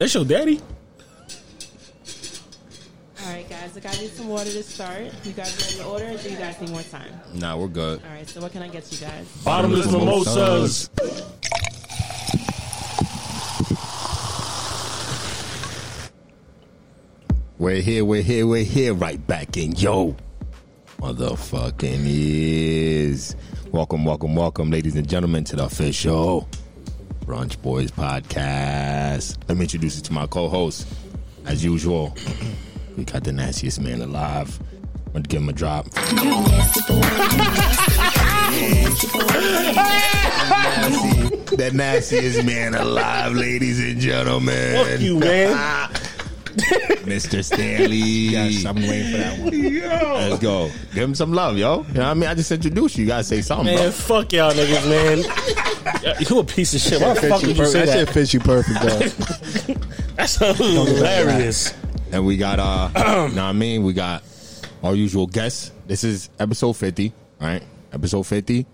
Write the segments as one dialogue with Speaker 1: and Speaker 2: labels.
Speaker 1: That's your daddy.
Speaker 2: All right, guys. Look, I need some water to start. You guys ready to order? Or do you guys need more time?
Speaker 3: Nah, we're good.
Speaker 2: All right. So what can I get you guys?
Speaker 1: Bottomless mimosas.
Speaker 3: We're here, we're here, we're here, right back in yo. Motherfucking is. Welcome, welcome, welcome, ladies and gentlemen, to the official Brunch Boys podcast. Let me introduce you to my co host. As usual, we got the nastiest man alive. I'm gonna give him a drop. the nastiest man alive, ladies and gentlemen.
Speaker 1: Fuck you, man.
Speaker 3: Mr. Stanley.
Speaker 4: Yes, I'm waiting for that one.
Speaker 3: Let's go. Give him some love, yo. You know what I mean? I just introduced you. You gotta say something,
Speaker 1: Man,
Speaker 3: bro.
Speaker 1: fuck y'all niggas, man. You a piece of shit. Why the fuck would you say that?
Speaker 4: fits you perfect, though.
Speaker 1: That's hilarious.
Speaker 3: And we got uh know what I mean? We got our usual guests. This is episode fifty, right? Episode fifty.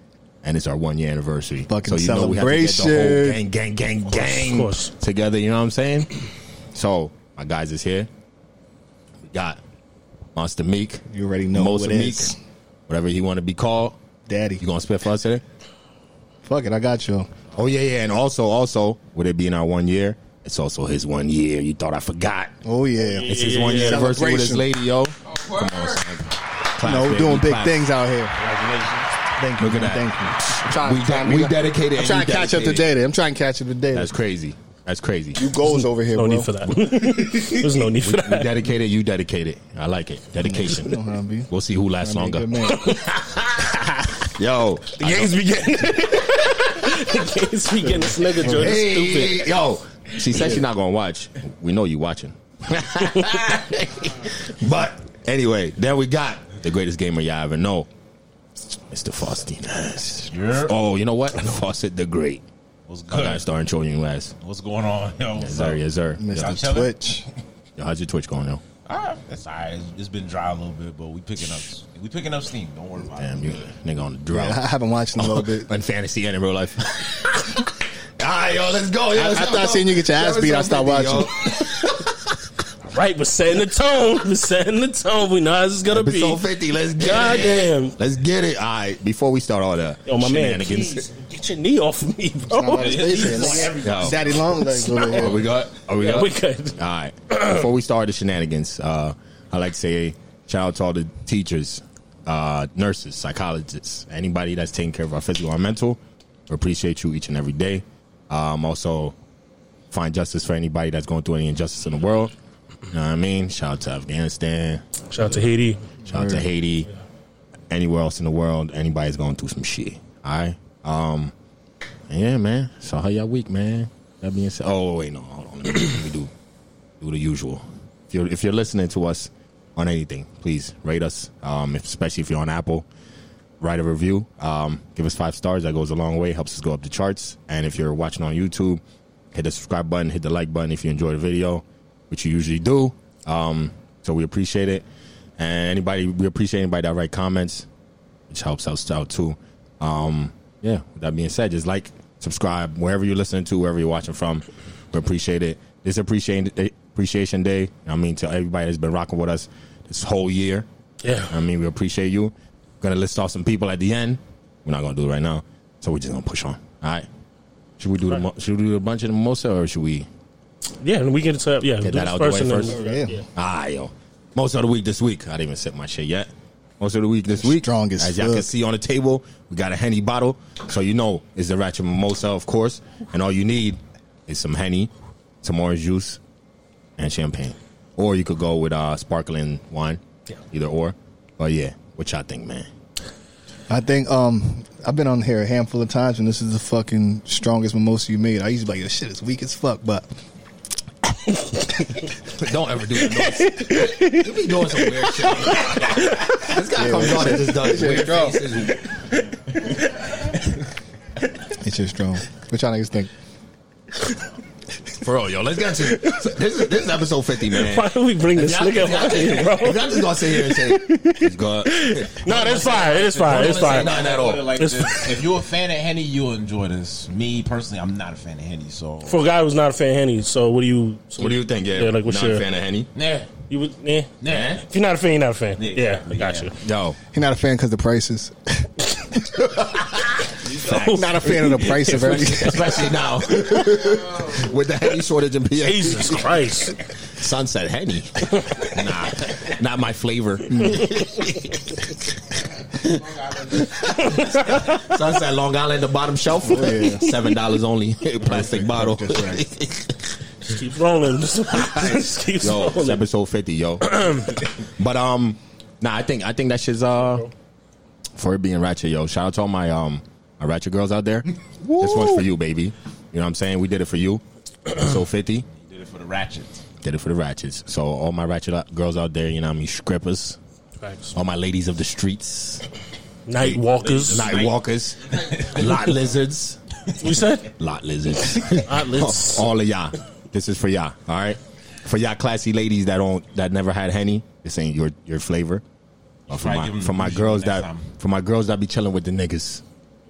Speaker 3: And it's our one year anniversary.
Speaker 4: Fucking
Speaker 3: so you know we have to get the whole gang,
Speaker 4: celebration.
Speaker 3: gang, gang, gang
Speaker 1: course.
Speaker 3: together, you know what I'm saying? So my guys is here. We got Monster Meek.
Speaker 4: You already know
Speaker 3: Monster
Speaker 4: what it is.
Speaker 3: Whatever he wanna be called.
Speaker 4: Daddy.
Speaker 3: You gonna spit for us today?
Speaker 4: Fuck it, I got you.
Speaker 3: Oh yeah, yeah, and also, also, with it being our one year, it's also his one year. You thought I forgot?
Speaker 4: Oh, yeah.
Speaker 3: It's his one year
Speaker 1: yeah.
Speaker 3: anniversary with his lady,
Speaker 4: Celebration.
Speaker 3: yo. Come on, son. Clap,
Speaker 4: You know, we're
Speaker 3: baby,
Speaker 4: doing big
Speaker 3: clap.
Speaker 4: things out here. Thank you,
Speaker 3: Look at
Speaker 4: man,
Speaker 3: that.
Speaker 4: thank you. I'm
Speaker 3: We- we dedicated
Speaker 4: I'm
Speaker 3: and
Speaker 4: trying
Speaker 3: you
Speaker 4: to catch up to
Speaker 3: dedicated.
Speaker 4: data. I'm trying to catch up to data.
Speaker 3: That's crazy. That's crazy.
Speaker 4: You goals over here,
Speaker 1: No
Speaker 4: bro.
Speaker 1: need for that. There's no need for
Speaker 3: We
Speaker 1: that.
Speaker 3: dedicated. You dedicated. I like it. Dedication.
Speaker 4: You know how I be.
Speaker 3: We'll see who lasts
Speaker 4: I be
Speaker 3: longer.
Speaker 4: a good man.
Speaker 3: Yo,
Speaker 1: The games begin. The games begin. This nigga Jordan
Speaker 3: hey,
Speaker 1: stupid.
Speaker 3: yo. She said she's not gonna watch. We know you watching. but anyway, then we got the greatest gamer y'all ever know, Mr. Faustinus. Oh, you know what? Fawcett the Great.
Speaker 5: What's
Speaker 3: I gotta
Speaker 5: good?
Speaker 3: start introlling you last.
Speaker 5: What's going on? Yo,
Speaker 3: Yes,
Speaker 5: what's
Speaker 3: sir.
Speaker 5: up?
Speaker 3: Yes, sir.
Speaker 5: Y'all
Speaker 4: Mr.
Speaker 5: chilling?
Speaker 4: Twitch.
Speaker 3: Yo, how's your Twitch going, yo?
Speaker 5: Ah, That's all right. It's been dry a little bit, but we picking up. We picking up steam. Don't worry about
Speaker 3: Damn,
Speaker 5: it.
Speaker 3: you nigga on the
Speaker 4: I
Speaker 3: drought.
Speaker 4: haven't watched in a little bit.
Speaker 3: in fantasy and in real life. all right, yo, let's go. Yo,
Speaker 4: I- after I seen you get your ass beat, I stopped watching.
Speaker 1: Right, we're setting the tone. We're setting the tone. We know how this is gonna be.
Speaker 3: Episode 50, let's get it.
Speaker 1: Goddamn.
Speaker 3: Let's get it. All right, before we start all that.
Speaker 1: Yo, my man,
Speaker 3: shenanigans.
Speaker 1: please, get your knee off of me, bro.
Speaker 4: about his face here, nigga.
Speaker 3: Yo,
Speaker 4: Daddy Long legs over
Speaker 3: are
Speaker 4: here.
Speaker 3: Oh. we good? Are we good?
Speaker 1: we good.
Speaker 3: All right. Before we start the shenanigans, uh, I like to say shout out to all the teachers, uh, nurses, psychologists, anybody that's taking care of our physical and mental. We appreciate you each and every day. Um, also, find justice for anybody that's going through any injustice in the world. You know what I mean? Shout out to Afghanistan.
Speaker 1: Shout out to Haiti.
Speaker 3: Shout out to Haiti. Anywhere else in the world, anybody's going through some shit. All right. Um. Yeah, man. So how y'all week, man? That being said, oh wait, no, hold on. Let me, let me do do the usual. If you're if you're listening to us on anything, please rate us. Um, if- especially if you're on Apple, write a review. Um, give us five stars. That goes a long way. Helps us go up the charts. And if you're watching on YouTube, hit the subscribe button. Hit the like button if you enjoy the video, which you usually do. Um, so we appreciate it. And anybody, we appreciate anybody that write comments, which helps us out too. Um, yeah. With that being said, just like, subscribe wherever you're listening to, wherever you're watching from. We appreciate it. This appreciation appreciation day. I mean, to everybody that's been rocking with us this whole year.
Speaker 1: Yeah.
Speaker 3: I mean, we appreciate you. Gonna list off some people at the end. We're not gonna do it right now, so we're just gonna push on. All right. Should we do the mo- should we do a bunch of the mimosa or should we?
Speaker 1: Yeah, and we get it to yeah. do
Speaker 3: Get that
Speaker 1: this
Speaker 3: out the way
Speaker 1: first and then-
Speaker 3: first.
Speaker 4: Yeah.
Speaker 3: Ah, yo. Most of the week this week. I didn't even set my shit yet. Most of the week this week.
Speaker 4: Strong as
Speaker 3: As y'all
Speaker 4: fuck.
Speaker 3: can see on the table, we got a Henny bottle. So you know it's the Ratchet Mimosa, of course. And all you need is some Henny, some orange juice, and champagne. Or you could go with uh, sparkling wine.
Speaker 1: Yeah.
Speaker 3: Either or. But yeah, what y'all think, man?
Speaker 4: I think um I've been on here a handful of times, and this is the fucking strongest mimosa you made. I used to be like, this shit is weak as fuck, but
Speaker 3: Don't ever do that noise. you be doing some weird shit. this guy comes on and just does weird faces.
Speaker 4: it's just strong. What y'all niggas think?
Speaker 3: For real, yo, let's get to this. Is, this is episode fifty, man.
Speaker 1: Why do we bring this
Speaker 3: Y'all-
Speaker 1: nigga up here,
Speaker 3: y'all-
Speaker 1: bro?
Speaker 3: if y'all just gonna sit here and say it's good.
Speaker 1: No, that's fire. It is fire. It's fire.
Speaker 3: Nothing at all.
Speaker 5: Like
Speaker 1: It's-
Speaker 5: this. If you're a fan of Henny, you'll enjoy this. Me personally, I'm not a fan of Henny, so
Speaker 1: For a guy who's not a fan of Henny, so what do you? So
Speaker 3: What do you think? Yeah,
Speaker 1: Yeah, like, what's
Speaker 3: not
Speaker 1: your-
Speaker 3: a fan of Henny.
Speaker 5: nah,
Speaker 1: You would, eh.
Speaker 5: nah.
Speaker 1: If you're not a fan, you're not a fan.
Speaker 5: Yeah,
Speaker 1: Yeah,
Speaker 5: exactly,
Speaker 1: I got
Speaker 5: yeah.
Speaker 1: you.
Speaker 3: Yo,
Speaker 4: He's not a fan because the prices. not a fan of the price of everything.
Speaker 3: especially now with the Henny shortage in PA.
Speaker 1: Jesus Christ.
Speaker 3: Sunset Henny. nah, not my flavor. Sunset Long Island, the bottom shelf. Seven dollars only, plastic bottle.
Speaker 1: Just keep rolling. Just, just keep
Speaker 3: yo, it's
Speaker 1: rolling.
Speaker 3: episode fifty, yo. but um, nah, I think I think that shit's uh for it being ratchet, yo. Shout out to all my um my ratchet girls out there. this one's for you, baby. You know what I'm saying? We did it for you. episode fifty.
Speaker 5: Did it for the ratchets.
Speaker 3: Did it for the ratchets. So all my ratchet out- girls out there, you know what I mean? Strippers,
Speaker 1: Facts.
Speaker 3: all my ladies of the streets,
Speaker 1: Night walkers.
Speaker 3: night walkers, lot lizards,
Speaker 1: You said?
Speaker 3: lot lizards.
Speaker 1: All right, let's-
Speaker 3: all of y'all. This is for y'all. All right, for y'all classy ladies that don't that never had henny. This ain't your your flavor. But for
Speaker 5: Probably
Speaker 3: my
Speaker 5: give 'em
Speaker 3: for my
Speaker 5: bougie
Speaker 3: girls
Speaker 5: next
Speaker 3: that
Speaker 5: time.
Speaker 3: for my girls that be chilling with the niggas,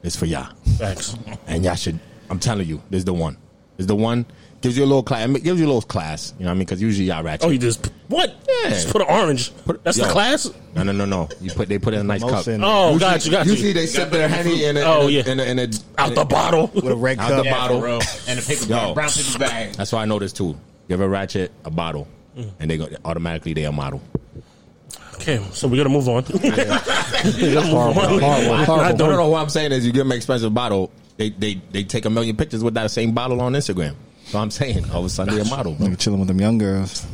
Speaker 3: it's for y'all.
Speaker 1: Facts.
Speaker 3: And y'all should. I'm telling you, this is the one. This is the one. Gives you a little class. Gives you a little class. You know what I mean? Because usually y'all ratchet.
Speaker 1: Oh, you just what?
Speaker 3: Yeah.
Speaker 1: Just put an orange.
Speaker 3: Put-
Speaker 1: That's
Speaker 3: Yo.
Speaker 1: the class.
Speaker 3: No, no, no, no. You put they put in a nice cup.
Speaker 4: Mimosa in
Speaker 1: Oh, got you, got you.
Speaker 3: Usually they sip their henny in a,
Speaker 1: Oh,
Speaker 3: in a,
Speaker 1: yeah.
Speaker 3: in a, in a, in a
Speaker 1: Out the bottle.
Speaker 4: With a red
Speaker 3: Out the
Speaker 4: cup.
Speaker 3: box. Bottle.
Speaker 5: for real. and the paper
Speaker 3: Yo.
Speaker 5: bag, brown paper bag.
Speaker 3: That's why I know this too. Give a ratchet a bottle,
Speaker 1: Mm.
Speaker 3: and they go automatically they a model.
Speaker 1: Okay, so we gotta move on. we gotta move
Speaker 4: Horrible,
Speaker 1: on.
Speaker 4: horrible,
Speaker 1: Not
Speaker 4: horrible.
Speaker 3: No,
Speaker 1: doing-
Speaker 3: no, no. What I'm saying is, you give them an expensive bottle, they they they take a million pictures with that same bottle on Instagram. So I'm saying, all of a sudden they a model. bro.
Speaker 4: Nigga chilling with them young girls.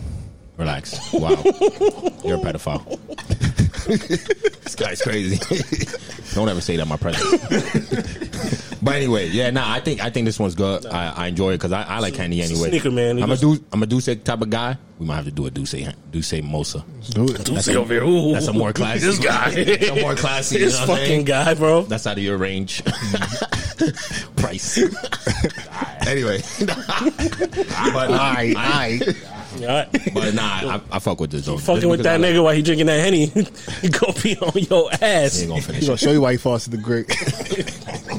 Speaker 3: Relax. Wow, you're a pedophile. this guy's crazy. Don't ever say that in my presence. but anyway, yeah, nah. I think I think this one's good. I, I enjoy it because I, I like Henny
Speaker 1: it's a
Speaker 3: anyway.
Speaker 1: sneaker, man. It
Speaker 3: I'm a
Speaker 1: goes-
Speaker 3: do I'm a Duce type of guy. We might have to do a Duce Duce Mosa.
Speaker 4: Do it.
Speaker 1: Dude, over here. Ooh,
Speaker 3: that's a more classy-
Speaker 1: This guy.
Speaker 3: That's a more classy, you
Speaker 1: This
Speaker 3: know what I'm
Speaker 1: fucking
Speaker 3: saying?
Speaker 1: guy, bro.
Speaker 3: That's out of your range. Price. anyway. but I,
Speaker 1: All right.
Speaker 3: but nah, I, I fuck with this though.
Speaker 1: Fucking with that nigga while he drinking that henny, he go pee on your
Speaker 3: He
Speaker 1: ass.
Speaker 3: ain't gonna finish
Speaker 4: He's gonna
Speaker 3: it.
Speaker 4: show you why he falls to the grave.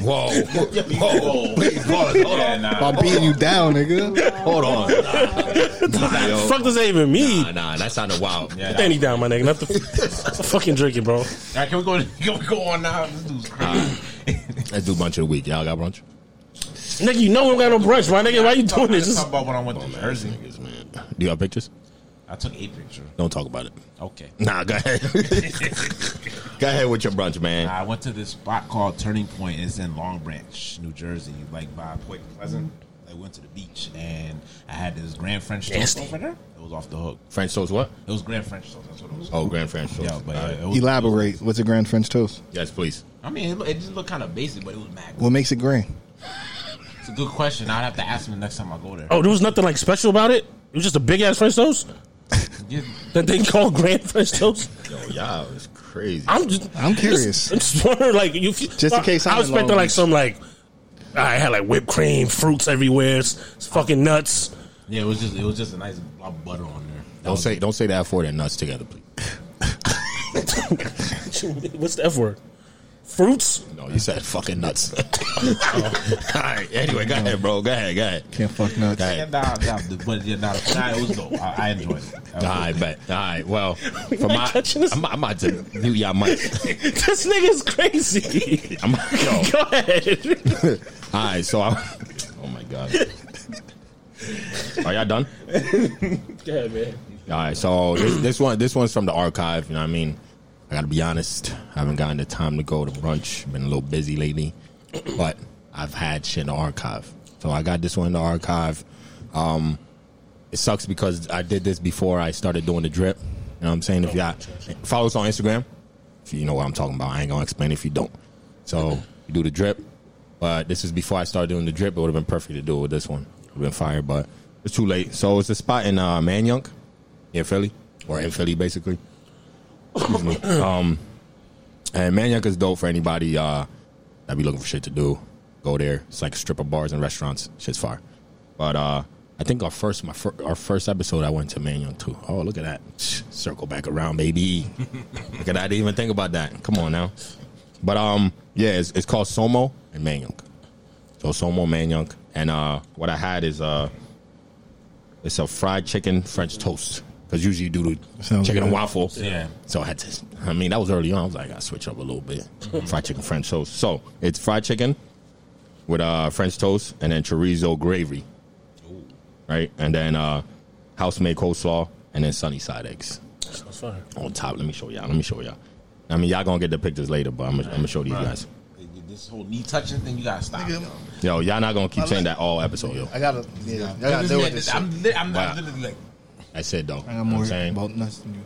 Speaker 3: Whoa.
Speaker 5: Whoa, please pause. Hold on.
Speaker 4: By beating you down, nigga.
Speaker 3: Hold on. Nah, yo.
Speaker 1: Fuck does that even mean?
Speaker 3: Nah, nah, that sounded wild.
Speaker 5: Yeah,
Speaker 1: Put that henny down, my nigga. Not the fucking drink it, bro.
Speaker 5: All right, can we go? Can we go on now? This dude's crazy.
Speaker 3: Let's do bunch of the week. Y'all got brunch?
Speaker 1: Nigga, you know we don't got no brunch, my nigga. Why you doing this?
Speaker 5: Let's
Speaker 1: Just
Speaker 5: talk about when I went to Jersey.
Speaker 3: Do y'all pictures?
Speaker 5: I took a picture.
Speaker 3: Don't talk about it.
Speaker 5: Okay.
Speaker 3: Nah, go ahead. go ahead with your brunch, man.
Speaker 5: I went to this spot called Turning Point. It's in Long Branch, New Jersey, like by Point Pleasant. I went to the beach and I had this Grand French toast
Speaker 1: Nasty.
Speaker 5: over there. It was off the hook.
Speaker 3: French toast what?
Speaker 5: It was Grand French toast. That's what it was.
Speaker 3: Oh, Grand French toast.
Speaker 5: Yeah, but
Speaker 3: All
Speaker 5: uh,
Speaker 3: right.
Speaker 5: it was,
Speaker 4: Elaborate. What's a grand French toast?
Speaker 3: Yes, please.
Speaker 5: I mean, it, look- it just looked kind of basic, but it was mad.
Speaker 4: What makes it grand?
Speaker 5: It's a good question. I'd have to ask him the next time I go there.
Speaker 1: oh, there was nothing like special about it. It was just a big ass French toast
Speaker 5: Yeah.
Speaker 1: that they call grand French toast.
Speaker 3: Yo, y'all is crazy.
Speaker 1: I'm just,
Speaker 4: I'm curious.
Speaker 1: Just, I'm just wondering, like, you, just
Speaker 4: in case
Speaker 1: I
Speaker 4: I'm
Speaker 1: was
Speaker 4: in Long
Speaker 1: expecting like
Speaker 4: Beach.
Speaker 1: some like I had like whipped cream, fruits everywhere, s- s- fucking nuts.
Speaker 5: yeah, it was just it was just a nice blob of butter on there. That
Speaker 3: Don't
Speaker 5: was
Speaker 3: say don't say that four and nuts together, please.
Speaker 1: What's the F word? Fruits?
Speaker 3: No, you said fucking nuts. All right. Anyway, go ahead, bro. Go ahead. Go ahead.
Speaker 4: Can't fuck nuts.
Speaker 3: Got it.
Speaker 5: Yeah, nah, nah, but yeah, nah, nah, it was dope. I, I enjoyed it. That was
Speaker 3: All right,
Speaker 5: dope.
Speaker 3: bet. All right. Well, for
Speaker 1: not
Speaker 3: my,
Speaker 1: catching this?
Speaker 3: I'm, I'm about to mute y'all mics.
Speaker 1: this nigga's crazy.
Speaker 3: I'm, yo.
Speaker 1: Go ahead.
Speaker 3: All right. So I. Oh my god. Are y'all done?
Speaker 1: Go ahead, man.
Speaker 3: All right, so this, this one, this one's from the archive. You know, what I mean, I gotta be honest. I haven't gotten the time to go to brunch. Been a little busy lately, but I've had shit in the archive. So I got this one in the archive. Um, it sucks because I did this before I started doing the drip. You know what I'm saying? If y'all follow us on Instagram, if you know what I'm talking about, I ain't gonna explain if you don't. So you do the drip, but this is before I started doing the drip. It would have been perfect to do it with this one. It would have been fire, but it's too late. So it's a spot in uh, Manayunk in Philly or in Philly, basically. Excuse me. Um, and Manioc is dope for anybody uh, that be looking for shit to do. Go there. It's like stripper bars and restaurants. Shit's fire. But uh, I think our first my fir- our first episode I went to Manual too. Oh, look at that. Circle back around, baby. look at that. I didn't even think about that. Come on now. But um yeah, it's, it's called Somo and Manual. So Somo Manual and uh what I had is uh it's a fried chicken French toast. Cause usually you do the
Speaker 4: Sounds
Speaker 3: chicken and
Speaker 4: good.
Speaker 3: waffle.
Speaker 5: Yeah.
Speaker 3: So I had to. I mean, that was early on. I was like, I switch up a little bit. fried chicken French toast. So it's fried chicken with uh, French toast and then chorizo gravy, right? And then uh, house made coleslaw and then sunny side eggs
Speaker 1: That's fine.
Speaker 3: on top. Let me show y'all. Let me show y'all. I mean, y'all gonna get the pictures later, but I'm gonna, I'm gonna show these guys.
Speaker 5: This whole knee touching thing, you gotta stop.
Speaker 4: Nigga,
Speaker 3: Yo,
Speaker 5: yo.
Speaker 3: y'all not gonna keep saying that all episode, yo.
Speaker 4: I gotta, yeah, I gotta deal with this. shit.
Speaker 5: I'm, li- I'm
Speaker 3: Wow.
Speaker 5: not literally like,
Speaker 3: That's it, though.
Speaker 4: I
Speaker 3: You know
Speaker 4: got
Speaker 3: what
Speaker 4: more
Speaker 3: I'm saying?
Speaker 4: about nuts than you.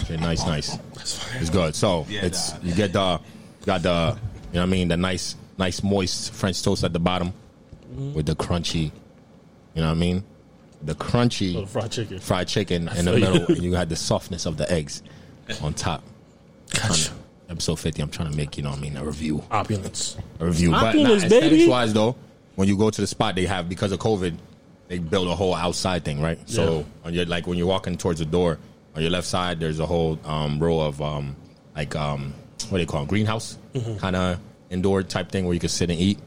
Speaker 3: Okay, nice, nice.
Speaker 1: That's fine.
Speaker 3: It's good. So
Speaker 5: Yeah,
Speaker 3: it's
Speaker 5: nah.
Speaker 3: you get the got the you know what I mean the nice nice moist French toast at the bottom with the crunchy you know what I mean the
Speaker 1: Little
Speaker 3: crunchy
Speaker 1: fried chicken.
Speaker 3: fried chicken in the
Speaker 1: feel you.
Speaker 3: middle and you had the softness of the eggs on top.
Speaker 1: Gotcha.
Speaker 3: Episode fifty. I'm trying to make you know what I mean a review
Speaker 1: Opulence.
Speaker 3: a review. But nah,
Speaker 1: Opulence, baby.
Speaker 3: aesthetics wise though, when you go to the spot they have because of COVID, they build a whole outside thing, right? So
Speaker 1: Yeah.
Speaker 3: on your like when you're walking towards the door, on your left side there's a whole um, row of um, like um, what do they call 'em? greenhouse
Speaker 1: Mm-hmm.
Speaker 3: kind of indoor type thing where you can sit and eat.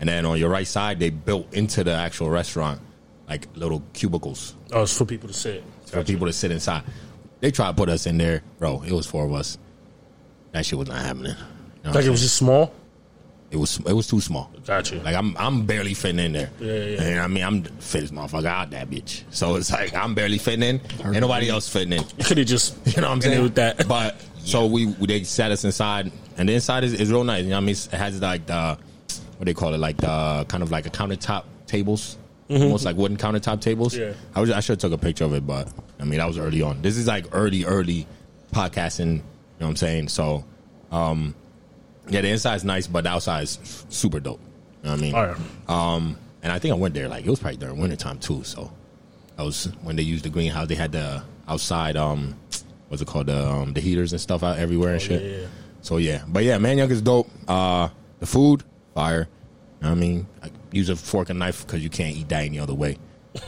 Speaker 3: And then on your right side they built into the actual restaurant like little cubicles
Speaker 1: Oh, it's for people to sit.
Speaker 3: for people to sit inside. They tried to put us in there, bro. It was four of us. That shit was not happening. You know what
Speaker 1: Like
Speaker 3: I'm
Speaker 1: it was just small.
Speaker 3: it was it was too small.
Speaker 1: Gotcha.
Speaker 3: Like I'm I'm barely fitting in there.
Speaker 1: Yeah, yeah.
Speaker 3: And I mean I'm the fittest motherfucker out that bitch. So it's like I'm barely fitting in. Ain't nobody else fitting in.
Speaker 1: You could have just
Speaker 3: You know what I'm saying?
Speaker 1: With that,
Speaker 3: But so we we- they sat us inside, and the inside is, is real nice. You know what I mean? It has like the what they call it, like the kind of like a countertop tables, almost like wooden countertop tables.
Speaker 1: Mm-hmm. Yeah.
Speaker 3: I was I should have took a picture of it, but I mean that was early on. This is like early early podcasting. You know what I'm saying? So, um, yeah, the inside's nice, but the outside is super dope. You know what I mean?
Speaker 1: all right.
Speaker 3: And I think I went there like it was probably during wintertime too. So that was when they used the greenhouse. They had the outside um what's it called the um, the heaters and stuff out everywhere and shit.
Speaker 1: Oh, yeah, yeah.
Speaker 3: So yeah, but yeah, man, Young is dope. Uh, the food fire. You know what I mean, I use a fork and knife because you can't eat that any other way.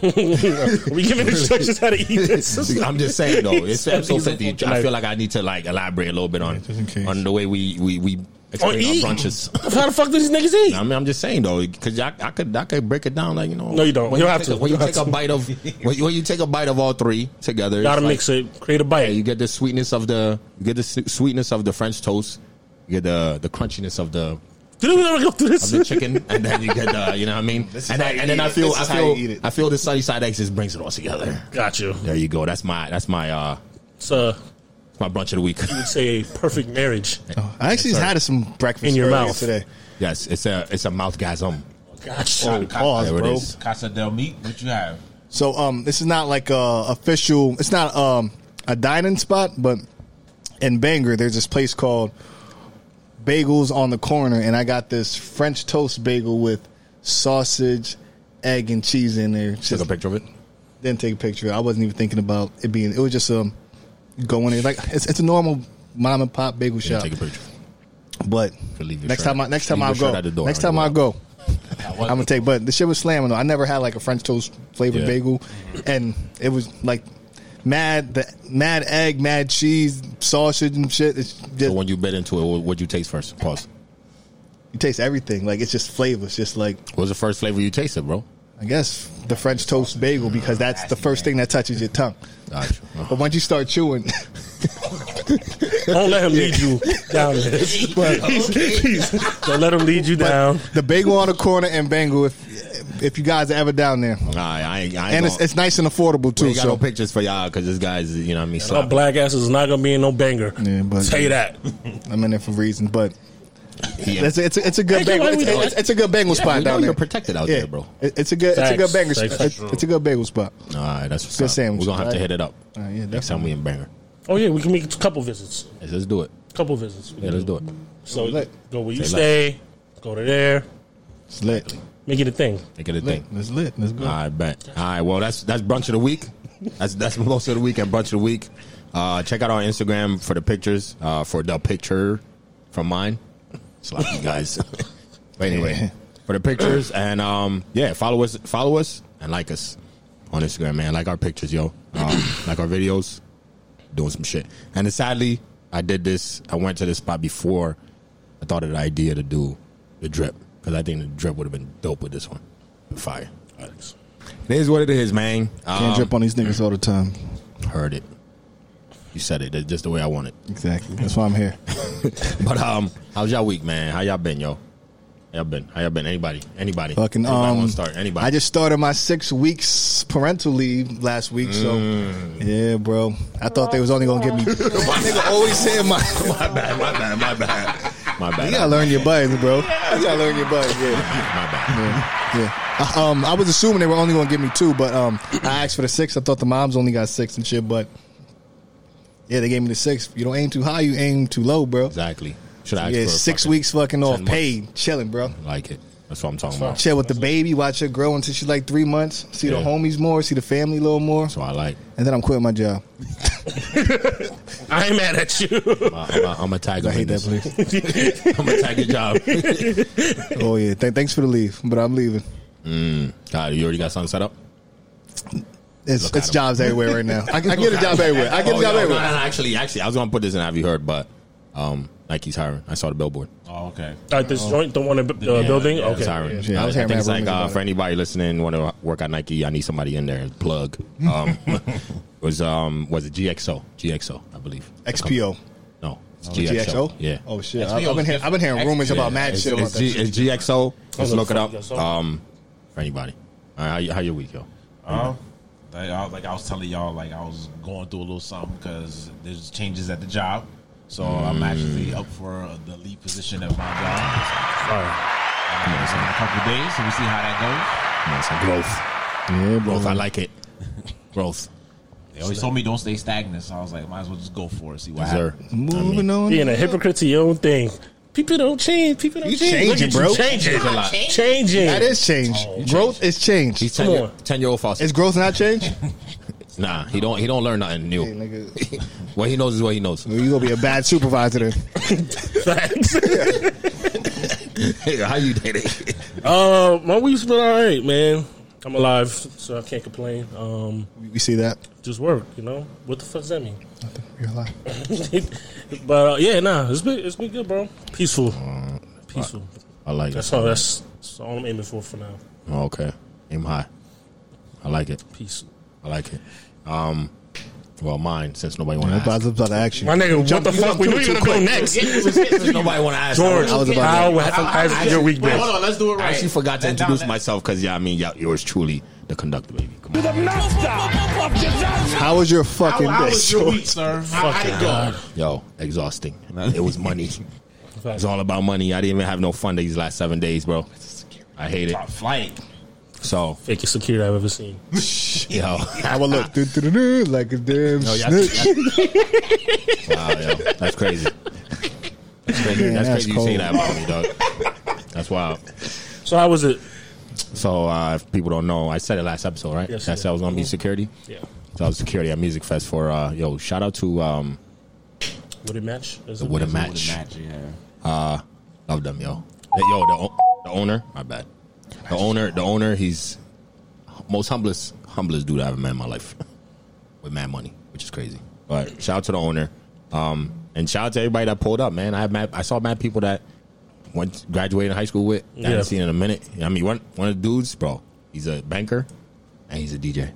Speaker 1: we giving instructions how to eat this.
Speaker 3: I'm just saying though,
Speaker 1: Use
Speaker 3: it's
Speaker 1: a
Speaker 3: episode
Speaker 1: fork
Speaker 3: fifty.
Speaker 1: and
Speaker 3: I
Speaker 1: knife.
Speaker 3: feel like I need to like elaborate a little bit on
Speaker 4: just in case.
Speaker 3: on the way we we we experience our
Speaker 1: eating.
Speaker 3: brunches.
Speaker 1: how the fuck do these niggas eat?
Speaker 3: I mean, I'm just saying though, because I, I could I could break it down like you know.
Speaker 1: No, you don't.
Speaker 3: When
Speaker 1: You don't have
Speaker 3: take
Speaker 1: to.
Speaker 3: a- when
Speaker 1: You
Speaker 3: you
Speaker 1: don't
Speaker 3: take a
Speaker 1: have to.
Speaker 3: bite of when you, when you take a bite of all three together,
Speaker 1: Gotta
Speaker 3: it's like-
Speaker 1: mix it. Create a
Speaker 3: yeah, you
Speaker 1: bite.
Speaker 3: get the sweetness of the you get the su- sweetness of the French toast, you get the the crunchiness of the
Speaker 1: Do we ever go through
Speaker 3: of
Speaker 1: this?
Speaker 3: the chicken, and then you get the you know what I mean.
Speaker 4: This is
Speaker 3: And,
Speaker 4: how
Speaker 3: I,
Speaker 4: you
Speaker 3: and then
Speaker 4: eat
Speaker 3: I
Speaker 4: it.
Speaker 3: feel
Speaker 4: This
Speaker 3: I
Speaker 4: is how you eat
Speaker 3: feel
Speaker 4: it.
Speaker 3: I feel the sunny side X just brings it all together.
Speaker 1: Got you.
Speaker 3: There you go. That's my that's my uh
Speaker 1: It's uh,
Speaker 3: my brunch of the week.
Speaker 1: say a perfect marriage.
Speaker 4: Oh, I actually just had some breakfast
Speaker 1: In your
Speaker 4: earlier
Speaker 1: mouth.
Speaker 4: today.
Speaker 3: yes, it's a it's a mouthgasm.
Speaker 1: Gotcha.
Speaker 4: Pause,
Speaker 3: There it
Speaker 4: bro.
Speaker 3: is.
Speaker 5: Casa del Meat, what you have?
Speaker 4: So um, this is not like a official. It's not um a dining spot, but in Bangor there's this place called Bagels on the Corner, and I got this French toast bagel with sausage, egg, and cheese in there. It's
Speaker 3: Took
Speaker 4: Just,
Speaker 3: a picture of it.
Speaker 4: didn't take a picture. I wasn't even thinking about it being. It was just um going in like it's, it's a normal mom and pop bagel
Speaker 3: Didn't
Speaker 4: shop.
Speaker 3: Take a picture.
Speaker 4: But
Speaker 3: Could leave your
Speaker 4: next
Speaker 3: shirt-
Speaker 4: time, I, next
Speaker 3: leave
Speaker 4: time
Speaker 3: your
Speaker 4: I
Speaker 3: shirt
Speaker 4: go.
Speaker 3: at the door
Speaker 4: Next
Speaker 3: on
Speaker 4: time
Speaker 3: the
Speaker 4: I
Speaker 3: way.
Speaker 4: go, I'm gonna take. But the shit was slamming. Though I never had like a French toast flavored
Speaker 3: Yeah. Mm-hmm.
Speaker 4: bagel, and it was like mad the mad egg, mad cheese, sausage and shit. It's
Speaker 3: So
Speaker 4: just
Speaker 3: when you bit into it, what would you taste first? Pause.
Speaker 4: you taste everything. Like it's just flavors. Just like
Speaker 3: What was the first flavor you tasted, bro?
Speaker 4: I guess the French toast bagel because that's the first thing that touches your tongue.
Speaker 3: Gotcha.
Speaker 4: But once you start chewing,
Speaker 1: Don't let him lead you down this. Please, please. Don't let him lead you down.
Speaker 4: the bagel on the corner and bagel. If if you guys are ever down there,
Speaker 3: I, I, ain't- I ain't
Speaker 4: and it's,
Speaker 3: gonna-
Speaker 4: it's nice and affordable
Speaker 3: we
Speaker 4: too.
Speaker 3: ain't got no
Speaker 4: So
Speaker 3: pictures for y'all because this guy's, you know what I mean?
Speaker 1: Our
Speaker 3: sloppy.
Speaker 1: black ass is not gonna be in no banger.
Speaker 4: Yeah, but-
Speaker 1: Tell you that.
Speaker 4: I'm in there for a reason, but.
Speaker 3: He-
Speaker 4: It's a, it's a, it's a good
Speaker 1: Thank you,
Speaker 4: bagel.
Speaker 1: why we
Speaker 4: It's,
Speaker 1: doing
Speaker 4: it's, it's a good bagel
Speaker 3: we
Speaker 4: spot
Speaker 3: know
Speaker 4: down
Speaker 3: you're
Speaker 4: there.
Speaker 3: protected out
Speaker 4: yeah.
Speaker 3: there, bro.
Speaker 4: It- It's a good. It's a good
Speaker 1: Facts.
Speaker 4: bagel.
Speaker 1: Facts.
Speaker 4: spot. It's, it's a good bagel spot.
Speaker 3: All right, that's what's
Speaker 4: Good
Speaker 3: up.
Speaker 4: sandwich,
Speaker 3: We're gonna have to
Speaker 4: right?
Speaker 3: hit it up
Speaker 4: All right, yeah,
Speaker 3: next time we in Banger.
Speaker 1: Oh yeah, we can make a couple visits.
Speaker 3: Let's, let's do it.
Speaker 1: Couple visits.
Speaker 3: Yeah, let's do it.
Speaker 1: So
Speaker 4: Lit.
Speaker 1: go where you
Speaker 3: Say
Speaker 1: stay. Go to there.
Speaker 4: It's lit.
Speaker 1: Make it a thing.
Speaker 3: Make it a
Speaker 4: Lit.
Speaker 3: thing.
Speaker 4: It's lit. Let's go.
Speaker 3: All right, bet. All right, well that's that's brunch of the week. That's that's most of the week at brunch of the week. Uh, check out our Instagram for the pictures. Uh, for the picture from mine. Sloppy guys. but anyway, for the pictures and um, yeah, follow us. Follow us. and like us on Instagram, man. Like our pictures, yo. Um, like our videos. Doing some shit. And then sadly, I did this. I went to this spot before I thought of the idea to do the drip because I think the drip would have been dope with this one. Fire. It is what it is, man.
Speaker 4: Can't
Speaker 3: Um,
Speaker 4: drip on these niggas all the time.
Speaker 3: heard it. You said it. That's just the way I want it.
Speaker 4: Exactly. That's why I'm here.
Speaker 3: But um, how's y'all week, man? How y'all been, yo? How y'all been? How y'all been? Anybody? Anybody?
Speaker 4: Fucking
Speaker 3: Anybody
Speaker 4: um,
Speaker 3: want to start? Anybody?
Speaker 4: I just started my six weeks parental leave last week, so
Speaker 3: Mm.
Speaker 4: yeah, bro. I thought they was only gonna give me. my nigga always saying my.
Speaker 3: my bad. My bad. My bad. My bad.
Speaker 4: You gotta learn your buttons, bro. You gotta learn your buttons. Yeah,
Speaker 3: My bad.
Speaker 4: yeah. I, um, I was assuming they were only gonna give me two, but um, I asked for the six. I thought the moms only got six and shit, but yeah, they gave me the six. You don't aim too high, you aim too low, bro.
Speaker 3: Exactly. Should I? Ask
Speaker 4: Yeah,
Speaker 3: for a
Speaker 4: six
Speaker 3: fucking-
Speaker 4: weeks fucking off,
Speaker 3: months.
Speaker 4: paid, chilling, bro.
Speaker 3: Like it. That's what I'm talking about.
Speaker 4: Chill with the baby, watch her grow until she's like three months. See
Speaker 3: Yeah.
Speaker 4: the homies more, see the family a little more,
Speaker 3: That's what I like.
Speaker 4: and then I'm quitting my job.
Speaker 1: I ain't mad at you.
Speaker 3: I'm a tiger.
Speaker 4: I hate that place.
Speaker 3: I'm a tiger job.
Speaker 4: Oh yeah, Th- thanks for the leave, but I'm leaving.
Speaker 3: God, you already got something set up.
Speaker 4: It's
Speaker 3: Look at
Speaker 4: it's
Speaker 3: 'em.
Speaker 4: jobs everywhere right now. I, I get a job everywhere. I get
Speaker 3: Oh,
Speaker 4: a job
Speaker 3: yo,
Speaker 4: everywhere.
Speaker 3: no, no, no, actually, actually, I was gonna put this in. Have you heard? But um, Nike's hiring. I saw the billboard.
Speaker 5: Oh, okay.
Speaker 1: At this joint, the one in the uh,
Speaker 5: Yeah,
Speaker 1: building.
Speaker 5: yeah,
Speaker 1: okay.
Speaker 3: It's hiring.
Speaker 4: Yeah, yeah, I
Speaker 3: I,
Speaker 4: was
Speaker 3: I
Speaker 4: hearing
Speaker 3: think it's
Speaker 4: mad
Speaker 3: like
Speaker 4: rumors
Speaker 3: uh,
Speaker 4: about
Speaker 3: for anybody listening want to work at Nike, I need somebody in there. Plug.
Speaker 4: Hmm.
Speaker 3: Um, was um was it GXO? GXO, I believe.
Speaker 4: XPO.
Speaker 3: No, it's GXO.
Speaker 4: GXO.
Speaker 3: Oh, Yeah.
Speaker 4: Oh shit!
Speaker 5: XPO
Speaker 4: I've I've been
Speaker 5: is
Speaker 4: hearing I've been hearing
Speaker 5: different.
Speaker 4: rumors about mad
Speaker 3: it's,
Speaker 4: shit. About
Speaker 3: it's,
Speaker 4: that.
Speaker 3: G,
Speaker 4: shit.
Speaker 3: it's GXO. Let's
Speaker 1: Oh,
Speaker 3: look it
Speaker 1: fuck
Speaker 3: up.
Speaker 1: yourself.
Speaker 3: Um, for anybody. All right, how, you- how your week, yo?
Speaker 5: Um, like, I, like I was telling y'all, like I was going through a little something because there's changes at the job, so I'm actually
Speaker 3: Mm.
Speaker 5: up for the lead position at my job
Speaker 1: Fire.
Speaker 5: uh, it's in a couple of days. So we see how that
Speaker 3: Come on, some growth.
Speaker 4: Yeah, bro.
Speaker 3: Growth. I like it. growth.
Speaker 5: goes. They always told me don't stay stagnant, so I was like, might as well just go for it, see what
Speaker 3: Yes, sir.
Speaker 5: happens.
Speaker 4: Moving on.
Speaker 1: Being a hypocrite to your own thing. People don't change. People don't
Speaker 4: You
Speaker 1: change. Look
Speaker 4: changing,
Speaker 1: at
Speaker 4: bro.
Speaker 1: You changing.
Speaker 3: a lot.
Speaker 1: Changing.
Speaker 4: That is change. growth is change.
Speaker 3: Oh, He's
Speaker 1: Come
Speaker 3: ten year,
Speaker 1: on.
Speaker 3: ten year old Fawcett.
Speaker 4: Is growth not change?
Speaker 3: Nah, he don't. He don't learn nothing
Speaker 4: Hey,
Speaker 3: new.
Speaker 4: nigga,
Speaker 3: What he knows is what he knows.
Speaker 4: you gonna be a bad supervisor then?
Speaker 1: facts.
Speaker 3: how you did it?
Speaker 1: uh, my week's been all right, man. I'm alive, so I can't complain. Um,
Speaker 4: We see that.
Speaker 1: just work, you know. What the fuck does that mean?
Speaker 4: You're alive.
Speaker 1: but uh, yeah, nah, it's been it's been good, bro. Peaceful, peaceful.
Speaker 3: I like it.
Speaker 1: That's all. That's, that's all I'm aiming for for now.
Speaker 3: Oh, okay. Aim high. I like it.
Speaker 1: Peace.
Speaker 3: I like it. Um, well, mine since nobody want to
Speaker 4: I
Speaker 3: ask.
Speaker 4: was about to ask you.
Speaker 1: My nigga, what
Speaker 4: Jump-
Speaker 1: the
Speaker 4: you
Speaker 1: fuck?
Speaker 4: jumped
Speaker 1: We
Speaker 4: to
Speaker 1: were
Speaker 4: it too
Speaker 1: gonna go
Speaker 4: quick.
Speaker 1: next.
Speaker 3: Since nobody want to ask.
Speaker 1: George,
Speaker 4: I was about
Speaker 1: how
Speaker 4: to-
Speaker 1: has your week
Speaker 5: Wait,
Speaker 1: been?
Speaker 5: hold on, let's do it
Speaker 3: I
Speaker 5: right.
Speaker 3: actually forgot to
Speaker 5: Let down
Speaker 3: introduce
Speaker 5: that-
Speaker 3: myself because yeah, I mean, yeah, yours truly, the conductor, baby. Come on,
Speaker 4: How was your fucking
Speaker 5: How, how
Speaker 4: day?
Speaker 5: was your week, sir? How, how'd it go?
Speaker 3: yo, exhausting. it was money.
Speaker 1: Facts.
Speaker 3: It's all about money. I didn't even have no fun these last seven days, bro. I hate it.
Speaker 5: Top flight.
Speaker 3: So,
Speaker 1: Fakest security I've ever seen.
Speaker 3: yo,
Speaker 4: I would look doo-doo-doo-doo, like a damn
Speaker 3: No, y'all-
Speaker 4: snitch.
Speaker 3: wow, yo, Oh, that's crazy. That's crazy.
Speaker 4: Man,
Speaker 3: that's
Speaker 4: that's
Speaker 3: crazy. You say
Speaker 4: cold.
Speaker 3: that about me, dog. That's wild.
Speaker 1: So how was it?
Speaker 3: So uh, if people don't know, I said it last episode, right?
Speaker 1: Yes,
Speaker 3: I
Speaker 1: you
Speaker 3: said
Speaker 1: did.
Speaker 3: I was on Be Security.
Speaker 1: Yeah.
Speaker 3: So I was security at Music Fest for uh, yo. Shout out to um,
Speaker 1: Would it match? Is
Speaker 3: the
Speaker 1: it-
Speaker 3: Would a
Speaker 5: Would
Speaker 3: Match.
Speaker 5: imagine, yeah.
Speaker 3: Love them, yo. The- Yo, the, o- the owner. My bad. The owner. The owner. He's most humblest, humblest dude I ever met in my life. With mad money, which is crazy. But shout out to the owner. Um, and shout out to everybody that pulled up, man. I have mad, I saw mad people that went graduated high school with. that I
Speaker 1: Yeah.
Speaker 3: haven't seen in a minute. I mean, one one of the dudes, bro. He's a banker and he's a DJ.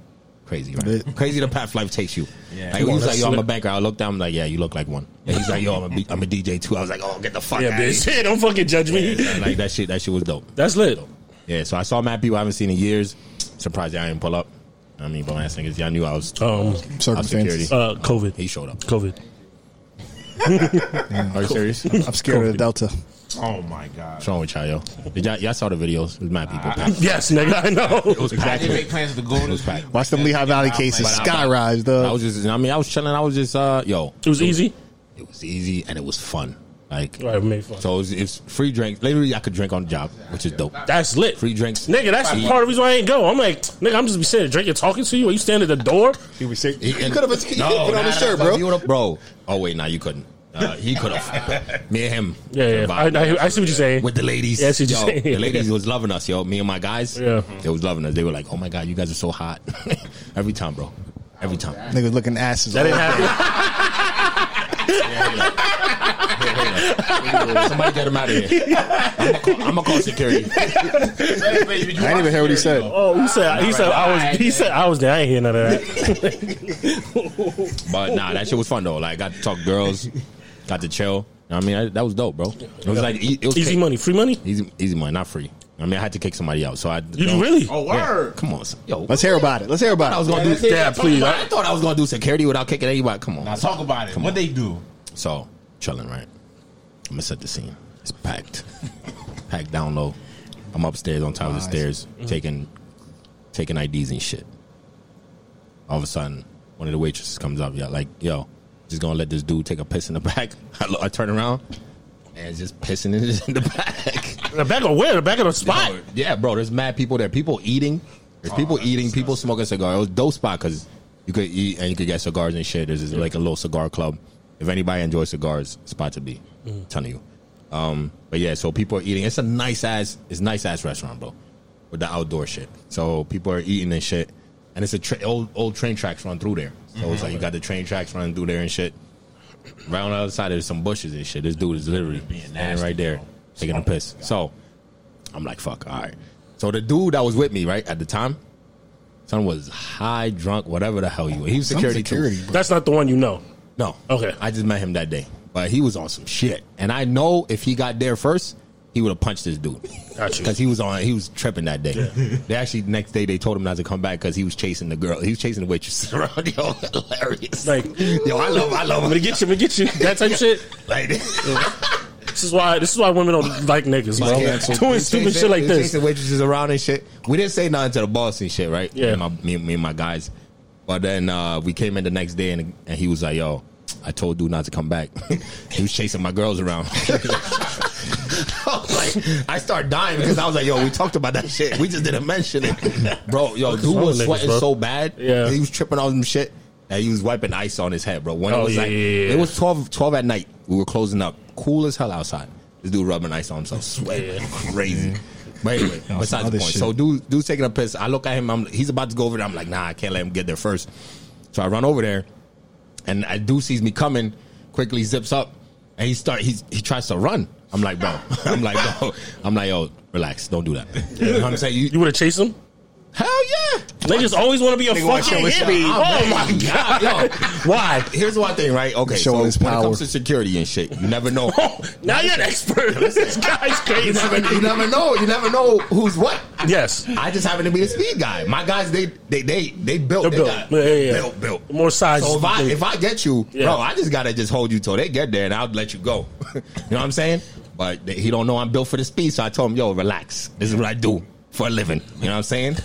Speaker 3: Crazy, right?
Speaker 4: Lit.
Speaker 3: Crazy the path life takes you.
Speaker 5: Yeah.
Speaker 3: Like,
Speaker 5: Come
Speaker 3: he
Speaker 1: on,
Speaker 3: was like,
Speaker 1: that's
Speaker 3: "Yo, I'm a
Speaker 1: lit.
Speaker 3: banker." I looked down. I'm like, "Yeah, you look like one." And he's like, "Yo, I'm a, B- I'm a DJ too." I was like, "Oh, get the fuck
Speaker 1: Yeah,
Speaker 3: out of here!"
Speaker 1: bitch. Hey, don't fucking judge me.
Speaker 3: Yeah, like that shit. That shit was dope.
Speaker 1: That's lit.
Speaker 3: Yeah, so I saw mad people I haven't seen in years. Surprised y'all didn't pull up. I mean, but my ass niggas, y'all knew I was
Speaker 1: Um,
Speaker 3: top security.
Speaker 4: Circumstances.
Speaker 1: uh, COVID.
Speaker 3: He showed up.
Speaker 1: COVID.
Speaker 3: Are you serious? What's
Speaker 4: I'm scared of the Delta.
Speaker 5: Oh my god.
Speaker 3: wrong with y'all, yo? Did y'all, y'all saw the videos? It was mad people. packed.
Speaker 1: Yes, nigga, I know.
Speaker 3: It was
Speaker 5: I
Speaker 3: packed.
Speaker 5: didn't make plans to go
Speaker 3: It was
Speaker 5: to
Speaker 3: packed.
Speaker 4: Watch them Lehigh Valley cases
Speaker 3: But I-
Speaker 4: skyrise,
Speaker 3: I
Speaker 4: though.
Speaker 3: was just. I mean, I was chilling. I was just. Uh, yo,
Speaker 1: It was easy.
Speaker 3: it was easy and it was fun. Like,
Speaker 1: All right, we made fun.
Speaker 3: so it was, it's free drinks. Literally, I could drink on the job, which is dope.
Speaker 1: that's lit.
Speaker 3: Free drinks.
Speaker 1: Nigga, that's
Speaker 3: Free-
Speaker 1: part of the reason why I ain't go. I'm like, nigga, I'm just be sitting drinking, talking to you. Are you standing at the door?
Speaker 4: He was sick.
Speaker 3: He- and-
Speaker 4: could've- he could've put on his shirt,
Speaker 3: fuck,
Speaker 4: bro.
Speaker 3: you would've- bro. Oh wait, nah, you couldn't. Uh, he could have. Me and him.
Speaker 1: Yeah, yeah. I, I, I see what you're saying.
Speaker 3: with the ladies.
Speaker 1: Yes, it's-
Speaker 3: yo, the ladies was loving us, yo. Me and my guys,
Speaker 1: Yeah.
Speaker 3: they was loving us. They were like, "Oh my god, you guys are so hot!" Every time, bro. Every time.
Speaker 4: Niggas looking asses.
Speaker 1: That didn't happen.
Speaker 3: Somebody get him out of here. I'm gonna call, security.
Speaker 4: I didn't even hear what he said.
Speaker 1: Oh, he said he said I was he said I was there. I ain't hear none of that.
Speaker 3: But nah, that shit was fun though. Like, got to talk girls, got to chill. You know what I mean, I, that was dope, bro. It was like e- it was
Speaker 1: Easy
Speaker 3: cake.
Speaker 1: money, free money.
Speaker 3: easy, easy money, not free. I mean, I had to kick somebody out, so I
Speaker 1: You really?
Speaker 5: Oh,
Speaker 3: Yeah.
Speaker 5: word.
Speaker 3: Come on, son. yo.
Speaker 4: Let's hear about it. Let's hear
Speaker 3: I
Speaker 4: about
Speaker 3: was
Speaker 4: it.
Speaker 3: gonna do.
Speaker 1: Yeah, please.
Speaker 3: I thought I was gonna do security without kicking anybody. Come on.
Speaker 5: Now talk about it.
Speaker 3: Come
Speaker 5: what
Speaker 3: on.
Speaker 5: they do?
Speaker 3: So chilling, right? I'm gonna set the scene. It's packed, packed down low. I'm upstairs on top of the stairs, taking taking IDs and shit. All of a sudden, one of the waitresses comes up, yeah, like, yo, just gonna let this dude take a piss in the back. I, lo- I turn around, and it's just pissing in the back.
Speaker 1: The back of where? The back of the spot.
Speaker 3: Yo, yeah, bro. There's mad people there. People eating. There's people eating. People smoking cigars. It was a dope spot because you could eat and you could get cigars and shit. There's this, like a little cigar club. If anybody enjoys cigars, spot to be. I'm telling you. Um, but yeah, so people are eating. It's a nice ass. It's a nice ass restaurant, bro, with the outdoor shit. So people are eating and shit, and it's a tra- old old train tracks run through there. So it's like you got the train tracks running through there and shit. Right on the other side, there's some bushes and shit. This dude is literally
Speaker 5: Being
Speaker 3: standing
Speaker 5: nasty,
Speaker 3: right there
Speaker 5: bro.
Speaker 3: taking a piss. So I'm like, fuck, all right. So the dude that was with me, right, at the time, son was high, drunk, whatever the hell you were. He was
Speaker 4: Some
Speaker 3: security, security.
Speaker 4: security.
Speaker 1: That's not the one you know.
Speaker 3: No.
Speaker 1: Okay.
Speaker 3: I just met him that day. But he was on some shit. And I know if he got there first, he would have punched this dude.
Speaker 1: Got you.
Speaker 3: Because he was on he was tripping that day. They actually next day they told him not to come back because he was chasing the girl. He was chasing the waitress around. Yo, hilarious.
Speaker 1: Like-
Speaker 3: yo, I love I
Speaker 1: I'm
Speaker 3: love him.
Speaker 1: gonna get you. I'm gonna get you. That type of shit.
Speaker 3: Like
Speaker 1: This is why. This is why women don't like niggas, bro.
Speaker 3: Yeah, so we
Speaker 1: Doing stupid
Speaker 3: chasing-
Speaker 1: shit like
Speaker 3: we
Speaker 1: this.
Speaker 3: Chasing waitresses around and shit. We didn't say nothing to the boss and shit, right?
Speaker 1: Yeah.
Speaker 3: Me and my, me, me and my guys. But then uh, we came in the next day and, and he was like, yo, I told dude not to come back. he was chasing my girls around. I was like, I start dying because I was like, yo, we talked about that shit. We just didn't mention it. Bro, yo, dude
Speaker 1: wrong
Speaker 3: was
Speaker 1: with niggas,
Speaker 3: sweating
Speaker 1: bro?
Speaker 3: so bad.
Speaker 1: Yeah.
Speaker 3: He was tripping on some shit. And he was wiping ice on his head, bro. When
Speaker 1: Oh,
Speaker 3: it was
Speaker 1: yeah,
Speaker 3: like,
Speaker 1: yeah, yeah.
Speaker 3: it was 12, 12 at night. We were closing up. Cool as hell outside. This dude rubbing ice on himself, sweating crazy. But anyway,
Speaker 4: some
Speaker 3: besides the
Speaker 4: other
Speaker 3: point.
Speaker 4: shit.
Speaker 3: So dude, dude's taking a piss. I look at him. I'm, he's about to go over there. I'm like, nah, I can't let him get there first. So I run over there, and I do sees me coming. Quickly zips up, and he start. He he tries to run. I'm like, bro. I'm like, bro. I'm like, yo, relax. Don't do that. You know what I'm saying? You,
Speaker 1: You would have chased him.
Speaker 3: hell yeah.
Speaker 1: Niggas always want to be a
Speaker 4: wanna show
Speaker 1: fucking
Speaker 4: us
Speaker 1: hippie.
Speaker 3: out.
Speaker 1: Oh my god. Why?
Speaker 3: Here's one thing, right? Okay,
Speaker 4: Showing
Speaker 3: so
Speaker 4: his
Speaker 3: when it
Speaker 4: power.
Speaker 3: comes to security and shit, you never know.
Speaker 1: Now you're an expert. this guy's
Speaker 3: you never,
Speaker 1: crazy.
Speaker 3: you never know. You never know who's what.
Speaker 1: Yes.
Speaker 3: I just happen to be the speed guy. My guys, they they they they built.
Speaker 1: They're
Speaker 3: they
Speaker 1: built.
Speaker 3: Got,
Speaker 1: Yeah, yeah, yeah.
Speaker 3: Built, built.
Speaker 1: More size.
Speaker 3: So if I if I get you,
Speaker 1: Yeah.
Speaker 3: bro, I just gotta just hold you till they get there, and I'll let you go. you know what I'm saying? But th- he don't know I'm built for the speed, so I told him, "Yo, relax. This is what I do for a living." You know what I'm saying?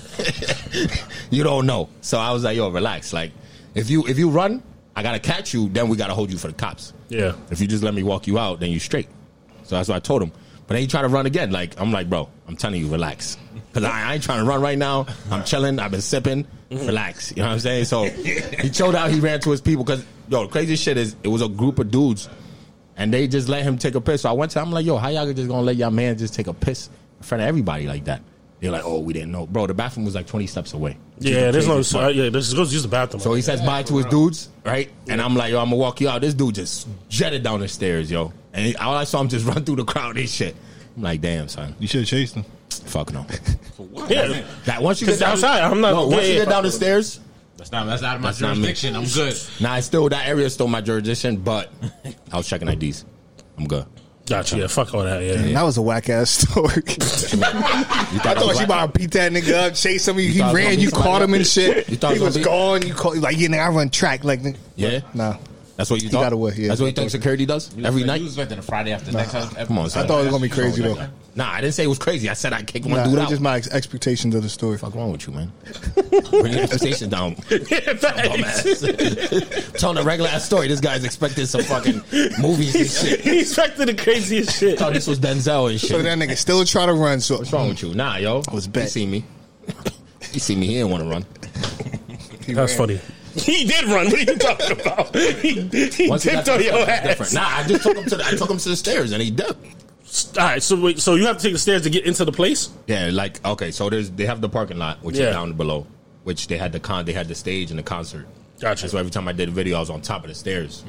Speaker 3: you don't know, so I was like, "Yo, relax. Like, if you if you run, I gotta catch you. Then we gotta hold you for the cops.
Speaker 1: Yeah.
Speaker 3: If you just let me walk you out, then you straight." So that's what I told him. But then he tried to run again. Like I'm like, bro, I'm telling you, relax. Cause I, I ain't trying to run right now. I'm chilling. I've been sipping. Relax. You know what I'm saying? So he chilled out. He ran to his people. Cause yo, the crazy shit is, it was a group of dudes, and they just let him take a piss. So I went to. I'm like, yo, how y'all just gonna let y'all man just take a piss in front of everybody like that? They're like, oh, we didn't know, bro. The bathroom was like 20 steps away.
Speaker 1: Yeah, there's no.
Speaker 3: Crazy
Speaker 1: So, yeah, this goes use the bathroom.
Speaker 3: so he says bye to his dudes, right? And I'm like, yo, I'm gonna walk you out. This dude just jetted down the stairs, yo. And he- all I saw him just run through the crowd and shit. I'm like, damn, son,
Speaker 4: You should have chased him.
Speaker 3: fuck no.
Speaker 1: yeah,
Speaker 3: That once you
Speaker 1: 'Cause
Speaker 3: get down
Speaker 1: outside, I'm not-
Speaker 3: No, once
Speaker 1: yeah,
Speaker 3: you
Speaker 1: yeah.
Speaker 3: get down the stairs,
Speaker 5: That's not that's not my
Speaker 3: That's not me.
Speaker 5: jurisdiction. I'm good.
Speaker 3: nah, it's still that area is still my jurisdiction, but I was checking IDs. I'm good.
Speaker 1: gotcha. Yeah, fuck all that. Yeah,
Speaker 4: That was a whack ass story.
Speaker 3: You
Speaker 4: I thought
Speaker 3: was
Speaker 4: you
Speaker 3: black?
Speaker 4: about to beat that nigga up, chase him. He, he
Speaker 3: thought it was
Speaker 4: ran,
Speaker 3: gonna
Speaker 4: you
Speaker 3: be somebody
Speaker 4: caught him and
Speaker 3: else?
Speaker 4: shit.
Speaker 3: You thought it
Speaker 4: he
Speaker 3: was
Speaker 4: was
Speaker 3: gonna
Speaker 4: gone. You called like, yeah, nigga, I run track. Like, nigga.
Speaker 3: Yeah,
Speaker 4: nah.
Speaker 3: That's what you thought.
Speaker 4: got away, yeah.
Speaker 3: That's what you think security does every
Speaker 5: You
Speaker 3: night.
Speaker 5: was expecting a Friday after next.
Speaker 3: Come on, son.
Speaker 4: I thought it was gonna be crazy though.
Speaker 3: Nah, I didn't say it was crazy. I said I kicked one
Speaker 4: Nah,
Speaker 3: dude
Speaker 4: that's
Speaker 3: out.
Speaker 4: just my ex- expectations of the story.
Speaker 3: What's wrong with you, man? Bring your expectations down.
Speaker 1: facts.
Speaker 3: Dumbass. Telling a regular ass story. This guy's expecting some fucking movies and shit.
Speaker 1: he expected the craziest shit.
Speaker 3: Thought Oh, this was Denzel and shit.
Speaker 4: So that nigga still trying to run. So
Speaker 3: What's wrong with you? Nah, yo.
Speaker 4: was bet.
Speaker 3: He see me. he see me. He didn't want to run.
Speaker 4: he
Speaker 1: That's
Speaker 4: ran.
Speaker 1: funny. He did run. What are you talking about? He, he
Speaker 3: Once he
Speaker 1: dipped
Speaker 3: got to
Speaker 1: on
Speaker 3: the
Speaker 1: your
Speaker 3: stairs,
Speaker 1: ass.
Speaker 3: it's different. Nah, I just took him to the, I took him to the stairs and he dipped.
Speaker 1: All right, so wait, so you have to take the stairs to get into the place.
Speaker 3: Yeah, like okay, so there's they have the parking lot which
Speaker 1: Yeah.
Speaker 3: is down below, which they had the con they had the stage and the concert.
Speaker 1: Gotcha.
Speaker 3: So every time I did a video, I was on top of the stairs.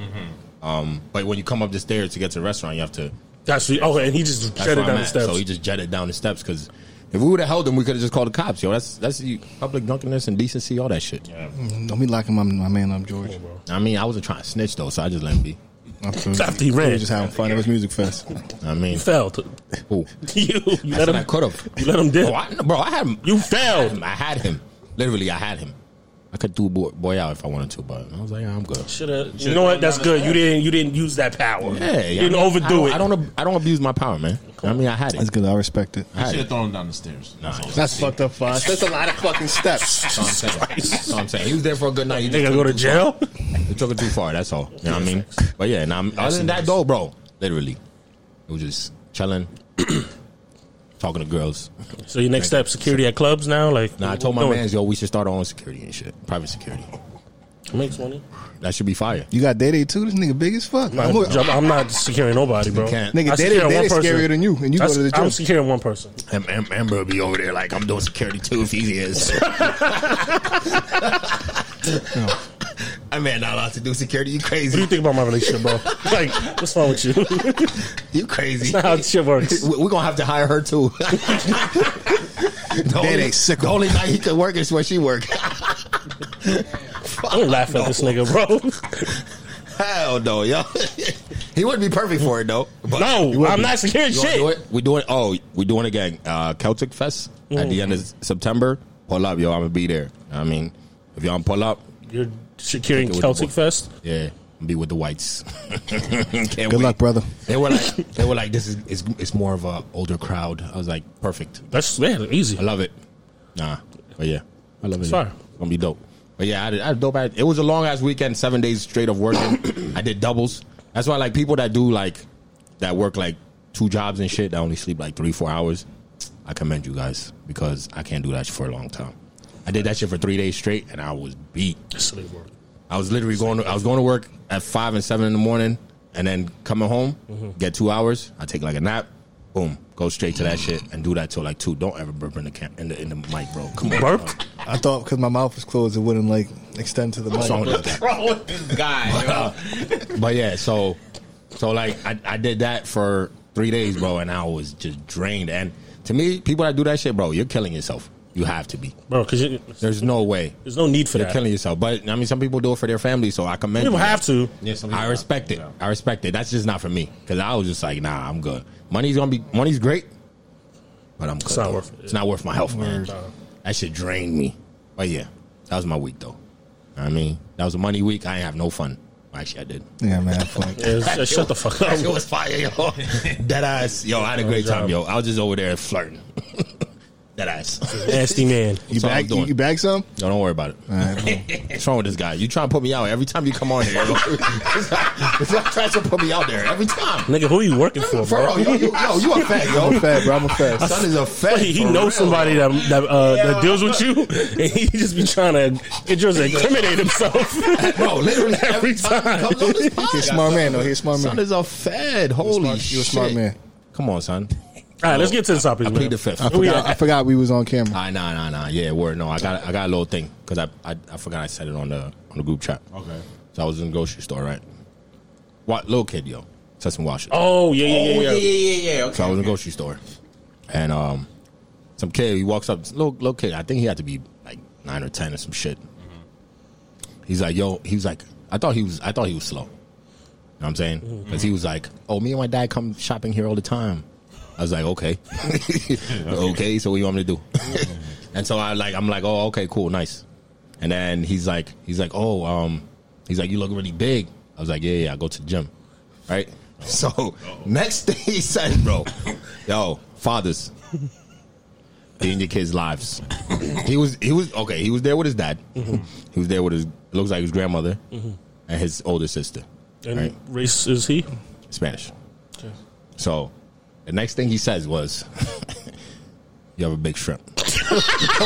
Speaker 3: Um, but when you come up the stairs to get to the restaurant, you have to
Speaker 1: Gotcha. Oh, and he just
Speaker 3: that's
Speaker 1: shed it
Speaker 3: where I'm
Speaker 1: down the
Speaker 3: at.
Speaker 1: steps.
Speaker 3: So he just jetted down the steps because if we would have held him, we could have just called the cops. Yo, that's that's you- public drunkenness, indecency, all that shit.
Speaker 4: Don't be locking my, my man up,
Speaker 1: Oh,
Speaker 4: George.
Speaker 3: I mean, I wasn't trying to snitch though, so I just let him be.
Speaker 4: I feel you.
Speaker 1: After he
Speaker 4: We were
Speaker 1: ran,
Speaker 4: just having fun. It was music fest.
Speaker 3: I mean,
Speaker 1: fell. To,
Speaker 3: who?
Speaker 1: you, you
Speaker 3: I
Speaker 1: let
Speaker 3: said I
Speaker 1: him.
Speaker 3: could have.
Speaker 1: You let him dip.
Speaker 3: Oh, I, no, bro, I had him.
Speaker 1: You
Speaker 3: I had
Speaker 1: failed.
Speaker 3: him. I had him. Literally, I had him. I could do boy, boy out if I wanted to, but I was like, yeah, I'm good.
Speaker 1: Shoulda. You know what? That's good. You didn't. You didn't use that power.
Speaker 3: Yeah,
Speaker 1: you didn't
Speaker 3: I mean, I
Speaker 1: overdo
Speaker 3: don't-
Speaker 1: it.
Speaker 3: I don't. ab- I don't abuse my power, man. I mean, I had it.
Speaker 4: That's good. I respect it.
Speaker 3: I had
Speaker 5: Should have
Speaker 3: it.
Speaker 5: thrown him down the stairs.
Speaker 3: Nah, that's
Speaker 4: That's fucked up, Foz. That's a lot of fucking steps.
Speaker 3: all I'm saying. That's all I'm saying. He was there for a good night. He just
Speaker 1: Nigga,
Speaker 3: took
Speaker 1: go
Speaker 3: it
Speaker 1: to
Speaker 3: too
Speaker 1: jail.
Speaker 3: far. He took it too far. That's all. You know what I mean? But yeah, and I'm, other than that,
Speaker 5: nice.
Speaker 3: though, bro, literally, it was just chilling, talking to girls.
Speaker 1: So your next step, security at clubs now. Like,
Speaker 3: Nah, I
Speaker 1: what
Speaker 3: told
Speaker 1: we
Speaker 3: my
Speaker 1: doing?
Speaker 3: mans, yo, we should start our own security and shit, private security.
Speaker 1: makes money.
Speaker 3: That should be fire.
Speaker 4: You got Day Day too? This nigga big as fuck.
Speaker 1: I'm, I'm not securing nobody, bro.
Speaker 3: can't.
Speaker 1: I
Speaker 4: Nigga, Day Day
Speaker 1: secure
Speaker 4: Day
Speaker 1: one
Speaker 4: Day
Speaker 1: person.
Speaker 4: scarier than you, and you
Speaker 1: I
Speaker 4: go to the
Speaker 1: s- I'm
Speaker 4: gym.
Speaker 1: securing one person.
Speaker 3: Em- Em- Amber will be over there like I'm doing security too if he is. I man, not allowed to do security. You
Speaker 1: What do
Speaker 3: crazy?
Speaker 1: you think about my relationship, bro? like, what's wrong with you? That's
Speaker 3: You crazy?
Speaker 1: not how shit works.
Speaker 3: We- We're gonna have to hire her too. the,
Speaker 4: They
Speaker 3: only,
Speaker 4: ain't sick
Speaker 3: the only night he could work is when she work.
Speaker 1: Don't laugh at this nigga, bro.
Speaker 3: Hell no, yo. he wouldn't be perfect for it though. But
Speaker 1: No, I'm not securing
Speaker 3: You wanna
Speaker 1: shit.
Speaker 3: do it? We doing oh, we doing again. Uh, Celtic Fest at the end of September. Pull up, yo. I'm gonna be there. I mean, if y'all pull up,
Speaker 1: You're securing
Speaker 3: Take it with
Speaker 1: Celtic
Speaker 3: the boy.
Speaker 1: Fest.
Speaker 3: yeah, I'm be with the whites. Can't
Speaker 4: Good luck, brother.
Speaker 3: They were like, they were like, this is it's, it's more of a older crowd. I was like, perfect.
Speaker 1: That's yeah, easy.
Speaker 3: I love it. Nah, but yeah, I love it.
Speaker 1: Sorry.
Speaker 3: It's gonna be dope. But yeah, I did, I had a dope. It was a long ass weekend, seven days straight of working. I did doubles. That's why like people that do like that work like two jobs and shit that only sleep like three four hours. I commend you guys because I can't do that for a long time. I did that shit for three days straight and I was beat.
Speaker 1: That's how they work.
Speaker 3: I was literally going. To, I was going to work at five and seven in the morning, and then coming home, get two hours. I take like a nap. Boom, go straight to that shit and do that till like two. Don't ever burp in the cam- in the in the mic, bro. Come on,
Speaker 1: Burp?
Speaker 4: I thought because my mouth was closed, it wouldn't like extend to the mic.
Speaker 3: What's wrong with that?
Speaker 5: wrong with this guy? yo?
Speaker 3: But yeah, so so like I, I did that for three days, bro, and I was just drained. And to me, people that do that shit, bro, you're killing yourself. You have to be.
Speaker 1: bro. Because
Speaker 3: There's no way.
Speaker 1: there's no need for
Speaker 3: You're
Speaker 1: that.
Speaker 3: killing yourself. But I mean, some people do it for their family, so I commend.
Speaker 1: People
Speaker 3: you.
Speaker 1: have to.
Speaker 5: Yeah, some people
Speaker 3: I
Speaker 5: have
Speaker 3: respect
Speaker 5: to,
Speaker 3: it.
Speaker 5: yeah.
Speaker 3: I respect it. That's just not for me because I was just like, nah, I'm good. Money's gonna be money's great, but I'm good.
Speaker 1: not
Speaker 3: though.
Speaker 1: worth it.
Speaker 3: It's not worth my health, man.
Speaker 1: Word.
Speaker 3: That shit drained me. But yeah, that was my week though. I mean, that was a money week. I didn't have no fun. Actually, I did.
Speaker 4: Yeah, man. Fuck.
Speaker 1: Yeah, it's- it's- shut the fuck up.
Speaker 3: That shit was fire, yo. Dead ass, yo. I had a great time, yo. I was just over there flirting. Dead ass.
Speaker 1: Nasty man.
Speaker 4: You
Speaker 3: That's all I'm
Speaker 4: bag, you,
Speaker 3: doing.
Speaker 4: you bag some?
Speaker 3: Yo, don't worry about it.
Speaker 4: All right, bro.
Speaker 3: What's wrong with this guy? You trying to put me out every time you come on here? yo. It's like, it's like trying to put me out there every time.
Speaker 1: Nigga, who you working for,
Speaker 3: For
Speaker 1: bro?
Speaker 3: real, yo, you, yo, you a fat, yo.
Speaker 4: I'm a fat, bro. I'm a fat.
Speaker 3: Son is a fat.
Speaker 1: He, he
Speaker 3: for real,
Speaker 1: knows somebody
Speaker 3: yo.
Speaker 1: that that, uh, that deals with you, and he just be trying to it just incriminate himself.
Speaker 3: Bro, literally every
Speaker 1: Every
Speaker 3: time he
Speaker 1: time.
Speaker 3: comes on this
Speaker 4: He's a
Speaker 3: podcast.
Speaker 4: smart man, though. He's a smart
Speaker 3: Son
Speaker 4: man.
Speaker 3: is a fed. Holy
Speaker 4: Smart-
Speaker 3: shit.
Speaker 4: You a smart man.
Speaker 3: Come on, son.
Speaker 1: All right, let's get to the topic.
Speaker 3: I
Speaker 1: man.
Speaker 3: plead the fifth.
Speaker 4: I
Speaker 1: Where we
Speaker 4: forgot,
Speaker 1: at?
Speaker 4: I forgot we was on camera.
Speaker 3: I nah nah nah. Yeah, word. No, I got I got a little thing because I, I I forgot I said it on the on the group chat.
Speaker 5: Okay.
Speaker 3: So I was in the grocery store, right? What little kid, yo, Sesame Washer.
Speaker 1: Oh yeah, yeah, yeah, yeah.
Speaker 5: yeah, yeah.
Speaker 3: So I was in the grocery store, and um, some kid he walks up, little little kid. I think he had to be like nine or ten or some shit. He's like, yo, he was like, I thought he was, I thought he was slow. You know what I'm saying? Because he was like, oh, me and my dad come shopping here all the time. I was like, okay, okay. So what you want me to do? and so I like, I'm like, oh, okay, cool, nice. And then he's like, he's like, oh, um, he's like, you look really big. I was like, yeah, yeah, I go to the gym, right? So next thing he said, bro, yo, fathers, be in your kids' lives. he was, he was okay. He was there with his dad. He was there with his looks like his grandmother and his older sister,
Speaker 1: And
Speaker 3: right?
Speaker 1: race is he?
Speaker 3: Spanish. So the next thing he says was, "You have a big shrimp."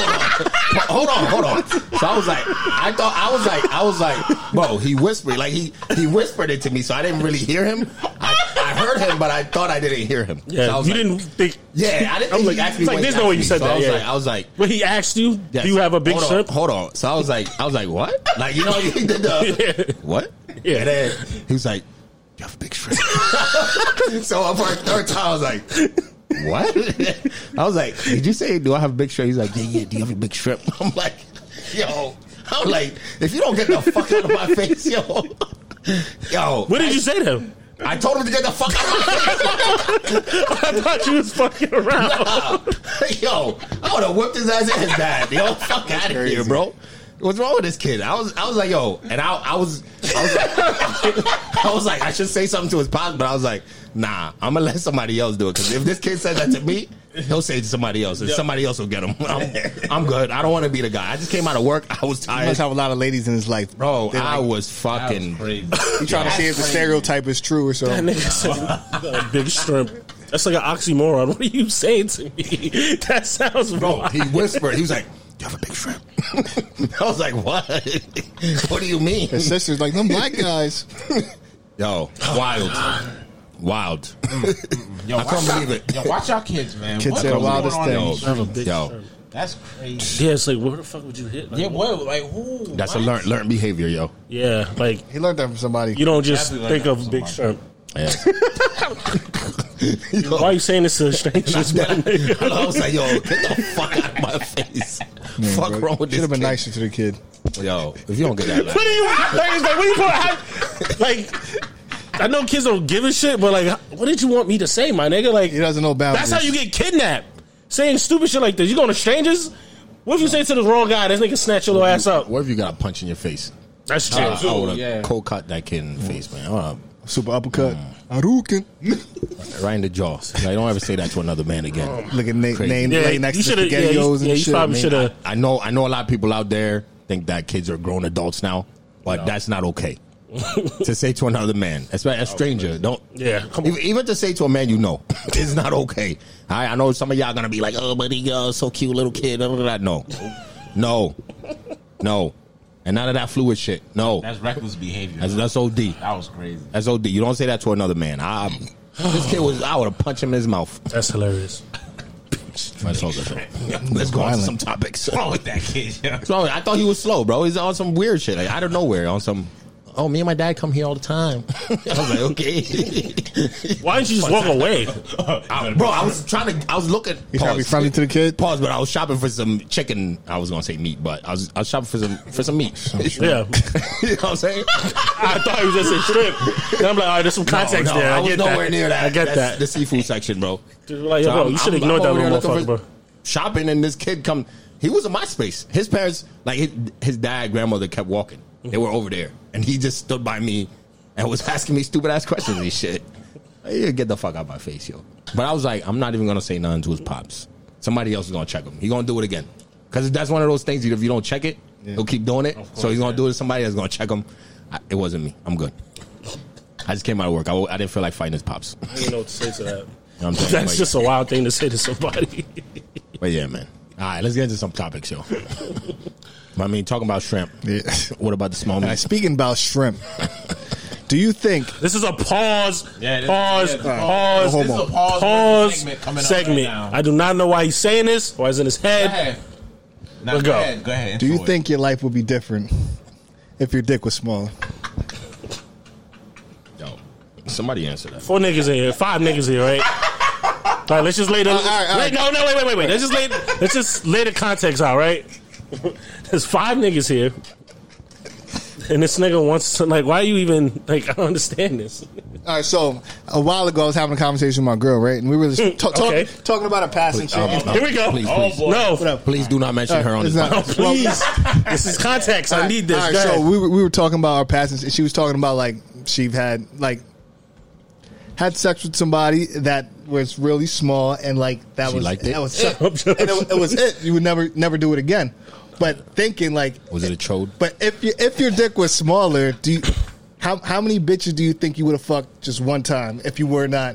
Speaker 3: hold on, hold on. So I was like, I thought I was like, I was like, bro. He whispered, like he he whispered it to me, so I didn't really hear him. I, I heard him, but I thought I didn't hear him.
Speaker 1: Yeah,
Speaker 3: so I was
Speaker 1: you
Speaker 3: like-
Speaker 1: didn't think.
Speaker 3: Yeah, I didn't.
Speaker 1: I'm
Speaker 3: Think
Speaker 1: like-
Speaker 3: he asked me
Speaker 1: it's like,
Speaker 3: what he
Speaker 1: there's no
Speaker 3: asked
Speaker 1: way you
Speaker 3: me.
Speaker 1: said
Speaker 3: So I
Speaker 1: that,
Speaker 3: was
Speaker 1: yeah.
Speaker 3: like, I was like,
Speaker 1: But he asked you,
Speaker 3: yes.
Speaker 1: "Do you have a big
Speaker 3: hold
Speaker 1: shrimp?"
Speaker 3: On, hold on. So I was like, I was like, what? Like you know, he did the what?
Speaker 1: Yeah.
Speaker 3: And then he was like, you have a big shrimp. so I'm like, third time, I was like. What? I was like, did you say, do I have a big shrimp? He's like, yeah, yeah, do you have a big shrimp? I'm like, yo, I'm like, if you don't get the fuck out of my face, yo, yo,
Speaker 1: What did you say to him?
Speaker 3: I told him to get the fuck out of my face.
Speaker 1: I thought you was fucking around.
Speaker 3: yo, I would have whipped his ass in his dad. Yo, fuck out of here, bro. What's wrong with this kid? I was, I was like, yo, and I, I was, I was like, I was like, I should say something to his pops, but I was like, nah, I'm gonna let somebody else do it because if this kid says that to me, he'll say it to somebody else, and somebody else will get him. I'm, I'm good. I don't want to be the guy. I just came out of work. I was
Speaker 4: He
Speaker 3: tired,
Speaker 4: must have a lot of ladies in his life,
Speaker 3: bro.
Speaker 4: They're
Speaker 3: I
Speaker 4: like,
Speaker 3: was fucking.
Speaker 4: you trying to see if the stereotype is true or
Speaker 1: That
Speaker 4: something.
Speaker 1: nigga said, "You got a big shrimp. That's like an oxymoron. What are you saying to me? That sounds
Speaker 3: Bro,
Speaker 1: wrong.
Speaker 3: he whispered. He was like, "You have a big shrimp." I was like, "What? what do you mean?"
Speaker 4: His sister's like them black guys.
Speaker 3: Yo, wild, wild.
Speaker 5: Yo,
Speaker 3: I can't
Speaker 5: watch y'all-
Speaker 3: believe it.
Speaker 5: Yo, watch y'all kids, man.
Speaker 4: Kids
Speaker 5: What
Speaker 4: say
Speaker 5: the
Speaker 4: the
Speaker 5: going
Speaker 4: wildest
Speaker 5: on in
Speaker 4: things.
Speaker 5: these-
Speaker 1: Have a big
Speaker 3: Yo.
Speaker 1: shrimp.
Speaker 5: That's crazy.
Speaker 1: Yeah, it's like where the fuck would you hit? Like,
Speaker 5: Yeah, what? Like who?
Speaker 3: That's
Speaker 5: what?
Speaker 3: a learned learned behavior, yo.
Speaker 1: yeah, like
Speaker 4: He learned that from somebody.
Speaker 1: you don't just
Speaker 5: Definitely
Speaker 1: think
Speaker 5: like
Speaker 1: of
Speaker 5: that
Speaker 1: big
Speaker 5: somebody.
Speaker 1: shrimp.
Speaker 3: Yeah. yo.
Speaker 1: Why are you saying this to a stranger? my nigga?
Speaker 3: I was like, yo, get the fuck out of my face. fuck wrong with this?
Speaker 4: Should have been
Speaker 3: kid?
Speaker 4: nicer to the kid.
Speaker 3: Yo, if you don't get that,
Speaker 1: What are you like? It's like what are you going to have? Like, I know kids don't give a shit, but like, what did you want me to say, my nigga? Like,
Speaker 4: He doesn't know boundaries.
Speaker 1: that's how you get kidnapped. Saying stupid shit like this. You going to strangers? What if you say it to the wrong guy? This nigga snatch your little ass up.
Speaker 3: what if you got a punch in your face?
Speaker 1: That's true.
Speaker 3: I, I would have
Speaker 5: yeah.
Speaker 3: cold cut that kid in the face, man. Uh,
Speaker 4: super uppercut. Arukin.
Speaker 3: right in the jaw. Like, don't ever say that to another man again.
Speaker 4: Look at Nate
Speaker 3: Crazy.
Speaker 4: name
Speaker 1: Yeah,
Speaker 4: laying next
Speaker 1: you
Speaker 4: to
Speaker 1: shoulda- yeah,
Speaker 4: spaghettios
Speaker 1: you-
Speaker 4: and
Speaker 1: yeah, you
Speaker 4: shit.
Speaker 1: probably
Speaker 4: man.
Speaker 1: shoulda-
Speaker 3: I, I know, I know a lot of people out there think that kids are grown adults now, but that's not okay to say to another man, especially a stranger. Don't
Speaker 1: Yeah, come on.
Speaker 3: Even, even to say to a man you know it's not okay. I, I know some of y'all gonna be like, "Oh, but he uh, so cute, little kid." Blah, blah, blah. No, no, no, and none of that fluid shit. No,
Speaker 5: That's reckless behavior.
Speaker 3: that's, that's OD.
Speaker 5: that was crazy.
Speaker 3: That's OD. You don't say that to another man. I, this kid was. I would have punched him in his mouth.
Speaker 1: That's hilarious.
Speaker 3: But it's all good. Let's go on to
Speaker 4: Violent.
Speaker 3: some topics.
Speaker 5: What's wrong with that kid? yo?
Speaker 3: So I thought he was slow, bro. He's on some weird shit, like out of nowhere, on some. Oh, me and my dad come here all the time. I was like, okay,
Speaker 1: Why didn't you just walk away?
Speaker 3: I- bro. I was trying to. I was looking.
Speaker 4: You trying to be
Speaker 3: Pause.
Speaker 4: friendly to the kid?
Speaker 3: Pause, but I was shopping for some chicken. I was gonna say meat, but I was I was shopping for some for some meat.
Speaker 1: Yeah.
Speaker 3: you know what I'm saying?
Speaker 1: I thought he was just a strip. And I'm like, all right, there's some context
Speaker 3: No, no,
Speaker 1: there. I,
Speaker 3: I was
Speaker 1: get
Speaker 3: nowhere
Speaker 1: that.
Speaker 3: near that.
Speaker 1: I get
Speaker 3: That's
Speaker 1: that.
Speaker 3: The seafood section, bro.
Speaker 1: Just like, yo, bro, you should ignore that
Speaker 3: over
Speaker 1: little
Speaker 3: there looking
Speaker 1: motherfucker,
Speaker 3: for-
Speaker 1: bro.
Speaker 3: Shopping and this kid come. He was in my space. His parents, like his, his dad, grandmother kept walking. They were over there, and he just stood by me and was asking me stupid ass questions and shit. Like, yeah, get the fuck out of my face, yo. But I was like, I'm not even gonna say nothing to his pops. Somebody else is gonna check him. He gonna do it again because that's one of those things. If you don't check it, he'll keep doing it. so he's gonna do it to somebody that's gonna check him. I, it wasn't me. I'm good. I just came out of work. I, I didn't feel like fighting his pops.
Speaker 1: I didn't know what to say to that.
Speaker 3: I'm saying?
Speaker 1: That's
Speaker 3: Like-
Speaker 1: just a wild thing to say to somebody.
Speaker 3: But yeah, man. All right, let's get into some topics, yo. I mean, talking about shrimp.
Speaker 4: Yeah.
Speaker 3: What about the small
Speaker 4: All right,
Speaker 3: meat?
Speaker 4: speaking about shrimp, do you think
Speaker 1: This is a pause,
Speaker 5: Yeah, this-
Speaker 1: pause,
Speaker 5: yeah, this-
Speaker 1: pause,
Speaker 4: This is
Speaker 1: pause,
Speaker 4: a
Speaker 5: pause segment
Speaker 1: segment.
Speaker 5: coming up right now.
Speaker 1: I do not know why he's saying this. Why is it in his
Speaker 5: Go
Speaker 1: head?
Speaker 5: ahead. Now,
Speaker 1: Look
Speaker 5: go
Speaker 1: up.
Speaker 5: ahead. Go ahead.
Speaker 4: do you
Speaker 5: Enjoy it.
Speaker 4: think your life would be different if your dick was smaller?
Speaker 3: Yo, somebody answer that.
Speaker 1: Four niggas in here, five niggas in here, right? All right, let's just lay the.
Speaker 4: all right, all
Speaker 1: wait,
Speaker 4: right.
Speaker 1: no, no, wait, wait, wait, wait. Let's just lay. let's just lay the context out, right? There's five niggas here, and this nigga wants to like. Why are you even like? I don't understand this.
Speaker 4: All right, so a while ago I was having a conversation with my girl, right? And we were just ta- talk-
Speaker 1: Okay.
Speaker 4: talking about a passing shit.
Speaker 3: Um,
Speaker 1: Here we go.
Speaker 3: Please,
Speaker 1: Oh,
Speaker 3: please,
Speaker 1: boy. No. What up?
Speaker 3: please do not mention her on
Speaker 4: It's
Speaker 3: this.
Speaker 4: not-
Speaker 3: podcast.
Speaker 4: well,
Speaker 1: Please, this is context. I need this.
Speaker 4: Oh, All right,
Speaker 1: Go ahead.
Speaker 4: so we were, we were talking about our past, and she was talking about like she've had like had sex with somebody that was really small, and like that
Speaker 3: She
Speaker 4: was
Speaker 3: liked it?
Speaker 4: That was it. and it, it was it. You would never never do it again. But thinking like,
Speaker 3: Was it a chode?
Speaker 4: but if you, if your dick was smaller, do you, how how many bitches do you think you would have fucked just one time if you were not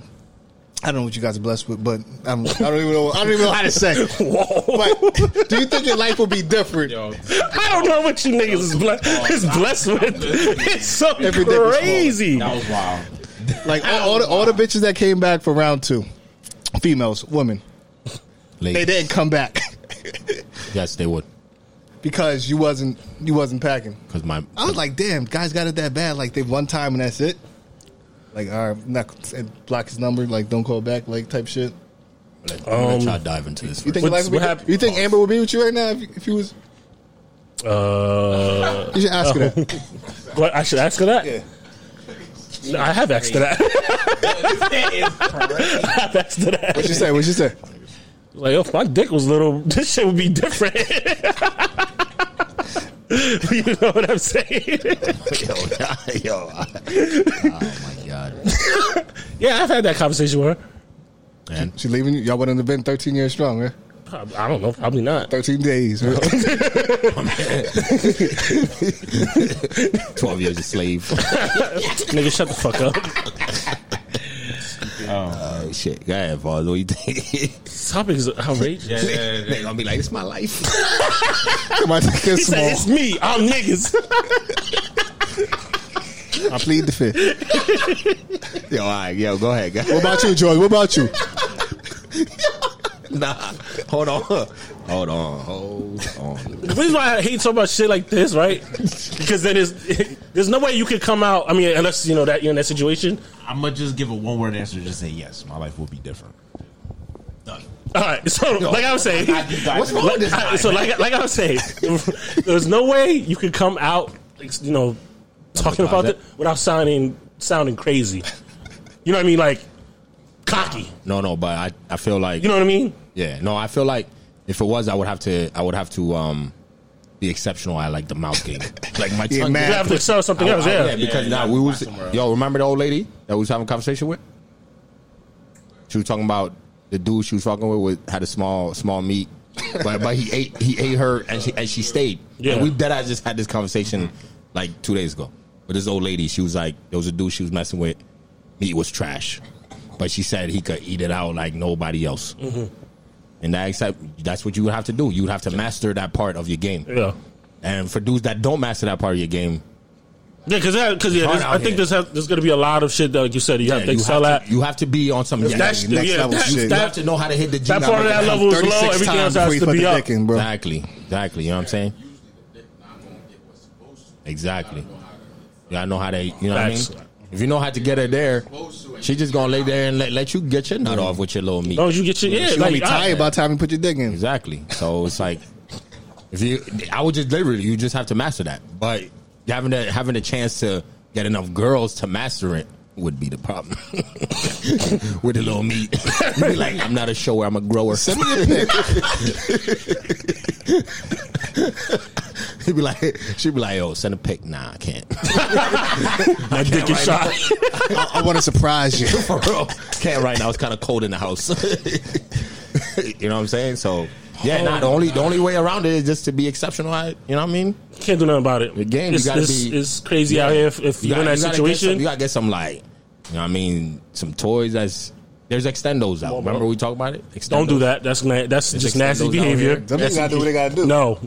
Speaker 4: I don't know what you guys are blessed with, but I'm, I don't even know. I don't even know how to say.
Speaker 1: Whoa.
Speaker 4: But do you think your life will be different?
Speaker 5: Yo,
Speaker 1: I don't know what you niggas is, ble- is blessed with. It's so
Speaker 4: Every dick was
Speaker 1: crazy.
Speaker 5: that was wild.
Speaker 4: Like all, all, the, all the bitches that came back for round two, females, women,
Speaker 3: Late.
Speaker 4: they didn't come back
Speaker 3: Yes, they would.
Speaker 4: because you wasn't you wasn't packing.
Speaker 3: Because my
Speaker 4: I was like, damn, guys got it that bad. Like they one time and that's it. Like all right, not and block his number. Like don't call back. Like type shit.
Speaker 3: I'm gonna
Speaker 1: Um,
Speaker 3: try to dive into this.
Speaker 4: You think
Speaker 1: What's-
Speaker 4: life
Speaker 1: what
Speaker 4: would be,
Speaker 1: happened- Oh.
Speaker 4: You think Amber would be with you right now if, you- if you was?
Speaker 1: Uh,
Speaker 4: You should ask her that.
Speaker 1: what, I should ask her that?
Speaker 4: Yeah.
Speaker 1: No, I have asked her that.
Speaker 5: That is crazy.
Speaker 1: I have asked her that.
Speaker 4: What you say? What you say?
Speaker 1: Like, if my dick was little, this shit would be different. you know what I'm saying?
Speaker 3: yo, yo, I- oh my god!
Speaker 1: yeah, I've had that conversation with her.
Speaker 3: And
Speaker 4: She leaving you? Y'all wouldn't have been thirteen years strong, right?
Speaker 1: Prob- I don't know. Probably not.
Speaker 4: Thirteen days. Right?
Speaker 3: twelve years a slave.
Speaker 1: Nigga, shut the fuck up.
Speaker 3: oh shit! Go ahead, Vaz. What you think?
Speaker 1: This topic is outrageous.
Speaker 5: Yeah, yeah, yeah.
Speaker 3: they gonna be like, "It's my life."
Speaker 4: Come on,
Speaker 1: He
Speaker 4: kiss
Speaker 1: said, it's
Speaker 4: small.
Speaker 1: me. I'm niggas.
Speaker 4: I plead the fifth.
Speaker 3: yo, all right, yo, go ahead, guys.
Speaker 4: What about you, George? What about you?
Speaker 3: Nah, hold on, hold on, hold on.
Speaker 1: The reason why I hate talking about shit like this, right? Because then there's, there's no way you could come out. I mean, unless, you know, that you're in that situation.
Speaker 5: I'm gonna just give a one word answer. Just say yes. My life will be different. Done.
Speaker 1: All right. So, like I was saying,
Speaker 5: I just died.
Speaker 3: What's wrong with
Speaker 1: like,
Speaker 3: this
Speaker 1: I,
Speaker 3: guy?
Speaker 1: so like like I was saying, there's no way you could come out, like, you know, talking about it
Speaker 3: closet?
Speaker 1: without sounding sounding crazy. You know what I mean? Like cocky.
Speaker 3: No, no, but I, I feel like
Speaker 1: You know what I mean?
Speaker 3: Yeah, no, I feel like if it was, I would have to, I would have to um, be exceptional at like the mouth game, like my
Speaker 4: Yeah,
Speaker 3: tongue.
Speaker 4: man.
Speaker 1: You have to sell something
Speaker 3: I-
Speaker 1: else.
Speaker 3: I-
Speaker 1: Yeah.
Speaker 3: because
Speaker 5: Yeah,
Speaker 3: now
Speaker 5: yeah,
Speaker 3: we
Speaker 5: find
Speaker 3: was,
Speaker 5: somewhere else.
Speaker 3: yo, remember the old lady that we was having a conversation with? She was talking about the dude she was fucking with, with had a small, small meat, but but he ate, he ate her, and she and she stayed.
Speaker 1: Yeah.
Speaker 3: and we dead. I just had this conversation like two days ago with this old lady. She was like, there was a dude she was messing with. Meat was trash, but she said he could eat it out like nobody else.
Speaker 1: Mm-hmm.
Speaker 3: And that except that's what you would have to do. You would have to master that part of your game.
Speaker 1: Yeah.
Speaker 3: And for dudes that don't master that part of your game,
Speaker 1: Yeah, because because yeah,
Speaker 3: hard
Speaker 1: there's-
Speaker 3: out
Speaker 1: I think
Speaker 3: here.
Speaker 1: there's have, there's gonna be a lot of shit that, like you said, you have
Speaker 3: Yeah,
Speaker 1: to
Speaker 3: you,
Speaker 1: excel
Speaker 3: have
Speaker 1: at.
Speaker 3: to, you have to be on some. Yeah,
Speaker 1: That's
Speaker 3: you
Speaker 1: the-
Speaker 4: next
Speaker 1: yeah,
Speaker 4: level
Speaker 1: that's-
Speaker 4: shit.
Speaker 1: that-
Speaker 3: have to know how to hit the G.
Speaker 1: that part of that level is low.
Speaker 4: 36
Speaker 1: Everything else
Speaker 4: times before
Speaker 1: has
Speaker 4: you
Speaker 1: to
Speaker 4: put
Speaker 1: be
Speaker 4: the
Speaker 1: up.
Speaker 4: dick in, bro.
Speaker 3: Exactly, exactly. You know what I'm saying? Exactly. Yeah, I know how they. You know
Speaker 1: Facts.
Speaker 3: what I mean? If you know how to get her there, she just gonna lay there and let, let you get your nut off with your little meat.
Speaker 1: As long as you get your yeah,
Speaker 4: She gonna
Speaker 1: like
Speaker 4: be
Speaker 1: I-
Speaker 4: tired by the time you put your dick in.
Speaker 3: Exactly. So it's like if you, I would just literally, you just have to master that. But having a, having a chance to get enough girls to master it would be the problem with the little meat. You'd be like, I'm not a shower, I'm a grower.
Speaker 4: Send me a pic.
Speaker 3: He'd be like, she'd be like, yo, send a pic. Nah, I can't.
Speaker 1: my dick is shot.
Speaker 4: I, I want to surprise you.
Speaker 3: For real. Can't right now. It's kind of cold in the house. you know what I'm saying? So
Speaker 1: Oh,
Speaker 3: yeah, nah, the only the only way around it is just to be exceptional. at it. you know what I mean?
Speaker 1: Can't do nothing about it.
Speaker 3: The game, you
Speaker 1: it's,
Speaker 3: gotta
Speaker 1: it's,
Speaker 3: be-
Speaker 1: it's crazy out here. If, if you're in
Speaker 3: gotta-
Speaker 1: that
Speaker 3: gotta get some-
Speaker 1: situation,
Speaker 3: you gotta get some like, you know what I mean, some toys that's there's extendos out. Remember we talked about it? Extendos.
Speaker 1: don't do that. That's na- that's
Speaker 3: There's
Speaker 1: just nasty
Speaker 3: extendos out
Speaker 1: behavior.
Speaker 3: here.
Speaker 4: Some people gotta do what they gotta do.
Speaker 1: No.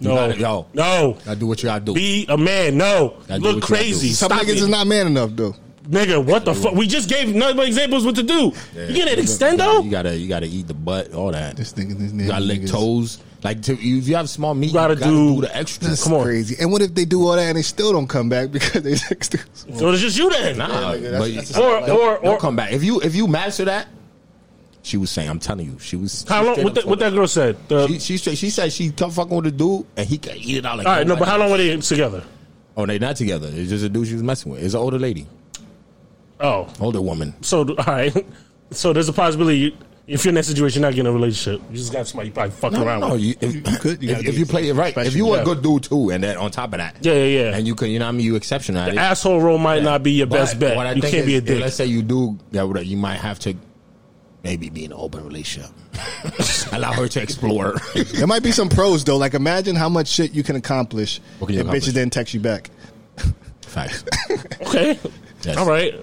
Speaker 1: No.
Speaker 3: gotta- yo.
Speaker 1: No.
Speaker 3: Gotta do what you gotta do.
Speaker 1: Be a man. No.
Speaker 3: Gotta do
Speaker 1: Look
Speaker 3: what you gotta
Speaker 1: crazy.
Speaker 3: do.
Speaker 4: Some
Speaker 1: Stop
Speaker 4: niggas
Speaker 1: it.
Speaker 4: is not man enough though.
Speaker 1: Nigga, what the fuck? We just gave nothing but examples what to do. You get an
Speaker 3: You
Speaker 1: extendo?
Speaker 3: gotta you gotta eat the butt, all that.
Speaker 4: This nigga, this nigga,
Speaker 3: You gotta lick
Speaker 4: niggas.
Speaker 3: toes. Like to, if you have small meat, you
Speaker 1: gotta
Speaker 3: gotta,
Speaker 1: do-
Speaker 3: do, the extra.
Speaker 4: That's
Speaker 1: Come on.
Speaker 4: crazy. And what if they do all that and they still don't come back because they sex dudes?
Speaker 1: So it's just you then.
Speaker 3: Nah,
Speaker 4: nigga, that's-
Speaker 3: Uh, but
Speaker 4: that's
Speaker 1: a- Or-
Speaker 3: they'll-
Speaker 1: or-
Speaker 3: they'll
Speaker 1: or-
Speaker 3: come back if you if you master that. She was saying, I'm telling you, she was.
Speaker 1: How
Speaker 3: she
Speaker 1: long?
Speaker 3: straight
Speaker 1: What,
Speaker 3: up
Speaker 1: that what
Speaker 3: told
Speaker 1: that
Speaker 3: us.
Speaker 1: girl said? The,
Speaker 3: She, she straight. She said she come fucking with a dude and he could eat it out like.
Speaker 1: all right, no, but
Speaker 3: nobody
Speaker 1: how long
Speaker 3: else.
Speaker 1: were they together?
Speaker 3: Oh, they not together. It's just a dude she was messing with. It's an older lady,
Speaker 1: Oh,
Speaker 3: older woman.
Speaker 1: so all right. So there's a possibility you, if you're in that situation, you're not getting a relationship. You just got somebody you probably fucking around
Speaker 3: No,
Speaker 1: with.
Speaker 3: you, if, you
Speaker 4: could- you
Speaker 3: if,
Speaker 4: gotta
Speaker 3: if
Speaker 4: be
Speaker 3: you play it right, if you were
Speaker 1: yeah.
Speaker 3: a good dude too, and then on top of that,
Speaker 1: Yeah, yeah, yeah.
Speaker 3: and you can, you know, what I mean, you exceptional. at it.
Speaker 1: Asshole role might not be your
Speaker 3: But
Speaker 1: best bet.
Speaker 3: what I
Speaker 1: you
Speaker 3: think
Speaker 1: can't be
Speaker 3: is,
Speaker 1: a
Speaker 3: if
Speaker 1: dick.
Speaker 3: Let's say you do, that would- you might have to maybe be in an open relationship. Allow her to explore.
Speaker 4: There might be some pros though. Like imagine how much shit you can accomplish
Speaker 3: What can you
Speaker 4: if
Speaker 3: accomplish?
Speaker 4: bitches didn't text you back.
Speaker 3: Facts.
Speaker 1: Okay.
Speaker 3: Yes.
Speaker 1: All right.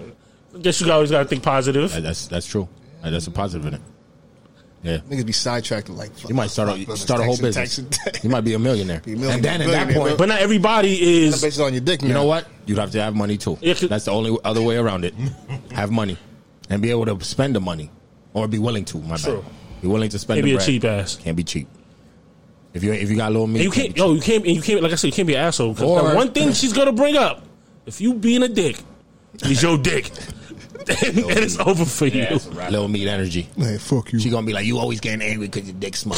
Speaker 1: guess you always got to think positive.
Speaker 3: That- That's that's true. That- That's a positive in it.
Speaker 4: Niggas be sidetracked like fuck,
Speaker 3: You might start
Speaker 4: fuck,
Speaker 3: a, start a whole
Speaker 4: tax and
Speaker 3: business.
Speaker 4: tax and tax.
Speaker 3: You might be a millionaire.
Speaker 4: a millionaire,
Speaker 3: and then at that
Speaker 4: billionaire,
Speaker 3: point,
Speaker 1: But not everybody
Speaker 4: That
Speaker 1: is.
Speaker 4: bitch is on your dick.
Speaker 3: you
Speaker 4: now.
Speaker 3: know what? You'd have to have money too.
Speaker 1: Yeah, 'cause-
Speaker 3: That's the only other way around it. Have money and be able to spend the money or be willing to. My
Speaker 1: True.
Speaker 3: bad. Be willing to spend.
Speaker 1: Can't
Speaker 3: the
Speaker 1: be a
Speaker 3: bread.
Speaker 1: cheap ass.
Speaker 3: Can't be cheap. If you if you got a little meat,
Speaker 1: And you can't. Yo, you can't. And you can't. Like I said, you can't be an asshole. 'Cause
Speaker 3: Or-
Speaker 1: the one thing she's gonna bring up, if you being a dick, is your dick, and, and it's over for you.
Speaker 5: that's a wrap.
Speaker 3: little meat energy.
Speaker 4: Hey, fuck you.
Speaker 3: She gonna be like, you always getting angry because your dick small.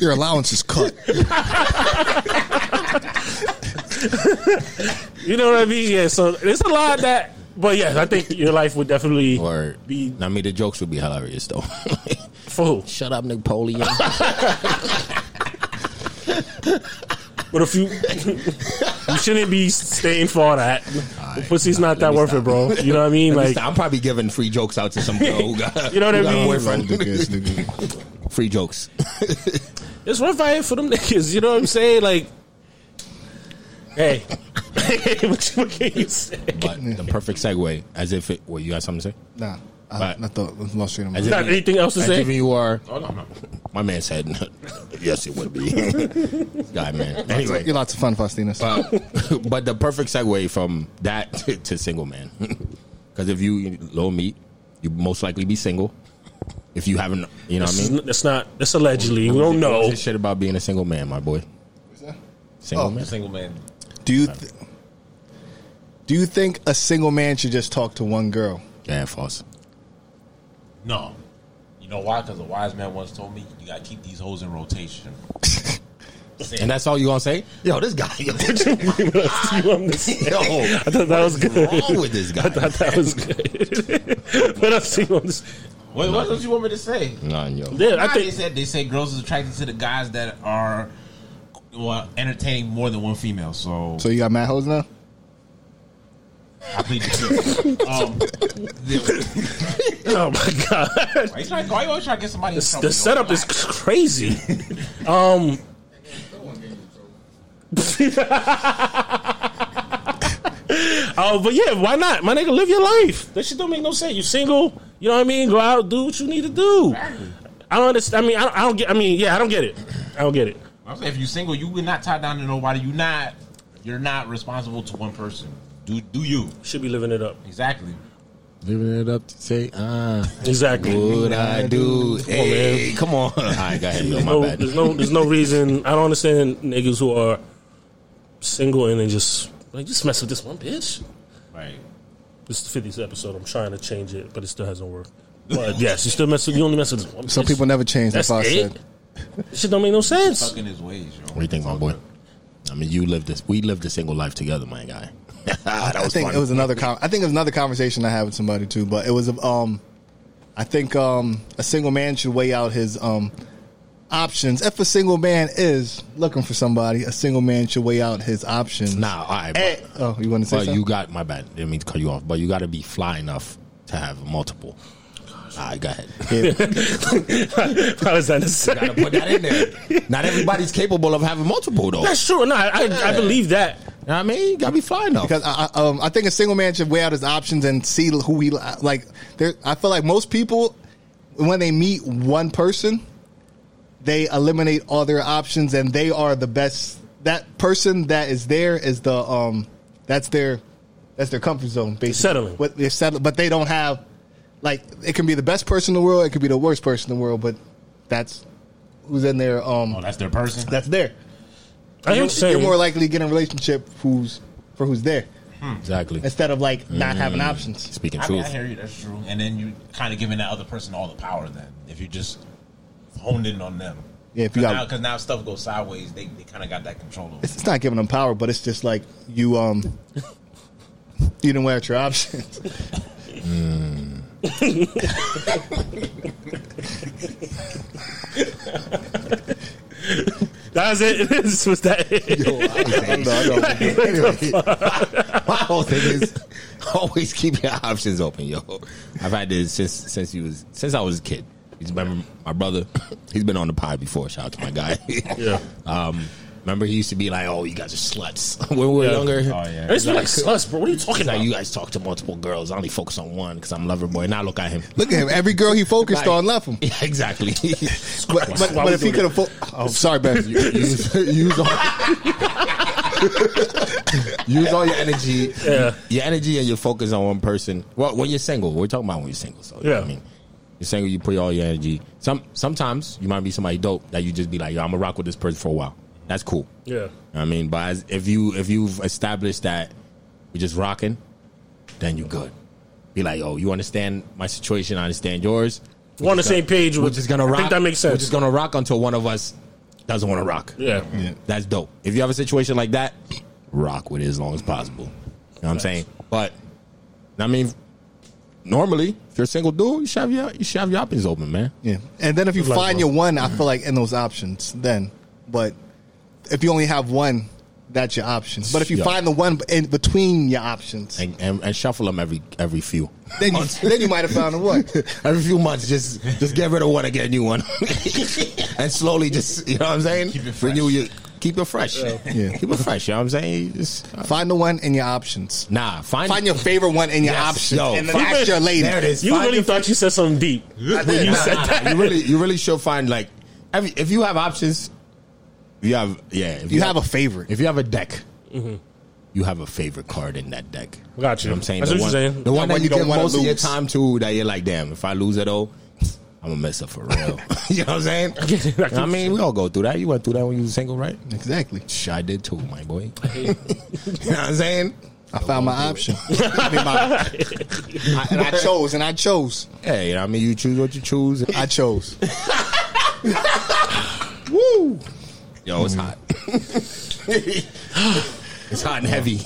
Speaker 4: Your allowance is cut.
Speaker 1: You know what I mean? Yeah. So there's a lot of that. But yes, I think your life would definitely
Speaker 3: or
Speaker 1: be
Speaker 3: I mean, the jokes would be hilarious though.
Speaker 1: for who.
Speaker 3: Shut up, Napoleon.
Speaker 1: But if you you shouldn't be staying for all that. Pussy's not that
Speaker 3: me
Speaker 1: worth
Speaker 3: stop.
Speaker 1: it, bro. You know what I mean? Like
Speaker 3: I'm probably giving free jokes out to some girl who got
Speaker 1: You know what I
Speaker 3: who got a
Speaker 1: mean?
Speaker 3: boyfriend.
Speaker 4: Nigga
Speaker 3: Free jokes.
Speaker 1: it's worth it for them niggas. You know what I'm saying? Like, hey, what, you- what can you say?
Speaker 3: But the perfect segue, as if it. Well, you got something to say?
Speaker 4: Nah, I,
Speaker 3: But-
Speaker 4: I thought I lost straight on my
Speaker 3: As
Speaker 1: Not
Speaker 3: if, you-
Speaker 1: anything else to
Speaker 3: as if
Speaker 1: say.
Speaker 3: you are.
Speaker 5: Oh, no, I'm not.
Speaker 3: My man said, yes, it would be. God, man. Anyway.
Speaker 4: You're lots of fun, Faustinus.
Speaker 3: Uh, but the perfect segue from that to single man. Because if you eat low meat, you most likely be single. If you haven't, you know what I
Speaker 1: It's
Speaker 3: mean?
Speaker 1: n- It's not. That's allegedly. We don't know.
Speaker 3: This shit about being a single man, my boy. Single
Speaker 4: Oh.
Speaker 3: man.
Speaker 5: Single man.
Speaker 4: do you th- do you think a single man should just talk to one girl?
Speaker 3: Yeah, false.
Speaker 5: No. You know why? Because a wise man once told me you gotta keep these hoes in rotation.
Speaker 3: And that's all you gonna say? Yo, this guy. Yo,
Speaker 1: You want me to say? I thought that was good.
Speaker 3: what's wrong with this guy?
Speaker 1: I thought that was good. but I see what I'm saying.
Speaker 5: Wait, what else you want me to say?
Speaker 3: Nah, yo.
Speaker 1: Yeah, I
Speaker 5: Nah, they
Speaker 1: think
Speaker 5: said they say girls is attracted to the guys that are well entertaining more than one female. So,
Speaker 4: So you got mad hoes now?
Speaker 5: I plead the fifth. um, the-
Speaker 1: Oh my god.
Speaker 5: why you trying? Why you always trying to get somebody? in trouble,
Speaker 1: The
Speaker 5: yo?
Speaker 1: setup is
Speaker 5: Relax.
Speaker 1: crazy. Um Oh, but yeah, why not? My nigga, live your life. That shit don't make no sense. You single, you know what I mean? Go out, do what you need to do. I don't understand. I mean, I don't, I don't get. I mean, yeah, I don't get it. I don't get it.
Speaker 5: I'm saying if you're single, you are not tied down to nobody. You not. You're not responsible to one person. Do do you
Speaker 1: Should be living it up.
Speaker 5: exactly?
Speaker 3: Living it up to say, ah,
Speaker 1: Exactly.
Speaker 3: what I do. Hey, come on. All right, go ahead. Yo,
Speaker 1: no,
Speaker 3: my
Speaker 1: there's
Speaker 3: bad.
Speaker 1: no, there's no reason. I don't understand niggas who are single and then just like just mess with this one bitch.
Speaker 5: Right.
Speaker 1: This is the 50th episode. I'm trying to change it, but it still hasn't worked. But yes, you still mess with. You only mess with this one.
Speaker 4: Some
Speaker 1: bitch.
Speaker 4: people never change. That's,
Speaker 1: That's
Speaker 4: all I
Speaker 1: it.
Speaker 4: said.
Speaker 1: This shit don't make no sense.
Speaker 5: Fucking his ways, yo.
Speaker 3: What do you think, my boy? I mean, you lived this. We lived a single life together, my guy. that
Speaker 4: I
Speaker 3: was
Speaker 4: think
Speaker 3: funny.
Speaker 4: it was another. Com- I think it was another conversation I had with somebody too. But it was um, I think um, a single man should weigh out his um options. If a single man is looking for somebody, a single man should weigh out his options.
Speaker 3: Nah, all right.
Speaker 4: Eh,
Speaker 3: But,
Speaker 4: oh, you want to say
Speaker 3: but
Speaker 4: something?
Speaker 3: you got my bad. Didn't mean to cut you off, but you got to be fly enough to have multiple. All right, go ahead.
Speaker 1: How is that necessary?
Speaker 3: Gotta put that in there. Not everybody's capable of having multiple, though. You know
Speaker 1: That's true. No, I, I, I believe that.
Speaker 3: what I mean? You gotta be fly enough.
Speaker 4: Because I, I, um, I think a single man should weigh out his options and see who he li- like. There, I feel like most people, when they meet one person, they eliminate all their options and they are the best. That person that is there is the um, that's their that's their comfort zone. Basically,
Speaker 1: Settling.
Speaker 4: What they're settling, but they don't have like it can be the best person in the world. It could be the worst person in the world, but that's who's in there.
Speaker 5: Oh,
Speaker 4: Um,
Speaker 5: that's their person.
Speaker 4: that's
Speaker 1: I
Speaker 4: there.
Speaker 1: hear
Speaker 4: You're,
Speaker 1: what you're saying.
Speaker 4: you're more likely to get in a relationship who's for who's there
Speaker 3: exactly.
Speaker 4: instead of like not having
Speaker 3: Mm.
Speaker 4: options.
Speaker 3: Speaking
Speaker 5: I, mean, I
Speaker 3: truth.
Speaker 5: hear you. That's true. And then you kind of giving that other person all the power. Then if you just honed in on them.
Speaker 4: Yeah, if you
Speaker 5: Cause
Speaker 4: got-
Speaker 5: now, because now stuff goes sideways, they, they kind of got that control over.
Speaker 4: It's, it's not giving them power, but it's just like you um you didn't wear out your options.
Speaker 1: That's it. this was that. It.
Speaker 3: My whole thing is always keep your options open, yo. I've had this since since he was since I was a kid. He's been my brother. He's been on the pod before. Shout out to my guy.
Speaker 1: Yeah.
Speaker 3: Um, Remember, he used to be like, "Oh, you guys are sluts." when we were
Speaker 1: Yeah.
Speaker 3: younger,
Speaker 5: Oh, yeah.
Speaker 1: It's like sluts, bro. What are you talking
Speaker 3: Now
Speaker 1: about?
Speaker 3: you guys talk to multiple girls. I only focus on one because I'm lover boy, and I look at him.
Speaker 4: Look at him. Every girl he focused
Speaker 3: Right.
Speaker 4: on left him.
Speaker 3: Yeah, exactly.
Speaker 4: But, but,
Speaker 1: Why
Speaker 4: but
Speaker 1: we
Speaker 4: if he
Speaker 1: doing
Speaker 4: could have, fo- oh, sorry, Ben.
Speaker 3: You- use, use all, use all your energy,
Speaker 1: Yeah.
Speaker 3: your energy and your focus on one person. Well, when you're single, we're talking about when you're single. So you know
Speaker 1: Yeah.
Speaker 3: what I mean, you're single, you put all your energy. Some sometimes you might be somebody dope that you just be like, yo, I'm gonna rock with this person for a while. That's cool.
Speaker 1: yeah.
Speaker 3: I mean, but as, if you if you've established that we're just rocking, then you good. Be like, oh, you understand my situation, I understand yours.
Speaker 1: We're on the same page.
Speaker 3: We're
Speaker 1: with-
Speaker 3: just gonna rock.
Speaker 1: I think that makes
Speaker 3: We're
Speaker 1: sense.
Speaker 3: just gonna rock until one of us doesn't want to rock.
Speaker 1: yeah.
Speaker 3: That's dope. If you have a situation like that, rock with it as long as possible. You know what I'm saying? But I mean, normally, if you're a single dude, you should have your you should have your options open, man.
Speaker 4: Yeah, and then if you
Speaker 1: Like,
Speaker 4: find
Speaker 1: bro.
Speaker 4: your one, I feel like in those options, then. But if you only have one, that's your option. But if you
Speaker 3: Yeah.
Speaker 4: find the one in between your options,
Speaker 3: And, and, and shuffle them every every few
Speaker 4: then you, then you might have found the one.
Speaker 3: every few months. Just just get rid of one and get a new one, and slowly just you know what I'm saying.
Speaker 5: Keep it fresh.
Speaker 3: Renew your keep it fresh.
Speaker 4: Yeah.
Speaker 3: keep it fresh. You know what I'm saying? You Just,
Speaker 4: Find the one in your options.
Speaker 3: nah, find
Speaker 4: Find your favorite one in your
Speaker 3: Yes,
Speaker 4: options,
Speaker 3: yo,
Speaker 4: and then
Speaker 3: find-
Speaker 4: ask your lady.
Speaker 3: There it is.
Speaker 1: You
Speaker 3: Find
Speaker 1: really
Speaker 3: your-
Speaker 1: thought you said something deep when you
Speaker 3: Nah,
Speaker 1: said
Speaker 3: nah,
Speaker 1: that.
Speaker 3: nah. You really, you really should find like every, if you have options. You have yeah. If
Speaker 4: You have a favorite.
Speaker 3: If you have a deck, you have a favorite card in that deck.
Speaker 1: Got you.
Speaker 3: know what I'm saying
Speaker 1: That's
Speaker 3: the
Speaker 1: what
Speaker 3: one,
Speaker 1: you're saying.
Speaker 3: the one that
Speaker 4: That one
Speaker 3: you,
Speaker 4: you don't
Speaker 3: give
Speaker 4: wanna
Speaker 3: most of your
Speaker 4: lose.
Speaker 3: time to. That you're like, damn, if I lose it all, I'm gonna mess up for real. you know what I'm saying?
Speaker 1: it.
Speaker 3: I mean, we all go through that. You went through that when you were single, right?
Speaker 4: Exactly.
Speaker 3: Shh, I did too, my boy. you know what I'm saying?
Speaker 4: I found my option. I mean, my- I- and I chose, and I chose,
Speaker 3: Hey, you know what I mean, you choose what you choose.
Speaker 4: I chose.
Speaker 3: Woo! Yo, it's hot. it's hot and heavy.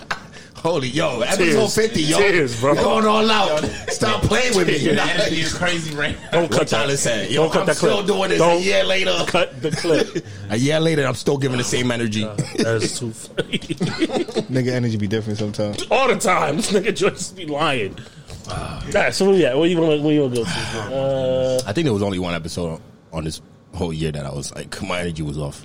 Speaker 3: Holy yo, episode
Speaker 1: Cheers.
Speaker 3: fifty, yo.
Speaker 1: Cheers, bro.
Speaker 3: Going all out. Stop playing with me.
Speaker 5: Yeah, the energy is crazy right now.
Speaker 1: Don't cut
Speaker 3: What
Speaker 1: that.
Speaker 3: Tyler said. Yo,
Speaker 1: Don't cut
Speaker 3: I'm
Speaker 1: that clip.
Speaker 3: still doing this
Speaker 1: Don't
Speaker 3: a year later.
Speaker 1: cut the clip.
Speaker 3: A year later, I'm still giving the same energy.
Speaker 1: That's too funny.
Speaker 4: Nigga, energy be different sometimes.
Speaker 1: All the time, this nigga just be lying. Nah, so where you at? Where you want? Where you want to go to? Uh,
Speaker 3: I think there was only one episode on this whole year that I was like, my energy was off.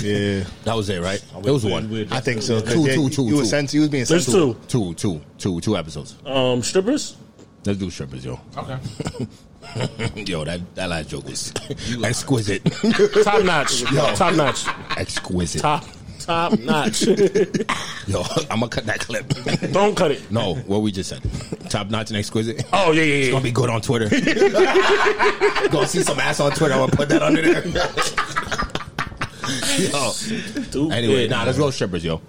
Speaker 4: Yeah,
Speaker 3: That was it, right? There was one,
Speaker 5: Weird.
Speaker 4: I think so. 'cause
Speaker 3: Two,
Speaker 4: yeah,
Speaker 3: two,
Speaker 4: you-
Speaker 3: two,
Speaker 4: You
Speaker 3: two.
Speaker 4: was sense. You was being
Speaker 1: there's
Speaker 4: sensitive.
Speaker 1: two.
Speaker 3: two, two, two, two episodes.
Speaker 1: Um, strippers.
Speaker 3: Let's do strippers, yo.
Speaker 5: Okay.
Speaker 3: Yo, that, that last joke was exquisite.
Speaker 1: Top notch. Top notch.
Speaker 3: exquisite.
Speaker 1: Top. Top notch.
Speaker 3: Yo, I'm gonna cut that clip.
Speaker 1: Don't cut it.
Speaker 3: no, what we just said. Top notch and exquisite. It's
Speaker 1: Oh yeah, yeah, yeah.
Speaker 3: gonna be good on Twitter. gonna see some ass on Twitter. I'm gonna put that under there. yo.
Speaker 1: Stupid.
Speaker 3: Anyway, nah, let's go strippers, yo.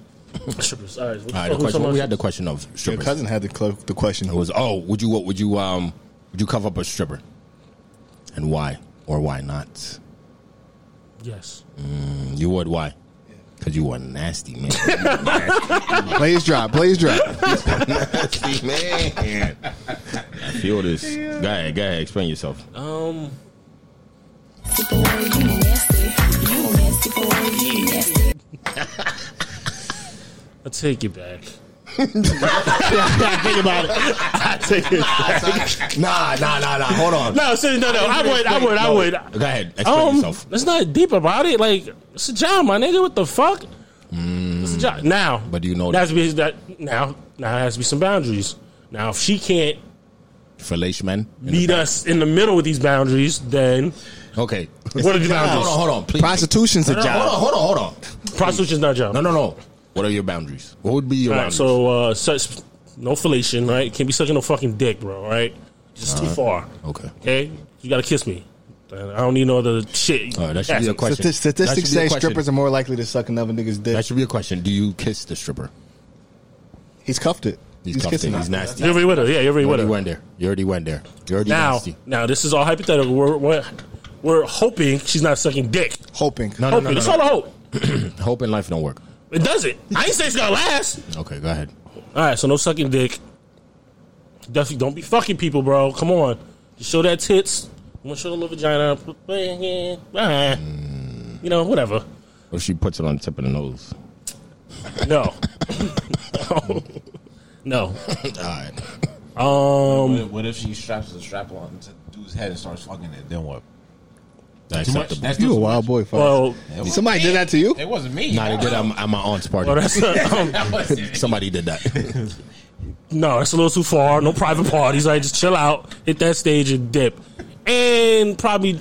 Speaker 3: All
Speaker 1: strippers. All right. What the
Speaker 3: right,
Speaker 1: fuck
Speaker 3: the
Speaker 1: we
Speaker 3: question.
Speaker 1: talking
Speaker 3: we
Speaker 1: about?
Speaker 3: had the question of
Speaker 4: Your
Speaker 3: strippers.
Speaker 4: cousin had the cl- the question.
Speaker 3: It was, oh, would you what would you um would you cover up a stripper, and why or why not?
Speaker 1: Yes.
Speaker 3: You would why? Cause you are nasty man.
Speaker 4: Blaze drop. Blaze drop.
Speaker 3: nasty man. I feel this. Go ahead, go ahead. Explain yourself.
Speaker 1: Um.
Speaker 6: Super boy, you nasty. You nasty boy, you nasty.
Speaker 1: I take it back. I think about it. I take it. Back.
Speaker 3: Nah, nah, nah, nah. Hold on.
Speaker 1: No, seriously, no, no. I would. I would. I would.
Speaker 3: Go ahead. Explain
Speaker 1: Um,
Speaker 3: yourself.
Speaker 1: it's not deep about it. Like it's a job, my nigga. What the fuck? It's a job now.
Speaker 3: Hmm. But do you know
Speaker 1: that has to be that now? Now there has to be some boundaries. Now if she can't
Speaker 3: For leash men.
Speaker 1: meet us in the middle of these boundaries, then
Speaker 3: Okay.
Speaker 1: what are the
Speaker 3: Hold on,
Speaker 1: boundaries?
Speaker 3: hold on. Please.
Speaker 4: Prostitution's a
Speaker 3: No, hold on,
Speaker 4: job.
Speaker 3: hold on, hold on.
Speaker 1: Prostitution's not a job.
Speaker 3: No, no, no. What are your boundaries? What would be your
Speaker 1: All right,
Speaker 3: boundaries?
Speaker 1: so uh, such no fellation, right? Can't be sucking no fucking dick, bro. Right? Just too far.
Speaker 3: okay.
Speaker 1: Okay, you gotta kiss me. I don't need no other shit.
Speaker 3: All right, that should be a question. That should
Speaker 4: Stati-
Speaker 3: be
Speaker 4: Statistics
Speaker 3: a
Speaker 4: say
Speaker 3: question.
Speaker 4: strippers are more likely to suck another nigga's dick.
Speaker 3: That should be a question. Do you kiss the stripper?
Speaker 4: He's cuffed it.
Speaker 3: He's, cuffed in. He's nasty.
Speaker 1: You're already with her. Yeah, you're already
Speaker 3: You
Speaker 1: with
Speaker 3: already
Speaker 1: her.
Speaker 3: went there. You already went there. You already
Speaker 1: Now,
Speaker 3: nasty.
Speaker 1: now this is all hypothetical. We're, we're we're hoping she's not sucking dick.
Speaker 4: Hoping.
Speaker 3: No, no,
Speaker 1: Hoping.
Speaker 3: no, no,
Speaker 1: It's
Speaker 3: no.
Speaker 1: all a hope.
Speaker 3: Hope in life don't work.
Speaker 1: It doesn't. I ain't say it's gonna last.
Speaker 3: Okay, go ahead.
Speaker 1: All right, so no sucking dick. Definitely don't be fucking people, bro. Come on, just show that tits. I'm gonna show the little vagina. Ah. You know, whatever.
Speaker 3: Or she puts it on the tip of the nose.
Speaker 1: No, no.
Speaker 3: all right.
Speaker 1: Um,
Speaker 4: Um,
Speaker 5: What, what if she straps a strap on to the dude's head and starts fucking it? Then what?
Speaker 3: That's
Speaker 5: Too much?
Speaker 3: acceptable.
Speaker 5: That's
Speaker 4: You a
Speaker 5: too
Speaker 4: wild boy. Fuck.
Speaker 1: Well,
Speaker 5: much.
Speaker 4: Somebody did that to you?
Speaker 5: It wasn't me.
Speaker 3: Nah, they did it at my- at my aunt's party.
Speaker 1: well, that's um,
Speaker 5: That wasn't-
Speaker 3: Somebody did that.
Speaker 1: no, that's a little too far. No private parties. I just chill out, hit that stage, and dip. And probably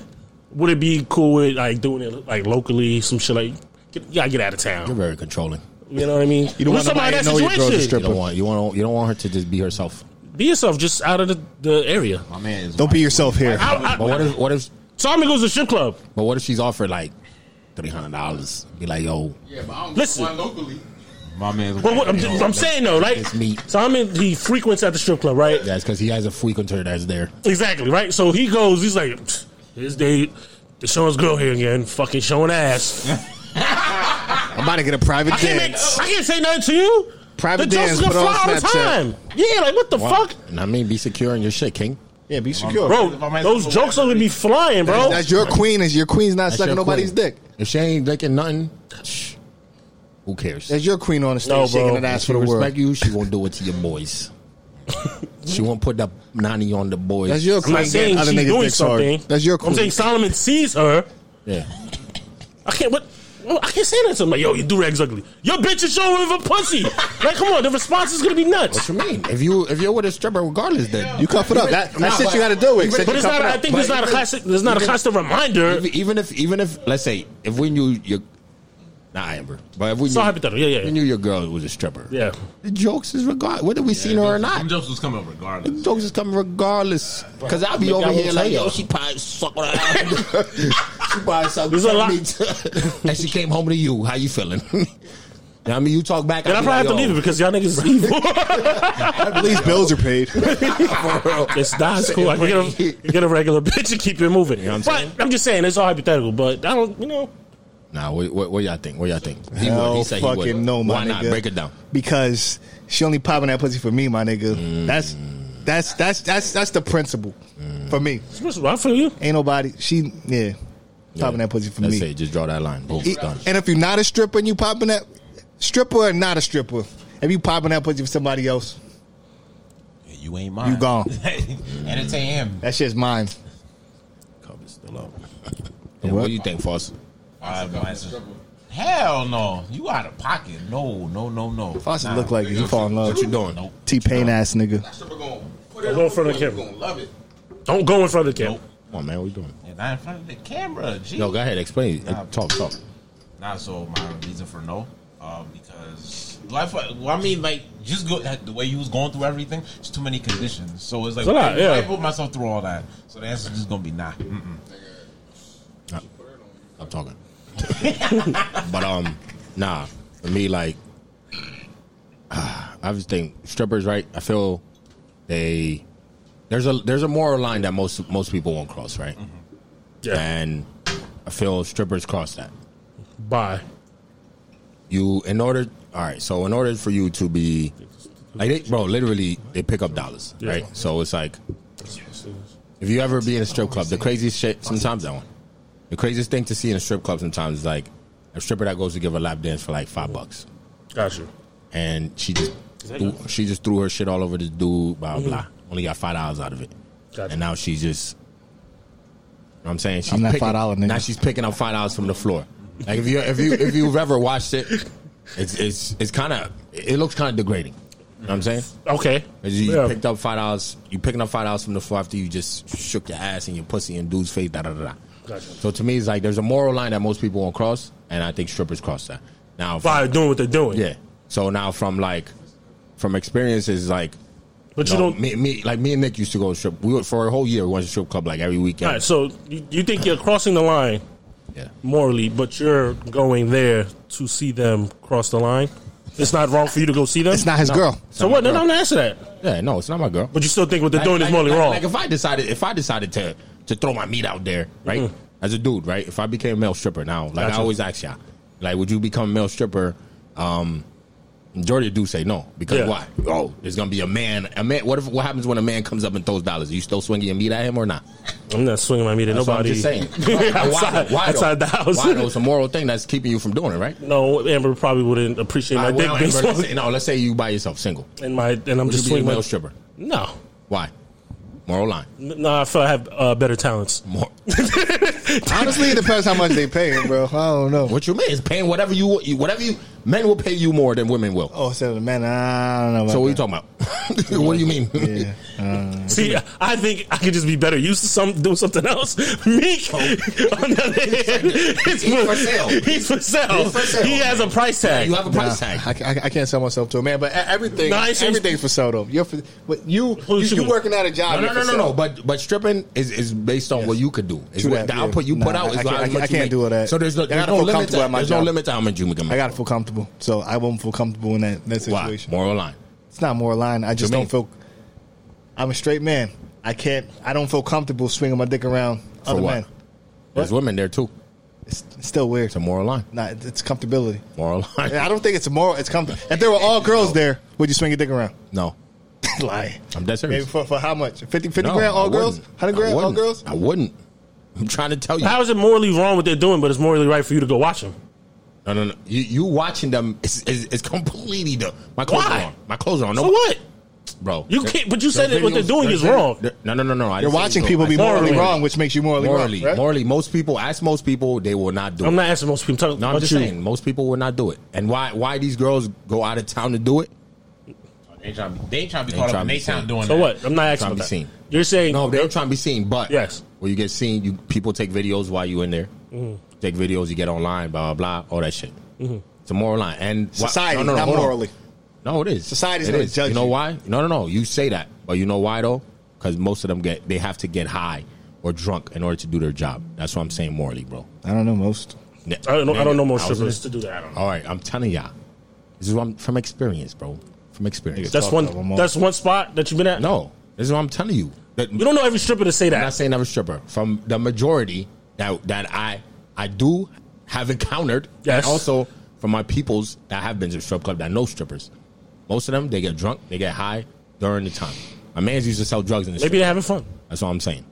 Speaker 1: would it be cool with like doing it like locally, some shit like get, you gotta get out of
Speaker 3: You're
Speaker 1: town.
Speaker 3: very controlling.
Speaker 1: You know what I mean?
Speaker 4: You don't want nobody to know your girl's a
Speaker 3: You
Speaker 4: stripper.
Speaker 3: don't want you want you don't want her to just be herself.
Speaker 1: Be yourself, just out of the, the area.
Speaker 5: My man is
Speaker 4: Don't be yourself here.
Speaker 1: I, I,
Speaker 3: But what if what if
Speaker 1: Tommy goes to strip club.
Speaker 3: but what if she's offered like three hundred dollars? Be like, yo,
Speaker 7: Yeah, but I don't
Speaker 1: Listen.
Speaker 7: one locally.
Speaker 5: My man's.
Speaker 1: But what, I'm,
Speaker 5: You know,
Speaker 1: I'm saying though, right?
Speaker 3: It's me.
Speaker 1: Tommy he frequents at the strip club, right?
Speaker 3: that's because he has a frequenter that's there.
Speaker 1: Exactly, right? So he goes, he's like, "Pfft, his date, the show's girl here again, fucking showing ass.
Speaker 4: I'm about to get a private
Speaker 1: I can't, make,
Speaker 4: dance.
Speaker 1: I can't say nothing to you.
Speaker 4: Private
Speaker 1: the jokes
Speaker 4: dance,
Speaker 1: gonna
Speaker 4: put on
Speaker 1: fly all the
Speaker 4: Snapchat.
Speaker 1: time. Yeah, like what the fuck?
Speaker 3: And I mean, be secure in your shit, King.
Speaker 4: Yeah, be secure.
Speaker 1: Bro,
Speaker 5: If I might-
Speaker 1: those jokes are gonna be flying, bro.
Speaker 4: That's your queen. Is your queen's not
Speaker 3: That's
Speaker 4: sucking
Speaker 3: your
Speaker 4: nobody's
Speaker 3: queen.
Speaker 4: dick?
Speaker 3: If she ain't licking nothing, shh, who cares?
Speaker 4: That's your queen on the stage
Speaker 1: No, bro.
Speaker 4: shaking that ass
Speaker 3: If she
Speaker 4: for the
Speaker 3: respect
Speaker 4: world.
Speaker 3: you, she won't do it to your boys. she won't put that nanny on the boys.
Speaker 4: That's your
Speaker 1: I'm
Speaker 4: queen.
Speaker 1: not saying
Speaker 4: getting other
Speaker 1: she's
Speaker 4: niggas'
Speaker 1: doing
Speaker 4: dicks hard.
Speaker 1: something.
Speaker 4: That's your
Speaker 1: I'm
Speaker 4: queen.
Speaker 1: saying Solomon sees her.
Speaker 3: yeah.
Speaker 1: I can't what well, I can't say that to him like, yo, your do rag's ugly. Your bitch is showing with a pussy. like, come on, the response is gonna be nuts.
Speaker 3: What you mean? If you if you're with a stripper, regardless, then
Speaker 4: You cuff it up. That, that
Speaker 3: Nah,
Speaker 4: shit
Speaker 3: but-
Speaker 4: you got to deal with. Except
Speaker 1: But
Speaker 4: you
Speaker 1: it's
Speaker 4: cuff
Speaker 1: not.
Speaker 4: it
Speaker 1: I
Speaker 4: up.
Speaker 1: think there's not a classic. There's not a constant reminder.
Speaker 3: Even- even if even if let's say if we knew you not Amber, but if we
Speaker 1: It's all
Speaker 3: knew,
Speaker 1: hypothetical. Yeah,
Speaker 3: we
Speaker 1: yeah,
Speaker 3: knew your girl was a stripper,
Speaker 1: yeah.
Speaker 3: the jokes is regard whether we seen her or
Speaker 5: Them
Speaker 3: not.
Speaker 5: jokes was coming up regardless.
Speaker 3: Jokes is coming regardless, cause I'll
Speaker 1: Maybe
Speaker 3: be
Speaker 1: I
Speaker 3: over
Speaker 1: won't
Speaker 3: here
Speaker 1: tell
Speaker 3: like,
Speaker 1: y'all.
Speaker 3: yo, she probably sucked my ass. she probably sucked
Speaker 1: There's a lot-
Speaker 3: lot. and she came home to you. How you feeling? I mean, you talk back.
Speaker 1: Then I
Speaker 3: I'll be
Speaker 1: probably have to
Speaker 3: like,
Speaker 1: leave it because y'all niggas is evil.
Speaker 4: At least bills are paid.
Speaker 1: it's not it's cool. I can get a, get a regular bitch and keep it moving.
Speaker 3: know what I'm
Speaker 1: but
Speaker 3: saying?
Speaker 1: I'm just saying it's all hypothetical. But I don't, you know,
Speaker 3: Nah, what, what, what y'all think? What y'all think? He
Speaker 4: Hell fucking no, my
Speaker 3: Why not?
Speaker 4: nigga.
Speaker 3: Break it down.
Speaker 4: because she only popping that pussy for me, my nigga.
Speaker 1: Mm.
Speaker 4: That's that's that's that's that's the principle
Speaker 1: Mm.
Speaker 4: for me.
Speaker 1: first of all, I feel you.
Speaker 4: Ain't nobody. She yeah, popping that pussy for
Speaker 3: Let's
Speaker 4: me.
Speaker 3: say just draw that line. Boom,
Speaker 4: E-
Speaker 3: done.
Speaker 4: And if you're not a stripper and you popping that stripper or not a stripper, if you popping that pussy for somebody else,
Speaker 5: You ain't mine.
Speaker 4: You gone.
Speaker 5: Entertain him.
Speaker 4: that shit's mine.
Speaker 3: Cover's still up. And what do you think, Foster?
Speaker 5: Uh, my- Hell no. You out of pocket. No, no, no, no.
Speaker 4: Foster
Speaker 5: Nah.
Speaker 4: look like he fall in love.
Speaker 3: What you doing?
Speaker 5: Nope.
Speaker 4: T Pain ass nigga.
Speaker 7: Stripper going put
Speaker 1: Don't
Speaker 7: it
Speaker 1: go in
Speaker 7: on
Speaker 1: front of the
Speaker 7: you
Speaker 1: camera.
Speaker 7: gonna love it.
Speaker 1: Don't go in front of the camera.
Speaker 5: Nope.
Speaker 3: Come on, man. What you doing?
Speaker 5: And not in front of the camera. Gee.
Speaker 3: No, go ahead. Explain.
Speaker 5: Nah.
Speaker 3: Talk, talk.
Speaker 5: Nah, so my reason for no, uh, because life. Well, I mean, like just go the way you was going through everything. It's too many conditions, so it's like
Speaker 1: It's a lot,
Speaker 5: why-
Speaker 1: yeah.
Speaker 5: why put myself through all that. So the answer's just gonna be nah. Mm-mm.
Speaker 3: I'm talking. but um, nah. For me, like, I just think strippers, right? I feel they there's a there's a moral line that most most people won't cross, right?
Speaker 1: Yeah.
Speaker 3: And I feel strippers cross that.
Speaker 1: Bye.
Speaker 3: you in order all right so in order for you to be like they, bro literally they pick up dollars
Speaker 1: Yeah.
Speaker 3: right so it's like if you ever be in a strip club the craziest shit sometimes that one the craziest thing to see in a strip club sometimes is like a stripper that goes to give a lap dance for like five bucks
Speaker 1: Got you.
Speaker 3: and she just threw, she just threw her shit all over this dude blah blah blah only got five dollars out of it
Speaker 1: Gotcha.
Speaker 3: and now she's just you know what I'm saying she's
Speaker 4: I'm that
Speaker 3: picking,
Speaker 4: $5 nigga.
Speaker 3: now she's picking up five dollars from the floor like if you if you if you've ever watched it it's it's it's kind of it looks kind of degrading you know what I'm saying
Speaker 1: Okay.
Speaker 3: 'Cause you
Speaker 1: Yeah.
Speaker 3: picked up five dollars you picking up five dollars from the floor after you just shook your ass and your pussy in dude's face da da da da
Speaker 1: Gotcha.
Speaker 3: so to me it's like there's a moral line that most people won't cross and I think strippers cross that now if-
Speaker 1: By doing what they're doing.
Speaker 3: yeah. So now from like from experiences like
Speaker 1: But you
Speaker 3: no,
Speaker 1: don't.
Speaker 3: me, me like me and Nick used to go to strip. We went for a whole year. We went to strip club like every weekend.
Speaker 1: all right. So you, you think you're crossing the line
Speaker 3: Yeah.
Speaker 1: morally, but you're going there to see them cross the line. It's not wrong for you to go see them.
Speaker 4: It's not his
Speaker 3: No.
Speaker 4: girl.
Speaker 1: So what? Then I'm gonna answer that.
Speaker 3: Yeah. No, it's not my girl.
Speaker 1: But you still think what they're
Speaker 3: Like-
Speaker 1: doing
Speaker 3: like-
Speaker 1: is morally
Speaker 3: like-
Speaker 1: wrong.
Speaker 3: Like if I decided if I decided to to throw my meat out there, right? As a dude, right? If I became a male stripper now, like
Speaker 1: Mm-hmm. Gotcha.
Speaker 3: I always ask y'all, like would you become a male stripper? Um majority do say no. Because
Speaker 1: Yeah.
Speaker 3: why? Oh, there's gonna be a man a man what if what happens when a man comes up and throws dollars? Are you still swinging your meat at him or not?
Speaker 1: I'm not swinging my meat at
Speaker 3: That's what
Speaker 1: nobody.
Speaker 3: I'm just saying. Why,
Speaker 1: outside,
Speaker 3: though? Why though?
Speaker 1: outside the house.
Speaker 3: Why though? It's a moral thing that's keeping you from doing it, right?
Speaker 1: No, Amber probably wouldn't appreciate my
Speaker 3: Uh,
Speaker 1: dick
Speaker 3: well,
Speaker 1: being
Speaker 3: Amber, let's
Speaker 1: swung
Speaker 3: say, no, let's say you by yourself, single.
Speaker 1: and my and I'm
Speaker 3: Would
Speaker 1: just
Speaker 3: you be a
Speaker 1: swinging my
Speaker 3: male stripper?
Speaker 1: No,
Speaker 3: Why? Moral line.
Speaker 1: No, I feel I have uh, better talents.
Speaker 3: Mor-
Speaker 4: Honestly, it depends how much they pay, bro. I don't know.
Speaker 3: what you mean? It's paying whatever you you- whatever you men will pay you more than women will.
Speaker 4: Oh, so the man, I don't know. About
Speaker 3: So what are you
Speaker 4: that.
Speaker 3: talking about? what do you mean?
Speaker 4: Yeah.
Speaker 1: See, I think I could just be better used to some doing something else. Meek, on the other hand, it's
Speaker 3: Oh. He's for sale.
Speaker 1: He's for sale.
Speaker 3: He's for sale.
Speaker 1: He has a price tag.
Speaker 3: You have a price
Speaker 4: Nah,
Speaker 3: tag.
Speaker 4: Ah, I, ca- I, I can't sell myself to a man, but e- everything,
Speaker 1: Nah, I ain't saying-
Speaker 4: everything's for sale though. You're for, but you, you,
Speaker 1: you
Speaker 4: you
Speaker 1: with?
Speaker 4: working at a job.
Speaker 3: No, no,
Speaker 4: you're
Speaker 3: no,
Speaker 4: for
Speaker 3: no,
Speaker 4: sale.
Speaker 3: no. But but stripping is, is based on what you could do. It's
Speaker 4: True
Speaker 3: what
Speaker 4: that,
Speaker 3: the
Speaker 4: yeah.
Speaker 3: output you put
Speaker 4: Nah,
Speaker 3: out. Is
Speaker 4: I
Speaker 3: how
Speaker 4: can't-
Speaker 3: much
Speaker 4: I can't- I
Speaker 3: you
Speaker 4: can't
Speaker 3: make.
Speaker 4: do all that.
Speaker 3: So there's no,
Speaker 4: I
Speaker 3: there's
Speaker 4: gotta
Speaker 3: no
Speaker 4: feel
Speaker 3: limit.
Speaker 4: comfortable
Speaker 3: To,
Speaker 4: at my
Speaker 3: there's no
Speaker 4: job.
Speaker 3: limit to how much you can make.
Speaker 4: I gotta feel comfortable, so I won't feel comfortable in that that
Speaker 3: Why?
Speaker 4: situation.
Speaker 3: Moral line.
Speaker 4: It's not more line. I just
Speaker 3: What
Speaker 4: don't
Speaker 3: you
Speaker 4: feel. I'm a straight man. I can't. I don't feel comfortable swinging my dick around
Speaker 3: For
Speaker 4: other
Speaker 3: what?
Speaker 4: men.
Speaker 3: There's women there too.
Speaker 4: It's, it's still weird.
Speaker 3: It's a moral line.
Speaker 4: Nah, it- it's comfortability.
Speaker 3: Moral line.
Speaker 4: I don't think it's a moral. It's comfort. If there were all girls there, would you swing your dick around?
Speaker 3: No,
Speaker 4: Lie.
Speaker 3: I'm dead serious.
Speaker 4: Maybe for, for how much? 50, 50
Speaker 3: No,
Speaker 4: grand all
Speaker 3: I
Speaker 4: girls?
Speaker 3: wouldn't.
Speaker 4: 100
Speaker 3: I
Speaker 4: grand all
Speaker 3: wouldn't.
Speaker 4: girls?
Speaker 3: I wouldn't. I'm trying to tell you.
Speaker 1: How is it morally wrong what they're doing, but it's morally right for you to go watch them?
Speaker 3: No, no, no. You, you watching them is, is, is completely the my clothes
Speaker 1: Why?
Speaker 3: are on. My clothes are on. No,
Speaker 1: So what?
Speaker 3: bro.
Speaker 1: You
Speaker 3: There-
Speaker 1: can't. But you
Speaker 3: there's
Speaker 1: said that what they're
Speaker 3: videos-
Speaker 1: doing
Speaker 3: there's
Speaker 1: is
Speaker 3: vid-
Speaker 1: wrong.
Speaker 3: there- No, no, no, no. I
Speaker 4: You're
Speaker 3: didn't say
Speaker 4: watching
Speaker 3: so.
Speaker 4: people
Speaker 3: I
Speaker 4: be
Speaker 3: said
Speaker 4: morally
Speaker 1: morally.
Speaker 4: wrong, which makes you morally,
Speaker 3: morally,
Speaker 4: wrong. right?
Speaker 3: morally. Most people ask most people they will not do.
Speaker 1: I'm
Speaker 3: it.
Speaker 1: not asking most people. Talk
Speaker 3: No, I'm
Speaker 1: about
Speaker 3: just
Speaker 1: you.
Speaker 3: saying most people will not do it. And why? Why these girls go out of town to do it?
Speaker 5: They ain't trying to be, they ain't trying to be
Speaker 3: They
Speaker 5: caught
Speaker 3: trying to
Speaker 5: up. and They
Speaker 3: be seen.
Speaker 5: town doing
Speaker 1: So
Speaker 5: that.
Speaker 1: what? I'm not asking
Speaker 3: Trying to
Speaker 1: about
Speaker 3: be
Speaker 1: that.
Speaker 3: seen.
Speaker 1: You're saying
Speaker 3: No, they're trying to be seen. But
Speaker 1: Yes. Mm-hmm.
Speaker 3: when you get seen, you people take videos while you in there. Take videos, you get online, blah blah blah, all that shit. It's a moral line. And why-
Speaker 4: Society,
Speaker 3: no, no, no,
Speaker 4: not
Speaker 3: hold on.
Speaker 4: morally.
Speaker 3: No, it is.
Speaker 4: Society's
Speaker 3: It
Speaker 4: gonna
Speaker 3: is.
Speaker 4: judge
Speaker 3: You know
Speaker 4: you.
Speaker 3: why? No, no, no. You say that, but you know why though? Because most of them get they have to get high or drunk in order to do their job. That's what I'm saying morally, bro.
Speaker 4: I don't know most.
Speaker 3: Yeah.
Speaker 1: I don't know. I don't know more
Speaker 3: I was in
Speaker 1: strippers to do that. I don't know.
Speaker 3: it. All right, I'm telling y'all. This is what I'm from experience, bro. From experience.
Speaker 1: That's
Speaker 4: Talk to them
Speaker 1: one.
Speaker 4: all.
Speaker 1: That's one spot that you've been at.
Speaker 3: no. This is what I'm telling you. That,
Speaker 1: you don't know every stripper to say
Speaker 3: I'm not
Speaker 1: that.
Speaker 3: saying I'm a stripper. From the majority that that I I do have encountered,
Speaker 1: Yes.
Speaker 3: and also from my peoples that have been to strip club that know strippers. Most of them they get drunk, they get high during the time. My man's used to sell drugs in the
Speaker 1: Maybe
Speaker 3: strip.
Speaker 1: they're having fun.
Speaker 3: That's all I'm saying.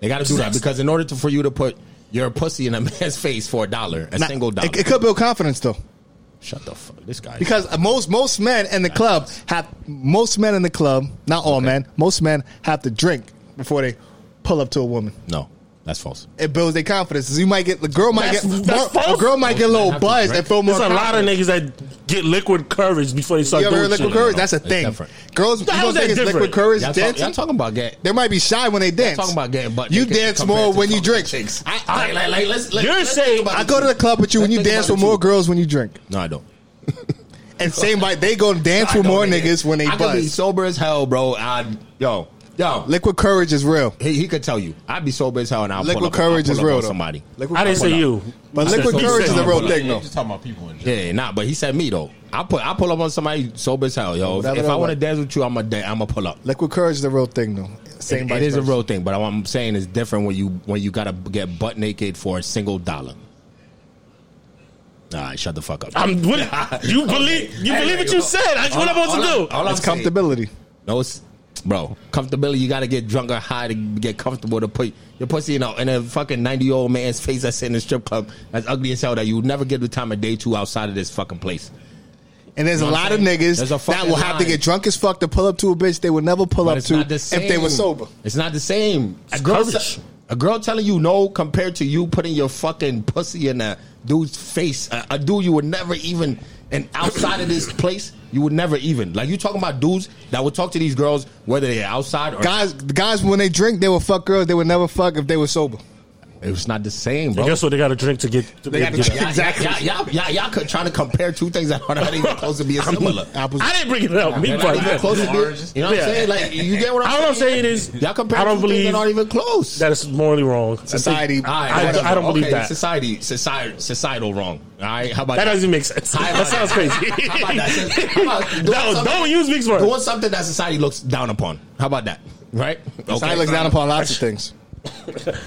Speaker 3: They got to do that because in order to, for you to put your pussy in a man's face for a dollar, a
Speaker 4: Nah,
Speaker 3: single dollar,
Speaker 4: It, it could build confidence though,
Speaker 3: shut the fuck. This guy
Speaker 4: because most most men in the club have most men in the club, not all men, most men have to drink before they pull up to a woman.
Speaker 3: no, that's false.
Speaker 4: It builds their confidence. You might get the girl might
Speaker 1: That's-
Speaker 4: get
Speaker 1: that's
Speaker 4: a
Speaker 1: false.
Speaker 4: girl might get
Speaker 3: Most men
Speaker 4: a little
Speaker 3: have to
Speaker 4: buzzed
Speaker 3: drink.
Speaker 4: and feel more.
Speaker 1: There's a lot of
Speaker 4: confident.
Speaker 1: niggas that get liquid courage before they start
Speaker 4: You ever
Speaker 1: doing
Speaker 4: heard liquid
Speaker 1: shit.
Speaker 4: courage? That's a
Speaker 3: It's
Speaker 4: thing.
Speaker 3: different.
Speaker 4: Girls, you
Speaker 1: How
Speaker 4: don't
Speaker 1: is that
Speaker 4: think it's liquid
Speaker 1: different?
Speaker 4: courage
Speaker 3: Y'all, talk,
Speaker 4: dancing?
Speaker 3: y'all talking about get
Speaker 4: They might be shy when they dance.
Speaker 3: talking about getting butt
Speaker 4: You
Speaker 3: naked
Speaker 4: dance
Speaker 3: compared
Speaker 4: more
Speaker 3: to
Speaker 4: when you
Speaker 3: talking
Speaker 4: drink.
Speaker 3: to chicks.
Speaker 4: I,
Speaker 3: I, like, like, let's, let's,
Speaker 1: You're
Speaker 3: let's
Speaker 1: saying-
Speaker 3: think about
Speaker 4: I
Speaker 3: this.
Speaker 4: go to the club with you and
Speaker 3: Let's
Speaker 4: you
Speaker 3: think
Speaker 4: dance
Speaker 3: about
Speaker 4: with
Speaker 3: it,
Speaker 4: more
Speaker 3: too.
Speaker 4: girls when you drink.
Speaker 3: No, I don't.
Speaker 4: And same by they go dance with
Speaker 3: I
Speaker 4: more
Speaker 3: don't, nigga.
Speaker 4: niggas when they
Speaker 3: I could be
Speaker 4: buzz.
Speaker 3: sober as hell, bro. I, yo, yo,
Speaker 4: Liquid courage is real.
Speaker 3: he, he could tell you. I'd be sober as hell, and I'll pull
Speaker 4: Liquid
Speaker 3: up. I'll
Speaker 4: courage
Speaker 3: pull
Speaker 4: is
Speaker 3: up
Speaker 4: real
Speaker 3: on
Speaker 4: though.
Speaker 3: Somebody.
Speaker 4: Liquid
Speaker 1: I didn't say
Speaker 4: courage-
Speaker 1: you.
Speaker 4: But
Speaker 1: I said
Speaker 4: liquid
Speaker 1: he
Speaker 4: courage
Speaker 1: said
Speaker 4: is a
Speaker 1: you.
Speaker 4: real
Speaker 5: Like,
Speaker 4: thing
Speaker 5: they
Speaker 4: though.
Speaker 5: Just talking about people in general.
Speaker 3: Yeah, nah, but he said me though. I put I pull up on somebody sober as hell, yo. If,
Speaker 4: Whatever
Speaker 3: if
Speaker 4: they
Speaker 3: I want to
Speaker 4: want.
Speaker 3: dance with you, I'm a da- I'm a pull up.
Speaker 4: Liquid courage is a real thing though. Same
Speaker 3: It-
Speaker 4: vice
Speaker 3: it is a
Speaker 4: versa.
Speaker 3: real thing, but what I'm saying is different when you when you gotta get butt naked for a single dollar. All right, shut the fuck up.
Speaker 1: I'm. What, you believe? You
Speaker 3: Hey,
Speaker 1: believe
Speaker 3: hey,
Speaker 1: what you
Speaker 3: all-
Speaker 1: said? That's
Speaker 3: all
Speaker 1: what I'm
Speaker 3: I'm-
Speaker 1: supposed
Speaker 3: all
Speaker 1: to
Speaker 3: I'm-
Speaker 1: do.
Speaker 3: all I'm
Speaker 4: It's
Speaker 3: saying-
Speaker 4: comfortability.
Speaker 3: No, it's bro. Comfortability. You gotta get drunk or high to get comfortable to put your pussy in a, in a fucking ninety year old man's face that's in a strip club that's ugly as hell that you would never get the time of day to outside of this fucking place.
Speaker 4: And there's a
Speaker 3: You know what
Speaker 4: lot
Speaker 3: I'm
Speaker 4: of
Speaker 3: saying?
Speaker 4: niggas
Speaker 3: There's a
Speaker 4: that
Speaker 3: fucking
Speaker 4: will have to
Speaker 3: line.
Speaker 4: get drunk as fuck to pull up to a bitch they would never pull
Speaker 3: But
Speaker 4: up
Speaker 3: it's
Speaker 4: to
Speaker 3: not the same.
Speaker 4: if they were sober.
Speaker 3: It's not the same. A
Speaker 1: It's
Speaker 3: girl,
Speaker 1: courage.
Speaker 3: te- a girl telling you no compared to you putting your fucking pussy in a dude's face. A, a dude you would never even, and outside of this place, you would never even. Like, you talking about dudes that would talk to these girls whether they're outside or
Speaker 4: Guys, guys, when they drink, they will fuck girls they would never fuck if they were sober.
Speaker 3: It's not the same, bro.
Speaker 1: And guess what? They got to drink to get. To
Speaker 4: They
Speaker 1: get
Speaker 4: gotta
Speaker 1: that.
Speaker 4: drink.
Speaker 3: Y'all-
Speaker 4: Exactly.
Speaker 3: Y'all, y'all, y'all, y'all could trying to compare two things that are not even close to be similar.
Speaker 4: Apples.
Speaker 1: I didn't bring it up. Me,
Speaker 3: Y'all
Speaker 1: but
Speaker 3: not even close to be- you know what
Speaker 1: Yeah.
Speaker 3: I'm saying? Like, you get what I'm
Speaker 1: I
Speaker 3: saying?
Speaker 1: don't say it is.
Speaker 3: Y'all compare
Speaker 1: I don't
Speaker 3: two things
Speaker 1: believe
Speaker 3: that aren't even close.
Speaker 1: that is morally wrong.
Speaker 4: Society.
Speaker 3: All right,
Speaker 1: I-
Speaker 3: whatever.
Speaker 1: I don't believe
Speaker 3: Okay,
Speaker 1: that.
Speaker 3: Society, society, societal wrong. All right, how about
Speaker 1: That doesn't make sense.
Speaker 3: How
Speaker 1: That
Speaker 3: about
Speaker 1: sounds
Speaker 3: that?
Speaker 1: crazy.
Speaker 3: How about that? Since- how about doing
Speaker 1: No,
Speaker 3: something-
Speaker 1: don't use big words.
Speaker 3: Doing something that society looks down upon. How about that? Right?
Speaker 4: Society looks down upon lots of things.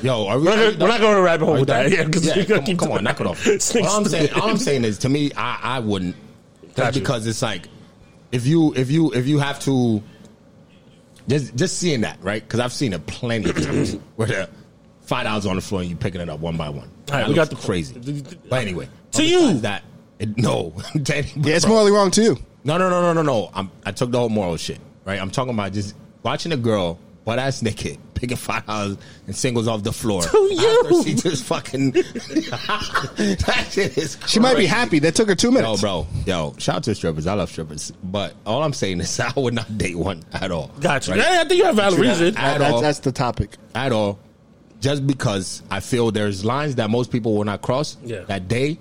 Speaker 3: Yo, are we,
Speaker 1: We're
Speaker 3: are
Speaker 1: not gonna-
Speaker 3: we
Speaker 1: we're not going to rabbit hole
Speaker 3: Are
Speaker 1: with
Speaker 3: you
Speaker 1: that.
Speaker 3: done?
Speaker 1: Yeah, 'cause
Speaker 3: Yeah,
Speaker 1: you're gonna
Speaker 3: come,
Speaker 1: keep
Speaker 3: come on, knock it off. All I'm saying, all I'm saying is, to me, I, I wouldn't. That's
Speaker 1: Got you.
Speaker 3: because it's like, if you, if you, if you have to, just, just seeing that, right? Because I've seen it plenty of times where the five dollars on the floor and you picking it up one by one.
Speaker 1: All right,
Speaker 3: That
Speaker 1: we got
Speaker 3: looks
Speaker 1: the-
Speaker 3: crazy. But anyway,
Speaker 1: To
Speaker 3: besides
Speaker 1: you.
Speaker 3: that it, no, To anybody,
Speaker 4: Yeah, it's
Speaker 3: bro.
Speaker 4: morally wrong too.
Speaker 3: No, no, no, no, no, no. I'm, I took the whole moral shit, right? I'm talking about just watching a girl butt ass naked picking five hours and singles off the floor.
Speaker 1: you.
Speaker 3: After she just fucking. that shit is.
Speaker 4: She might be
Speaker 3: crazy.
Speaker 4: happy. That took her two
Speaker 3: Yo,
Speaker 4: minutes.
Speaker 3: bro, yo, shout out to strippers. I love strippers, but all I'm saying is I would not date one at all.
Speaker 1: Gotcha.
Speaker 3: Right?
Speaker 1: Yeah, I think you have a valid reason.
Speaker 3: I- at
Speaker 4: That-
Speaker 3: all.
Speaker 4: that's, that's the topic.
Speaker 3: at all just because I feel there's lines that most people will not cross
Speaker 1: Yeah.
Speaker 3: that they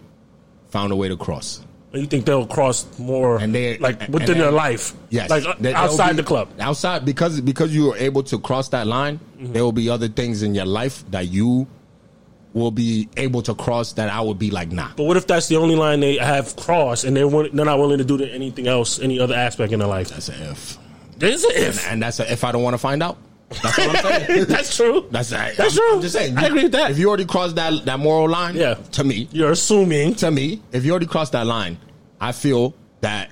Speaker 3: found a way to cross.
Speaker 1: You think they'll cross more
Speaker 3: And they-
Speaker 1: like
Speaker 3: and-
Speaker 1: within
Speaker 3: and-
Speaker 1: their life?
Speaker 3: Yes.
Speaker 1: like uh,
Speaker 3: There- there'll
Speaker 1: outside
Speaker 3: be-
Speaker 1: the club.
Speaker 3: Outside because because you were able to cross that line,
Speaker 1: Mm-hmm.
Speaker 3: there will be other things in your life that you will be able to cross that I would be like, nah.
Speaker 1: But what if that's the only line they have crossed, and they're wi- they're not willing to do to anything else, any other aspect in their life?
Speaker 3: That's an if.
Speaker 1: There's an if.
Speaker 3: And that's a if I don't want to find out. That's what I'm saying.
Speaker 1: that's true.
Speaker 3: That's I,
Speaker 1: That's
Speaker 3: I'm,
Speaker 1: true.
Speaker 3: I'm just saying.
Speaker 1: I agree with that.
Speaker 3: If you already crossed that that moral line,
Speaker 1: Yeah.
Speaker 3: to me,
Speaker 1: You're assuming.
Speaker 3: to me, if you already crossed that line, I feel that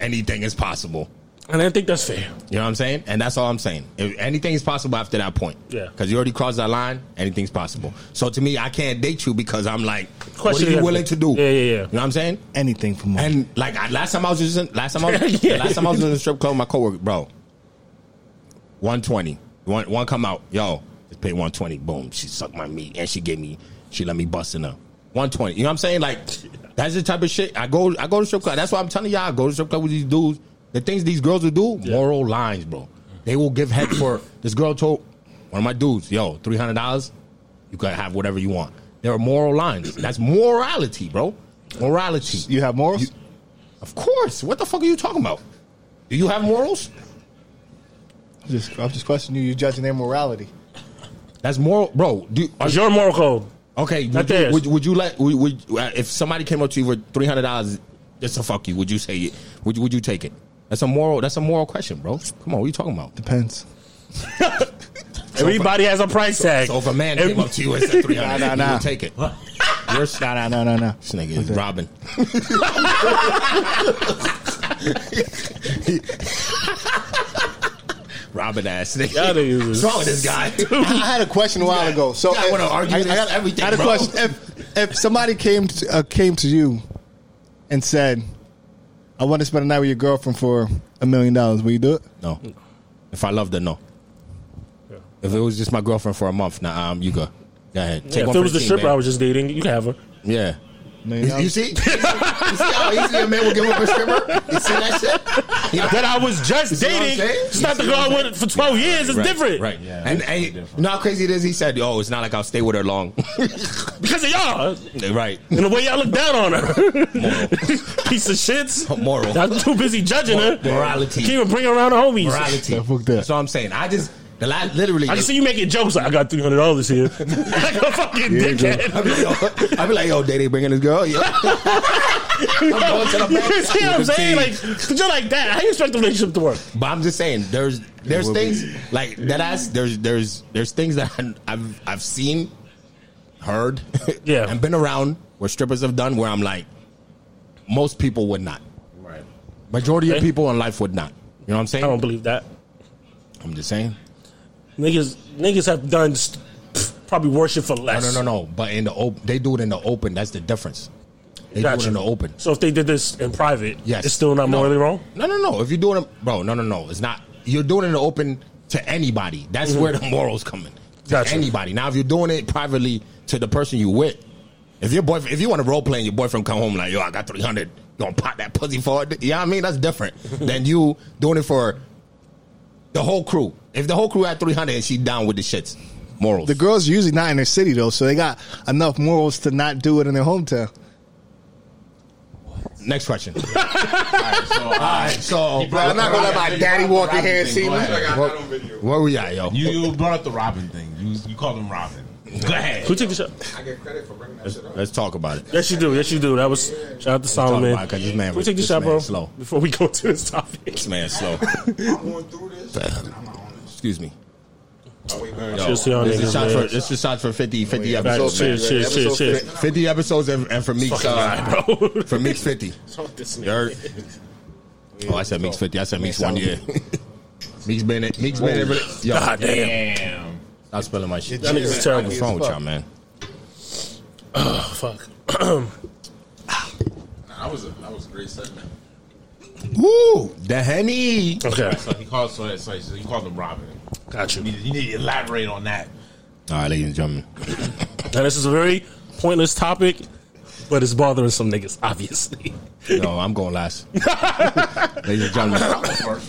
Speaker 3: anything is possible.
Speaker 1: And I think that's fair.
Speaker 3: You know what I'm saying? And that's all I'm saying. If anything is possible after that point.
Speaker 1: Yeah.
Speaker 3: Because you already crossed that line, anything's possible. So to me, I can't date you because I'm like, what
Speaker 1: Question
Speaker 3: are you
Speaker 1: everything.
Speaker 3: willing to do?
Speaker 1: Yeah, yeah, yeah.
Speaker 3: You know what I'm saying?
Speaker 4: Anything for money.
Speaker 3: And like I, last time I was just in, last time I was
Speaker 1: Yeah.
Speaker 3: last time I was in the strip club, with my coworker, bro. 120. One one come out, yo, just pay 120. Boom. She sucked my meat and she gave me she let me bust in her. 120. You know what I'm saying? Like that's the type of shit. I go I go to strip club. That's why I'm telling y'all, I go to strip club with these dudes. The things these girls will do, moral lines, bro. They will give head for this girl told one of my dudes, yo, three hundred dollars, you gotta have whatever you want. There are moral lines. That's morality, bro. Morality.
Speaker 4: you have morals?
Speaker 3: Of course. What the fuck are you talking about? Do you have morals?
Speaker 4: just, I'm just questioning you. You're judging their morality.
Speaker 3: That's moral, bro. Do are
Speaker 1: It's
Speaker 3: you,
Speaker 1: your moral code.
Speaker 3: okay?
Speaker 1: Not
Speaker 3: Would you,
Speaker 1: theirs.
Speaker 3: would, would you let? Would, would uh, if somebody came up to you with three hundred dollars just to fuck you? Would you say it? Would you, would you take it? That's a moral. That's a moral question, bro. Come on, what are you talking about?
Speaker 4: Depends.
Speaker 1: Everybody has a price tag.
Speaker 3: So if a man came up to you and said three hundred,
Speaker 4: Nah, nah,
Speaker 3: dollars, you
Speaker 4: nah.
Speaker 3: would take it.
Speaker 4: You're nah, nah, nah, nah, nah.
Speaker 3: This nigga is robbing. robbing ass nigga.
Speaker 1: Y'all niggas is
Speaker 3: What's wrong with this guy?
Speaker 4: I had a question a while ago. So
Speaker 3: I wanna argue this everything,
Speaker 4: I had a
Speaker 3: bro.
Speaker 4: question. If, if somebody came to, uh, came to you and said, "I want to spend a night with your girlfriend for a million dollars," will you do it?
Speaker 3: No. If I loved her, no. If it was just my girlfriend for a month, nah, um, you go. Go ahead. Take
Speaker 1: Yeah,
Speaker 3: one
Speaker 1: if it
Speaker 3: for
Speaker 1: was the
Speaker 3: team,
Speaker 1: stripper
Speaker 3: babe.
Speaker 1: I was just dating, you can have her.
Speaker 3: Yeah.
Speaker 4: Million
Speaker 3: You, you
Speaker 4: dollars?
Speaker 3: see? you see how easy a man will give up a stripper? You see that shit? You know-
Speaker 1: That I was just
Speaker 3: see what I'm
Speaker 1: dating.
Speaker 3: saying?
Speaker 1: It's
Speaker 3: You
Speaker 1: not
Speaker 3: see
Speaker 1: the girl
Speaker 3: what
Speaker 1: I
Speaker 3: I'm
Speaker 1: went for twelve years. It's
Speaker 3: Right,
Speaker 1: different,
Speaker 3: Right.
Speaker 5: Yeah,
Speaker 3: and
Speaker 5: it's
Speaker 3: and
Speaker 5: different.
Speaker 3: you know how crazy it is? He said, oh, it's not like I'll stay with her long.
Speaker 1: Because of y'all
Speaker 3: right.
Speaker 1: and the way y'all look down on her, piece of shits.
Speaker 3: Moral.
Speaker 1: I'm too busy judging her.
Speaker 3: Morality.
Speaker 1: Can't even bring her around the homies.
Speaker 3: Morality.
Speaker 4: Yeah, fuck that.
Speaker 3: That's what I'm saying. I just, the la- literally.
Speaker 1: I can see you making jokes. Like, I got three hundred dollars here. like a fucking
Speaker 3: I'd
Speaker 1: dickhead.
Speaker 3: be, like, yo, I'd be like, yo, they they bringing this girl. Yo. I'm going to the back.
Speaker 1: You see what I'm saying? Like, you're like that. How you expect the relationship to work?
Speaker 3: But I'm just saying, there's there's
Speaker 4: will
Speaker 3: things like that. I, there's there's there's things that I've I've seen, heard,
Speaker 1: Yeah.
Speaker 3: and been around where strippers have done. Where I'm like, most people would not.
Speaker 5: Right.
Speaker 3: Majority of
Speaker 1: Okay.
Speaker 3: people in life would not. You know what I'm
Speaker 1: I don't
Speaker 3: saying?
Speaker 1: believe that.
Speaker 3: I'm just saying.
Speaker 1: Niggas, niggas have done st- probably worship for
Speaker 3: No,
Speaker 1: less.
Speaker 3: no, no, no. But in the open, they do it in the open. That's the difference. They do
Speaker 1: Gotcha.
Speaker 3: it in the open.
Speaker 1: So if they did this in private,
Speaker 3: Yes.
Speaker 1: it's still not
Speaker 3: No.
Speaker 1: morally wrong.
Speaker 3: No, no, no. If you're doing it, bro, no, no, no. It's not. You're doing it in the open to anybody. That's where the morals come in. To
Speaker 1: Gotcha.
Speaker 3: anybody. Now, if you're doing it privately to the person you with, if your boyfriend, if you want to role play and your boyfriend come home like, yo, I got 300, you gonna pop that pussy for it. You know what I mean? That's different than you doing it for the whole crew. If the whole crew had 300 and she down with the shits, morals.
Speaker 4: The girls are usually not in their city though, so they got enough morals to not do it in their hometown.
Speaker 3: Next question.
Speaker 5: So, all right.
Speaker 3: so,
Speaker 5: bro, I'm not gonna let my daddy walk in here and see me.
Speaker 3: Where we at, yo?
Speaker 5: You, you brought up the Robin thing. You you called him Robin. Go ahead.
Speaker 1: Who took the shot?
Speaker 7: I get credit for bringing that shit up.
Speaker 3: Let's talk about it.
Speaker 1: Yes, you do. Yes, you do. That was shout out to Solomon.
Speaker 3: about it, 'cause this man
Speaker 1: Can we
Speaker 3: was-
Speaker 1: take the
Speaker 3: this
Speaker 1: shot,
Speaker 3: man
Speaker 1: bro.
Speaker 3: is slow.
Speaker 1: Before we go to this topic,
Speaker 3: This man slow.
Speaker 7: I'm going through this. and I'm not on this.
Speaker 3: Excuse me.
Speaker 7: Oh, wait, wait.
Speaker 1: Cheers to y'all
Speaker 3: This
Speaker 1: niggas,
Speaker 3: is shots for
Speaker 1: man.
Speaker 3: this is shots for 50, 50
Speaker 1: Back-
Speaker 3: episodes. man.
Speaker 1: Cheers, cheers, cheers, cheers.
Speaker 3: Fifty episodes and, and for Meeks, uh,
Speaker 1: Fucking God, bro.
Speaker 3: for Meeks fifty.
Speaker 1: Fuck this nigga.
Speaker 3: Dirt. Oh, I said Meeks fifty. I said Meeks one
Speaker 4: sound
Speaker 3: year. Meeks been it. Meeks been it. Yo,
Speaker 1: Oh, God damn.
Speaker 5: Damn.
Speaker 3: stop spelling my shit.
Speaker 1: That nigga's terrible.
Speaker 3: What's wrong with y'all, man?
Speaker 1: Fuck.
Speaker 7: Nah, that was a that was a great segment.
Speaker 3: Woo! The henny.
Speaker 1: Okay,
Speaker 5: So he called so that's like so he called him Robin.
Speaker 1: got you.
Speaker 5: You need, you need to elaborate on that.
Speaker 3: All right, ladies and gentlemen.
Speaker 1: Now this is a very pointless topic, but it's bothering some niggas, obviously.
Speaker 3: No, I'm going last. ladies and gentlemen,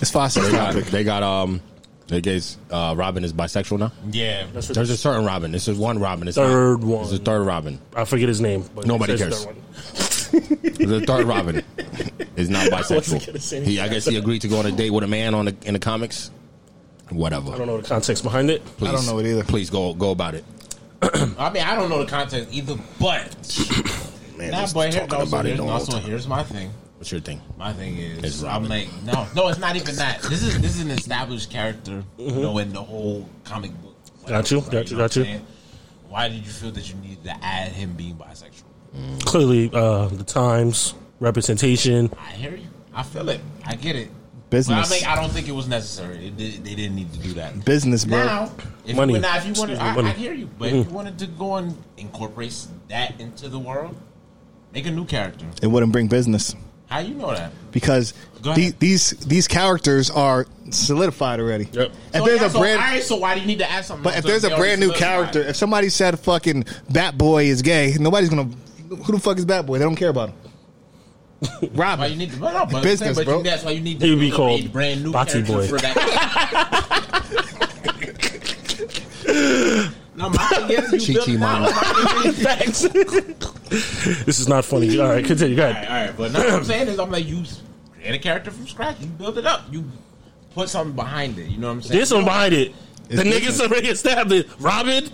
Speaker 4: It's fast
Speaker 3: they got, they got um, they guess uh, Robin is bisexual now.
Speaker 5: Yeah. That's
Speaker 3: There's a certain Robin. This is one Robin. It's
Speaker 1: Third
Speaker 3: not,
Speaker 1: one.
Speaker 3: There's a third Robin.
Speaker 1: I forget his name. But
Speaker 3: Nobody
Speaker 1: it's the
Speaker 3: cares.
Speaker 1: third one.
Speaker 3: The third Robin is not
Speaker 1: wasn't gonna say
Speaker 3: bisexual. He, I guess he agreed to go on a date with a man on the, in the comics. Whatever.
Speaker 1: I don't know the context behind it.
Speaker 3: Please,
Speaker 4: I don't know it either.
Speaker 3: Please go go about it.
Speaker 5: I mean, I don't know the context either, but
Speaker 3: Man,
Speaker 5: nah,
Speaker 3: just
Speaker 5: but here,
Speaker 3: talking
Speaker 5: also,
Speaker 3: about it
Speaker 5: here's,
Speaker 3: the whole
Speaker 5: also
Speaker 3: time.
Speaker 5: here's my thing.
Speaker 3: What's your thing?
Speaker 5: My thing is,
Speaker 3: It's
Speaker 5: I'm
Speaker 3: Robin.
Speaker 5: like, no, no, it's not even that. This is this is an established character, you know, in the whole comic book.
Speaker 1: Mm-hmm. Got you,
Speaker 5: Right,
Speaker 1: got you,
Speaker 5: know
Speaker 1: got
Speaker 5: what I'm
Speaker 1: you.
Speaker 5: saying? Why did you feel that you needed to add him being bisexual?
Speaker 1: Clearly, uh, the times representation.
Speaker 5: I hear you. I feel it. I get it.
Speaker 4: Business.
Speaker 5: But I, mean, I don't think it was necessary. It, did- they didn't need to do that.
Speaker 4: business, bro.
Speaker 5: Now, if
Speaker 1: Money.
Speaker 5: You, now, if you
Speaker 1: Excuse
Speaker 5: wanted,
Speaker 1: me,
Speaker 5: I,
Speaker 1: money. Mm-hmm.
Speaker 5: I hear you. But if you wanted to go and incorporate that into the world, make a new character.
Speaker 4: It wouldn't bring business
Speaker 5: How you know that?
Speaker 4: because
Speaker 5: Go
Speaker 4: the,
Speaker 5: ahead.
Speaker 4: these these characters are solidified already.
Speaker 1: Yep.
Speaker 4: If there's
Speaker 5: yeah,
Speaker 4: a brand,
Speaker 5: all right, so why do you need to add something?
Speaker 4: but
Speaker 5: else
Speaker 4: if
Speaker 5: to
Speaker 4: there's a
Speaker 5: be already
Speaker 4: brand new
Speaker 5: solidified?
Speaker 4: character, if somebody said fucking Batboy is gay, nobody's gonna. Who the fuck is Batboy? They don't care about him.
Speaker 5: Why
Speaker 4: Robin.
Speaker 5: you need to, no, no, but
Speaker 4: Business,
Speaker 5: but
Speaker 4: bro.
Speaker 5: You, that's why you need
Speaker 1: He would be
Speaker 5: create
Speaker 1: called
Speaker 5: brand new
Speaker 1: Batty
Speaker 5: characters
Speaker 1: Boy.
Speaker 5: for that. no, my thing is you build
Speaker 3: Chi-Chi
Speaker 5: it out.
Speaker 3: Mama.
Speaker 5: My thing is-
Speaker 1: Facts. this is not funny. All right, continue. Go
Speaker 5: All
Speaker 1: ahead.
Speaker 5: right, but no, what I'm saying is, I'm like, you create a character from scratch. You build it up. You put something behind it. You know what I'm saying?
Speaker 1: This one behind it. The
Speaker 4: business.
Speaker 1: niggas already established. Robin.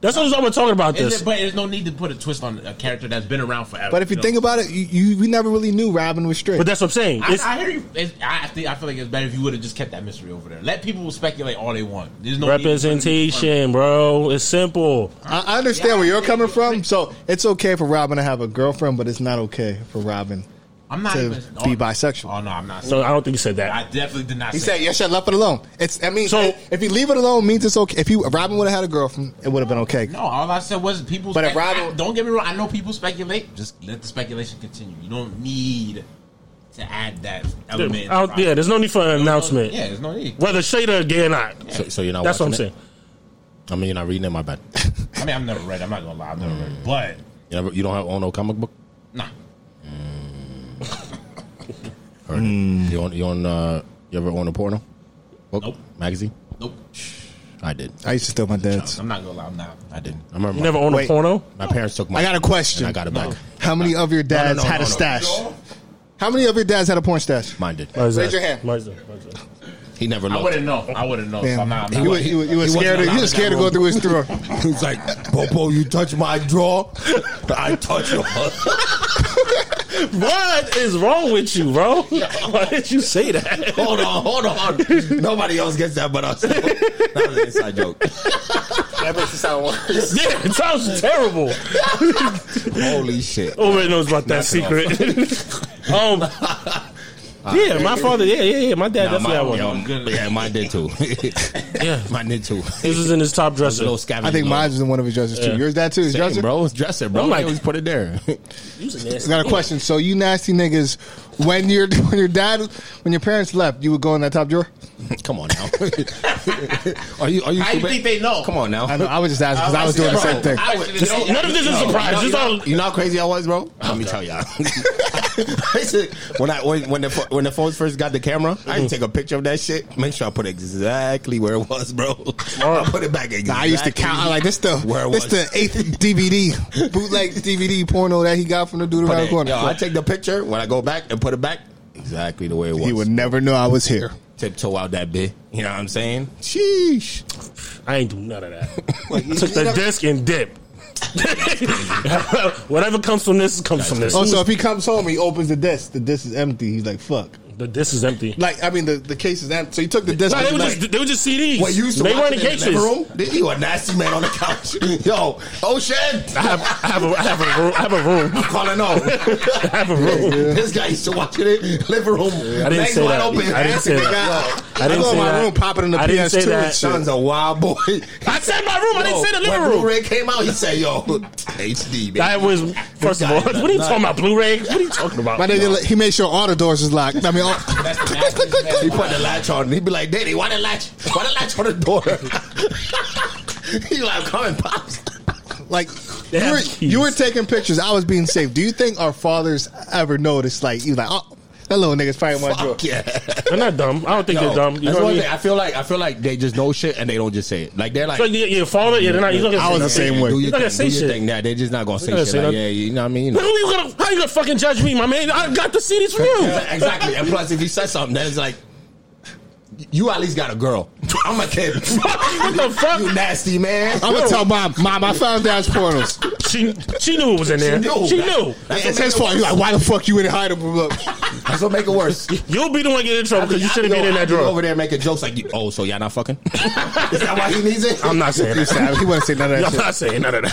Speaker 1: That's what I'm talking about.
Speaker 5: Is
Speaker 1: This.
Speaker 5: it, but there's no need to put a twist on a character that's been around forever.
Speaker 4: But if you
Speaker 5: know?
Speaker 4: think about it, you, you we never really knew Robin was straight.
Speaker 1: But that's what I'm saying.
Speaker 5: I,
Speaker 1: It's,
Speaker 5: I hear you. It's, I think I feel like it's better if you would have just kept that mystery over there. Let people speculate all they want. There's no need to put it in front of
Speaker 1: representation, bro. It's simple.
Speaker 4: I I understand where you're coming from. So it's okay for Robin to have a girlfriend, but it's not okay for Robin.
Speaker 5: I'm not
Speaker 4: to
Speaker 5: even,
Speaker 4: be bisexual.
Speaker 5: Oh no, I'm not.
Speaker 1: So I don't think you said
Speaker 5: I
Speaker 1: that.
Speaker 5: definitely did not.
Speaker 4: He
Speaker 5: say
Speaker 4: said,
Speaker 5: that.
Speaker 4: "Yes, I left it alone." It's. I mean,
Speaker 1: So-
Speaker 4: if you leave it alone, means it's okay. If you Robin would have had a girlfriend, it would have been okay.
Speaker 5: No, all I said was people.
Speaker 4: But if
Speaker 5: spec-
Speaker 4: Robin-
Speaker 5: I- don't get me wrong. I know people speculate. Just let the speculation continue. You don't need to add that
Speaker 1: I
Speaker 5: element.
Speaker 1: don't, yeah, there's no need for an announcement.
Speaker 5: Yeah, there's no need.
Speaker 1: Whether Shada gay or not.
Speaker 3: So, so you're not.
Speaker 1: That's what I'm
Speaker 3: watching
Speaker 1: saying.
Speaker 3: it? I mean, you're not reading it. My bad.
Speaker 5: I mean, I've never read. I'm not gonna lie. I've never
Speaker 4: Mm.
Speaker 5: read. But
Speaker 3: You, never, you don't have own no comic book.
Speaker 5: nah,
Speaker 3: Heard it. You on? You on? Uh, you ever own a porno? Book?
Speaker 5: Nope.
Speaker 3: Magazine?
Speaker 5: nope.
Speaker 3: I did.
Speaker 4: I used to steal my dad's.
Speaker 5: I'm not gonna lie. I'm not. I didn't.
Speaker 3: I remember.
Speaker 1: You
Speaker 3: my-
Speaker 1: never owned a
Speaker 4: Wait.
Speaker 1: porno?
Speaker 3: My parents took my.
Speaker 4: I got a question.
Speaker 3: And I got it back.
Speaker 4: How many of your dads
Speaker 3: no,
Speaker 4: had
Speaker 3: no,
Speaker 4: a
Speaker 3: no.
Speaker 4: stash? How many of your dads had a porn stash?
Speaker 3: Mine did.
Speaker 1: Raise
Speaker 4: your hand.
Speaker 1: Raise your raise your hand.
Speaker 3: He never
Speaker 5: I
Speaker 3: looked.
Speaker 5: wouldn't know. I wouldn't know. So
Speaker 4: Damn.
Speaker 5: I'm not. I'm
Speaker 4: you,
Speaker 5: not
Speaker 4: were, you, were, you were scared. To, you were scared to go through his drawer.
Speaker 3: He was like, Popo, you touch my drawer. I touch your.
Speaker 1: What is wrong with you, bro? Why did you say that?
Speaker 3: hold on, hold on. Nobody else gets that but us. that was an inside joke.
Speaker 1: Yeah, it sounds terrible.
Speaker 3: Holy shit.
Speaker 1: Nobody knows about that secret. um,
Speaker 3: Ah,
Speaker 1: yeah, my father. Yeah, yeah, yeah. My dad
Speaker 3: Nah,
Speaker 1: definitely
Speaker 3: my-
Speaker 1: had one.
Speaker 3: yo, yeah, mine did too.
Speaker 1: Yeah,
Speaker 3: mine did too.
Speaker 1: this was in his top dresser.
Speaker 3: Little scavenger.
Speaker 4: I think
Speaker 3: load.
Speaker 4: mine was in one of his dresses too.
Speaker 1: Yeah.
Speaker 4: Yours, that too. His
Speaker 3: Same,
Speaker 4: dresser.
Speaker 3: bro. It's dresser, bro.
Speaker 1: I'm like-
Speaker 3: They always put it there.
Speaker 1: You was a nasty
Speaker 4: I got a
Speaker 1: kid.
Speaker 4: question. So you nasty niggas, when your when your dad when your parents left, you would go in that top drawer.
Speaker 3: Come on now. are you? Are you?
Speaker 5: How you
Speaker 3: stupid?
Speaker 5: think they know?
Speaker 3: Come on now.
Speaker 4: I know. I was just asking because I was doing the same thing.
Speaker 5: I would,
Speaker 1: None of this is a surprise. Just all-
Speaker 3: You know how crazy I was, bro. Let me tell y'all. I said, when I when when the pho- when the phones first got the camera, I
Speaker 4: Mm.
Speaker 3: didn't take a picture of that shit. Make sure I put it exactly where it was, bro. I put it back exactly.
Speaker 4: Nah, I used to count. I like this the
Speaker 3: Where it
Speaker 4: this
Speaker 3: was.
Speaker 4: the eighth DVD bootleg DVD porno that he got from the dude
Speaker 3: Put
Speaker 4: around the
Speaker 3: it-
Speaker 4: corner.
Speaker 3: yo, I take the picture when I go back and put it back exactly the way it was.
Speaker 4: he would never know I was here.
Speaker 3: tiptoe out that bit. You know what I'm saying? Sheesh.
Speaker 1: I ain't do none of that. I took the disc and dip. Whatever comes from this comes from this.
Speaker 4: Oh, so if he comes home, he opens the desk. The desk is empty. He's like, "Fuck."
Speaker 1: the disc is empty.
Speaker 4: Like, I mean, the, the case is empty. So he took the desk.
Speaker 1: No,
Speaker 4: and
Speaker 1: they were
Speaker 4: like-
Speaker 1: just they were just CDs.
Speaker 3: What you used to
Speaker 1: they
Speaker 3: watch
Speaker 1: weren't in
Speaker 3: it in the
Speaker 1: cases.
Speaker 3: living room? You a nasty man on the couch. Yo, oh shit.
Speaker 1: I have, I have, a, I have a room. I have a room.
Speaker 3: I'm calling off.
Speaker 1: I have a room.
Speaker 3: This guy used to watch it in living room. I
Speaker 1: didn't say that. I didn't say
Speaker 3: that.
Speaker 1: I didn't
Speaker 4: go in
Speaker 1: say
Speaker 4: my
Speaker 1: that.
Speaker 4: room, popping in the
Speaker 1: I didn't say
Speaker 4: PS2 and
Speaker 1: that.
Speaker 4: shit.
Speaker 3: Son's a wild boy.
Speaker 1: I said my room. I didn't
Speaker 3: Yo,
Speaker 1: say the
Speaker 3: when
Speaker 1: living room.
Speaker 3: Blu-ray came out. He said, "Yo, HD." Baby.
Speaker 1: That was first of all. What are you talking about? Blu-ray? What are you talking
Speaker 4: My
Speaker 1: about?
Speaker 4: nigga, he made sure all the doors was locked. I mean,
Speaker 3: mean, all,
Speaker 5: That's the
Speaker 3: click, click, click,
Speaker 5: nasty
Speaker 3: click. He put the latch on. He'd be like, Daddy, why the latch? Why the latch on the door? he like, come and pop.
Speaker 4: Like
Speaker 1: They
Speaker 4: you
Speaker 1: have
Speaker 4: were,
Speaker 1: keys.
Speaker 4: you were taking pictures. I was being safe. Do you think our fathers ever noticed? Like you, like oh, that little nigga's fighting my drawer.
Speaker 3: Fuck yeah.
Speaker 1: They're not dumb. I don't think
Speaker 3: Yo,
Speaker 1: they're dumb. um, You know
Speaker 3: that's
Speaker 1: what I
Speaker 3: one
Speaker 1: mean?
Speaker 3: thing. I feel like I feel like they just know shit and they don't just say it. Like they're like,
Speaker 1: So you, you follow it? Yeah, they're not. You're not gonna
Speaker 4: I was the
Speaker 1: say
Speaker 4: same
Speaker 1: nothing.
Speaker 4: way.
Speaker 3: do
Speaker 1: You're
Speaker 3: your
Speaker 1: not
Speaker 3: thing,
Speaker 1: gonna
Speaker 3: do
Speaker 1: say
Speaker 3: your
Speaker 1: shit.
Speaker 3: thing. Nah, they just not gonna say
Speaker 1: not gonna
Speaker 3: shit.
Speaker 1: say
Speaker 3: Like,
Speaker 1: nothing.
Speaker 3: yeah, you know what I mean. You
Speaker 1: Who
Speaker 3: know.
Speaker 1: you gonna? How you gonna fucking judge me, my man? I got the CDs from you.
Speaker 3: Yeah, exactly. And plus, if you said something, then it's like, you at least got a girl. I'm a kid.
Speaker 1: what the
Speaker 3: you
Speaker 1: fuck?
Speaker 3: nasty man.
Speaker 4: I'm gonna tell mom, mom, I found dad's pornos.
Speaker 1: She she knew it was in there. She knew.
Speaker 3: That's, what
Speaker 4: It's his
Speaker 3: make it
Speaker 4: fault. You're like, why the fuck you in hide them? Look,
Speaker 3: worse. That's what make it worse.
Speaker 1: You'll be the one getting in trouble because you
Speaker 3: I
Speaker 1: should have
Speaker 3: be
Speaker 1: been in
Speaker 3: over- I
Speaker 1: that
Speaker 3: be Over
Speaker 1: drawer.
Speaker 3: there making jokes like, you- oh, so y'all not fucking? Is that why he needs it?
Speaker 1: I'm not saying that.
Speaker 4: he wouldn't say none of that
Speaker 1: I'm
Speaker 4: shit.
Speaker 1: not saying none of
Speaker 3: I'll,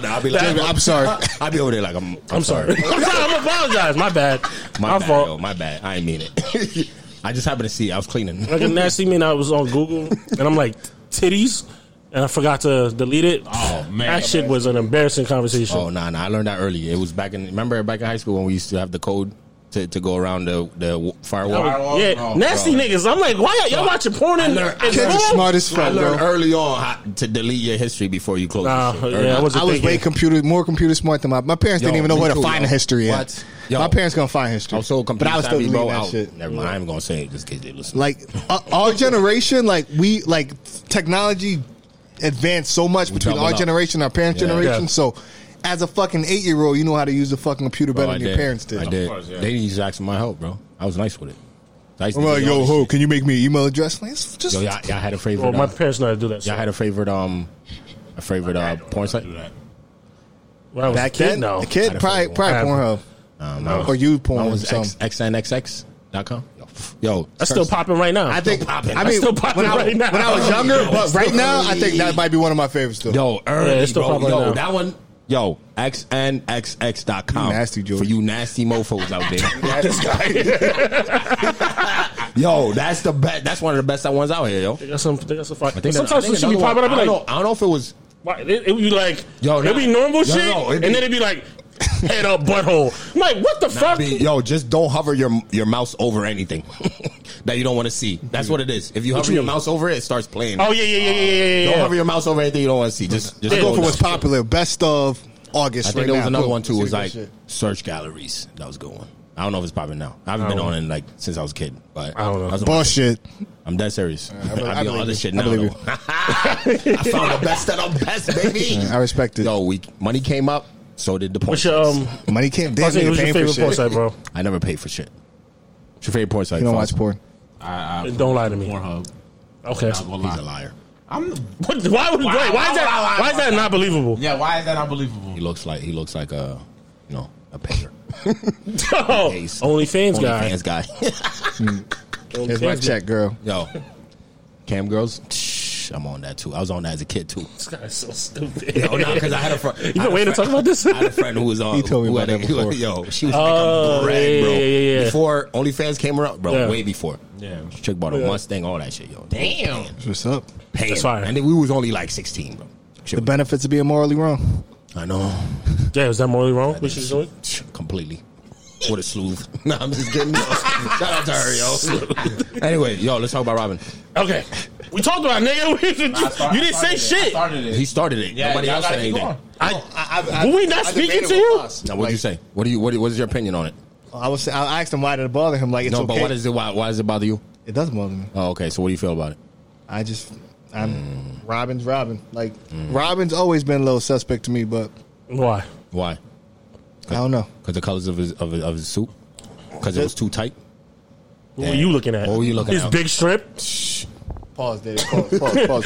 Speaker 1: that.
Speaker 3: I'll be like,
Speaker 4: David, I'm sorry.
Speaker 3: I'll be over there like, I'm, I'm,
Speaker 1: I'm sorry. I'm sorry. I'm apologize. My bad.
Speaker 3: My,
Speaker 1: My,
Speaker 3: bad,
Speaker 1: fault.
Speaker 3: yo, my bad. I ain't mean it. I just happened to see. it. I was cleaning.
Speaker 1: Like a nasty man, I was on Google and I'm like titties, and I forgot to delete it.
Speaker 5: Oh, man.
Speaker 1: that shit was an embarrassing conversation.
Speaker 3: Oh no, nah, no, nah, I learned that early. It was back in remember back in high school when we used to have the code to, to go around the the w- firewall.
Speaker 5: Firewall. Oh,
Speaker 1: yeah,
Speaker 5: no,
Speaker 1: nasty niggas. I'm like, why y'all, y'all watching porn in, in
Speaker 3: I
Speaker 4: Kids are
Speaker 1: school?
Speaker 4: smart as
Speaker 3: I
Speaker 4: fuck,
Speaker 3: learned
Speaker 4: bro.
Speaker 3: early on how to delete your history before you close.
Speaker 1: Nah,
Speaker 3: your shit.
Speaker 1: yeah, I wasn't
Speaker 4: I was
Speaker 1: thinking.
Speaker 4: way computer, more computer smart than my my parents.
Speaker 3: Yo,
Speaker 4: didn't even know
Speaker 3: me
Speaker 4: where to
Speaker 3: too, yo.
Speaker 4: find the history
Speaker 3: What?
Speaker 4: yet.
Speaker 3: Yo.
Speaker 4: My parents gonna find history.
Speaker 3: I'm so
Speaker 4: but I was still
Speaker 3: confused,
Speaker 4: deleting
Speaker 3: bro.
Speaker 4: that
Speaker 3: I'll-
Speaker 4: shit.
Speaker 3: Never mind. I'm gonna say it just in case they listen.
Speaker 4: Like uh, our generation, like we like technology advanced so much between
Speaker 3: doubled
Speaker 4: our
Speaker 3: up.
Speaker 4: generation, and our parents'
Speaker 3: Yeah.
Speaker 4: generation.
Speaker 1: Yeah.
Speaker 4: So, as a fucking eight year old, you know how to use the fucking computer
Speaker 3: Bro,
Speaker 4: better
Speaker 3: I
Speaker 4: than your
Speaker 3: did.
Speaker 4: parents did.
Speaker 3: I did.
Speaker 5: course, yeah.
Speaker 3: They used to ask for my help, bro. I was nice with it. I used
Speaker 4: I'm
Speaker 3: to
Speaker 4: like,
Speaker 3: do all
Speaker 4: yo,
Speaker 3: this
Speaker 4: ho,
Speaker 3: shit.
Speaker 4: can you make me an email address? Like, it's just
Speaker 3: Yo, y'all, y'all had a favorite.
Speaker 1: Well, my
Speaker 3: uh,
Speaker 1: parents know how to do that.
Speaker 3: y'all
Speaker 1: shit.
Speaker 3: had a favorite. Um, a favorite uh, porn site.
Speaker 5: Do that.
Speaker 1: When I was
Speaker 4: that
Speaker 1: a kid,
Speaker 4: kid,
Speaker 1: no.
Speaker 4: the kid,
Speaker 3: Had a
Speaker 4: probably
Speaker 3: phone.
Speaker 1: Had a
Speaker 4: probably
Speaker 1: phone.
Speaker 4: Pornhub or you porn.
Speaker 3: Um, I
Speaker 4: or
Speaker 3: was
Speaker 4: something.
Speaker 3: X, xnxx.com. Yo, pff, yo
Speaker 1: That's still popping right now.
Speaker 4: I think.
Speaker 3: popping.
Speaker 4: I
Speaker 3: That's
Speaker 4: mean,
Speaker 1: still popping
Speaker 4: when I,
Speaker 1: right now.
Speaker 4: when I was younger, but
Speaker 3: It's
Speaker 4: right
Speaker 3: still
Speaker 4: now, I think that
Speaker 3: early.
Speaker 4: might be one of my favorites. Though,
Speaker 3: Yo, early,
Speaker 1: Yeah, it's still
Speaker 3: bro.
Speaker 1: popping
Speaker 3: Yo,
Speaker 1: now.
Speaker 3: that one. Yo, xnxx.com.
Speaker 4: You nasty, George.
Speaker 3: For you nasty mofos out there. this guy. yo, that's the best. That's one of the best ones out here, yo.
Speaker 1: they got some. They got some. Fun.
Speaker 3: I think that-
Speaker 1: Sometimes
Speaker 3: I
Speaker 1: some
Speaker 3: think
Speaker 1: shit be
Speaker 3: another
Speaker 1: popping up.
Speaker 3: one- I
Speaker 1: and
Speaker 3: don't,
Speaker 1: like,
Speaker 3: know, I don't know if it was.
Speaker 1: why- it, it would be like,
Speaker 3: Yo,
Speaker 1: it'd
Speaker 3: nah.
Speaker 1: be normal
Speaker 3: Yo,
Speaker 1: shit,
Speaker 3: no, it'd be-
Speaker 1: and then it'd be like head up butthole. I'm like, what the fuck?
Speaker 3: Be- yo, just don't hover your your mouse over anything that you don't want to see. That's what it is. If you hover
Speaker 1: you
Speaker 3: your
Speaker 1: mean?
Speaker 3: mouse over it, it starts playing.
Speaker 1: oh yeah, yeah, yeah, yeah, yeah, yeah.
Speaker 3: Don't
Speaker 1: yeah.
Speaker 3: hover your mouse over anything you don't want to see. Just just
Speaker 1: Yeah.
Speaker 4: go for
Speaker 3: down.
Speaker 4: what's popular. Best of August.
Speaker 3: I think
Speaker 4: right
Speaker 3: there was
Speaker 4: now.
Speaker 3: another
Speaker 4: Boom.
Speaker 3: one too.
Speaker 4: See
Speaker 3: Was
Speaker 4: that
Speaker 3: like
Speaker 4: shit.
Speaker 3: search galleries. That was a good one. I don't know if it's popping now. I haven't been on it like since I was a kid. But
Speaker 1: I don't know.
Speaker 3: that was my-
Speaker 4: bullshit.
Speaker 3: I'm dead serious. I,
Speaker 4: be- I
Speaker 3: be on
Speaker 4: believe
Speaker 3: other
Speaker 4: you.
Speaker 3: shit
Speaker 4: I
Speaker 3: now.
Speaker 4: believe
Speaker 3: though. I found the best that I'm best, baby.
Speaker 4: I respect it.
Speaker 3: Yo, we money came up. So did the porn.
Speaker 1: What's your um?
Speaker 4: Money can't. Damn,
Speaker 1: What's
Speaker 4: nigga
Speaker 1: your
Speaker 4: paying for
Speaker 1: favorite porn
Speaker 4: shit.
Speaker 1: site, bro?
Speaker 3: sites. I never paid for shit. What's your favorite porn site?
Speaker 4: You don't watch
Speaker 3: Fausto?
Speaker 4: porn.
Speaker 5: I, I,
Speaker 1: Don't lie to me.
Speaker 5: Pornhub.
Speaker 1: Okay.
Speaker 5: Not gonna
Speaker 3: He's a
Speaker 5: lie.
Speaker 3: liar.
Speaker 5: I'm.
Speaker 1: What, why would? wait, why is
Speaker 5: Why- why- why-
Speaker 1: that?
Speaker 5: why-
Speaker 1: Why is that not believable?
Speaker 5: Yeah, why is that unbelievable?
Speaker 3: He looks like he looks like a you know a painter.
Speaker 1: Oh,
Speaker 3: Ace.
Speaker 1: OnlyFans guy.
Speaker 3: OnlyFans guy.
Speaker 4: Here's my
Speaker 1: OnlyFans
Speaker 4: check, girl.
Speaker 3: Yo, cam girls. Shh, I'm on that too. I was on that as a kid too.
Speaker 1: This guy is so stupid.
Speaker 3: Yo, nah, because I had a friend. You
Speaker 1: been waiting to talk about this?
Speaker 3: I had a friend who was on.
Speaker 4: He told me
Speaker 3: who
Speaker 4: about
Speaker 3: had
Speaker 4: that
Speaker 3: a- who-
Speaker 4: before.
Speaker 3: Yo, she was
Speaker 1: Oh,
Speaker 3: making bread,
Speaker 1: yeah,
Speaker 3: bro.
Speaker 1: yeah, yeah, yeah.
Speaker 3: Before OnlyFans came around, bro,
Speaker 1: Yeah.
Speaker 3: way before.
Speaker 5: Yeah.
Speaker 3: Chick bought a
Speaker 1: Yeah.
Speaker 3: Mustang, all that shit, yo.
Speaker 5: Damn.
Speaker 4: What's up?
Speaker 3: Damn.
Speaker 1: That's fire.
Speaker 3: And then we was only like 16, bro. Shit
Speaker 4: The
Speaker 3: was-
Speaker 4: benefits of being morally wrong.
Speaker 3: I know.
Speaker 1: Yeah, was that morally wrong? What she was doing?
Speaker 3: Shh, Completely. What a sleuth. nah, I'm just kidding. Yo. Shout out to her, yo. anyway, yo, let's talk about Robin.
Speaker 1: Okay, we talked about it, nigga. We-
Speaker 5: I start-
Speaker 1: you didn't
Speaker 5: I
Speaker 1: say
Speaker 5: started it. I
Speaker 1: shit.
Speaker 5: started it.
Speaker 3: He started it.
Speaker 5: Yeah,
Speaker 3: Nobody
Speaker 5: y'all
Speaker 3: else said
Speaker 5: gotta keep
Speaker 3: anything.
Speaker 5: going.
Speaker 4: I,
Speaker 1: Were we not speaking to you?
Speaker 3: Now, what'd you say? What do you? What, what is your opinion on it?
Speaker 4: I was. I asked him why did it bother him. Like it's
Speaker 3: no,
Speaker 4: okay.
Speaker 3: but what is it? Why, why does it bother you?
Speaker 4: it doesn't bother me.
Speaker 3: Oh, okay. So, what do you feel about it?
Speaker 4: I just. I'm.
Speaker 3: Mm.
Speaker 4: Robin's Robin. Like Robin's always been a little suspect to me, but
Speaker 1: Why?
Speaker 3: Why?
Speaker 4: I don't know.
Speaker 3: Because the colors of his of, his- of his suit. Because it was too tight.
Speaker 1: What
Speaker 3: Damn.
Speaker 1: were you looking at?
Speaker 3: What were you looking
Speaker 1: His
Speaker 3: at?
Speaker 1: big strip.
Speaker 4: Pause, Daddy. Pause. Pause. Pause. pause,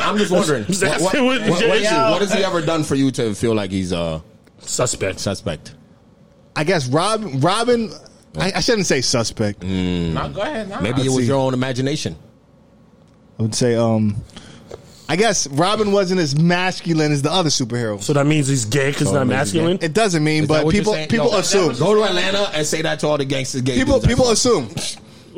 Speaker 3: I'm just wondering.
Speaker 1: Just
Speaker 3: what, what,
Speaker 1: asking what
Speaker 3: what-
Speaker 1: your
Speaker 3: what-
Speaker 1: issue.
Speaker 3: what has he ever done for you to feel like he's a
Speaker 1: Suspect.
Speaker 3: suspect?
Speaker 4: I guess Robin. Robin. I, I shouldn't say suspect.
Speaker 5: Nah, go ahead. Nah.
Speaker 3: Maybe it was
Speaker 4: see.
Speaker 3: your own imagination.
Speaker 4: I would say. Um. I guess Robin wasn't as masculine as the other superheroes.
Speaker 1: So that means he's gay because
Speaker 3: So
Speaker 1: not
Speaker 3: it means he's
Speaker 1: masculine.
Speaker 4: It doesn't mean,
Speaker 3: Is that
Speaker 4: but
Speaker 3: what you're
Speaker 4: people
Speaker 3: saying?
Speaker 4: people
Speaker 3: Yo,
Speaker 4: assume.
Speaker 3: Go to Atlanta and say that to all the gangsters. Gay
Speaker 4: People
Speaker 3: dudes.
Speaker 4: people assume.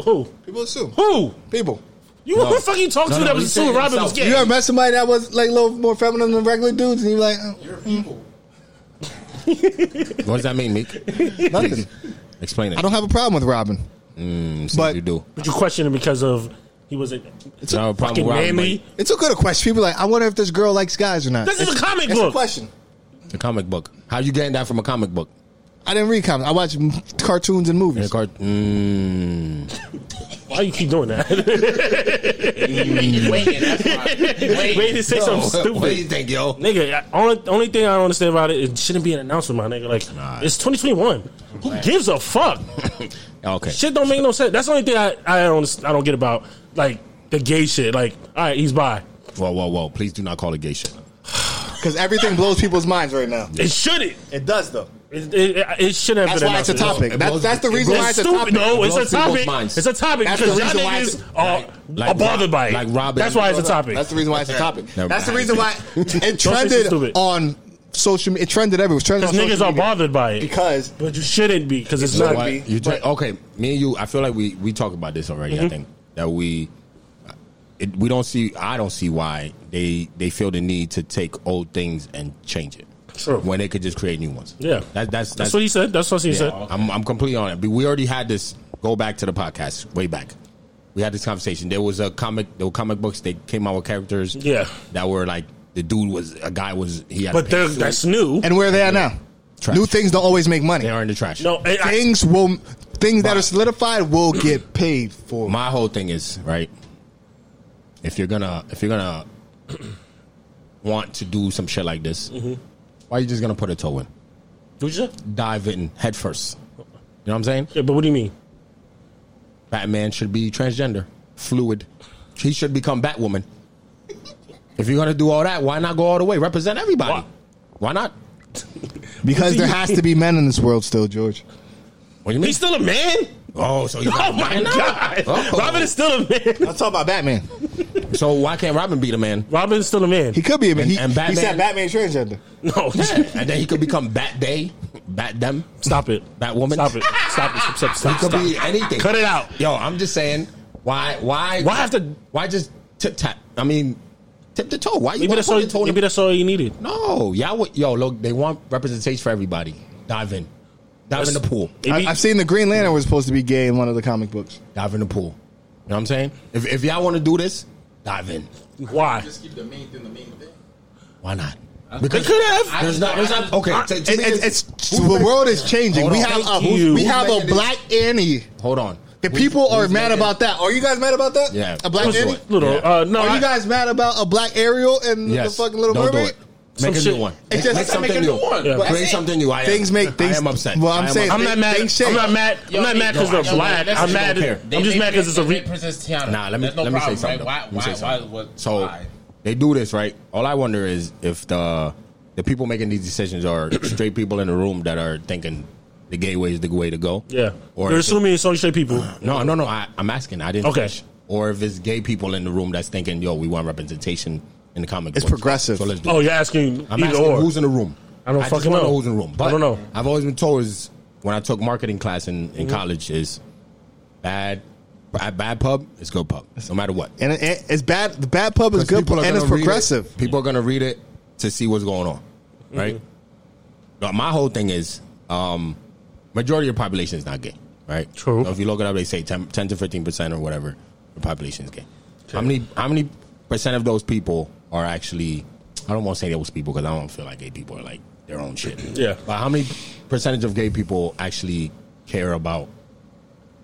Speaker 1: Who?
Speaker 4: People assume.
Speaker 1: Who?
Speaker 4: People.
Speaker 1: You
Speaker 3: No.
Speaker 1: who the fuck you talked
Speaker 3: No,
Speaker 1: to
Speaker 3: no,
Speaker 1: that
Speaker 3: he
Speaker 1: was
Speaker 3: said
Speaker 1: assuming Robin was
Speaker 3: himself.
Speaker 1: gay?
Speaker 4: You ever met somebody that was like a little more feminine than regular dudes, and you're like, oh,
Speaker 7: You're people.
Speaker 3: What does that mean, Meek?
Speaker 4: nothing.
Speaker 3: Explain it.
Speaker 4: I don't have a problem with Robin.
Speaker 3: Mm, see
Speaker 4: but-
Speaker 3: what you do.
Speaker 1: But you question him because of he was a
Speaker 3: It's a
Speaker 1: fucking manly.
Speaker 4: It's a good question. People are like, I wonder if this girl likes guys or not.
Speaker 1: This is a comic
Speaker 4: It's a
Speaker 1: book.
Speaker 4: question.
Speaker 3: The comic book. How you getting that from a comic book?
Speaker 4: I didn't read comics. I watch m- cartoons and
Speaker 3: In a
Speaker 4: movies.
Speaker 3: cart- mm.
Speaker 1: Why you keep doing that?
Speaker 3: Wait, that's fine.
Speaker 1: Wait to say something stupid.
Speaker 3: What do you think, yo?
Speaker 1: nigga, I- only only thing I don't understand about it, it shouldn't be an announcement, my nigga. Like it's 2021. Who gives a fuck?
Speaker 3: Okay.
Speaker 1: shit don't make no sense. That's the only thing I I don't I don't get about like the gay shit. Like, all right, he's bi.
Speaker 3: Whoa, whoa, whoa! Please do not call it gay shit.
Speaker 4: Because everything blows people's minds right now.
Speaker 1: It shouldn't.
Speaker 4: It does, though.
Speaker 1: It, it, it shouldn't have
Speaker 4: That's
Speaker 1: been
Speaker 4: why it's a
Speaker 1: announced.
Speaker 4: topic.
Speaker 3: It
Speaker 4: That's,
Speaker 3: blows-
Speaker 4: that's the
Speaker 3: it
Speaker 4: reason
Speaker 3: blows
Speaker 4: why
Speaker 1: It's
Speaker 4: it's a
Speaker 1: stupid.
Speaker 4: topic.
Speaker 1: No, it's a
Speaker 3: Blows people's
Speaker 1: topic.
Speaker 3: minds.
Speaker 1: It's a topic
Speaker 4: That's the
Speaker 1: because y'all
Speaker 4: reason why it's-
Speaker 1: niggas are,
Speaker 3: like
Speaker 1: are bothered
Speaker 3: Rob-
Speaker 1: by it.
Speaker 3: like Robin.
Speaker 1: That's why it's a topic.
Speaker 4: That's the reason why it's a topic.
Speaker 3: Never
Speaker 4: That's the
Speaker 3: mind.
Speaker 4: reason why it
Speaker 1: stupid.
Speaker 4: trended on social media. It trended everywhere. It trended
Speaker 1: Because
Speaker 4: on social
Speaker 1: niggas are
Speaker 4: media
Speaker 1: bothered by it.
Speaker 4: Because
Speaker 1: But you shouldn't be because it's
Speaker 4: You know
Speaker 1: not.
Speaker 4: what?
Speaker 3: Why- you think- okay, me and you. I feel like we we talked about this already.
Speaker 1: Mm-hmm.
Speaker 3: I think that we uh, it, we don't see. I don't see why they they feel the need to take old things and change it.
Speaker 1: True.
Speaker 3: When they could just create new ones.
Speaker 1: Yeah.
Speaker 3: That, that's
Speaker 1: That's
Speaker 3: that's
Speaker 1: what he said. That's what he said.
Speaker 3: I'm, I'm completely on it. But we already had this. Go back to the podcast way back. We had this conversation. There was a comic. There were comic books. They came out with characters.
Speaker 1: Yeah.
Speaker 3: That were like the dude was a guy was he had. a
Speaker 1: But
Speaker 3: pink
Speaker 1: they're-
Speaker 3: suit.
Speaker 1: that's new.
Speaker 4: and where they are now,
Speaker 3: Trash.
Speaker 4: new things don't always make money.
Speaker 3: they are in the trash.
Speaker 1: No, eh- I, I,
Speaker 4: Things will things that are solidified will get paid for.
Speaker 3: my whole thing is right. If you're gonna if you're gonna want to do some shit like this,
Speaker 1: Mm-hmm.
Speaker 3: why are you just gonna put a toe in,
Speaker 1: What'd you say?
Speaker 3: dive in head first? You know what I'm saying?
Speaker 1: Yeah, but what do you mean?
Speaker 3: Batman should be transgender, fluid. He should become Batwoman. If you're gonna do all that, why not go all the way? Represent everybody.
Speaker 1: Why?
Speaker 3: Why, not?
Speaker 4: Because there has to be men in this world still, George.
Speaker 3: What do you mean?
Speaker 1: He's still a man.
Speaker 3: oh, so you
Speaker 1: Oh my god,
Speaker 3: Oh.
Speaker 1: Robin is still a man.
Speaker 4: I'm talking about Batman.
Speaker 3: So why can't Robin be the man?
Speaker 1: Robin is still a man.
Speaker 4: He could be a man.
Speaker 3: And-
Speaker 4: He,
Speaker 3: and Batman-
Speaker 4: he said Batman transgender.
Speaker 1: No,
Speaker 3: and then he could become Bat Day, Bat Them.
Speaker 1: stop it,
Speaker 3: Batwoman?
Speaker 1: Stop it, stop it, stop, stop,
Speaker 3: He
Speaker 1: stop,
Speaker 3: could
Speaker 1: stop.
Speaker 3: be anything.
Speaker 1: Cut it out.
Speaker 3: Yo, I'm just saying. Why? Why?
Speaker 1: Why have to?
Speaker 3: Why just tip tap? I mean, tip the toe. Why you
Speaker 1: Maybe
Speaker 3: want to
Speaker 1: that's
Speaker 3: put
Speaker 1: all.
Speaker 3: your toe? in
Speaker 1: Maybe
Speaker 3: the-
Speaker 1: that's all you needed.
Speaker 3: No, y'all. would- Yo, look, they want representation for everybody. Dive in. Dive in the pool.
Speaker 1: Maybe-
Speaker 4: I, I've seen the Green Lantern was supposed to be gay in one of the comic books.
Speaker 3: Dive in the pool. You know what I'm saying? If, if y'all want to do this, dive in.
Speaker 1: why?
Speaker 7: Just keep the main thing the main thing.
Speaker 3: Why not?
Speaker 1: They could have.
Speaker 3: There's not. There's not. Okay. to- to
Speaker 4: It-
Speaker 3: me,
Speaker 4: it-
Speaker 3: it's-
Speaker 4: it's, the world is changing.
Speaker 3: Hold
Speaker 4: We
Speaker 3: on.
Speaker 4: have a
Speaker 1: Thank you.
Speaker 4: we have
Speaker 3: Who's
Speaker 4: a
Speaker 3: making
Speaker 4: black Annie.
Speaker 3: hold on.
Speaker 4: The
Speaker 3: Who's-
Speaker 4: people are
Speaker 3: who's
Speaker 4: mad
Speaker 3: making-
Speaker 4: about that. Are you guys mad about that?
Speaker 3: Yeah.
Speaker 4: a black
Speaker 3: Don't do
Speaker 4: Annie.
Speaker 3: it.
Speaker 1: Little.
Speaker 3: Yeah.
Speaker 1: Uh, no,
Speaker 4: Are
Speaker 1: I,
Speaker 4: Oh, you guys mad about a black Ariel and
Speaker 3: Yes.
Speaker 4: the fucking Little
Speaker 3: Don't
Speaker 4: Mermaid?
Speaker 3: do it. Make
Speaker 1: Some
Speaker 3: a
Speaker 1: shit.
Speaker 3: new one.
Speaker 4: It's just-
Speaker 3: make something
Speaker 4: Make a
Speaker 3: new.
Speaker 4: new
Speaker 3: one.
Speaker 4: one. Yeah.
Speaker 3: Create
Speaker 4: That's it.
Speaker 3: something new. I am-
Speaker 4: Things make- things-
Speaker 3: I am upset.
Speaker 4: Well, I'm
Speaker 3: I am
Speaker 4: saying-
Speaker 1: I'm
Speaker 3: upset.
Speaker 1: not
Speaker 4: They-
Speaker 1: mad.
Speaker 4: they shake.
Speaker 1: I'm not mad. I'm not mad because they're black. I'm mad.
Speaker 3: care.
Speaker 1: I'm just mad because it's a. Re-
Speaker 5: represents Tiana.
Speaker 3: Nah, let me
Speaker 5: There's no
Speaker 3: let me say
Speaker 5: problem,
Speaker 3: something.
Speaker 5: right?
Speaker 3: though.
Speaker 5: Why?
Speaker 3: Let me
Speaker 5: Why?
Speaker 3: say
Speaker 5: why,
Speaker 3: something.
Speaker 5: what,
Speaker 3: so
Speaker 5: why?
Speaker 3: they do this, right? All I wonder is if the the people making these decisions are straight people in the room that are thinking the gay way is the way to go.
Speaker 1: yeah,
Speaker 3: Or
Speaker 1: you're
Speaker 3: if it-
Speaker 1: assuming it's only straight people.
Speaker 3: no, no, no. I, I'm asking. I didn't.
Speaker 1: Okay.
Speaker 3: finish. Or if it's gay people in the room that's thinking, "Yo, we want representation in the comic."
Speaker 4: It's
Speaker 3: books.
Speaker 4: progressive.
Speaker 3: So let's do.
Speaker 1: Oh,
Speaker 3: it.
Speaker 1: you're asking
Speaker 3: I'm
Speaker 1: either
Speaker 3: asking
Speaker 1: or.
Speaker 3: who's in the room.
Speaker 1: I don't
Speaker 3: just
Speaker 1: fucking
Speaker 3: wanna
Speaker 1: know.
Speaker 3: who's in the room.
Speaker 1: I
Speaker 3: But
Speaker 1: don't know. Mm-hmm.
Speaker 3: I've always been told is when I took marketing class in, in college is bad. Bad bad pub is good pub, no matter what.
Speaker 4: And it- it- it's bad. The bad pub is good,
Speaker 3: people are
Speaker 4: and it's
Speaker 3: gonna read it.
Speaker 4: progressive.
Speaker 3: People are gonna read it to see what's going on, right? But my whole thing is, um, majority of the population is not gay, right?
Speaker 1: True.
Speaker 3: So if you look it up, they say 10, 10 to fifteen percent or whatever the population is gay. How many? How many percent of those people are actually? I don't want to say those people because I don't feel like gay people are like their own shit.
Speaker 1: Yeah.
Speaker 3: But how many percentage of gay people actually care about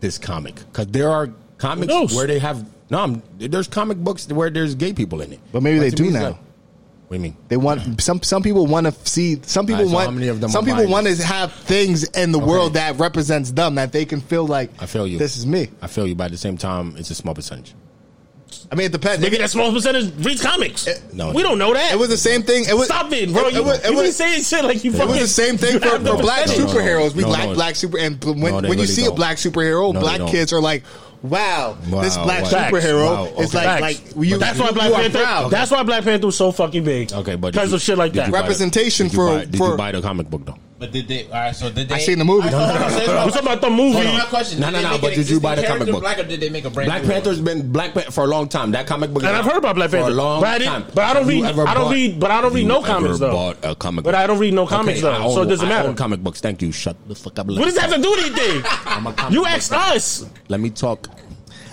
Speaker 3: this comic? Because there are comics
Speaker 1: knows?
Speaker 3: where they have no. I'm, there's comic books where there's gay people in it.
Speaker 4: But maybe they
Speaker 3: to me,
Speaker 4: do
Speaker 3: it's
Speaker 4: now.
Speaker 3: like- what do you mean?
Speaker 4: They want some. Some people want to see. Some people
Speaker 3: Alright, so
Speaker 4: want.
Speaker 3: how many of them
Speaker 4: some
Speaker 3: are
Speaker 4: people want
Speaker 3: minors?
Speaker 4: to have things in the world that represents them that they can feel like.
Speaker 3: I feel you.
Speaker 4: This is me.
Speaker 3: I feel you. But at the same time, it's a small percentage.
Speaker 4: I mean, it depends.
Speaker 1: Maybe
Speaker 4: It,
Speaker 1: that small percentage reads comics.
Speaker 3: no,
Speaker 1: we
Speaker 3: it-
Speaker 1: don't know that.
Speaker 4: was the same thing. It was
Speaker 1: Stop it, bro.
Speaker 4: It,
Speaker 1: you,
Speaker 4: it was,
Speaker 1: you
Speaker 4: it
Speaker 1: be
Speaker 4: was-
Speaker 1: saying shit like you
Speaker 4: it
Speaker 1: fucking.
Speaker 4: was the same thing for,
Speaker 1: have no
Speaker 4: for black
Speaker 1: percentage.
Speaker 4: superheroes. We
Speaker 3: No, no,
Speaker 4: like
Speaker 3: no.
Speaker 4: black super, and when, when
Speaker 3: No, they
Speaker 4: you
Speaker 3: really
Speaker 4: see a
Speaker 3: don't.
Speaker 4: black superhero,
Speaker 3: No, they
Speaker 4: black
Speaker 3: don't.
Speaker 4: kids are like, "Wow, this
Speaker 3: Wow,
Speaker 4: black
Speaker 3: wow.
Speaker 4: superhero
Speaker 3: Wow,
Speaker 4: is
Speaker 3: okay.
Speaker 4: like
Speaker 1: Facts.
Speaker 4: like you."
Speaker 1: But that's why
Speaker 4: you
Speaker 1: Black
Speaker 4: are
Speaker 1: Panther.
Speaker 4: proud.
Speaker 1: That's why Black Panther was so fucking big.
Speaker 3: Okay, but did
Speaker 1: because
Speaker 3: you-
Speaker 1: of shit like
Speaker 3: did you
Speaker 1: that.
Speaker 3: buy the-
Speaker 4: Representation
Speaker 3: did you
Speaker 4: for-
Speaker 3: buy, did
Speaker 4: for-
Speaker 3: you buy the comic book though?
Speaker 5: But did they? All right. So did they?
Speaker 4: I seen the movie.
Speaker 5: I- hold on, hold on, say
Speaker 1: We're
Speaker 5: something.
Speaker 1: talking about the movie.
Speaker 5: Hold on, my question.
Speaker 3: No,
Speaker 5: Did
Speaker 3: no,
Speaker 5: they
Speaker 3: no,
Speaker 5: make
Speaker 3: but
Speaker 5: an
Speaker 3: did you buy the comic
Speaker 5: existing character
Speaker 3: book?
Speaker 5: Black or did they make a brand
Speaker 3: Black
Speaker 5: new one?
Speaker 3: Panther's been Black Panther for a long time. That comic book,
Speaker 1: And I've heard about Black Panther.
Speaker 3: for a long
Speaker 1: but I didn't-
Speaker 3: time.
Speaker 1: But I don't
Speaker 3: Have you
Speaker 1: read.
Speaker 3: ever
Speaker 1: I don't
Speaker 3: bought-
Speaker 1: read. But I don't
Speaker 3: have
Speaker 1: read
Speaker 3: you
Speaker 1: no
Speaker 3: ever
Speaker 1: comics though.
Speaker 3: Bought a comic
Speaker 1: But
Speaker 3: book?
Speaker 1: I don't read no comics,
Speaker 3: I
Speaker 1: though, so it doesn't
Speaker 3: I
Speaker 1: matter.
Speaker 3: own comic books. Thank you. Shut the fuck up.
Speaker 1: What does that have to do with anything?
Speaker 3: I'm a comic
Speaker 1: You
Speaker 3: book
Speaker 1: asked
Speaker 3: guy.
Speaker 1: us.
Speaker 3: Let me talk.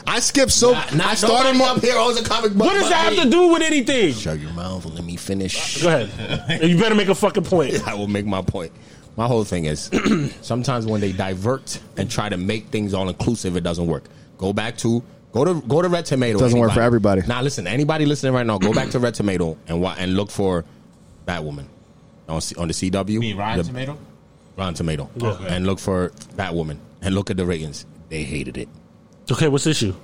Speaker 4: I skipped so. I started my.
Speaker 3: up here owns a comic book.
Speaker 1: What does that have to do with anything?
Speaker 3: Shut your mouth and let me finish.
Speaker 1: Go ahead. You better make a fucking point.
Speaker 3: I will make my point. My whole thing is sometimes when they divert and try to make things all inclusive, it doesn't work. Go back to go to go to Red Tomato.
Speaker 4: Doesn't work for everybody.
Speaker 3: Now listen, anybody listening right now, go back to Red Tomato and wa- and look for Batwoman on C- on the CW.
Speaker 5: You mean Rotten
Speaker 3: the,
Speaker 5: Tomato?
Speaker 3: Rotten Tomato.
Speaker 5: Okay.
Speaker 3: And look for Batwoman and look at the ratings. They hated it.
Speaker 1: Okay, what's the issue?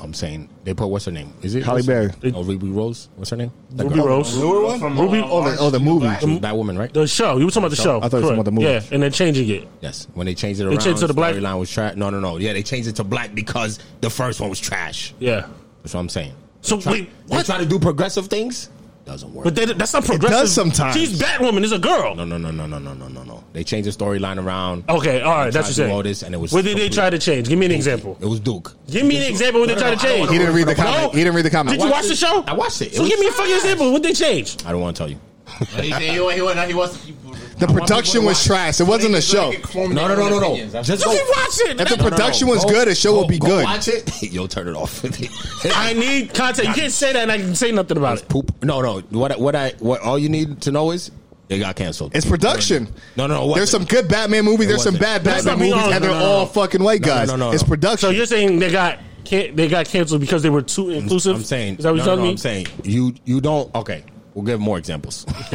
Speaker 3: I'm saying they put what's her name? Is it
Speaker 4: Halle Berry.
Speaker 3: Oh, Ruby Rose. What's her name? That
Speaker 1: Ruby
Speaker 3: girl.
Speaker 1: Rose.
Speaker 5: From,
Speaker 1: Ruby-
Speaker 5: uh,
Speaker 4: Oh, the, oh, the movie.
Speaker 3: She- Batwoman, right?
Speaker 1: The show. You were talking about the show.
Speaker 4: I thought you were talking about the movie.
Speaker 1: Yeah, and then changing it.
Speaker 3: Yes, when they changed it around,
Speaker 1: changed it to black?
Speaker 3: Line was trash. No, no, no. Yeah, they changed it to black because the first one was trash.
Speaker 1: Yeah.
Speaker 3: That's what I'm saying.
Speaker 1: So wait,
Speaker 3: They
Speaker 1: what?
Speaker 3: try to do progressive things, doesn't work.
Speaker 1: But they, that's not progressive.
Speaker 4: does sometimes.
Speaker 1: She's Batwoman. Is a girl.
Speaker 3: no, no, no, no, no, no, no, no, no. They changed the storyline around.
Speaker 1: Okay, all right.
Speaker 3: Tried
Speaker 1: That's
Speaker 3: to
Speaker 1: what
Speaker 3: do
Speaker 1: you're
Speaker 3: all
Speaker 1: saying.
Speaker 3: this and it was
Speaker 1: What did they
Speaker 3: complete-
Speaker 1: try to change? Give me an example.
Speaker 3: It was Duke.
Speaker 1: Give me an example when they try to change.
Speaker 4: He didn't read the comic. He didn't read the comic.
Speaker 1: Did you watch the
Speaker 3: it.
Speaker 1: show?
Speaker 3: I watched it. It
Speaker 1: So
Speaker 3: was
Speaker 1: give me a fucking
Speaker 3: trash.
Speaker 1: example. What they change?
Speaker 3: I don't want to tell you.
Speaker 5: he, said he, wa- he, wa- he wants to keep-
Speaker 4: The
Speaker 5: I want
Speaker 4: production
Speaker 5: people to
Speaker 4: was
Speaker 5: watch.
Speaker 4: trash. It
Speaker 5: So
Speaker 4: wasn't
Speaker 5: they
Speaker 4: a
Speaker 5: can- so
Speaker 4: show.
Speaker 5: they can form
Speaker 3: No, no,
Speaker 5: their
Speaker 3: no,
Speaker 5: own
Speaker 3: no, no.
Speaker 5: opinions. That's-
Speaker 3: Just
Speaker 1: You
Speaker 3: go-
Speaker 1: can watch it.
Speaker 4: If the
Speaker 3: No, no, no.
Speaker 4: production was
Speaker 3: Go-
Speaker 4: good, the show
Speaker 3: go-
Speaker 4: would be
Speaker 3: go
Speaker 4: good.
Speaker 3: Watch it. You'll turn it off.
Speaker 1: I need content. You can't say that and I can say nothing about it.
Speaker 3: poop. No, no. What? I- What? I. What? All you need to know is they got canceled.
Speaker 4: It's production.
Speaker 3: No, no, no, it
Speaker 4: There's some
Speaker 3: wasn't.
Speaker 4: good Batman movies. There's some
Speaker 3: wasn't.
Speaker 4: bad
Speaker 1: Let's not
Speaker 4: Batman
Speaker 1: be
Speaker 4: movies,
Speaker 1: honest.
Speaker 4: and they're
Speaker 1: No, no,
Speaker 4: all
Speaker 1: no.
Speaker 4: fucking white
Speaker 3: No, no,
Speaker 4: guys.
Speaker 3: no, no,
Speaker 4: It's
Speaker 3: no.
Speaker 1: So
Speaker 4: production.
Speaker 1: you're saying they got can't, they got canceled because they were too inclusive?
Speaker 3: I'm saying.
Speaker 1: Is that what you're
Speaker 3: no,
Speaker 1: telling
Speaker 3: no,
Speaker 1: me?
Speaker 3: I'm saying you. You don't. Okay. We'll give more examples.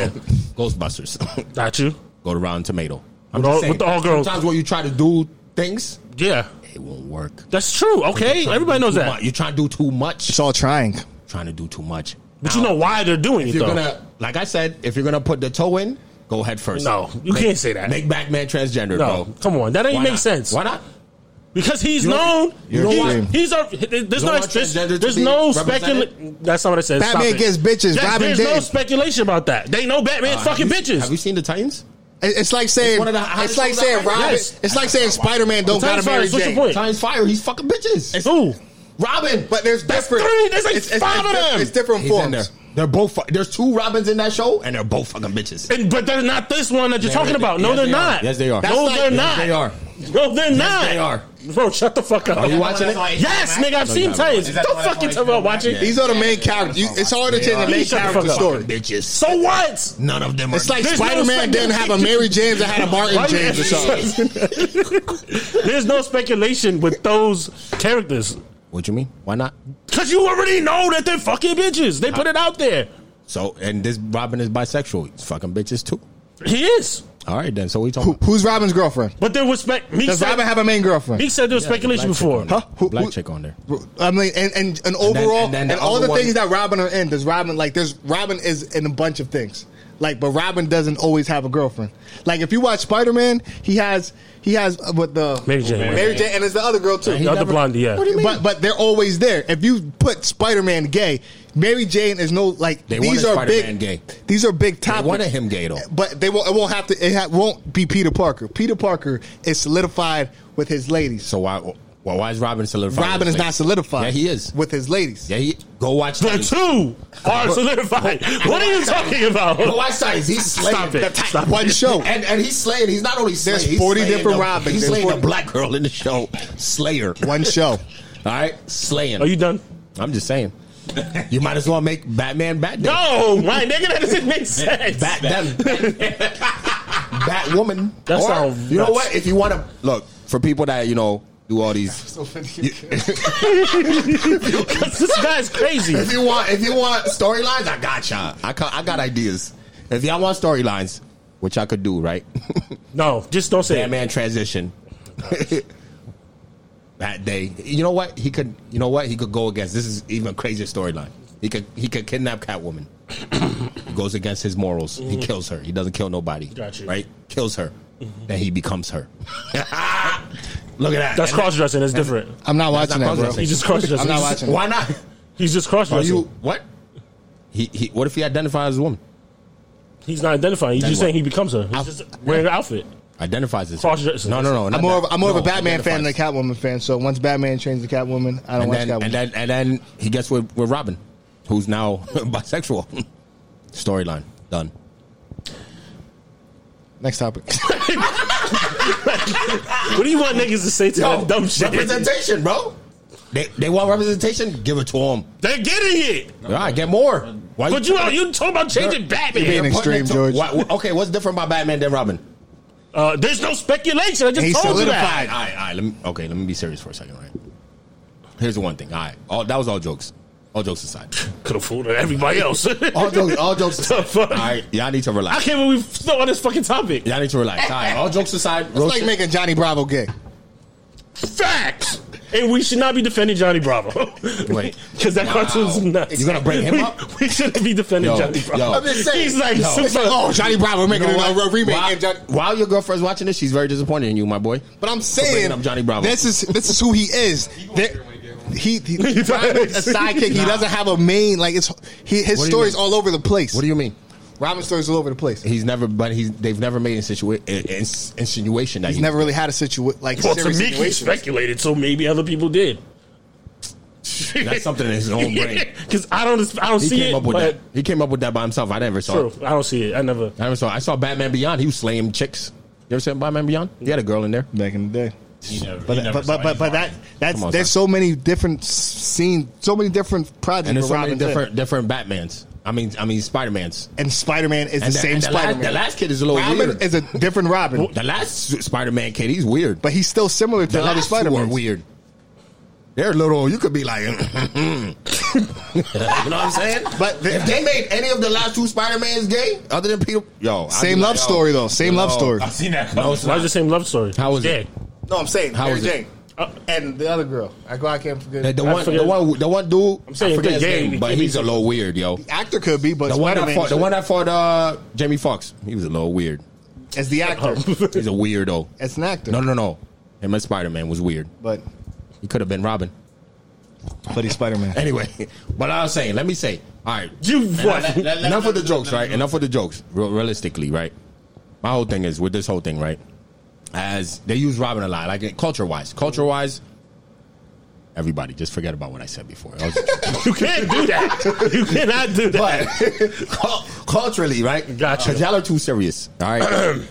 Speaker 3: Ghostbusters.
Speaker 1: Got you.
Speaker 3: Go to Rotten Tomato. I'm
Speaker 1: With
Speaker 3: just
Speaker 1: all-
Speaker 3: saying,
Speaker 1: with all girls.
Speaker 3: Sometimes when you try to do things,
Speaker 1: Yeah,
Speaker 3: it won't work.
Speaker 1: that's true. Okay, everybody knows that.
Speaker 3: You're trying to do too much.
Speaker 4: It's all trying.
Speaker 3: trying to do too much.
Speaker 1: But you know why they're doing
Speaker 3: If
Speaker 1: it
Speaker 3: you're
Speaker 1: though.
Speaker 3: gonna, like I said, if you're gonna put the toe in, go head first.
Speaker 1: no, you can't say that.
Speaker 3: Make Batman transgender,
Speaker 1: no,
Speaker 3: bro.
Speaker 1: come on, that ain't
Speaker 3: Why
Speaker 1: make
Speaker 3: not?
Speaker 1: sense.
Speaker 3: Why not?
Speaker 1: Because he's
Speaker 3: You don't-
Speaker 1: known.
Speaker 3: you don't
Speaker 1: he's,
Speaker 3: want-
Speaker 1: he's a. There's
Speaker 3: don't
Speaker 1: no.
Speaker 3: want
Speaker 1: There's,
Speaker 3: transgender to
Speaker 1: there's
Speaker 3: be
Speaker 1: no
Speaker 3: represented?
Speaker 1: speculation. That's not what I said.
Speaker 4: Batman
Speaker 1: Stop it.
Speaker 4: gets bitches.
Speaker 1: Yes,
Speaker 4: Robin
Speaker 1: there's no
Speaker 4: did.
Speaker 1: speculation about that. They know Batman
Speaker 3: Uh,
Speaker 1: fucking
Speaker 3: have you-
Speaker 1: bitches.
Speaker 3: Have you seen the Titans?
Speaker 4: It- It's like saying.
Speaker 3: one of the hottest
Speaker 4: It's like
Speaker 3: shows out
Speaker 4: saying
Speaker 3: right now.
Speaker 4: Robin.
Speaker 1: Yes.
Speaker 4: It's like saying Spider Man don't
Speaker 1: Titans
Speaker 4: gotta marry
Speaker 1: fine, what's your
Speaker 4: Jane.
Speaker 1: point?
Speaker 3: Titans fire. He's fucking bitches.
Speaker 1: Who?
Speaker 3: Robin,
Speaker 4: But there's
Speaker 1: That's
Speaker 4: different.
Speaker 1: three. There's like
Speaker 4: it's, it's,
Speaker 1: five
Speaker 4: it's
Speaker 1: of
Speaker 4: di-
Speaker 1: them.
Speaker 4: It's different
Speaker 3: He's in there.
Speaker 4: forms.
Speaker 3: They're both. fu- There's two Robins in that show, and they're both fucking bitches.
Speaker 1: And, but they're not this one that you're talking about. No,
Speaker 3: Yes,
Speaker 1: they're
Speaker 3: they are.
Speaker 1: not.
Speaker 3: Yes, they are.
Speaker 4: That's
Speaker 1: no,
Speaker 4: like-
Speaker 1: they're
Speaker 4: Yes,
Speaker 1: not.
Speaker 3: they are.
Speaker 1: No, they're not.
Speaker 3: they are.
Speaker 1: Bro, shut the fuck up.
Speaker 3: Are you watching it?
Speaker 1: Yes, nigga, I've
Speaker 3: No,
Speaker 1: seen
Speaker 3: you're not.
Speaker 1: Titans.
Speaker 5: Is that the
Speaker 1: Don't
Speaker 5: one that's
Speaker 1: fucking
Speaker 5: on
Speaker 1: tell me about
Speaker 5: HBO
Speaker 1: watching.
Speaker 5: Max?
Speaker 4: These are the main characters. You, it's hard to change the main
Speaker 1: Shut the fuck
Speaker 4: character
Speaker 1: up.
Speaker 4: story.
Speaker 3: bitches.
Speaker 1: So what?
Speaker 3: None of them.
Speaker 4: It's like
Speaker 1: There's no
Speaker 4: Spider Man didn't have a Mary James and had a Martin
Speaker 1: Why you
Speaker 4: James or
Speaker 1: asking
Speaker 4: something.
Speaker 1: There's no speculation with those characters.
Speaker 3: what you mean? Why not?
Speaker 1: Because you already know that they're fucking bitches. They put it out there.
Speaker 3: So, and this Robin is bisexual. He's fucking bitches too.
Speaker 1: He is.
Speaker 3: All right, then. So we talking.
Speaker 4: Who- Who's Robin's girlfriend?
Speaker 1: But there was spec. Me
Speaker 4: Does
Speaker 1: said,
Speaker 4: Robin have a main girlfriend?
Speaker 1: he said there was
Speaker 3: about?
Speaker 1: speculation
Speaker 3: Black chick
Speaker 1: before.
Speaker 3: on there.
Speaker 4: Huh? Who-
Speaker 3: Black
Speaker 4: who-
Speaker 3: chick on there.
Speaker 4: I mean, and and, and overall, and,
Speaker 3: and then the
Speaker 4: all
Speaker 3: other
Speaker 4: the things
Speaker 3: one-
Speaker 4: that Robin are in, there's Robin like there's Robin is in a bunch of things. Like, but Robin doesn't always have a girlfriend. Like, if you watch Spider Man, he has he has uh, with the
Speaker 1: Mary Jane.
Speaker 4: Mary Jane, and there's the other girl too.
Speaker 1: The other blondie, yeah.
Speaker 3: What do you mean?
Speaker 4: But but they're always there. If you put Spider Man gay, Mary Jane is no like
Speaker 3: They
Speaker 4: these
Speaker 3: wanted
Speaker 4: are
Speaker 3: Spider-Man
Speaker 4: big.
Speaker 3: gay.
Speaker 4: These are big
Speaker 3: I
Speaker 4: topics.
Speaker 3: wanted him gay though.
Speaker 4: But they won't. It won't have to. It ha- won't be Peter Parker. Peter Parker is solidified with his ladies.
Speaker 3: So why? Well, why is Robin solidified?
Speaker 4: Robin is not solidified.
Speaker 3: Yeah, he is.
Speaker 4: with his ladies.
Speaker 3: Yeah, he. Go watch.
Speaker 1: The
Speaker 3: Titans.
Speaker 1: two are solidified. What are you talking about?
Speaker 3: Go watch Titans. He's slaying.
Speaker 1: Stop it.
Speaker 3: The Titans.
Speaker 1: Stop
Speaker 4: One show.
Speaker 3: And and he's slaying. He's not only slaying.
Speaker 4: There's
Speaker 3: he's
Speaker 4: 40
Speaker 3: slaying
Speaker 4: different
Speaker 3: the-
Speaker 4: Robins.
Speaker 3: He's
Speaker 4: There's
Speaker 3: slaying
Speaker 4: 40
Speaker 3: the black girl in the show. Slayer. All
Speaker 4: One show.
Speaker 3: right, slaying.
Speaker 1: Are you done?
Speaker 3: I'm just saying. You might as well make Batman Bat Day.
Speaker 1: No, my nigga, that doesn't make sense.
Speaker 3: Bat them. Batwoman.
Speaker 1: That
Speaker 3: Or,
Speaker 1: sounds
Speaker 3: You know
Speaker 1: nuts.
Speaker 3: what? If you want to look for people that you know do all these.
Speaker 1: this guy's crazy.
Speaker 3: If you want, if you want storylines, I got y'all. I ca- I got ideas. If y'all want storylines, which I could do, right?
Speaker 1: No, just don't say it.
Speaker 3: Batman transition. that day, you know what he could. You know what he could go against. This is even a crazier storyline. He could he could kidnap Catwoman. Goes against his morals.
Speaker 4: Mm-hmm.
Speaker 3: He kills her. He doesn't kill nobody.
Speaker 1: Got you.
Speaker 3: Right? Kills her.
Speaker 4: Mm-hmm.
Speaker 3: Then he becomes her. Look at that.
Speaker 1: That's
Speaker 3: And
Speaker 1: cross dressing. That's different.
Speaker 4: I'm not watching
Speaker 3: not
Speaker 4: that, bro.
Speaker 3: Cosmo.
Speaker 1: He's just cross
Speaker 4: I'm
Speaker 1: dressing.
Speaker 4: not
Speaker 3: then-
Speaker 4: watching.
Speaker 3: Why not?
Speaker 1: He's just cross
Speaker 3: Are
Speaker 1: dressing.
Speaker 3: you what? He, he what if he identifies as a woman?
Speaker 1: He's not identifying. He's
Speaker 3: Then
Speaker 1: just
Speaker 3: what?
Speaker 1: saying he becomes her. He's
Speaker 3: I'll-
Speaker 1: just wearing her outfit.
Speaker 3: Identifies as
Speaker 1: Cross-dressing.
Speaker 3: No, no, no. not
Speaker 4: I'm more of,
Speaker 3: that.
Speaker 4: I'm more of a
Speaker 3: No,
Speaker 4: Batman fan than a
Speaker 3: identifies.
Speaker 4: Catwoman fan. So once Batman changed to Catwoman, I don't
Speaker 3: and
Speaker 4: watch
Speaker 3: then,
Speaker 4: Catwoman.
Speaker 3: and then and then he gets with, with Robin, who's now bisexual. Storyline done.
Speaker 4: Next topic.
Speaker 1: What do you want niggas to say to that dumb shit?
Speaker 3: representation, bro. They they want representation. Give it to them.
Speaker 1: They're getting it.
Speaker 3: All right, get more. Why
Speaker 1: But you you talking about changing
Speaker 4: being
Speaker 1: Batman?
Speaker 3: They're putting
Speaker 4: extreme,
Speaker 3: it to-
Speaker 4: George.
Speaker 3: why- okay, what's different about Batman than Robin?
Speaker 1: Uh, there's no speculation. I just
Speaker 4: He
Speaker 1: told you
Speaker 3: All
Speaker 1: that.
Speaker 3: right, all right, all right, let me, okay, let me be serious for a second, right? Here's the one thing. All right, all, that was all jokes. All jokes aside.
Speaker 1: Could have fooled everybody else.
Speaker 3: All jokes. All jokes
Speaker 1: The
Speaker 3: aside.
Speaker 1: fuck?
Speaker 3: All right, y'all need to
Speaker 1: I
Speaker 3: relax.
Speaker 1: can't believe we still on this fucking topic.
Speaker 3: Y'all need to relax. All right, all jokes aside. Real
Speaker 4: it's like
Speaker 3: shit.
Speaker 4: making Johnny Bravo gay.
Speaker 1: Facts. And we should not be defending Johnny Bravo.
Speaker 3: Wait.
Speaker 1: Because that cartoon's nuts.
Speaker 3: You gonna bring him
Speaker 1: we,
Speaker 3: up?
Speaker 1: We shouldn't be defending
Speaker 3: Yo,
Speaker 1: Johnny Bravo.
Speaker 3: yo. I'm just
Speaker 4: saying.
Speaker 1: He's like, super,
Speaker 4: It's like, oh, Johnny Bravo making
Speaker 3: You know
Speaker 4: a
Speaker 3: what?
Speaker 4: remake.
Speaker 3: While,
Speaker 4: of Johnny-
Speaker 3: while your girlfriend's watching this, she's very disappointed in you, my boy.
Speaker 4: But I'm
Speaker 3: bringing
Speaker 4: saying
Speaker 3: up Johnny Bravo.
Speaker 4: This is this is who he is. There- he, he Robin's a sidekick. He doesn't have a main. Like it's he, his
Speaker 3: What do you
Speaker 4: story's
Speaker 3: mean?
Speaker 4: all over the place.
Speaker 3: What do you mean?
Speaker 4: Robin's story's all over the place.
Speaker 3: He's never, but he's they've never made a situation ins- insinuation that
Speaker 4: He's
Speaker 3: he-
Speaker 4: never really had a situation like
Speaker 1: well, to
Speaker 4: serious
Speaker 1: me, he
Speaker 4: situation.
Speaker 1: speculated, so maybe other people did.
Speaker 3: that's something in his own brain.
Speaker 1: Because I don't, I don't
Speaker 3: He
Speaker 1: see
Speaker 3: came
Speaker 1: it.
Speaker 3: up with
Speaker 1: but
Speaker 3: that. He came up with that by himself. I never saw.
Speaker 1: True,
Speaker 3: It.
Speaker 1: I don't see it. I never.
Speaker 3: I never saw. It. I saw Batman Beyond. He was slaying chicks. You ever seen Batman Beyond? He had a girl in there.
Speaker 4: Back in the day.
Speaker 5: He never, he
Speaker 4: But
Speaker 5: never
Speaker 4: but
Speaker 5: saw
Speaker 4: but but, but
Speaker 5: anybody.
Speaker 4: that that's
Speaker 3: Come on,
Speaker 4: there's so many different s- scenes, so many different projects.
Speaker 3: And there's
Speaker 4: with
Speaker 3: so many
Speaker 4: Robin
Speaker 3: different different Batmans. I mean, I mean Spider Mans.
Speaker 4: and Spider Man is the same
Speaker 3: the, last-
Speaker 4: Spider
Speaker 3: the
Speaker 4: Man.
Speaker 3: last kid is a little
Speaker 4: Robin
Speaker 3: weird.
Speaker 4: is a different Robin,
Speaker 3: the last Spider Man kid, he's weird.
Speaker 4: but he's still similar to
Speaker 3: the
Speaker 4: other
Speaker 3: last
Speaker 4: Spider
Speaker 3: two are
Speaker 4: Man.
Speaker 3: weird. They're little. You could be like, you know what I'm saying?
Speaker 4: But the-
Speaker 3: if they made any of the last two Spider Mans gay, other than Peter, yo, I'd
Speaker 4: Same
Speaker 3: be
Speaker 4: love story, though. Same love story.
Speaker 5: I've seen that.
Speaker 3: No, it's
Speaker 1: Why
Speaker 3: not.
Speaker 1: is the same love story?
Speaker 3: How is
Speaker 1: yeah.
Speaker 3: it?
Speaker 4: No, I'm saying
Speaker 3: How
Speaker 4: Mary
Speaker 3: is it?
Speaker 4: Jane.
Speaker 5: Uh,
Speaker 4: and the other girl. I go. I can't forget.
Speaker 3: The, the
Speaker 1: I
Speaker 3: one,
Speaker 1: forget-
Speaker 3: the one, the one dude.
Speaker 1: I'm saying
Speaker 3: I
Speaker 1: they're
Speaker 3: forget his
Speaker 1: gay,
Speaker 3: name,
Speaker 1: they
Speaker 3: but
Speaker 1: can't
Speaker 3: he's
Speaker 1: be-
Speaker 3: a little weird, yo.
Speaker 4: actor could be, but
Speaker 3: The one that
Speaker 4: Spider-Man
Speaker 3: fought, the
Speaker 4: should-
Speaker 3: one that fought uh, Jamie Foxx, he was a little weird.
Speaker 4: as the actor,
Speaker 3: He's a weirdo.
Speaker 4: as an actor.
Speaker 3: No, no, no. Him and Spider Man was weird.
Speaker 4: But
Speaker 3: He could have been Robin.
Speaker 4: but he's Spider Man.
Speaker 3: Anyway, but I was saying, let me say, all right,
Speaker 1: You what?
Speaker 3: enough of the jokes, right? Enough of the jokes. Real, realistically, right? My whole thing is with this whole thing, right? As they use Robin a lot, like culture wise, culture wise. Everybody, just forget about what I said before. I was-
Speaker 1: You can't do that. You cannot do that.
Speaker 3: but cul- culturally, right?
Speaker 1: Gotcha.
Speaker 3: Because y'all are too serious. All right.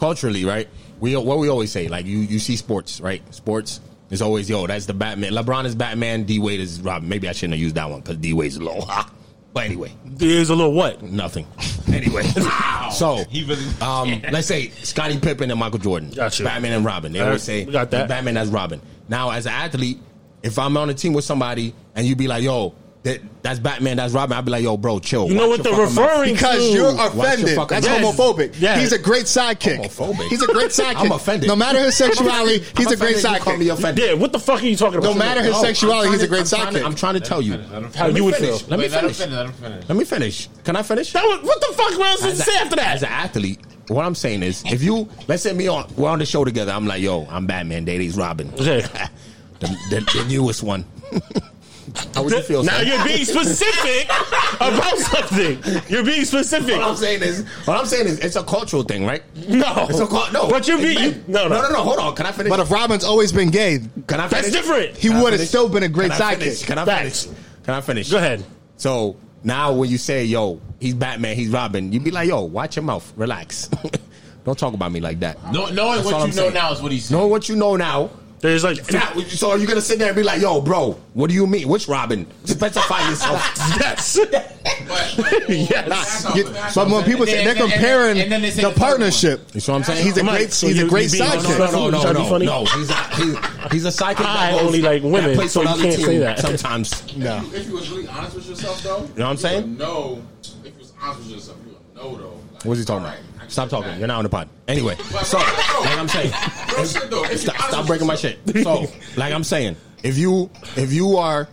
Speaker 3: culturally, right? We what we always say, like you you see sports, right? Sports is always yo. That's the Batman. LeBron is Batman. D Wade is Robin. Maybe I shouldn't have used that one because D Wade's low. but anyway,
Speaker 1: There's a little what?
Speaker 3: nothing. Anyway, so
Speaker 5: He really-
Speaker 3: um, let's say Scottie Pippen and Michael Jordan,
Speaker 1: Gotcha.
Speaker 3: Batman and Robin. They
Speaker 1: All right,
Speaker 3: always say
Speaker 1: we got that.
Speaker 3: Batman as Robin. Now, as an athlete, if I'm on a team with somebody and you be like, "Yo, that, that's Batman, that's Robin," I'd be like, "Yo, bro, chill."
Speaker 1: You know
Speaker 3: Watch
Speaker 1: what they're
Speaker 3: your fucking mouth.
Speaker 1: referring
Speaker 4: Because
Speaker 1: to?
Speaker 4: you're
Speaker 3: your
Speaker 4: offended.
Speaker 3: fucking
Speaker 4: That's
Speaker 1: mouth.
Speaker 4: homophobic.
Speaker 1: Yes.
Speaker 4: He's a great sidekick.
Speaker 3: Homophobic.
Speaker 4: He's a great sidekick.
Speaker 3: I'm offended.
Speaker 4: No matter his sexuality,
Speaker 3: I'm
Speaker 4: he's a
Speaker 3: offended
Speaker 4: great
Speaker 3: you call
Speaker 4: sidekick.
Speaker 3: me offended.
Speaker 1: yeah. What the fuck are you talking about?
Speaker 4: No matter his
Speaker 3: No, I'm
Speaker 4: sexuality,
Speaker 3: trying
Speaker 4: he's
Speaker 3: to-
Speaker 4: a great
Speaker 3: I'm trying to-
Speaker 4: sidekick.
Speaker 3: I'm trying to tell you
Speaker 1: How you would feel.
Speaker 3: Let me
Speaker 5: Wait, let him
Speaker 3: finish.
Speaker 5: finish. Let him finish.
Speaker 3: Let me finish. Can I finish?
Speaker 1: That was, what the fuck was it to
Speaker 3: As
Speaker 1: say
Speaker 3: a-
Speaker 1: after
Speaker 3: As
Speaker 1: that?
Speaker 3: an athlete, what I'm saying is, if you let's say me on we're on the show together, I'm like, yo, I'm Batman, Daddy's Robin,
Speaker 1: Okay.
Speaker 3: the, the, the newest one. How would you feel?
Speaker 1: Now
Speaker 3: son?
Speaker 1: you're being specific about something. You're being specific.
Speaker 3: What I'm saying is, what I'm saying is, it's a cultural thing, right?
Speaker 1: No.
Speaker 3: it's a cul- no.
Speaker 1: But you be-
Speaker 3: It's-
Speaker 1: you- no, no.
Speaker 3: no, Hold on, can I finish?
Speaker 4: But if Robin's always been gay,
Speaker 3: can I finish?
Speaker 1: That's different.
Speaker 4: he
Speaker 3: Can I
Speaker 4: would have
Speaker 3: finish?
Speaker 4: still been a great
Speaker 3: Can I finish?
Speaker 4: sidekick.
Speaker 3: Can I
Speaker 1: Facts.
Speaker 3: finish? Can I finish?
Speaker 1: Go ahead.
Speaker 3: So now when you say, yo, he's Batman, he's Robin, you be like, yo, watch your mouth, relax. Don't talk about me like that.
Speaker 5: No, knowing
Speaker 3: That's all
Speaker 5: what
Speaker 3: I'm
Speaker 5: you know
Speaker 3: saying.
Speaker 5: now is what he's saying.
Speaker 3: Knowing what you know now.
Speaker 1: There's like
Speaker 3: now- so are you gonna sit there and be like, yo, bro, what do you mean? Which Robin? Specify yourself.
Speaker 1: yes, yes.
Speaker 4: You- But when people say they're
Speaker 5: And then- and then-
Speaker 4: comparing
Speaker 5: and then they say
Speaker 4: the
Speaker 5: the third
Speaker 4: partnership,
Speaker 3: You see what I'm saying?
Speaker 4: he's a
Speaker 1: Mike,
Speaker 4: great
Speaker 1: so
Speaker 4: he's a
Speaker 1: you-
Speaker 4: great
Speaker 1: you being-
Speaker 4: sidekick.
Speaker 1: no, no, no, no.
Speaker 3: No, he's a, he's, he's a psychic.
Speaker 1: I only like women, so you can't say that.
Speaker 3: Sometimes,
Speaker 4: No.
Speaker 7: If you was really honest with yourself, though, you
Speaker 3: know what I'm saying?
Speaker 7: No, if you was honest with yourself, you would know though. Like,
Speaker 3: What's he talking
Speaker 7: all right, I
Speaker 3: about?
Speaker 7: can
Speaker 3: Stop
Speaker 7: get
Speaker 3: talking.
Speaker 7: back.
Speaker 3: You're not on the pod. Anyway, so like I'm saying,
Speaker 7: Real shit, though. If you
Speaker 3: stop,
Speaker 7: honest
Speaker 3: stop
Speaker 7: with
Speaker 3: breaking my
Speaker 7: yourself.
Speaker 3: shit. So like I'm saying, if you if you are,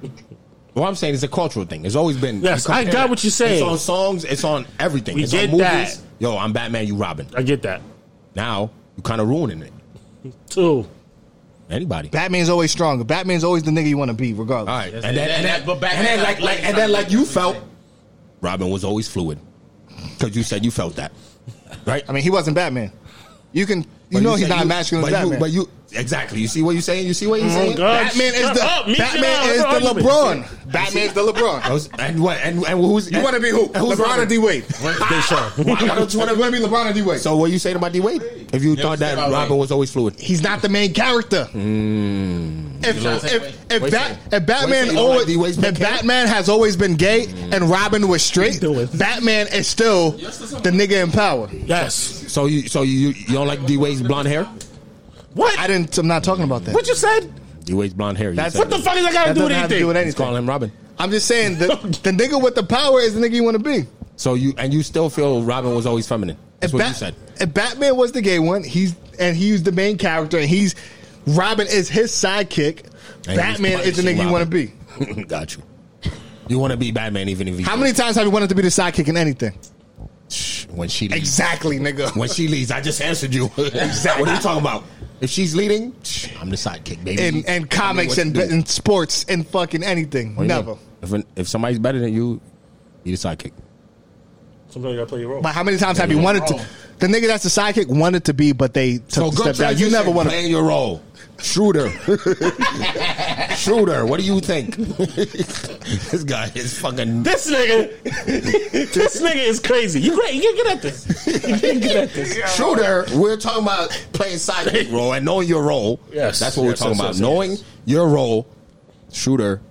Speaker 3: what I'm saying is a cultural thing. It's always been.
Speaker 1: Yes,
Speaker 3: you
Speaker 1: I
Speaker 3: compare
Speaker 1: got
Speaker 3: it.
Speaker 1: what you're saying.
Speaker 3: It's on songs. It's on everything.
Speaker 1: We
Speaker 3: it's
Speaker 1: get
Speaker 3: on movies.
Speaker 1: that.
Speaker 3: Yo, I'm Batman. You Robin.
Speaker 1: I get that
Speaker 3: Now you kind of ruining it.
Speaker 1: too.
Speaker 3: Anybody.
Speaker 4: Batman's always strong. Batman's always the nigga you want to be, regardless.
Speaker 3: All right, and
Speaker 5: and
Speaker 3: then, and
Speaker 5: that-
Speaker 3: then,
Speaker 5: but back
Speaker 3: and then
Speaker 5: then,
Speaker 3: like, like, and then, like you felt, Robin was always fluid. because you said you felt that, right?
Speaker 4: I mean, he wasn't Batman. You can, you
Speaker 3: But
Speaker 4: know, he's
Speaker 3: said
Speaker 4: not
Speaker 3: you-
Speaker 4: masculine
Speaker 3: but
Speaker 4: as Batman.
Speaker 3: You, but you exactly. You see what you saying? You see what you
Speaker 1: Oh,
Speaker 3: saying?
Speaker 1: God.
Speaker 4: Batman is
Speaker 1: Shut
Speaker 4: the
Speaker 1: up. Meet
Speaker 4: Batman
Speaker 1: your
Speaker 4: is the
Speaker 1: argument.
Speaker 4: LeBron. Batman is the LeBron.
Speaker 3: That was- and what? And, and who's?
Speaker 4: You want to be who?
Speaker 3: and who's
Speaker 4: LeBron or
Speaker 3: Robert?
Speaker 4: D Wade?
Speaker 3: Why don't you wanna-
Speaker 4: You want to be LeBron or D Wade?
Speaker 3: So what you saying about D Wade? If you thought that
Speaker 8: about
Speaker 3: Robin
Speaker 8: Wade.
Speaker 3: was always fluid,
Speaker 4: He's not the main character.
Speaker 3: Hmm.
Speaker 4: If, if,
Speaker 3: Wait
Speaker 4: if,
Speaker 3: a
Speaker 4: Bat,
Speaker 3: second.
Speaker 4: if
Speaker 3: Wait a second, you
Speaker 4: Batman
Speaker 3: don't like
Speaker 4: always,
Speaker 3: D. Wade's main Hmm.
Speaker 4: if Batman has always been gay and Robin was straight,
Speaker 1: doing?
Speaker 4: Batman is still the nigga in power.
Speaker 1: Yes.
Speaker 3: so you so you you don't like D Wade's blonde hair?
Speaker 1: What?
Speaker 4: I didn't. I'm not talking about that.
Speaker 1: what you said?
Speaker 3: D Wade's blonde hair. you
Speaker 4: That's-
Speaker 3: said
Speaker 1: What the
Speaker 3: it.
Speaker 1: fuck does I gotta
Speaker 4: That
Speaker 1: do
Speaker 4: doesn't
Speaker 1: with
Speaker 4: have to do
Speaker 1: anything?
Speaker 4: with
Speaker 3: Just
Speaker 4: anything.
Speaker 3: call him Robin.
Speaker 4: I'm just saying the, the nigga with the power is the nigga you want to be.
Speaker 3: So you and you still feel Robin was always feminine. That's
Speaker 4: if
Speaker 3: what
Speaker 4: Bat-
Speaker 3: you said.
Speaker 4: If Batman was the gay one, he's and he was the main character, and he's Robin is his sidekick.
Speaker 3: And
Speaker 4: Batman
Speaker 3: he's
Speaker 4: is the nigga you want to be.
Speaker 3: Got you. You want to be Batman, even if you
Speaker 4: How many times have you wanted to be the sidekick in anything?
Speaker 3: when she leaves.
Speaker 4: Exactly, nigga.
Speaker 3: When she leaves, I just answered you. exactly. What are you talking about? If she's leading, I'm the sidekick, baby.
Speaker 4: In
Speaker 3: Tell
Speaker 4: and
Speaker 3: me
Speaker 4: comics
Speaker 3: what
Speaker 4: and,
Speaker 3: to do.
Speaker 4: and sports and fucking anything.
Speaker 3: What do you
Speaker 4: Never.
Speaker 3: mean? If if somebody's better than you, you the sidekick.
Speaker 1: Sometimes you gotta play your role.
Speaker 4: But how many times have you wanted to? The nigga that's the sidekick wanted to be, but they took
Speaker 3: So
Speaker 4: the
Speaker 3: good
Speaker 4: step down. You never want to.
Speaker 3: playing your role. Shooter. Shooter, what do you think? this guy is fucking
Speaker 1: This nigga, this nigga is crazy. You great? You can't get at this. You can't get at this.
Speaker 3: Shooter, we're talking about playing sidekick role and knowing your role.
Speaker 1: Yes.
Speaker 3: That's what
Speaker 1: Yes,
Speaker 3: we're talking
Speaker 1: yes,
Speaker 3: about.
Speaker 1: yes,
Speaker 3: knowing
Speaker 1: yes.
Speaker 3: your role. Shooter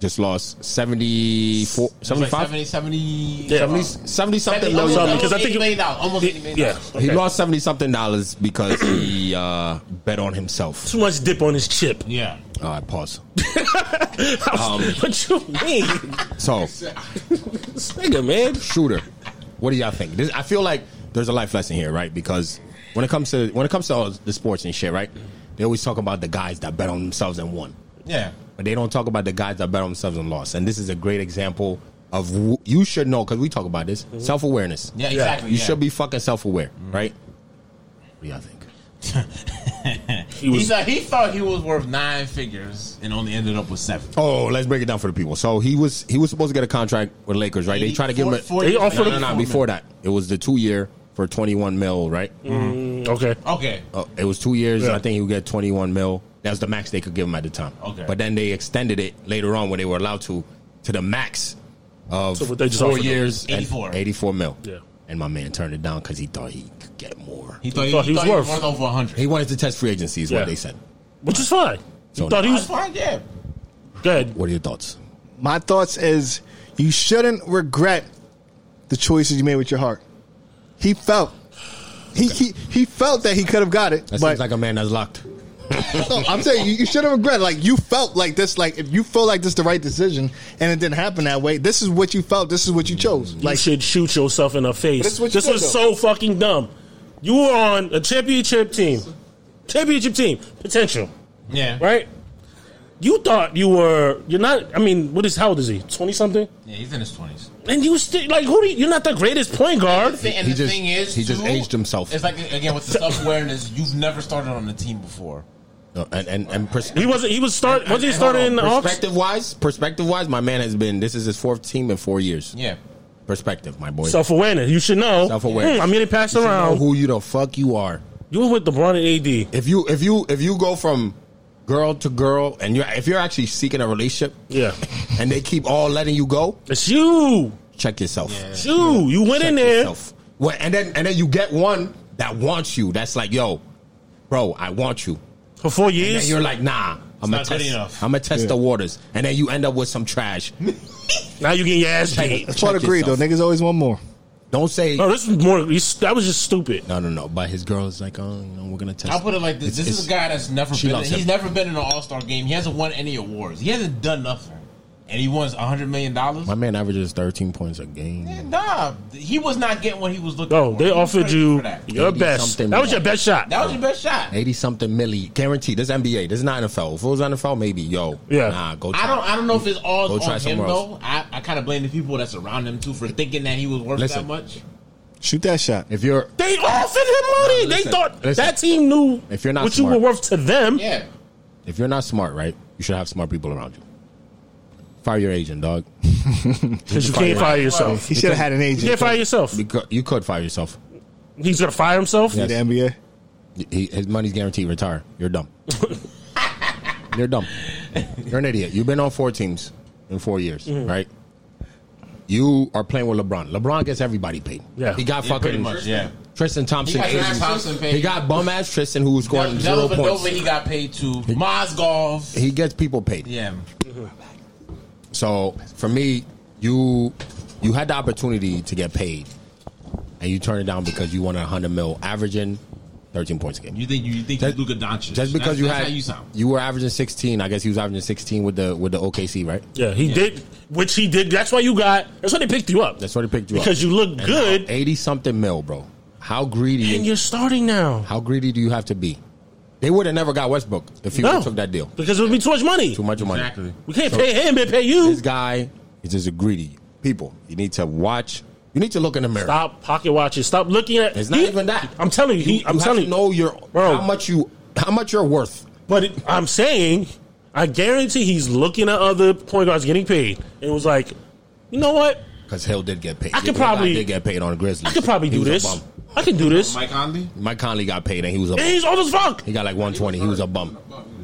Speaker 3: just lost 74
Speaker 5: Like
Speaker 3: 75
Speaker 5: 70, 70,
Speaker 1: Yeah.
Speaker 3: 70, 70 something million
Speaker 1: something,
Speaker 3: dollars.
Speaker 1: because I think it-
Speaker 5: almost $80 million.
Speaker 1: Yeah.
Speaker 3: He
Speaker 1: okay.
Speaker 3: lost 70 something dollars because he uh, bet on himself.
Speaker 1: too much dip on his chip.
Speaker 5: Yeah.
Speaker 3: All right, pause.
Speaker 4: Um,
Speaker 3: Um,
Speaker 1: what you mean,
Speaker 3: So,
Speaker 1: this nigga, man?
Speaker 3: shooter. What do y'all think? This, I feel like there's a life lesson here, right? Because when it comes to when it comes to all the sports and shit, right? They always talk about the guys that bet on themselves and won,
Speaker 5: Yeah.
Speaker 3: but they don't talk about the guys that bet on themselves and lost. And this is a great example of w- you should know because we talk about this self awareness.
Speaker 5: Yeah, exactly.
Speaker 3: you
Speaker 5: yeah.
Speaker 3: should be fucking self aware, right? What do y'all think?
Speaker 1: He
Speaker 5: He,
Speaker 1: was.
Speaker 5: said he thought he was worth nine figures and only ended up with seven.
Speaker 3: Oh, let's break it down for the people. So he was he was supposed to get a contract with Lakers, right? They try to give him. A,
Speaker 5: Four-
Speaker 1: They
Speaker 5: four-
Speaker 1: offered
Speaker 3: no, no, no, before that, it was the two year for twenty one mil, right?
Speaker 1: Okay.
Speaker 5: Okay.
Speaker 3: Uh, it was two years.
Speaker 1: Yeah.
Speaker 3: I think he would get 21 mil. That was the max they could give him at the time.
Speaker 5: Okay.
Speaker 3: But then they extended it later on when they were allowed to to the max of
Speaker 1: So what they just
Speaker 3: four
Speaker 1: offered him.
Speaker 3: years, and
Speaker 5: 84.
Speaker 3: 84 mil.
Speaker 1: Yeah.
Speaker 3: And my man turned it down because he thought he could get more.
Speaker 5: He thought he,
Speaker 1: thought he was
Speaker 5: thought he was
Speaker 1: worth.
Speaker 5: worth over 100.
Speaker 3: He wanted to test free agency, is
Speaker 1: Yeah.
Speaker 3: what they said.
Speaker 1: Which is fine.
Speaker 3: So-
Speaker 1: You thought he
Speaker 5: That's
Speaker 1: was
Speaker 5: fine, yeah.
Speaker 1: good.
Speaker 3: What are your thoughts?
Speaker 4: My thoughts is you shouldn't regret the choices you made with your heart. He felt. He, he, he felt that he could have got it,
Speaker 3: That
Speaker 4: but
Speaker 3: seems like a man that's locked.
Speaker 4: No, I'm saying you, you shouldn't regret. it. Like you felt like this. Like if you feel like this the right decision, and it didn't happen that way, this is what you felt. This is what you chose.
Speaker 1: You
Speaker 4: Like
Speaker 1: should shoot yourself in the face.
Speaker 4: But this is what you
Speaker 1: this
Speaker 4: did,
Speaker 1: was
Speaker 4: though.
Speaker 1: so fucking dumb. You were on a championship team, championship team potential,
Speaker 5: Yeah.
Speaker 1: right? You thought you were. You're not. I mean, what is? How old is he? Twenty something.
Speaker 5: Yeah, he's in his 20s.
Speaker 1: And you still like who? Do you, you're not the greatest point guard.
Speaker 5: The thi- and
Speaker 3: He
Speaker 5: the
Speaker 3: just-
Speaker 5: thing is,
Speaker 3: he just
Speaker 5: too,
Speaker 3: aged himself.
Speaker 5: It's like again with the self awareness, you've never started on the team before.
Speaker 3: No, and and, and pers-
Speaker 1: He wasn't. He was start. Was he starting in the Hawks?
Speaker 3: perspective wise, perspective wise, my man has been. This is his fourth team in four years.
Speaker 5: Yeah,
Speaker 3: Perspective, my boy.
Speaker 1: Self awareness. You should know.
Speaker 3: Self-awareness.
Speaker 1: Hmm, I mean, they passed
Speaker 3: You know
Speaker 5: um,
Speaker 1: around.
Speaker 3: who you the fuck you are.
Speaker 1: you were with LeBron and AD.
Speaker 3: if you if you if you go from girl to girl and you're if you're actually seeking a relationship
Speaker 1: Yeah,
Speaker 3: and they keep all letting you go,
Speaker 1: it's you.
Speaker 3: check yourself.
Speaker 1: It's you. You went in
Speaker 3: Check
Speaker 1: there.
Speaker 3: yourself. Well, and then and then you get one that wants you. That's like, yo, bro, I want you.
Speaker 1: for four
Speaker 3: And
Speaker 1: years.
Speaker 3: you're like, nah, I'm gonna
Speaker 5: not good
Speaker 3: test.
Speaker 5: enough.
Speaker 3: I'm gonna test the waters, and then you end up with some trash.
Speaker 1: now you getting your ass
Speaker 3: Check-
Speaker 1: beat.
Speaker 4: that's what I
Speaker 3: check
Speaker 4: agree though.
Speaker 3: yourself.
Speaker 4: Niggas always want more.
Speaker 3: Don't say
Speaker 1: No, this was more. you s- That was just stupid.
Speaker 3: no, no, no. But his girl's like, oh, you know, we're gonna test.
Speaker 5: I'll put it like this:
Speaker 3: It's-
Speaker 5: This is
Speaker 3: it's-
Speaker 5: a guy that's never
Speaker 3: She
Speaker 5: been.
Speaker 3: loves
Speaker 5: He's
Speaker 3: him.
Speaker 5: never been in an All Star game. He hasn't won any awards. He hasn't done nothing, and he wants hundred million dollars.
Speaker 3: My man averages 13 points a game.
Speaker 5: Nah, he was not getting what he was looking
Speaker 1: No,
Speaker 5: for.
Speaker 1: they
Speaker 5: He was
Speaker 1: offered
Speaker 5: crazy
Speaker 1: you
Speaker 5: for that.
Speaker 1: your
Speaker 3: 80
Speaker 1: best.
Speaker 3: something
Speaker 1: That was
Speaker 3: more.
Speaker 1: your best shot.
Speaker 5: That was your best shot.
Speaker 3: 80 something milli. Guaranteed. This NBA. This is not NFL. If it was NFL, maybe, yo.
Speaker 1: Yeah.
Speaker 3: Nah, go try.
Speaker 5: I don't. I don't know if it's all
Speaker 3: Go try
Speaker 5: on him
Speaker 3: somewhere
Speaker 5: though. I, I kind of blame the people that's around him too for thinking that he was worth
Speaker 3: Listen.
Speaker 5: that much.
Speaker 4: Shoot that shot.
Speaker 3: If you're
Speaker 1: they offered him money. they
Speaker 3: Listen,
Speaker 1: thought
Speaker 3: listen.
Speaker 1: that team knew
Speaker 3: If you're not
Speaker 1: what you
Speaker 3: smart-
Speaker 1: were worth to them.
Speaker 5: Yeah,
Speaker 3: if you're not smart, right? You should have smart people around you. Fire your agent, dog.
Speaker 1: Because you can't fire yourself.
Speaker 4: He should have had an
Speaker 1: You
Speaker 4: agent.
Speaker 1: can't fire yourself.
Speaker 3: You could, you could fire yourself.
Speaker 1: He's gonna fire himself.
Speaker 4: in the NBA.
Speaker 3: He, his money's guaranteed. Retire. You're dumb. You're dumb. You're an idiot. You've been on four teams in four years,
Speaker 5: Mm-hmm.
Speaker 3: right? You are playing with LeBron. LeBron gets everybody paid.
Speaker 1: Yeah.
Speaker 3: he got
Speaker 5: Yeah, pretty
Speaker 3: fucking
Speaker 5: much. Yeah.
Speaker 3: Tristan Thompson.
Speaker 5: He got
Speaker 3: eighty-
Speaker 5: Tristan Thompson
Speaker 3: he
Speaker 5: paid.
Speaker 3: got bum ass Tristan who was scoring zero
Speaker 5: Delvin
Speaker 3: points.
Speaker 5: Dover, he got paid to Mozgov.
Speaker 3: He gets people paid.
Speaker 5: Yeah.
Speaker 3: So for me, you you had the opportunity to get paid, and you turned it down because you wanted hundred mil, averaging thirteen points a game.
Speaker 5: You think you think
Speaker 3: Just-
Speaker 5: Luka Doncic?
Speaker 3: Just because
Speaker 5: That's-
Speaker 3: you
Speaker 5: that's
Speaker 3: had
Speaker 5: how you
Speaker 3: you,
Speaker 5: sound.
Speaker 3: were averaging 16. I guess he was averaging 16 with the with the OKC, right?
Speaker 1: Yeah, he did, which he did. That's why you got. That's why they picked you up.
Speaker 3: That's why they picked you up.
Speaker 1: because you look good,
Speaker 3: 80 something mil, bro. How
Speaker 1: and
Speaker 3: greedy
Speaker 1: you're starting now.
Speaker 3: how greedy do you have to be? They would have never got Westbrook if he
Speaker 1: No,
Speaker 3: took that deal.
Speaker 1: because it would be too much money.
Speaker 3: Too much money.
Speaker 5: Exactly.
Speaker 1: We can't pay him, but pay you.
Speaker 3: This guy is just a greedy people. You need to watch. You need to look in the mirror.
Speaker 1: Stop pocket watching. Stop looking at.
Speaker 3: It's not
Speaker 1: he-
Speaker 3: even that.
Speaker 1: I'm telling you. He,
Speaker 3: You
Speaker 1: I'm
Speaker 3: have
Speaker 1: telling
Speaker 3: to
Speaker 1: you.
Speaker 3: know your
Speaker 1: Bro.
Speaker 3: how much you how much you're worth.
Speaker 1: But it, I'm saying, I guarantee he's looking at other point guards getting paid, and was like, you know what?
Speaker 3: Because Hill did get paid.
Speaker 1: I could
Speaker 3: Your guy
Speaker 1: probably-
Speaker 3: did get paid on the Grizzlies.
Speaker 1: I could probably
Speaker 3: He
Speaker 1: do
Speaker 3: was a
Speaker 1: this.
Speaker 3: bum.
Speaker 1: I can do this.
Speaker 5: Mike Conley.
Speaker 3: Mike Conley got paid and he was a
Speaker 1: And
Speaker 3: bum.
Speaker 1: he's old as fuck.
Speaker 3: He got like 120. He was a bum.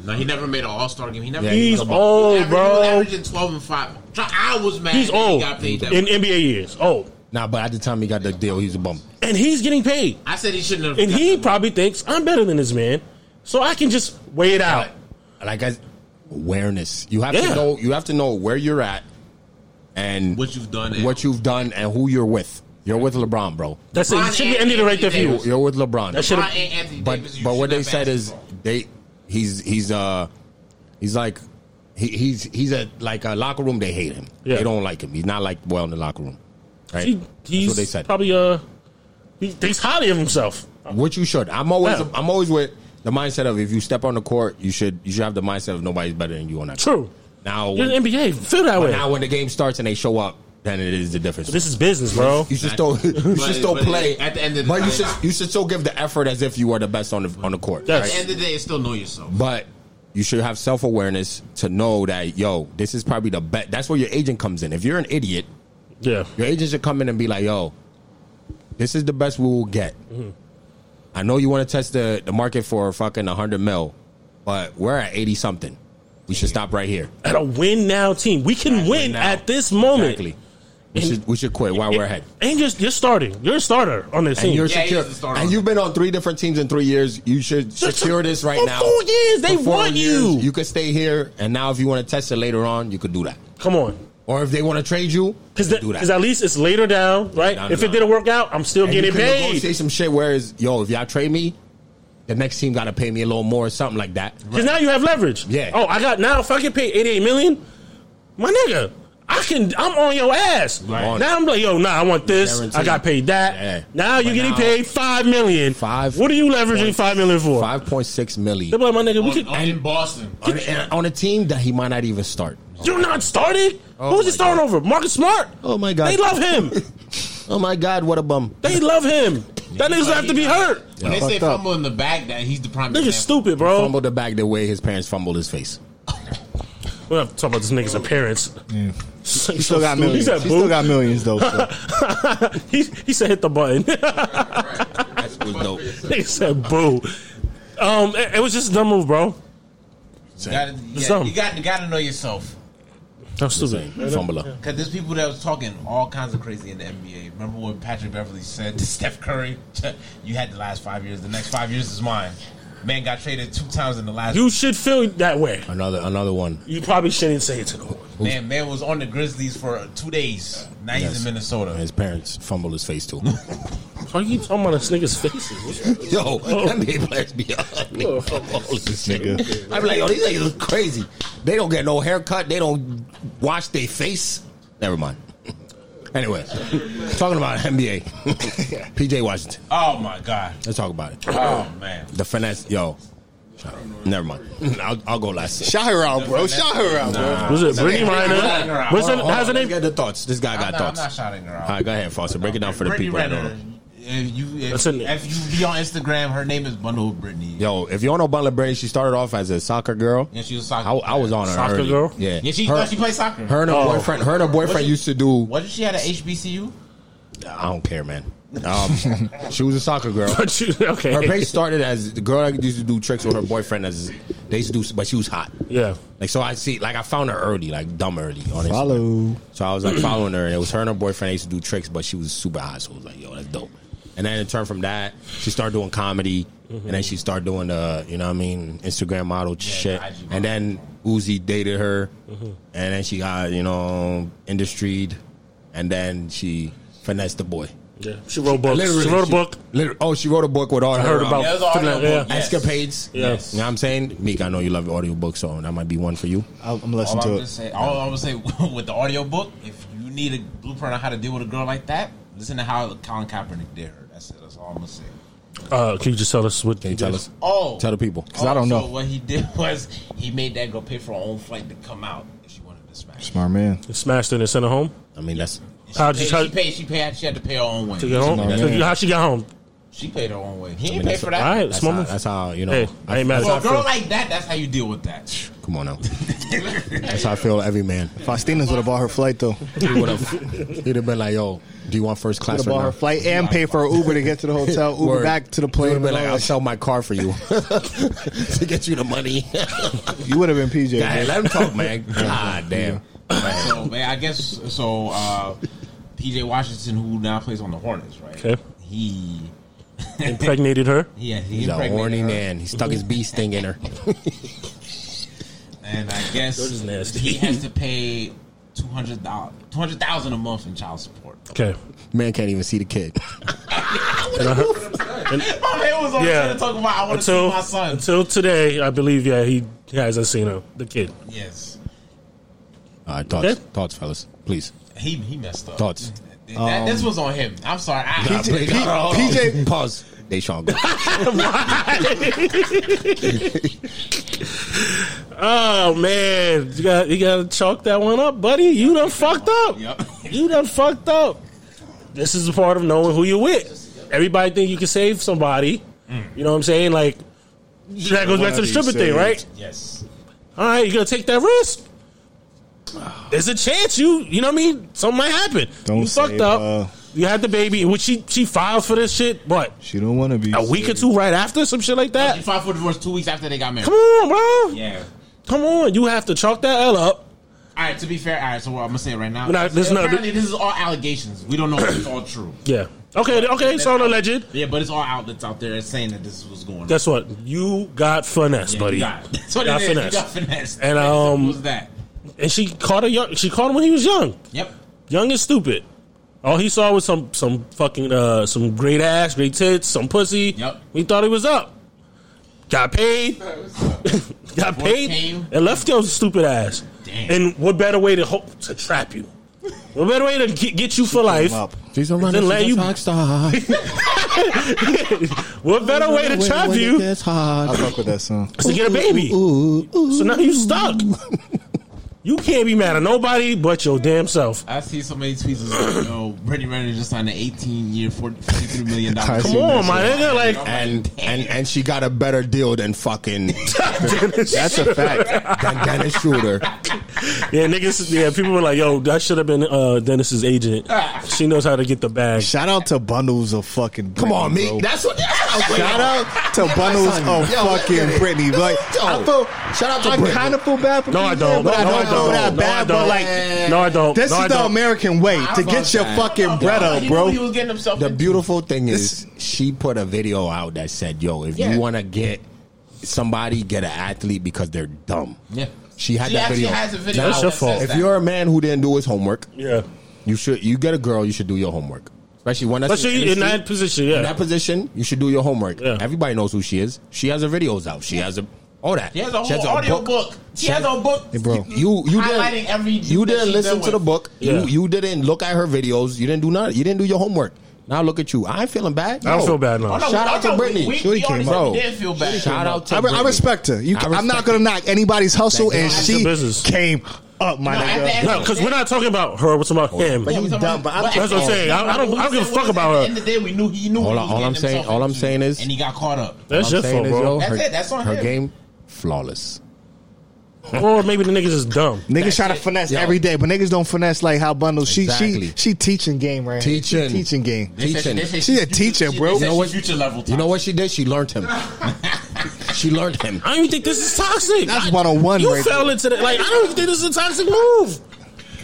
Speaker 5: No, he never made an All Star game. He never.
Speaker 3: Yeah,
Speaker 5: he
Speaker 1: He's
Speaker 5: was a- he
Speaker 1: old,
Speaker 5: averaged- he was
Speaker 1: bro.
Speaker 5: Averaging twelve and five. I was mad.
Speaker 1: He's
Speaker 5: that he
Speaker 1: old
Speaker 5: Got paid that
Speaker 1: in
Speaker 5: much.
Speaker 1: NBA years. Old,
Speaker 3: Nah, but at the time he got the deal, he was a bum.
Speaker 1: and he's getting paid.
Speaker 5: I said he shouldn't have.
Speaker 1: And
Speaker 5: got
Speaker 1: he
Speaker 5: that much.
Speaker 1: probably thinks I'm better than this man, so I can just weigh it out.
Speaker 3: Like I, awareness. You have
Speaker 1: Yeah.
Speaker 3: to know. You have to know where you're at, and
Speaker 5: What you've done and-
Speaker 3: what you've done, and who you're with. You're with LeBron, bro.
Speaker 1: That's it. He
Speaker 5: LeBron
Speaker 1: should be
Speaker 5: and
Speaker 1: ended it right there for you.
Speaker 5: Anthony
Speaker 3: You're with LeBron.
Speaker 1: That should've-
Speaker 5: LeBron and Anthony
Speaker 3: but
Speaker 5: Davis, you
Speaker 3: but what
Speaker 5: should
Speaker 3: they
Speaker 5: not
Speaker 3: said is
Speaker 5: basketball.
Speaker 3: they he's he's uh he's like he, he's he's a like a locker room. They hate him.
Speaker 1: Yeah.
Speaker 3: They don't like him. He's not like well in the locker room. Right.
Speaker 1: He,
Speaker 3: That's
Speaker 1: he's
Speaker 3: what they said.
Speaker 1: probably uh, he thinks highly of himself.
Speaker 3: What you should. I'm always.
Speaker 1: Yeah.
Speaker 3: I'm always with the mindset of if you step on the court, you should. You should have the mindset of nobody's better than you on that. court.
Speaker 1: True.
Speaker 3: Now
Speaker 1: You're in the NBA. Feel that way.
Speaker 3: But now when the game starts and they show up, then it is the difference.
Speaker 1: This is business, bro.
Speaker 3: you should still you
Speaker 5: But-
Speaker 3: should still
Speaker 5: but
Speaker 3: play
Speaker 5: at the end of the
Speaker 3: but you
Speaker 5: day-
Speaker 3: should you should still give the effort as if you are the best on the on the court.
Speaker 1: Yes.
Speaker 5: At the end of the day, it's still know yourself.
Speaker 3: But you should have self awareness to know that yo, this is probably the best. That's where your agent comes in. If you're an idiot,
Speaker 1: Yeah.
Speaker 3: your agent should come in and be like, yo, this is the best we will get.
Speaker 1: Mm-hmm.
Speaker 3: I know you want to test the, the market for fucking 100 mil, but we're at 80 something. We should stop right here.
Speaker 1: At a win now team, we can win
Speaker 3: now.
Speaker 1: at this moment.
Speaker 3: Exactly. We
Speaker 1: And-
Speaker 3: should we should quit while we're ahead.
Speaker 1: And you're, you're starting. You're a starter on this
Speaker 3: and
Speaker 1: team.
Speaker 3: you're
Speaker 5: Yeah, he
Speaker 3: secure.
Speaker 5: is the starter.
Speaker 3: And you've been on three different teams in three years. You should secure this right
Speaker 1: For
Speaker 3: now.
Speaker 1: Four years, they
Speaker 3: For four
Speaker 1: want
Speaker 3: years,
Speaker 1: you.
Speaker 3: You could stay here, and now if you want to test it later on, you could do that.
Speaker 1: Come on,
Speaker 3: Or if they want to trade you,
Speaker 1: because
Speaker 3: you could do that.
Speaker 1: at least it's later down, right?
Speaker 3: No, no,
Speaker 1: if it
Speaker 3: no.
Speaker 1: didn't work out, I'm still
Speaker 3: And you
Speaker 1: getting
Speaker 3: can
Speaker 1: paid.
Speaker 3: negotiate some shit. Whereas, yo, if y'all trade me, the next team got to pay me a little more or something like that.
Speaker 1: Because now you have leverage.
Speaker 3: Yeah.
Speaker 1: Oh, I got now. If I get paid eighty eight million, my nigga, I can. I'm on your ass.
Speaker 3: Right.
Speaker 1: Now I'm like, yo, nah, I want this.
Speaker 3: Guaranteed.
Speaker 1: I got paid that.
Speaker 3: Yeah.
Speaker 1: Now you're
Speaker 3: But
Speaker 1: getting
Speaker 3: now-
Speaker 1: paid five million.
Speaker 3: Five
Speaker 1: What are you leveraging
Speaker 3: point-
Speaker 1: five million for?
Speaker 3: Five point six
Speaker 1: They're
Speaker 3: million
Speaker 1: like, my nigga, we
Speaker 5: On,
Speaker 1: could.
Speaker 5: on, in Boston,
Speaker 3: on, a- on a team that he might not even start.
Speaker 1: You're not starting.
Speaker 3: Oh
Speaker 1: Who's he
Speaker 3: my
Speaker 1: starting over? Marcus Smart.
Speaker 3: Oh my God.
Speaker 1: They love him.
Speaker 3: Oh my god, what a bum!
Speaker 1: they love him. That nigga's have to be hurt.
Speaker 5: when they
Speaker 4: Fucked
Speaker 5: say
Speaker 4: up.
Speaker 5: fumble in the back, that he's the prime.
Speaker 1: Nigga's
Speaker 5: example.
Speaker 1: stupid, bro.
Speaker 3: Fumbled the bag the way his parents fumbled his face.
Speaker 1: We're not talking about this nigga's appearance.
Speaker 4: He still got millions.
Speaker 1: He
Speaker 4: He
Speaker 1: said,
Speaker 4: still
Speaker 1: "Boo."
Speaker 4: got millions though. so.
Speaker 1: he, he said, hit the button.
Speaker 3: That's was dope.
Speaker 1: He said, boo. Um, it, it was just a dumb move, bro.
Speaker 5: You gotta, yeah,
Speaker 1: Some.
Speaker 5: you got you gotta know yourself.
Speaker 1: That was stupid.
Speaker 3: Fumbler.
Speaker 5: Because there's people that was talking all kinds of crazy in the NBA. Remember what Patrick Beverly said to Steph Curry? you had the last five years. The next five years is mine. Man got traded two times in the last.
Speaker 1: You should feel that way.
Speaker 3: Another another one.
Speaker 1: You probably shouldn't say it to no one.
Speaker 5: man, man was on the Grizzlies for two days. Now he's
Speaker 3: Yes.
Speaker 5: in Minnesota.
Speaker 3: His parents fumbled his face too.
Speaker 1: Why you keep talking about this nigga's faces?
Speaker 3: yo, NBA players be ugly.
Speaker 1: Oh, fuck.
Speaker 3: Fumbled his face. I'm like, yo, these niggas look crazy. They don't get no haircut. They don't wash their face. Never mind. Anyway, talking about NBA, PJ Washington.
Speaker 5: Oh my god.
Speaker 3: Let's talk about it.
Speaker 5: Oh man.
Speaker 3: The finesse, yo. Never mind. I'll, I'll go last.
Speaker 4: Shout her out, bro. Shout her out, bro.
Speaker 1: Was it Brittany
Speaker 5: Brittany
Speaker 1: Reiner?
Speaker 5: Reiner.
Speaker 1: What's her,
Speaker 5: Hold
Speaker 1: how's her name?
Speaker 3: Let's get the thoughts. This guy
Speaker 5: I'm
Speaker 3: got
Speaker 5: not, I'm
Speaker 3: thoughts.
Speaker 5: not shouting her
Speaker 3: All
Speaker 5: out.
Speaker 3: right, go ahead, Foster. Break it down for the
Speaker 5: Brittany
Speaker 3: people. that don't
Speaker 5: Renner
Speaker 3: know.
Speaker 5: if you if,
Speaker 1: That's a-
Speaker 5: if you be on Instagram, her name is Bundle Brittany.
Speaker 3: Yo, if you don't know Butler Brady, she started off as a soccer girl.
Speaker 5: Yeah, she was a soccer
Speaker 3: I, I was on her.
Speaker 1: Soccer
Speaker 3: early.
Speaker 1: girl?
Speaker 3: Yeah.
Speaker 5: Yeah, she
Speaker 3: her,
Speaker 5: no, she played soccer.
Speaker 3: her and her
Speaker 1: Oh.
Speaker 3: boyfriend. Her and her boyfriend
Speaker 5: Wasn't-
Speaker 3: used to do.
Speaker 5: Wasn't she at a HBCU?
Speaker 3: I don't care, man. Um, she was a soccer girl.
Speaker 1: But you, okay.
Speaker 3: Her page started as the girl that used to do tricks with her boyfriend. As they used to do, but she was hot.
Speaker 1: Yeah.
Speaker 3: Like so, I see. Like I found her early, like dumb early. On Instagram.
Speaker 4: Follow.
Speaker 3: So I was like following her, and it was her and her boyfriend. They used to do tricks, but she was super hot. So I was like, "Yo, that's dope." And then it turned from that, she started doing comedy, and then she started doing the, you know, what I mean, Instagram model shit.
Speaker 5: the IG model.
Speaker 3: And then Uzi dated her, and then she got, you know, industried, and then she finessed the boy.
Speaker 1: Yeah. She wrote books. she wrote a book.
Speaker 3: Literally, oh, she wrote a book with all
Speaker 1: I
Speaker 3: her um,
Speaker 1: heard about
Speaker 5: Yeah, it was an audio
Speaker 1: yeah.
Speaker 5: book.
Speaker 3: escapades.
Speaker 1: Yes.
Speaker 3: You know what I'm saying? Meek, I know you love audiobooks, so that might be one for you.
Speaker 4: I'm I'm
Speaker 5: All
Speaker 4: listening
Speaker 5: I'm
Speaker 4: to
Speaker 5: just
Speaker 4: it.
Speaker 5: saying, all I'm gonna say with the audiobook, if you need a blueprint on how to deal with a girl like that, listen to how Colin Kaepernick did her. That's it. That's all I'm gonna say.
Speaker 1: Uh, can you just tell us what?
Speaker 3: Can you tell us?
Speaker 5: Oh,
Speaker 3: Tell the people.
Speaker 4: 'Cause I don't
Speaker 5: Also,
Speaker 4: know.
Speaker 5: What he did was he made that girl pay for her own flight to come out if she wanted to smash.
Speaker 4: Smart man.
Speaker 1: Smashed her and sent her home.
Speaker 3: I mean, that's
Speaker 5: She
Speaker 1: How'd
Speaker 5: paid,
Speaker 1: you tell-
Speaker 5: she paid. She paid. She had to pay her own way.
Speaker 1: To get home.
Speaker 4: man.
Speaker 1: So you- How she got home?
Speaker 5: She paid her own way. He
Speaker 3: mean,
Speaker 5: ain't pay
Speaker 3: that's
Speaker 5: for
Speaker 1: All
Speaker 5: that.
Speaker 1: right.
Speaker 3: that's
Speaker 1: small
Speaker 3: how,
Speaker 1: move.
Speaker 3: that's how you know.
Speaker 1: Hey, I ain't mad
Speaker 5: For a
Speaker 1: at
Speaker 5: girl
Speaker 1: that.
Speaker 5: like that, that's how you deal with that.
Speaker 3: Come on now. That's how I feel every man.
Speaker 4: Faustina's would have bought her flight though.
Speaker 3: He would have he'd have been like, yo, do you want first
Speaker 4: Would
Speaker 3: class
Speaker 4: have
Speaker 3: or
Speaker 4: bought her
Speaker 3: not?
Speaker 4: flight and pay for her Uber to get to the hotel, Uber
Speaker 3: Word.
Speaker 4: back to the
Speaker 3: He would
Speaker 4: plane.
Speaker 3: have been like,
Speaker 4: and all
Speaker 3: I'll
Speaker 4: that.
Speaker 3: sell my car for you to get you the money.
Speaker 4: you would have been PJ.
Speaker 3: Hey,
Speaker 4: man.
Speaker 3: let him talk, man. God damn.
Speaker 5: so man, I guess so. Uh, PJ Washington, who now plays on the Hornets, right?
Speaker 1: Okay.
Speaker 5: He
Speaker 1: Impregnated her.
Speaker 5: yeah, he
Speaker 3: He's a
Speaker 5: impregnated
Speaker 3: horny
Speaker 5: her.
Speaker 3: man. He stuck his bee sting in her.
Speaker 5: and I guess
Speaker 1: Those is nasty.
Speaker 5: he has to pay two hundred dollars, two hundred thousand a month in child support.
Speaker 1: Okay.
Speaker 3: Man can't even see the kid.
Speaker 5: My man was on
Speaker 1: Yeah.
Speaker 5: yeah. talking about I want to see
Speaker 1: Until
Speaker 5: my son.
Speaker 1: until today, I believe. Yeah, he hasn't seen her. The kid.
Speaker 5: yes,
Speaker 3: All right, thoughts,
Speaker 1: Okay.
Speaker 3: thoughts, fellas, please.
Speaker 5: he he messed up.
Speaker 3: Thoughts?
Speaker 5: That- this
Speaker 1: Um,
Speaker 5: was on him. I'm sorry. I,
Speaker 3: Please.
Speaker 4: P- PJ
Speaker 3: pause. They Sean go.
Speaker 1: Oh man, you got you got to chalk that one up, buddy. You done fucked up.
Speaker 5: Yep.
Speaker 1: You done fucked up. This is the part of knowing who you with. Everybody think you can save somebody. You know what I'm saying? Like that goes back to the stripper thing, right?
Speaker 5: yes.
Speaker 1: All right, you gonna take that risk. There's a chance you you know what I mean. Something might happen.
Speaker 4: Don't
Speaker 1: you fucked
Speaker 4: save,
Speaker 1: up.
Speaker 4: uh,
Speaker 1: you had the baby, which she she filed for this shit. What
Speaker 4: She don't want to be
Speaker 1: a week or two right after some shit like
Speaker 5: He
Speaker 1: that.
Speaker 5: filed for divorce two weeks after they got married.
Speaker 1: Come on, bro.
Speaker 5: Yeah.
Speaker 1: Come on. You have to chalk that L up.
Speaker 5: All right. To be fair, all right. So what I'm gonna say it right now.
Speaker 1: But now, listen up.
Speaker 5: apparently, this is all allegations. We don't know if it's all true.
Speaker 1: Yeah. Okay. Okay. So alleged.
Speaker 5: Yeah, but it's all outlets out there that's saying that this was going on.
Speaker 1: Guess what? You got finesse,
Speaker 5: Yeah,
Speaker 1: buddy.
Speaker 5: you got it. That's what
Speaker 1: Got
Speaker 5: it is.
Speaker 1: finessed.
Speaker 5: You got finessed.
Speaker 1: And,
Speaker 5: That's
Speaker 1: um,
Speaker 5: simple as that?
Speaker 1: And she caught her. Young, she caught him when he was young,
Speaker 5: Yep.
Speaker 1: young and stupid. All he saw was some some fucking uh, some great ass, great tits, some pussy.
Speaker 5: Yep.
Speaker 1: He thought he was up. Got paid. got paid
Speaker 5: came.
Speaker 1: and left your stupid ass.
Speaker 5: Damn.
Speaker 1: And what better way to hope to trap you? What better way to get, get you for life?
Speaker 4: up.
Speaker 3: She's a runner.
Speaker 1: Then let
Speaker 3: She's
Speaker 1: you-
Speaker 3: a rock star.
Speaker 1: What better way to
Speaker 3: When-
Speaker 1: trap
Speaker 3: when it
Speaker 1: you
Speaker 3: gets hot.
Speaker 4: I fuck with that song.
Speaker 1: is to get a baby? So now you stuck. you can't be mad at nobody but your damn self.
Speaker 5: I see so many tweets. It's Like, Yo, Brittany Renner just signed an 18 year, 43 million dollar.
Speaker 1: Come on, my nigga. Like,
Speaker 3: And and and she got a better deal than fucking
Speaker 4: That's a fact.
Speaker 3: than Dennis Schroeder.
Speaker 1: yeah, niggas. Yeah, people were like, "Yo, that should have been uh, Dennis's agent.
Speaker 4: Ah.
Speaker 1: She knows how to get the bag."
Speaker 4: Shout out to bundles of fucking.
Speaker 3: Come on,
Speaker 4: Britney,
Speaker 3: me.
Speaker 4: bro.
Speaker 3: That's what. Shout
Speaker 4: Shout out to bundles of fucking Britney. Like, I feel.
Speaker 3: Shout out to
Speaker 4: I
Speaker 3: Britney.
Speaker 4: kind of feel bad for
Speaker 1: No,
Speaker 4: PJ,
Speaker 1: I don't.
Speaker 4: but I
Speaker 1: No,
Speaker 4: don't,
Speaker 1: I
Speaker 4: feel
Speaker 1: don't.
Speaker 4: that
Speaker 1: No, I
Speaker 4: bad.
Speaker 1: don't.
Speaker 4: but like,
Speaker 1: No, I don't.
Speaker 4: this
Speaker 1: No,
Speaker 4: is
Speaker 1: I
Speaker 4: the
Speaker 1: don't.
Speaker 4: American way to
Speaker 5: fuck
Speaker 4: get your
Speaker 5: that.
Speaker 4: fucking bread up,
Speaker 5: he
Speaker 4: bro.
Speaker 5: Knew he was getting himself.
Speaker 3: The
Speaker 5: into-
Speaker 3: beautiful thing is, she put a video out that said, "Yo, if
Speaker 5: Yeah.
Speaker 3: you want to get somebody, get an athlete because they're dumb."
Speaker 5: Yeah.
Speaker 3: She had
Speaker 5: She
Speaker 3: that
Speaker 5: actually
Speaker 3: video.
Speaker 5: has a video.
Speaker 1: That's
Speaker 5: out
Speaker 1: your
Speaker 5: that
Speaker 1: fault.
Speaker 5: says
Speaker 3: If
Speaker 5: that.
Speaker 3: you're a man who didn't do his homework,
Speaker 1: Yeah,
Speaker 3: you should. You get a girl, you should do your homework. Especially one that's
Speaker 1: but she in that position.
Speaker 3: in
Speaker 1: Yeah,
Speaker 3: that position, you should do your homework.
Speaker 1: Yeah.
Speaker 3: Everybody knows who she is. She has her videos out. She has a all that.
Speaker 5: She has a whole audio book. She has a book.
Speaker 4: bro.
Speaker 3: You you
Speaker 5: Highlighting
Speaker 3: didn't,
Speaker 5: every-
Speaker 3: you
Speaker 5: that
Speaker 3: didn't
Speaker 5: she's
Speaker 3: listen
Speaker 5: done
Speaker 3: to the
Speaker 5: with.
Speaker 3: book.
Speaker 1: Yeah.
Speaker 3: You you didn't look at her videos. You didn't do nothing. You didn't do your homework. Now look at you. I ain't feeling bad.
Speaker 1: I don't
Speaker 3: No.
Speaker 1: feel bad
Speaker 5: Oh,
Speaker 1: now.
Speaker 5: no,
Speaker 3: Shout
Speaker 5: oh,
Speaker 3: out to
Speaker 5: no,
Speaker 3: Brittany.
Speaker 5: We,
Speaker 3: Shorty
Speaker 5: we
Speaker 3: came
Speaker 5: honest,
Speaker 3: bro.
Speaker 5: we did feel bad.
Speaker 3: Shout out to
Speaker 4: I, re- I
Speaker 3: Brittany.
Speaker 4: respect her. You,
Speaker 3: I
Speaker 4: I'm not
Speaker 3: respect
Speaker 4: gonna knock anybody's hustle,
Speaker 3: Like,
Speaker 4: and
Speaker 3: that's
Speaker 1: your
Speaker 4: she
Speaker 1: business.
Speaker 4: came up, my
Speaker 5: No,
Speaker 4: nigga.
Speaker 5: after-
Speaker 1: No, because we're not talking about her. We're talking about him.
Speaker 5: Yeah, we
Speaker 1: That's
Speaker 5: talking
Speaker 9: dumb, but I don't-
Speaker 1: what I'm saying. I, I don't. I don't give a fuck
Speaker 5: At
Speaker 1: about
Speaker 5: the end
Speaker 1: her.
Speaker 5: of the day, we knew he knew.
Speaker 3: All
Speaker 5: what
Speaker 3: I-
Speaker 5: he was
Speaker 3: all I'm
Speaker 5: getting
Speaker 3: saying-
Speaker 5: himself
Speaker 3: all I'm
Speaker 5: into,
Speaker 3: saying is-
Speaker 5: and he got caught up.
Speaker 1: That's your fault, bro.
Speaker 5: That's it, that's on
Speaker 3: her
Speaker 5: him.
Speaker 3: game flawless.
Speaker 1: Or maybe the niggas is dumb.
Speaker 4: Niggas try to finesse
Speaker 3: Yo.
Speaker 4: every day, but niggas don't finesse like how bundles. She
Speaker 3: Exactly.
Speaker 4: she she teaching game right. here.
Speaker 3: Teaching.
Speaker 4: teaching game.
Speaker 5: They said
Speaker 3: Teaching.
Speaker 5: they said
Speaker 4: She a
Speaker 5: future-
Speaker 4: teacher,
Speaker 5: they
Speaker 4: bro.
Speaker 5: said
Speaker 4: You know
Speaker 5: she
Speaker 3: what-
Speaker 5: Future level.
Speaker 3: You know what she did? She learned him. she learned him.
Speaker 1: I don't even think this is toxic.
Speaker 4: That's
Speaker 1: I-
Speaker 4: 101
Speaker 1: You
Speaker 4: right
Speaker 1: fell into that. Like I don't even think this is a toxic move.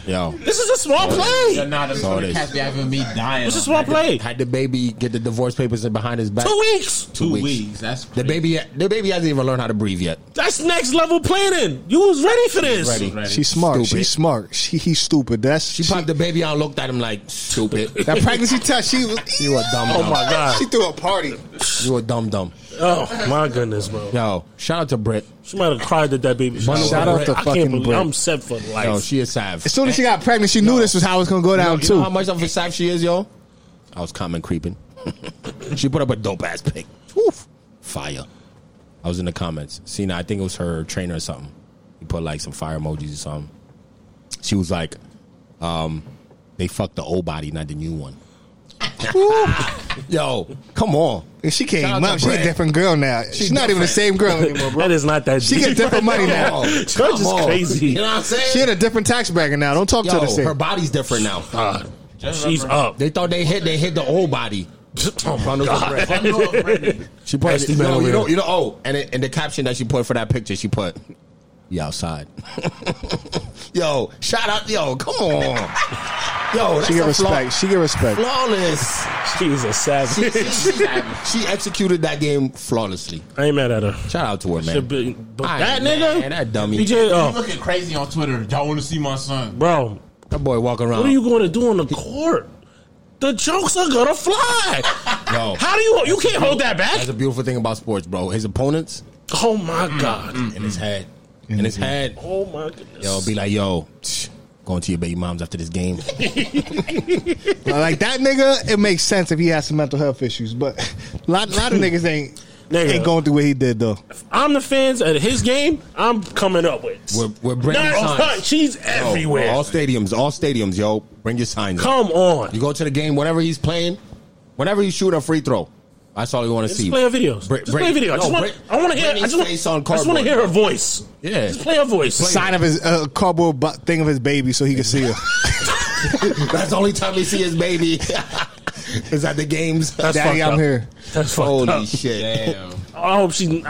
Speaker 3: Yo,
Speaker 1: This is a small
Speaker 5: Yeah,
Speaker 1: play.
Speaker 5: nah, that's
Speaker 3: Saw
Speaker 5: what
Speaker 3: this.
Speaker 5: it has to be having me dying.
Speaker 1: This is a small
Speaker 5: on
Speaker 1: play.
Speaker 3: had the baby get the divorce papers behind his back.
Speaker 1: Two weeks.
Speaker 5: Two weeks. That's
Speaker 3: The baby, the baby hasn't even learned how to breathe yet.
Speaker 1: That's next level planning. You was ready for this.
Speaker 3: Ready?
Speaker 4: She's smart.
Speaker 3: Stupid.
Speaker 4: She's smart. She he's stupid. That's
Speaker 3: She
Speaker 4: she,
Speaker 3: popped the baby out, and looked at him like stupid.
Speaker 4: that pregnancy test. She was
Speaker 3: you a dumb.
Speaker 1: Oh
Speaker 3: dumb.
Speaker 1: my god.
Speaker 4: she threw a party.
Speaker 3: You a dumb dumb.
Speaker 1: Oh my goodness, bro.
Speaker 3: Yo, shout out to Britt.
Speaker 1: She might have cried at that baby.
Speaker 3: Shout
Speaker 1: shower.
Speaker 3: out to
Speaker 1: I can't
Speaker 4: fucking
Speaker 1: believe
Speaker 4: Brit.
Speaker 1: I'm set for life.
Speaker 3: Yo, she a sav.
Speaker 4: As soon as she got pregnant, she knew this was how it's gonna go down
Speaker 3: You know
Speaker 4: too.
Speaker 3: how much of a sav she is, yo? I was comment creeping. she put up a dope ass pic. Oof. Fire. I was in the comments. Cena, I think it was her trainer or something. He put like some fire emojis or something. She was like, um, they fucked the old body, not the new one. yo, come on.
Speaker 4: And she
Speaker 3: Shout out
Speaker 4: came
Speaker 3: to
Speaker 4: up. She's a
Speaker 3: Brad.
Speaker 4: different girl now. She's, not even the same girl anymore, bro.
Speaker 1: that is not that
Speaker 4: She
Speaker 1: deep.
Speaker 4: gets different money
Speaker 3: Come
Speaker 4: now.
Speaker 3: on.
Speaker 1: Church is
Speaker 3: Come on.
Speaker 1: crazy.
Speaker 3: You know what I'm saying?
Speaker 4: She had a different tax bracket now. Don't talk to her the
Speaker 3: Yo, her
Speaker 4: same.
Speaker 3: body's different now.
Speaker 1: She's up.
Speaker 3: They thought they hit they hit the old body.
Speaker 1: Oh my
Speaker 3: Bundles of bread. She put
Speaker 1: Nasty man
Speaker 3: no,
Speaker 1: over
Speaker 3: you know,
Speaker 1: here.
Speaker 3: you know, oh, and it, and the caption that she put for that picture, she put, "You outside." yo, shout out, yo, come on, yo, that's
Speaker 4: She get
Speaker 3: a flaw-
Speaker 4: respect. She get respect.
Speaker 3: flawless.
Speaker 1: She's a
Speaker 3: She,
Speaker 1: savage.
Speaker 3: she- she executed that game flawlessly.
Speaker 1: I ain't mad at her.
Speaker 3: Shout out to her, man.
Speaker 1: Should be- but
Speaker 3: Aight,
Speaker 1: that nigga,
Speaker 3: man, that dummy.
Speaker 1: DJ,
Speaker 5: You
Speaker 1: oh,
Speaker 5: looking crazy on Twitter. Y'all want to see my son?
Speaker 1: bro,
Speaker 3: That boy walking around.
Speaker 1: what are you going to do on the court? The jokes are gonna fly.
Speaker 3: Yo.
Speaker 1: How do you? You can't hold that
Speaker 3: That's
Speaker 1: back.
Speaker 3: a beautiful thing about sports, bro. His opponents
Speaker 1: Oh my
Speaker 3: Mm-hmm.
Speaker 1: god.
Speaker 3: in his head, in his head.
Speaker 1: Oh my goodness.
Speaker 3: Yo, be like, yo, tch, going to your baby mom's after this game.
Speaker 4: Like that nigga, it makes sense if he has some mental health issues. But a lot, lot of niggas ain't
Speaker 1: Nigga.
Speaker 4: ain't going through what he did though.
Speaker 1: I'm the fans at his game. I'm coming up with.
Speaker 3: We're, we're bringing
Speaker 1: Not on her.
Speaker 3: signs.
Speaker 1: She's
Speaker 3: Yo,
Speaker 1: everywhere.
Speaker 3: all stadiums, all stadiums, yo. Bring your signs. up.
Speaker 1: Come on.
Speaker 3: You go to the game, whenever he's playing, whenever you shoot a free throw, that's all you want to
Speaker 1: Just
Speaker 3: see.
Speaker 1: play her videos.
Speaker 3: Brit-
Speaker 1: just
Speaker 3: Brit-
Speaker 1: play a video. I
Speaker 3: no,
Speaker 1: just want.
Speaker 3: Brit-
Speaker 1: I want to hear. I
Speaker 3: Britney's
Speaker 1: just want.
Speaker 3: face on
Speaker 1: I just want to
Speaker 3: cardboard.
Speaker 1: hear her voice.
Speaker 3: Yeah.
Speaker 1: Just play her voice.
Speaker 4: Sign of his uh, cardboard bu- thing of his baby so he can see her.
Speaker 3: That's the only time we see his baby. Is at the games.
Speaker 1: That's
Speaker 4: Daddy,
Speaker 1: fucked
Speaker 4: I'm
Speaker 1: up.
Speaker 4: here.
Speaker 1: That's fucked
Speaker 3: Holy
Speaker 1: up.
Speaker 3: shit.
Speaker 5: Damn.
Speaker 1: I hope she.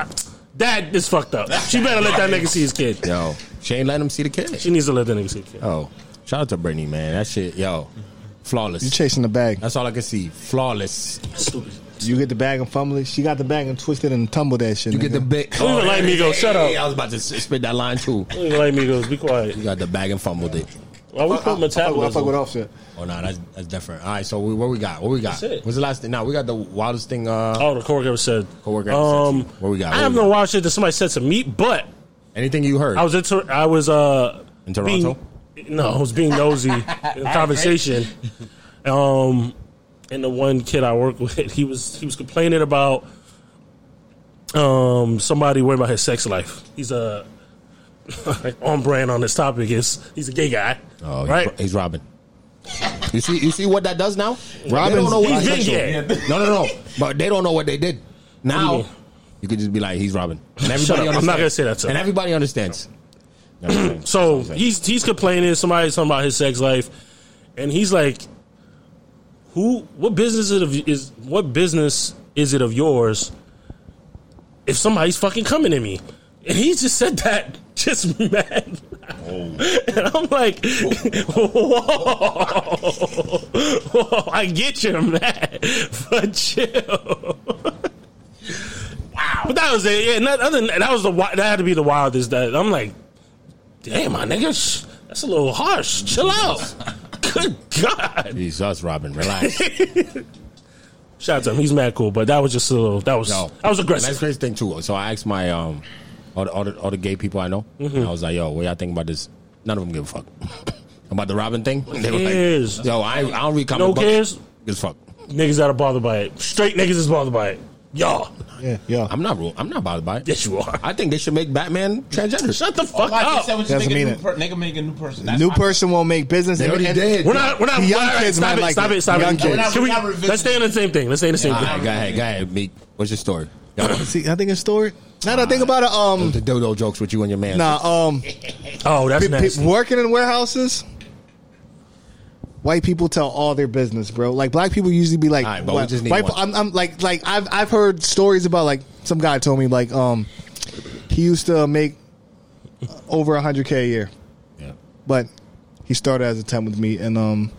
Speaker 1: That is fucked up. She better let that nigga see his kid.
Speaker 3: Yo, she ain't letting him see the kid.
Speaker 1: She needs to let that nigga see his kid.
Speaker 3: Yo, shout out to Brittany, man. That shit, yo,
Speaker 4: You
Speaker 3: flawless.
Speaker 4: chasing the bag.
Speaker 3: That's all I can see. Flawless.
Speaker 1: Stupid.
Speaker 4: You get the bag and fumble it. She got the bag and twisted and tumbled that shit.
Speaker 3: You get the
Speaker 4: nigga.
Speaker 3: big.
Speaker 1: Don't even like me, go, shut up.
Speaker 3: I was about to s- spit that line too.
Speaker 1: Don't even like me, goes. Be quiet.
Speaker 3: You got the bag and fumbled it.
Speaker 1: Why we
Speaker 4: I- I-
Speaker 1: put
Speaker 4: I fuck with- I fuck with
Speaker 1: metabolism?
Speaker 4: offset.
Speaker 3: Oh no, that's that's different. All right, so we, what we got? What we got?
Speaker 1: That's it.
Speaker 3: What's the last thing? Now we got the wildest thing. Uh,
Speaker 1: Oh, the coworker said.
Speaker 3: Coworker said
Speaker 1: Um,
Speaker 3: to you. What we got?
Speaker 1: I
Speaker 3: What
Speaker 1: have
Speaker 3: we
Speaker 1: no
Speaker 3: got?
Speaker 1: wild shit that somebody said to me, but
Speaker 3: Anything you heard?
Speaker 1: I was inter- I was uh
Speaker 3: In Toronto?
Speaker 1: Being, no, I was being nosy in the conversation. Um, and the one kid I work with, he was he was complaining about um somebody worried about his sex life. He's a on brand on this topic is he's a gay guy,
Speaker 3: oh, he's-
Speaker 1: right?
Speaker 3: He's Robin. You see, you see what that does now. they
Speaker 4: Robin's-
Speaker 3: don't know
Speaker 1: He's
Speaker 3: what
Speaker 1: been
Speaker 3: sexual-
Speaker 1: gay.
Speaker 3: No, no, no. But they don't know what they did.
Speaker 1: do you
Speaker 3: Now
Speaker 1: mean?
Speaker 3: you could just be like, he's Robin, and
Speaker 1: Shut
Speaker 3: everybody.
Speaker 1: up.
Speaker 3: understands.
Speaker 1: I'm not gonna say that to him.
Speaker 3: And everybody understands.
Speaker 1: So he's he's complaining. Somebody's talking about his sex life, and he's like, "Who? What business is it of, is what business is it of yours if somebody's fucking coming at me?" And he just said that just mad, and I'm like, "Whoa, whoa I get you're mad, but chill." Wow. But that was it. Yeah, not, other than that, that was the wi- that had to be the wildest. That I'm like, Damn, my nigga, sh- that's a little harsh. Chill out. Good God.
Speaker 3: He's us, Robin. Relax.
Speaker 1: Shout out to him. He's mad cool, but that was just a little. That was
Speaker 3: No,
Speaker 1: that was
Speaker 3: And That's
Speaker 1: aggressive.
Speaker 3: the crazy thing too. So I asked my um, all the, all the, all the gay people I know.
Speaker 1: Mm-hmm.
Speaker 3: And I was like, "Yo, what y'all think about this?" None of them give a fuck about the Robin thing. They were
Speaker 1: cares?
Speaker 3: like, "Yo, I, I don't read comic
Speaker 1: No
Speaker 3: books.
Speaker 1: cares?
Speaker 3: Gives a fuck."
Speaker 1: Niggas that are bothered by it. Straight niggas is bothered by it. Y'all.
Speaker 4: Yeah, yeah.
Speaker 3: I'm not rule. I'm not bothered by it.
Speaker 1: Yes, you are.
Speaker 3: I think they should make Batman transgender.
Speaker 1: Shut the fuck
Speaker 5: Like
Speaker 1: up.
Speaker 5: they said, we just
Speaker 4: Doesn't
Speaker 5: make a
Speaker 4: mean
Speaker 5: new
Speaker 4: it.
Speaker 5: per- they can make a new person. That's
Speaker 4: New
Speaker 5: fine.
Speaker 4: person won't make business.
Speaker 3: They already did.
Speaker 1: We're not. We're not.
Speaker 4: The young
Speaker 1: all right,
Speaker 4: kids
Speaker 1: stop
Speaker 4: might
Speaker 1: it.
Speaker 4: like
Speaker 1: stop
Speaker 4: it.
Speaker 1: it. Stop
Speaker 4: Young
Speaker 1: it.
Speaker 4: kids.
Speaker 1: Can we,
Speaker 5: We're not revisiting
Speaker 1: let's stay on the same thing. Let's stay on the same
Speaker 3: All
Speaker 1: thing.
Speaker 3: right, go ahead, go ahead, Meek. What's your story?
Speaker 4: See, I think it's story. Now that I think about it, um,
Speaker 3: The dodo jokes with you and your man.
Speaker 4: nah, um,
Speaker 1: Oh, that's
Speaker 4: pe-
Speaker 1: nasty.
Speaker 4: pe- working in warehouses. White people tell all their business, bro. Like black people usually be like,
Speaker 3: All right, but we
Speaker 4: white,
Speaker 3: just need
Speaker 4: white-
Speaker 3: one.
Speaker 4: I'm, I'm like, like I've I've heard stories about like some guy told me like um, he used to make over hundred k a year,
Speaker 3: Yeah.
Speaker 4: but he started as a temp with me and um,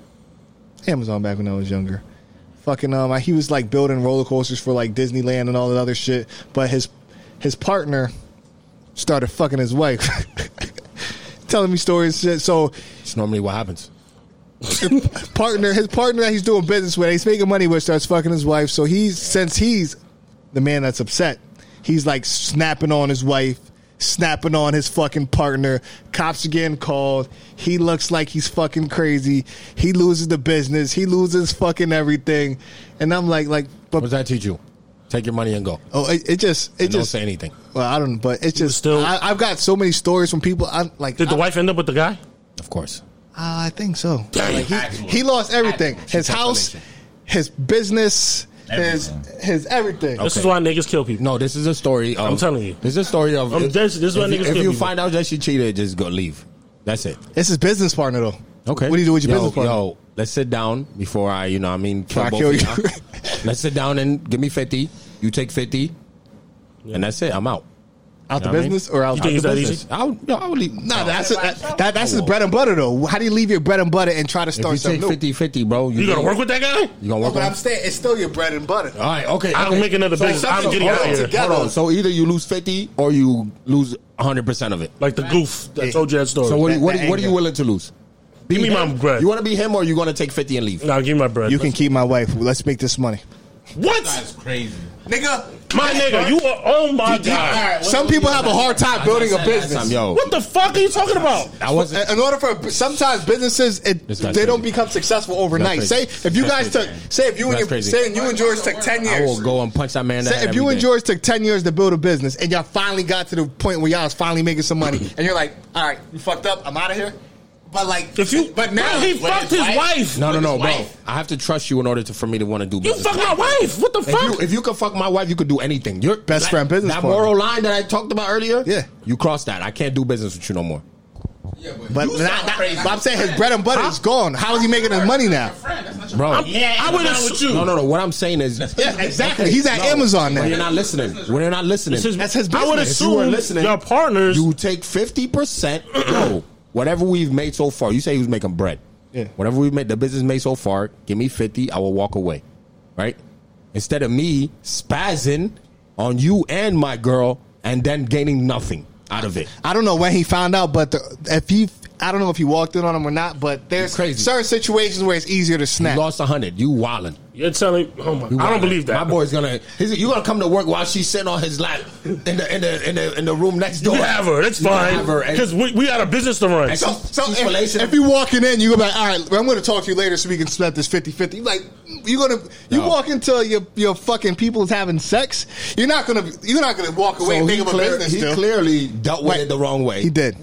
Speaker 4: Amazon back when I was younger. Fucking um, he was like building roller coasters for like Disneyland and all that other shit. But his his partner started fucking his wife, telling me stories. and Shit. So
Speaker 3: It's normally what happens.
Speaker 4: partner, his partner that he's doing business with, he's making money with, starts fucking his wife. So he's since he's the man that's upset, he's like snapping on his wife, snapping on his fucking partner. Cops are getting called. He looks like he's fucking crazy. He loses the business. He loses fucking everything. And I'm like, like,
Speaker 3: What does
Speaker 4: but
Speaker 3: that teach you? Take your money and go.
Speaker 4: oh, it, it just, it
Speaker 3: And don't
Speaker 4: just.
Speaker 3: say anything.
Speaker 4: Well, I don't. know, But it's just.
Speaker 1: still-
Speaker 4: I, I've got so many stories from people. I'm like,
Speaker 1: Did the
Speaker 4: I-
Speaker 1: wife end up with the guy?
Speaker 3: Of course.
Speaker 4: Uh, I think so. Like,
Speaker 5: Actual.
Speaker 4: he, he lost everything: his house, his business,
Speaker 5: Everything.
Speaker 4: his his everything.
Speaker 1: This is why niggas kill people.
Speaker 3: No, this is a story. Of,
Speaker 1: I'm telling you.
Speaker 3: this is a story of.
Speaker 1: I'm- this- this is what
Speaker 3: if, you-
Speaker 1: niggas
Speaker 3: if
Speaker 1: do,
Speaker 3: you
Speaker 1: people.
Speaker 3: find out that she cheated, just go leave. That's it.
Speaker 4: It's his business partner, though.
Speaker 3: Okay.
Speaker 4: What do you do with your
Speaker 3: yo,
Speaker 4: business partner?
Speaker 3: Yo, let's sit down before I, you know, what I mean, kill
Speaker 4: I
Speaker 3: both
Speaker 4: kill
Speaker 3: of
Speaker 4: you.
Speaker 3: y'all. let's sit down and give me fifty. You take fifty, and that's it. I'm out.
Speaker 4: Out the
Speaker 3: know what I mean?
Speaker 4: business or out
Speaker 1: think
Speaker 4: the
Speaker 1: it's that
Speaker 4: business?
Speaker 1: easy?
Speaker 3: Business. I would, yo, I would leave.
Speaker 4: Nah,
Speaker 3: No.
Speaker 4: that's that, that, that's his bread and butter, though. How do you leave your bread and butter and try to
Speaker 3: if you
Speaker 4: start
Speaker 3: take
Speaker 4: something new?
Speaker 3: 50, 50, bro.
Speaker 1: You gonna work with that guy?
Speaker 3: You gonna
Speaker 4: No,
Speaker 3: work
Speaker 4: but
Speaker 3: with
Speaker 4: I'm saying it's still your bread and butter.
Speaker 3: All right, okay.
Speaker 1: I don't
Speaker 3: okay.
Speaker 1: make another business. I'm getting
Speaker 3: hold
Speaker 1: out
Speaker 3: on,
Speaker 1: of here.
Speaker 4: together.
Speaker 3: Hold on. So either you lose fifty or you lose hundred percent of it.
Speaker 1: Like the goof that told you that story.
Speaker 3: So what,
Speaker 4: That-
Speaker 3: what,
Speaker 4: that
Speaker 3: what are you
Speaker 4: anger.
Speaker 3: willing to lose?
Speaker 1: give me my
Speaker 3: him?
Speaker 1: bread.
Speaker 3: You want to be him, or you going to take fifty and leave?
Speaker 1: Nah, give me my bread.
Speaker 4: You can keep my wife. Let's make this money,
Speaker 1: What?
Speaker 5: That's crazy.
Speaker 4: nigga.
Speaker 1: My nigga, you are. Oh my god.
Speaker 4: Some people have a hard time building a business.
Speaker 3: Time, yo,
Speaker 1: What the fuck are you talking about?
Speaker 3: I wasn't.
Speaker 4: In order for sometimes businesses, it,
Speaker 3: That's not
Speaker 4: they don't
Speaker 3: crazy.
Speaker 4: become successful overnight.
Speaker 3: That's
Speaker 4: Say
Speaker 3: crazy.
Speaker 4: if you guys took, say if you and
Speaker 3: That's
Speaker 4: your,
Speaker 3: crazy.
Speaker 4: say you and George took ten
Speaker 3: I will
Speaker 4: years.
Speaker 3: go and punch that man. in the
Speaker 4: Say
Speaker 3: head
Speaker 4: if you
Speaker 3: every
Speaker 4: and
Speaker 3: day.
Speaker 4: George took ten years to build a business, and y'all finally got to the point where y'all was finally making some money, and you're like, all right, you fucked up, I'm out of here. But like,
Speaker 1: If you,
Speaker 4: but now
Speaker 1: he
Speaker 4: when
Speaker 1: fucked
Speaker 4: it's
Speaker 1: his wife.
Speaker 3: No, no,
Speaker 5: with
Speaker 3: no,
Speaker 5: his
Speaker 3: bro.
Speaker 5: wife.
Speaker 3: I have to trust you in order to, for me to want to do
Speaker 1: You
Speaker 3: business.
Speaker 1: fuck my wife. What the
Speaker 3: If you,
Speaker 1: fuck?
Speaker 3: if you could fuck my wife, you could do anything. Your
Speaker 4: Best friend business
Speaker 3: That
Speaker 4: partner.
Speaker 3: moral line that I talked about earlier.
Speaker 4: Yeah.
Speaker 3: you crossed that. I can't do business with you no more.
Speaker 10: Yeah, but,
Speaker 4: But,
Speaker 10: you
Speaker 4: not-
Speaker 10: sound
Speaker 4: not-
Speaker 10: crazy.
Speaker 4: but I'm saying his bread and butter is gone. How is he making his money now?
Speaker 10: Your friend, that's not your
Speaker 3: Bro,
Speaker 10: friend.
Speaker 5: Yeah,
Speaker 1: I would
Speaker 5: what's wrong
Speaker 1: assu-
Speaker 5: with you.
Speaker 3: No, no, no. What I'm saying is,
Speaker 4: Yeah, exactly. He's at Amazon
Speaker 3: When you're
Speaker 4: now.
Speaker 3: not listening, when you're not listening,
Speaker 1: This is-
Speaker 4: That's his
Speaker 1: I would
Speaker 4: business.
Speaker 3: You were
Speaker 1: assume
Speaker 3: listening.
Speaker 1: your partners.
Speaker 3: you take fifty percent. No, whatever we've made so far. You say he was making bread.
Speaker 4: Yeah.
Speaker 3: Whatever we've made, the business made so far. Give me fifty. I will walk away. Right. Instead of me spazzing on you and my girl, and then gaining nothing out of it.
Speaker 4: I don't know when he found out, but the, if he, I don't know if he walked in on him or not. But there's
Speaker 3: Crazy.
Speaker 4: certain situations where it's easier to
Speaker 3: You
Speaker 4: snap.
Speaker 3: lost a hundred. You wildin'.
Speaker 1: You're telling. Oh my.
Speaker 3: You
Speaker 1: I don't
Speaker 3: wildin'.
Speaker 1: believe that.
Speaker 3: My boy's gonna. He's, you gonna come to work while she's sitting on his lap in the in the in the, in the room next
Speaker 1: You
Speaker 3: door.
Speaker 1: can have her. That's
Speaker 3: You can
Speaker 1: fine.
Speaker 3: have her and-
Speaker 1: Because we, we got a business to run.
Speaker 3: and
Speaker 4: So,
Speaker 3: she's-
Speaker 4: so
Speaker 3: she's
Speaker 4: if,
Speaker 3: relational.
Speaker 4: if you walking in, you go back. All right, I'm going to talk to you later so we can split this 50-50. You Like you gonna you
Speaker 3: No.
Speaker 4: walk into your your fucking people's having sex. You're not gonna you're not gonna walk away
Speaker 3: So
Speaker 4: and
Speaker 3: he,
Speaker 4: think of a
Speaker 3: clear-
Speaker 4: business.
Speaker 3: he
Speaker 4: dude.
Speaker 3: clearly dealt with
Speaker 4: Wait.
Speaker 3: it the wrong way.
Speaker 4: he did.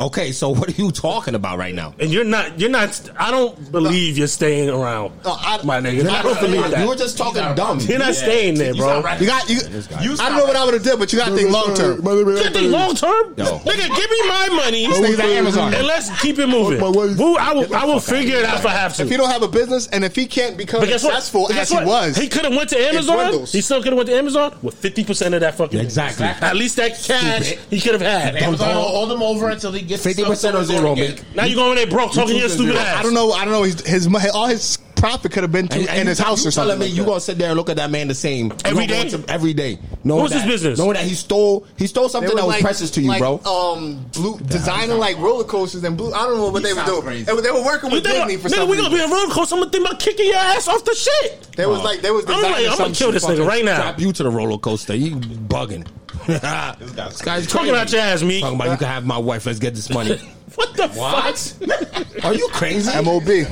Speaker 3: Okay, so what are you talking about right now?
Speaker 1: and you're not. You're not. I don't believe you're staying around.
Speaker 4: No, I-
Speaker 1: my nigga. I don't believe
Speaker 3: You were
Speaker 1: that.
Speaker 3: just talking dumb.
Speaker 1: You're not staying there,
Speaker 5: You
Speaker 1: bro.
Speaker 5: sound right.
Speaker 4: You got you.
Speaker 3: guy.
Speaker 4: I don't know what I would have did, but you got to think long term.
Speaker 1: Good thing long term,
Speaker 3: No.
Speaker 1: nigga. Give me my money.
Speaker 4: nigga's at Amazon.
Speaker 1: and let's keep it moving. Woo, I will. I will figure it out if I have to.
Speaker 4: If you don't have a business and if he can't become
Speaker 1: But guess what?
Speaker 4: successful
Speaker 1: But guess
Speaker 4: as he
Speaker 1: what?
Speaker 4: was,
Speaker 1: He could have went to Amazon.
Speaker 4: dwindles.
Speaker 1: He still could have went to Amazon with fifty percent of that fucking
Speaker 3: Exactly.
Speaker 1: At least that cash
Speaker 3: Stupid.
Speaker 1: he could have had.
Speaker 5: Amazon will hold him over until he gets
Speaker 3: Fifty percent or
Speaker 5: himself
Speaker 3: zero,
Speaker 5: going
Speaker 3: Mick.
Speaker 5: again.
Speaker 1: Now you going there broke talking to your stupid ass.
Speaker 4: I don't know. I don't know. His, his mo- all his profit could have been to,
Speaker 3: And,
Speaker 4: in his house or something.
Speaker 3: Telling me
Speaker 4: like
Speaker 3: you
Speaker 4: that.
Speaker 3: gonna sit there and look at that man the same
Speaker 1: Every
Speaker 3: You gonna
Speaker 1: day?
Speaker 3: go to- every day. Knowing
Speaker 1: What's his
Speaker 3: that-
Speaker 1: business?
Speaker 3: Knowing that he stole, he stole something
Speaker 4: They
Speaker 3: that
Speaker 4: were
Speaker 3: was
Speaker 4: like-
Speaker 3: precious to you,
Speaker 4: like,
Speaker 3: bro.
Speaker 1: oh,
Speaker 4: Um, blue, designing like roller coasters and blue. I don't know what they were
Speaker 5: sound
Speaker 4: doing.
Speaker 5: crazy.
Speaker 4: They, were- they were working
Speaker 1: You
Speaker 4: with
Speaker 1: think
Speaker 4: Disney
Speaker 1: about,
Speaker 4: for
Speaker 1: nigga,
Speaker 4: some
Speaker 1: we gonna
Speaker 4: reason.
Speaker 1: be on road course. I'm gonna think about kicking your ass off the shit.
Speaker 4: They was like they was
Speaker 1: I'm
Speaker 4: designing
Speaker 1: like, I'm gonna
Speaker 4: some
Speaker 1: kill this
Speaker 4: shit.
Speaker 1: nigga right now.
Speaker 3: Strap you to the roller coaster. You bugging. this
Speaker 5: guy's
Speaker 3: guy's
Speaker 1: Talking
Speaker 3: crazy.
Speaker 1: about your ass, Meek.
Speaker 3: Talking about you can have my wife. Let's get this money.
Speaker 1: What the
Speaker 3: What?
Speaker 1: fuck?
Speaker 3: Are you crazy?
Speaker 4: Mob, mob,
Speaker 1: This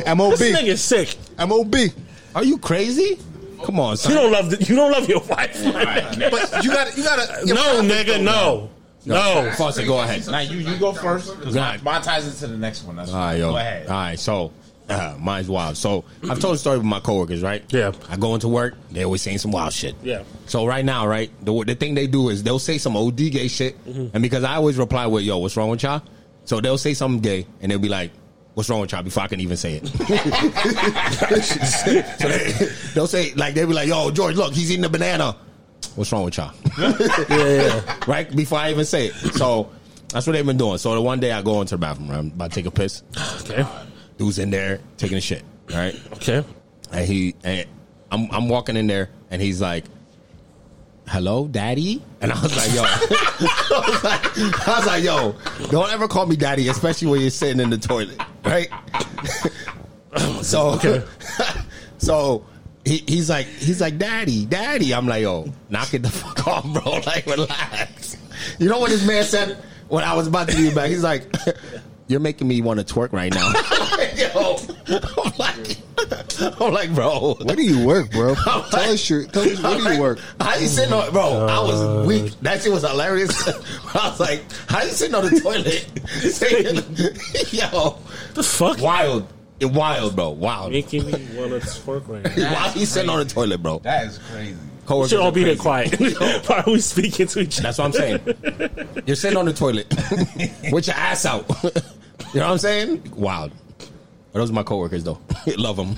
Speaker 1: nigga's sick.
Speaker 4: mob.
Speaker 3: Are you crazy? Come on,
Speaker 1: You
Speaker 3: son.
Speaker 1: don't love the, you don't love your wife.
Speaker 3: But you gotta, you gotta.
Speaker 1: no, nigga, no, no.
Speaker 3: Foster, go ahead.
Speaker 5: Now you you go first because
Speaker 3: Right.
Speaker 5: mine ties into the next one. That's
Speaker 3: All right, yo.
Speaker 5: Go ahead.
Speaker 3: All right, so uh, mine's wild. So I've told the story with my coworkers, right?
Speaker 1: Yeah.
Speaker 3: I go into work, they always saying some wild shit.
Speaker 1: Yeah.
Speaker 3: So right now, right, the the thing they do is they'll say some old D gay shit, and because I always reply with "Yo, what's wrong with y'all?" So they'll say something gay, and they'll be like. What's wrong with y'all? Before I can even say it, so they, they'll say like they'll be like, "Yo, George, look, he's eating a banana." What's wrong with y'all? right before I even say it. So that's what they've been doing. So the one day I go into the bathroom, right? I'm about to take a piss.
Speaker 1: Okay,
Speaker 3: Dude's in there taking a shit, right?
Speaker 1: okay.
Speaker 3: And he, and I'm, I'm walking in there, and he's like, "Hello, daddy," and I was like, "Yo," I, was like, I was like, "Yo, don't ever call me daddy, especially when you're sitting in the toilet, right?" so, so. He, he's like he's like daddy daddy I'm like yo knock it the fuck off bro like relax you know what this man said when I was about to be back he's like you're making me want to twerk right now yo I'm like I'm like bro
Speaker 4: Where do you work, bro? tell us your. Tell us, where do you work?
Speaker 3: how you sitting on, bro? I was weak. That shit was hilarious. I was like, how you sitting on the toilet? Yo,
Speaker 1: The fuck?
Speaker 3: wild, it wild, bro, wild.
Speaker 1: Making me wanna twerk right now.
Speaker 3: Why he sitting on the toilet, bro?
Speaker 5: That is crazy.
Speaker 1: We
Speaker 3: Coworkers
Speaker 1: should all
Speaker 3: are
Speaker 1: be
Speaker 3: crazy.
Speaker 1: here quiet while we speaking to each other.
Speaker 3: That's what I'm saying. You're sitting on the toilet with your ass out. you know what I'm saying? Wild. But those are my coworkers, though. Love them.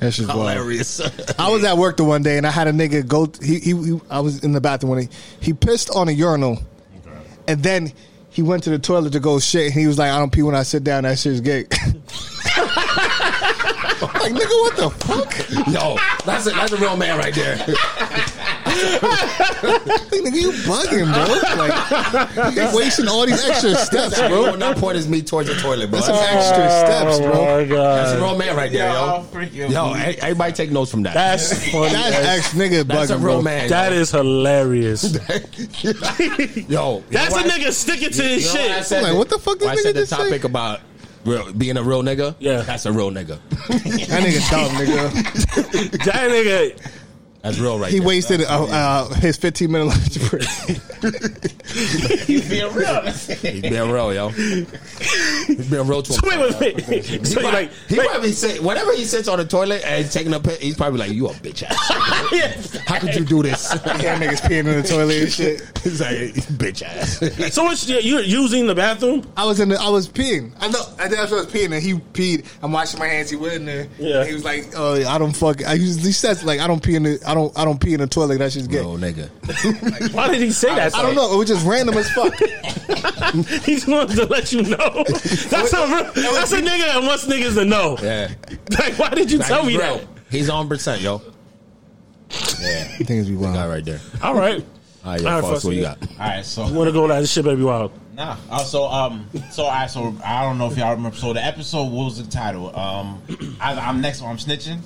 Speaker 4: That's just wild.
Speaker 3: Hilarious.
Speaker 4: I was at work the one day and I had a nigga go. He, he, he I was in the bathroom when he he pissed on a urinal, and then he went to the toilet to go shit. And he was like, "I don't pee when I sit down. That shit's gay."
Speaker 3: like, nigga, what the fuck? Yo, that's a, that's a real man right there.
Speaker 4: Like, nigga, you bugging, bro? Like, you're wasting all these extra steps,
Speaker 3: Bro,
Speaker 4: bro.
Speaker 3: will not point as me towards the toilet, bro.
Speaker 4: That's some
Speaker 3: That's-
Speaker 4: extra steps, bro.
Speaker 1: Oh my god.
Speaker 3: That's a real man right there, yo.
Speaker 5: Y'all freaking-
Speaker 3: Yo, e- everybody take notes from that.
Speaker 1: That's funny.
Speaker 4: That's
Speaker 1: That's,
Speaker 4: ex nigga
Speaker 3: That's a
Speaker 4: bugging,
Speaker 3: real
Speaker 4: bro.
Speaker 3: man.
Speaker 1: that is hilarious.
Speaker 3: yo.
Speaker 1: That's
Speaker 3: you
Speaker 1: a
Speaker 3: know why-
Speaker 1: nigga sticking to his
Speaker 3: you know why I
Speaker 1: shit.
Speaker 3: said
Speaker 4: I'm like,
Speaker 3: that-
Speaker 4: what the fuck this
Speaker 3: why I
Speaker 4: nigga
Speaker 3: said the
Speaker 4: just say?
Speaker 3: topic about real, being a real nigga.
Speaker 1: Yeah.
Speaker 3: that's a real nigga.
Speaker 4: That nigga dumb, nigga.
Speaker 1: That nigga,
Speaker 3: That's real right.
Speaker 4: He
Speaker 3: there.
Speaker 4: wasted uh, uh, his 15 minute lunch break.
Speaker 5: He's being real.
Speaker 3: He's being real, yo. He's being real to him.
Speaker 1: wait, wait, wait.
Speaker 3: He,
Speaker 1: So you're
Speaker 3: might-
Speaker 1: like,
Speaker 3: he
Speaker 1: like,
Speaker 3: probably say whenever he sits on the toilet and he's taking a piss, he's probably like, "You a bitch ass? How could you do this?"
Speaker 4: yeah, niggas peeing in the toilet and shit.
Speaker 3: he's like, "Bitch ass."
Speaker 1: so it's, you're using the bathroom?
Speaker 4: I was in the, I was peeing. I know, I think I was peeing, and he peed. I'm washing my hands. He went in there.
Speaker 1: Yeah.
Speaker 4: And he was like, "Oh, I don't fuck." I used he says like, "I don't pee in the, I don't, I don't pee in the toilet. That shit's gay."
Speaker 3: Real nigga.
Speaker 1: Why did he say that?
Speaker 4: I don't know. It was just random as fuck.
Speaker 1: He just wanted to let you know. That's a real, that's a nigga that wants niggas to know.
Speaker 3: Yeah.
Speaker 1: Like, why did you tell
Speaker 3: He's
Speaker 1: me
Speaker 3: real.
Speaker 1: that?
Speaker 3: He's on percent, yo. Yeah,
Speaker 4: Things be
Speaker 3: guy
Speaker 4: wild.
Speaker 3: right there.
Speaker 1: All right,
Speaker 3: All right, yo,
Speaker 1: All right,
Speaker 3: Foss,
Speaker 1: Foss,
Speaker 3: what you
Speaker 1: yeah.
Speaker 3: got?
Speaker 5: All right, so
Speaker 1: want to go down this shit, baby wild.
Speaker 5: Nah. Uh, so um, so I so I don't know if y'all remember. So the episode, what was the title? Um, I, I'm next. I'm snitching.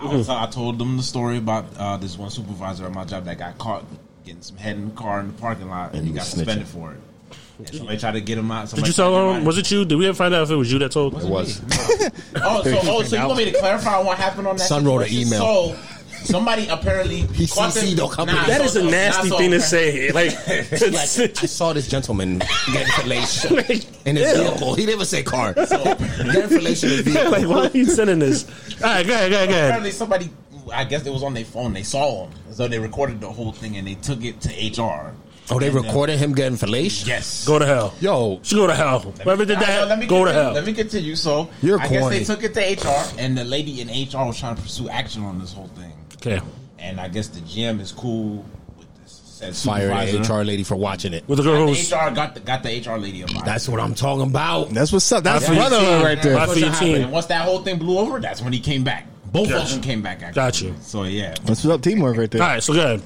Speaker 5: I, was- I told them the story about uh, this one supervisor at my job that got caught getting some head in the car in the parking lot, and
Speaker 3: And
Speaker 5: he
Speaker 3: you
Speaker 5: got
Speaker 3: snitching.
Speaker 5: suspended for it. And somebody tried to get him out.
Speaker 1: Did you tell him? Was it you? Did we ever find out if it was you that told?
Speaker 3: It was.
Speaker 5: Oh, so oh, so you want me to clarify what happened on that?
Speaker 3: Son wrote an
Speaker 5: situation?
Speaker 3: email.
Speaker 5: So somebody apparently
Speaker 3: He
Speaker 5: caught them-
Speaker 3: CC'd the company.
Speaker 1: That
Speaker 5: so-
Speaker 1: is a nasty
Speaker 5: nah, so
Speaker 1: thing to
Speaker 5: apparently-
Speaker 1: say. Like,
Speaker 3: Like, I saw this gentleman get fellation in his
Speaker 1: Ew.
Speaker 3: vehicle. He didn't say car. Get fellation in his vehicle.
Speaker 1: like, why are you sending this? All right, go ahead, go ahead, go ahead.
Speaker 5: Apparently, somebody, I guess it was on their phone, they saw him. So they recorded the whole thing and they took it to HR.
Speaker 3: Oh, they recorded him getting fellation.
Speaker 5: Yes.
Speaker 1: Go to hell.
Speaker 3: Yo,
Speaker 1: She go to hell. Whoever did
Speaker 5: Now,
Speaker 1: that,
Speaker 5: let me
Speaker 1: go to
Speaker 5: continue-
Speaker 1: hell.
Speaker 5: Let me continue. So
Speaker 3: You're
Speaker 5: I
Speaker 3: corny.
Speaker 5: guess they took it to HR, and the lady in HR was trying to pursue action on this whole thing.
Speaker 1: Okay.
Speaker 5: And I guess the GM is cool with this. Said
Speaker 3: fire
Speaker 5: supervisor.
Speaker 3: the HR lady for watching it.
Speaker 1: With the girl
Speaker 5: The
Speaker 1: who's
Speaker 5: HR got the got the HR lady involved.
Speaker 3: That's what I'm talking about.
Speaker 4: That's what's up. That's
Speaker 1: That's what you
Speaker 4: brotherhood
Speaker 1: see.
Speaker 4: right there.
Speaker 1: That's
Speaker 5: what
Speaker 1: for your
Speaker 5: happened.
Speaker 1: team.
Speaker 5: And once that whole thing blew over, that's when he came back. Both
Speaker 1: Gotcha.
Speaker 5: of them came back. Actually.
Speaker 1: Gotcha.
Speaker 5: So yeah.
Speaker 4: That's what's up. Teamwork right there.
Speaker 1: All right, so good.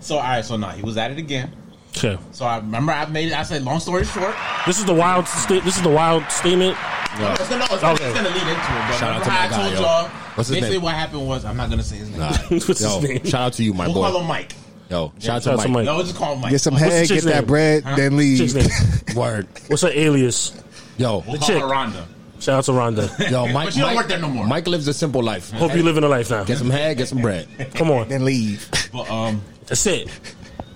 Speaker 5: So all right. So now he was at it again.
Speaker 1: Okay.
Speaker 5: So I remember I made it. I said, long story short.
Speaker 1: This is the wild. Sta- this is the wild statement.
Speaker 5: No, it's gonna, no, it's gonna,
Speaker 1: Okay.
Speaker 5: it's gonna lead into it. But
Speaker 3: Shout out
Speaker 5: remember
Speaker 3: to
Speaker 5: how
Speaker 3: my
Speaker 5: I
Speaker 3: guy,
Speaker 5: told
Speaker 3: yo.
Speaker 5: y'all.
Speaker 3: What's his
Speaker 5: basically,
Speaker 3: name?
Speaker 5: what happened was I'm not gonna say his name.
Speaker 3: Nah.
Speaker 1: What's
Speaker 3: Yo,
Speaker 1: his name?
Speaker 3: shout out to you, my
Speaker 5: We'll call
Speaker 3: boy.
Speaker 5: him Mike.
Speaker 3: Yo, shout
Speaker 1: Shout
Speaker 3: out to Mike.
Speaker 5: No, we'll just call him Mike.
Speaker 4: Get some
Speaker 5: We'll
Speaker 1: the
Speaker 4: head.
Speaker 1: chick's
Speaker 4: Get that
Speaker 1: name?
Speaker 4: bread. Then
Speaker 1: Chick's
Speaker 4: leave.
Speaker 1: name.
Speaker 3: Word.
Speaker 1: What's her alias?
Speaker 3: Yo,
Speaker 5: call
Speaker 1: chick.
Speaker 5: her Rhonda.
Speaker 1: Shout out to Rhonda.
Speaker 3: Yo, Mike,
Speaker 5: But you don't
Speaker 3: Mike-
Speaker 5: work there no more.
Speaker 3: Mike lives a simple life.
Speaker 1: Hope you living a life now.
Speaker 3: Get some hair, get some bread.
Speaker 1: Come on,
Speaker 4: Then leave.
Speaker 5: But um,
Speaker 1: that's it.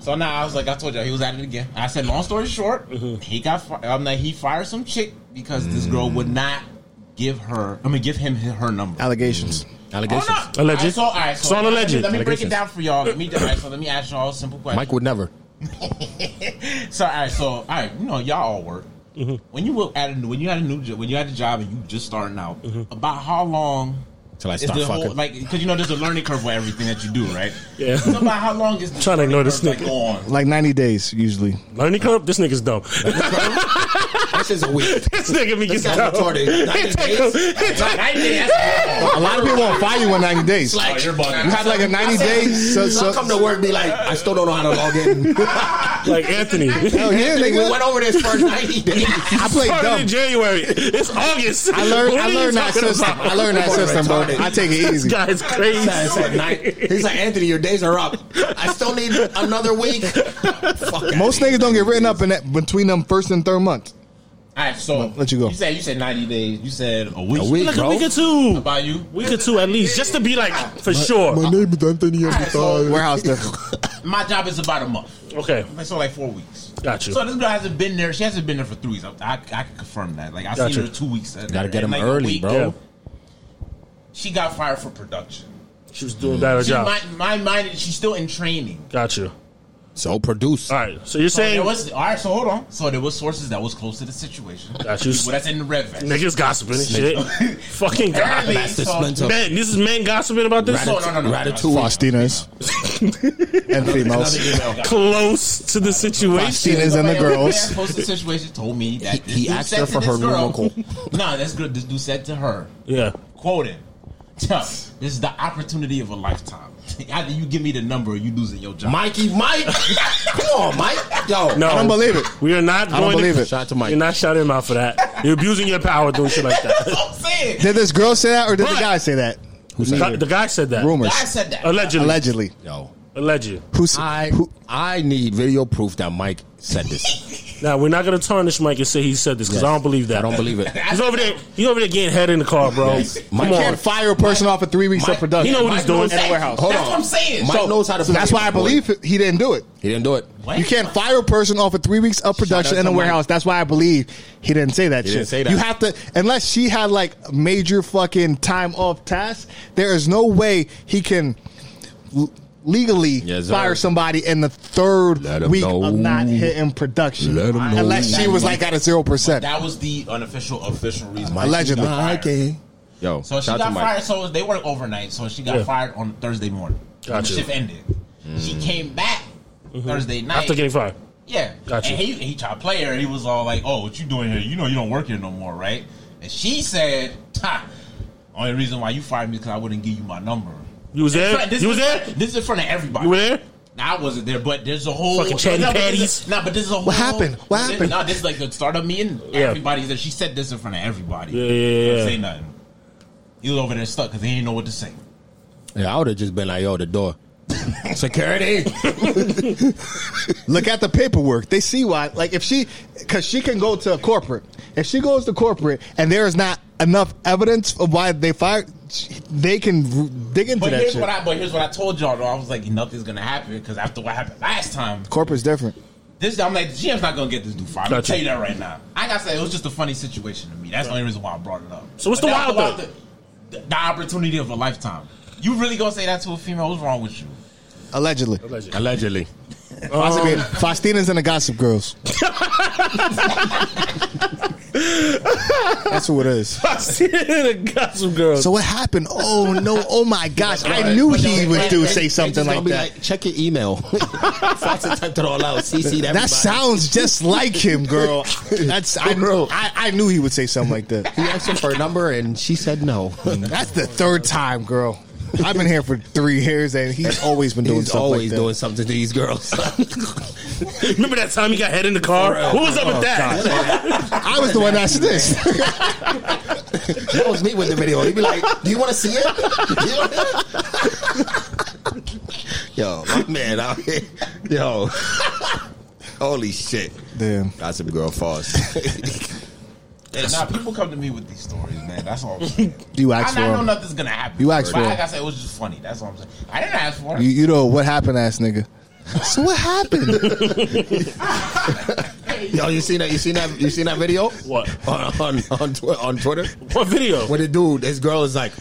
Speaker 5: so now I was like, I told you he was at it again. I said, long story short,
Speaker 3: Mm-hmm.
Speaker 5: he got fi- um, like, he fired some chick because this girl would
Speaker 3: Mm.
Speaker 5: not give her. I mean, give him hi- her number.
Speaker 4: Allegations.
Speaker 3: Allegations.
Speaker 5: Oh, no.
Speaker 1: Alleged.
Speaker 5: Alright, so, alright,
Speaker 1: It's all
Speaker 5: let me-
Speaker 1: alleged.
Speaker 5: Let me break
Speaker 3: Allegations.
Speaker 5: it down for y'all. Let me, alright, so let me ask y'all a simple question.
Speaker 3: Mike would never.
Speaker 5: So all right, so all right, you know y'all all work.
Speaker 1: Mm-hmm.
Speaker 5: When you were at a when you had a new job, when you had a job and you just starting out,
Speaker 1: Mm-hmm.
Speaker 5: about how long
Speaker 3: Till I
Speaker 5: is
Speaker 3: start
Speaker 5: the whole
Speaker 3: fucking.
Speaker 5: like because you know there's a learning curve for everything that you do, right?
Speaker 1: Yeah.
Speaker 5: So about how long is the
Speaker 1: Trying to ignore
Speaker 5: learning
Speaker 1: this
Speaker 5: curve,
Speaker 1: nigga.
Speaker 5: like, on?
Speaker 4: Like 90 days, usually.
Speaker 1: Learning curve. This nigga's dumb.
Speaker 3: This is weird.
Speaker 1: this nigga be
Speaker 3: This
Speaker 1: getting dumb.
Speaker 3: guy's retarded.
Speaker 1: It take him- it take-
Speaker 5: I think that's-
Speaker 4: A lot of people won't fire you in 90 days. You
Speaker 3: Oh, you're bugging.
Speaker 4: have like a 90 days. So,
Speaker 3: So I come
Speaker 4: so,
Speaker 3: to work be like, I still don't know how to log in.
Speaker 1: like Anthony.
Speaker 4: oh, yeah,
Speaker 3: we
Speaker 4: nigga.
Speaker 3: went over this for 90 days.
Speaker 4: I played
Speaker 1: Started in
Speaker 4: dumb.
Speaker 1: January. It's August.
Speaker 4: I learned,
Speaker 1: What
Speaker 4: I
Speaker 1: are you
Speaker 4: learned that
Speaker 1: talking
Speaker 4: system.
Speaker 1: about?
Speaker 4: I learned that system, bro. I take it
Speaker 1: This
Speaker 4: easy.
Speaker 1: guy is crazy.
Speaker 3: I said, "Night." He's like, Anthony, your days are up. I still need another week. Fuck outta
Speaker 4: Most
Speaker 3: here.
Speaker 4: niggas don't get written up in that between them first and third month.
Speaker 5: all right, so
Speaker 4: Let you go.
Speaker 5: You said you said ninety days. You said a week.
Speaker 3: A week,
Speaker 1: Like a
Speaker 3: bro.
Speaker 1: week or two.
Speaker 5: About you,
Speaker 1: Week or two at least. Just to be like, for sure.
Speaker 3: name is Anthony
Speaker 4: Warehouse stuff.
Speaker 5: my job is about a month.
Speaker 1: Okay.
Speaker 4: Oh.
Speaker 5: So like four weeks.
Speaker 1: Got you.
Speaker 5: So this girl hasn't been there. She hasn't been there for three weeks. I, I, I can confirm that. Like I
Speaker 1: Got
Speaker 5: seen
Speaker 1: you.
Speaker 5: her two weeks.
Speaker 3: Gotta get him
Speaker 5: like, a
Speaker 3: early,
Speaker 5: week.
Speaker 3: bro.
Speaker 1: Yeah.
Speaker 5: She got fired for production.
Speaker 1: She was doing that
Speaker 5: She,
Speaker 1: job.
Speaker 5: my, my mind, is she's still in training.
Speaker 1: Got you.
Speaker 3: So produce.
Speaker 1: All right.
Speaker 4: Oh,
Speaker 1: So you're
Speaker 5: So there
Speaker 1: saying
Speaker 5: was all right. So hold on. So there was sources that was close to the situation.
Speaker 1: Got you.
Speaker 5: Well, that's in the red vest.
Speaker 1: niggas gossiping and shit. Fucking
Speaker 5: Apparently,
Speaker 1: god.
Speaker 3: Master
Speaker 5: so-
Speaker 3: Splinter.
Speaker 1: Men, this is men gossiping about this.
Speaker 5: So, no, no, no, no.
Speaker 3: Ratatouille.
Speaker 4: Fastinas. and females.
Speaker 1: Close to the situation.
Speaker 4: Fastinas and the
Speaker 5: Somebody over
Speaker 4: girls.
Speaker 5: there Close to the situation told me that
Speaker 3: He-
Speaker 5: this
Speaker 3: he
Speaker 5: dude
Speaker 3: asked
Speaker 5: said
Speaker 3: her
Speaker 5: to
Speaker 3: for
Speaker 5: this
Speaker 3: her
Speaker 5: girl-
Speaker 3: numerical.
Speaker 5: nah, that's good. This dude said to her,
Speaker 1: Yeah.
Speaker 5: quoting, "Tuh, "This is the opportunity of a lifetime. Either you give me the number, or you losing your job."
Speaker 3: Mikey, Mike. Come on, Mike. Yo.
Speaker 1: No.
Speaker 4: I don't believe it.
Speaker 1: We are not going
Speaker 4: I don't
Speaker 1: to
Speaker 4: believe it.
Speaker 3: Shout out to Mike.
Speaker 1: You're not shouting him out for that. You're abusing your power doing shit like
Speaker 5: that's
Speaker 1: that.
Speaker 5: what I'm saying.
Speaker 4: Did this girl say that or did
Speaker 1: But-
Speaker 4: the guy say that?
Speaker 1: The guy- the guy said that.
Speaker 4: Rumors.
Speaker 5: I said that.
Speaker 1: Allegedly.
Speaker 4: Allegedly.
Speaker 3: Yo.
Speaker 1: Allegedly.
Speaker 4: Who's
Speaker 3: I
Speaker 4: who?
Speaker 3: I need video proof that Mike said this.
Speaker 1: Now we're not gonna tarnish Mike and say he said this because I don't believe that.
Speaker 3: I don't believe it.
Speaker 1: He's over there. He's over there getting head in the car, bro.
Speaker 3: Yes.
Speaker 1: Come
Speaker 3: Mike
Speaker 1: on.
Speaker 4: Can't fire a person off of three weeks of production.
Speaker 1: He know what he's doing.
Speaker 5: Exactly.
Speaker 4: warehouse.
Speaker 3: Hold
Speaker 5: That's
Speaker 3: on.
Speaker 5: what I'm saying.
Speaker 3: Mike knows how to.
Speaker 4: So that's
Speaker 3: play
Speaker 4: why I
Speaker 3: the boy.
Speaker 4: believe he didn't do it.
Speaker 3: he didn't do it.
Speaker 5: What?
Speaker 4: You can't fire a person off of three weeks of
Speaker 3: out
Speaker 4: production in
Speaker 3: to
Speaker 4: a
Speaker 3: Mike.
Speaker 4: warehouse. That's why I believe he didn't say that
Speaker 3: He
Speaker 4: shit.
Speaker 3: didn't say that.
Speaker 4: You have to, unless she had like major fucking time off tasks, there is no way he can l- legally
Speaker 3: Yes, sir.
Speaker 4: fire somebody in the third
Speaker 3: Let 'em
Speaker 4: week
Speaker 3: know.
Speaker 4: of not hitting production.
Speaker 3: Let 'em know.
Speaker 4: Unless she was like at a 0%.
Speaker 5: That was the unofficial official reason.
Speaker 3: Mike
Speaker 4: Allegedly.
Speaker 3: got fired. Yo.
Speaker 5: So she
Speaker 3: shout out
Speaker 5: got
Speaker 3: to Mike.
Speaker 5: fired. So they work overnight. So she got
Speaker 1: Yeah.
Speaker 5: fired on Thursday morning.
Speaker 1: Gotcha. Mm-hmm.
Speaker 5: The shift ended. She
Speaker 4: Mm.
Speaker 5: came back Thursday night.
Speaker 1: After getting fired.
Speaker 5: yeah.
Speaker 1: Gotcha.
Speaker 5: And he he tried to play her. He was all like, "Oh, what you doing here? You know you don't work here no more, right?" And she said, "Ha! Only reason why you fired me because I wouldn't give you my number."
Speaker 1: You was there.
Speaker 5: Right, this
Speaker 1: you
Speaker 5: is-
Speaker 1: was there.
Speaker 5: This is in front of everybody.
Speaker 1: You were there.
Speaker 5: Nah, I wasn't there, but there's a whole
Speaker 1: Fucking chatty
Speaker 5: no, but this
Speaker 1: patties.
Speaker 5: is- Nah, but this is a whole.
Speaker 4: happened? What
Speaker 5: this,
Speaker 4: happened?
Speaker 5: Nah, this is like the startup meeting.
Speaker 1: Yeah.
Speaker 5: Everybody's there. She said this in front of everybody.
Speaker 1: Yeah, yeah, yeah.
Speaker 5: Don't Say nothing. He was over there stuck because he didn't know what to say.
Speaker 3: Yeah, I would have just been like, yo, the door. Security.
Speaker 4: Look at the paperwork. They see why. Like if she, because she can go to corporate. If she goes to corporate and there is not enough evidence of why they fired, she- they can r- dig into
Speaker 5: But
Speaker 4: that
Speaker 5: here's
Speaker 4: shit.
Speaker 5: what I. But here's what I told y'all. Though. I was like, nothing's gonna happen because after what happened last time,
Speaker 4: Corporate's different.
Speaker 5: this I'm like, the GM's not gonna get this dude fired.
Speaker 1: Gotcha.
Speaker 5: I'll tell you that right now. I gotta say, it was just a funny situation to me. That's the only reason why I brought it up.
Speaker 1: So what's
Speaker 5: But
Speaker 1: the
Speaker 5: that was
Speaker 1: wild
Speaker 5: about The, the opportunity of a lifetime. You really gonna say that to a female? What's wrong with you?
Speaker 4: Allegedly,
Speaker 3: Allegedly.
Speaker 5: Oh.
Speaker 4: Possibly. Faustina's and the Gossip Girls. That's what it is.
Speaker 1: I see it. Got some girls.
Speaker 4: So what happened? Oh no! Oh my gosh! I knew he would do say something like that.
Speaker 3: check your email. Fox typed it all out. CC that.
Speaker 4: That sounds just like him, girl. That's I, I I knew he would say something like that.
Speaker 3: He asked her for a number and she said no.
Speaker 4: That's the third time, girl. I've been here for three years, and he's always been doing
Speaker 3: He's
Speaker 4: stuff
Speaker 3: always
Speaker 4: like that.
Speaker 3: doing something to these girls.
Speaker 1: Remember that time he got head in the car? What was
Speaker 3: Oh,
Speaker 1: up with that?
Speaker 4: I was the one that said this.
Speaker 3: that was me with the video. He'd be like, "Do you want to see it?" yo, my man out here. Yo, holy shit!
Speaker 4: Damn.
Speaker 3: Gossip Girl false.
Speaker 11: Yeah, nah, people come to me with these stories, man. That's all I'm saying.
Speaker 4: You
Speaker 11: I,
Speaker 4: asked
Speaker 11: I
Speaker 4: for
Speaker 11: know
Speaker 4: 'em.
Speaker 11: nothing's gonna happen.
Speaker 4: You asked
Speaker 11: But
Speaker 4: for 'em.
Speaker 11: Like I said, it was just funny. That's all I'm saying. I didn't ask for
Speaker 4: You,
Speaker 11: it.
Speaker 4: you know what happened, ass nigga. So what happened?
Speaker 3: Yo, you seen that? You seen that? You seen that video?
Speaker 1: What?
Speaker 3: on on on, tw- on Twitter?
Speaker 1: What video?
Speaker 3: When the dude, his girl is like,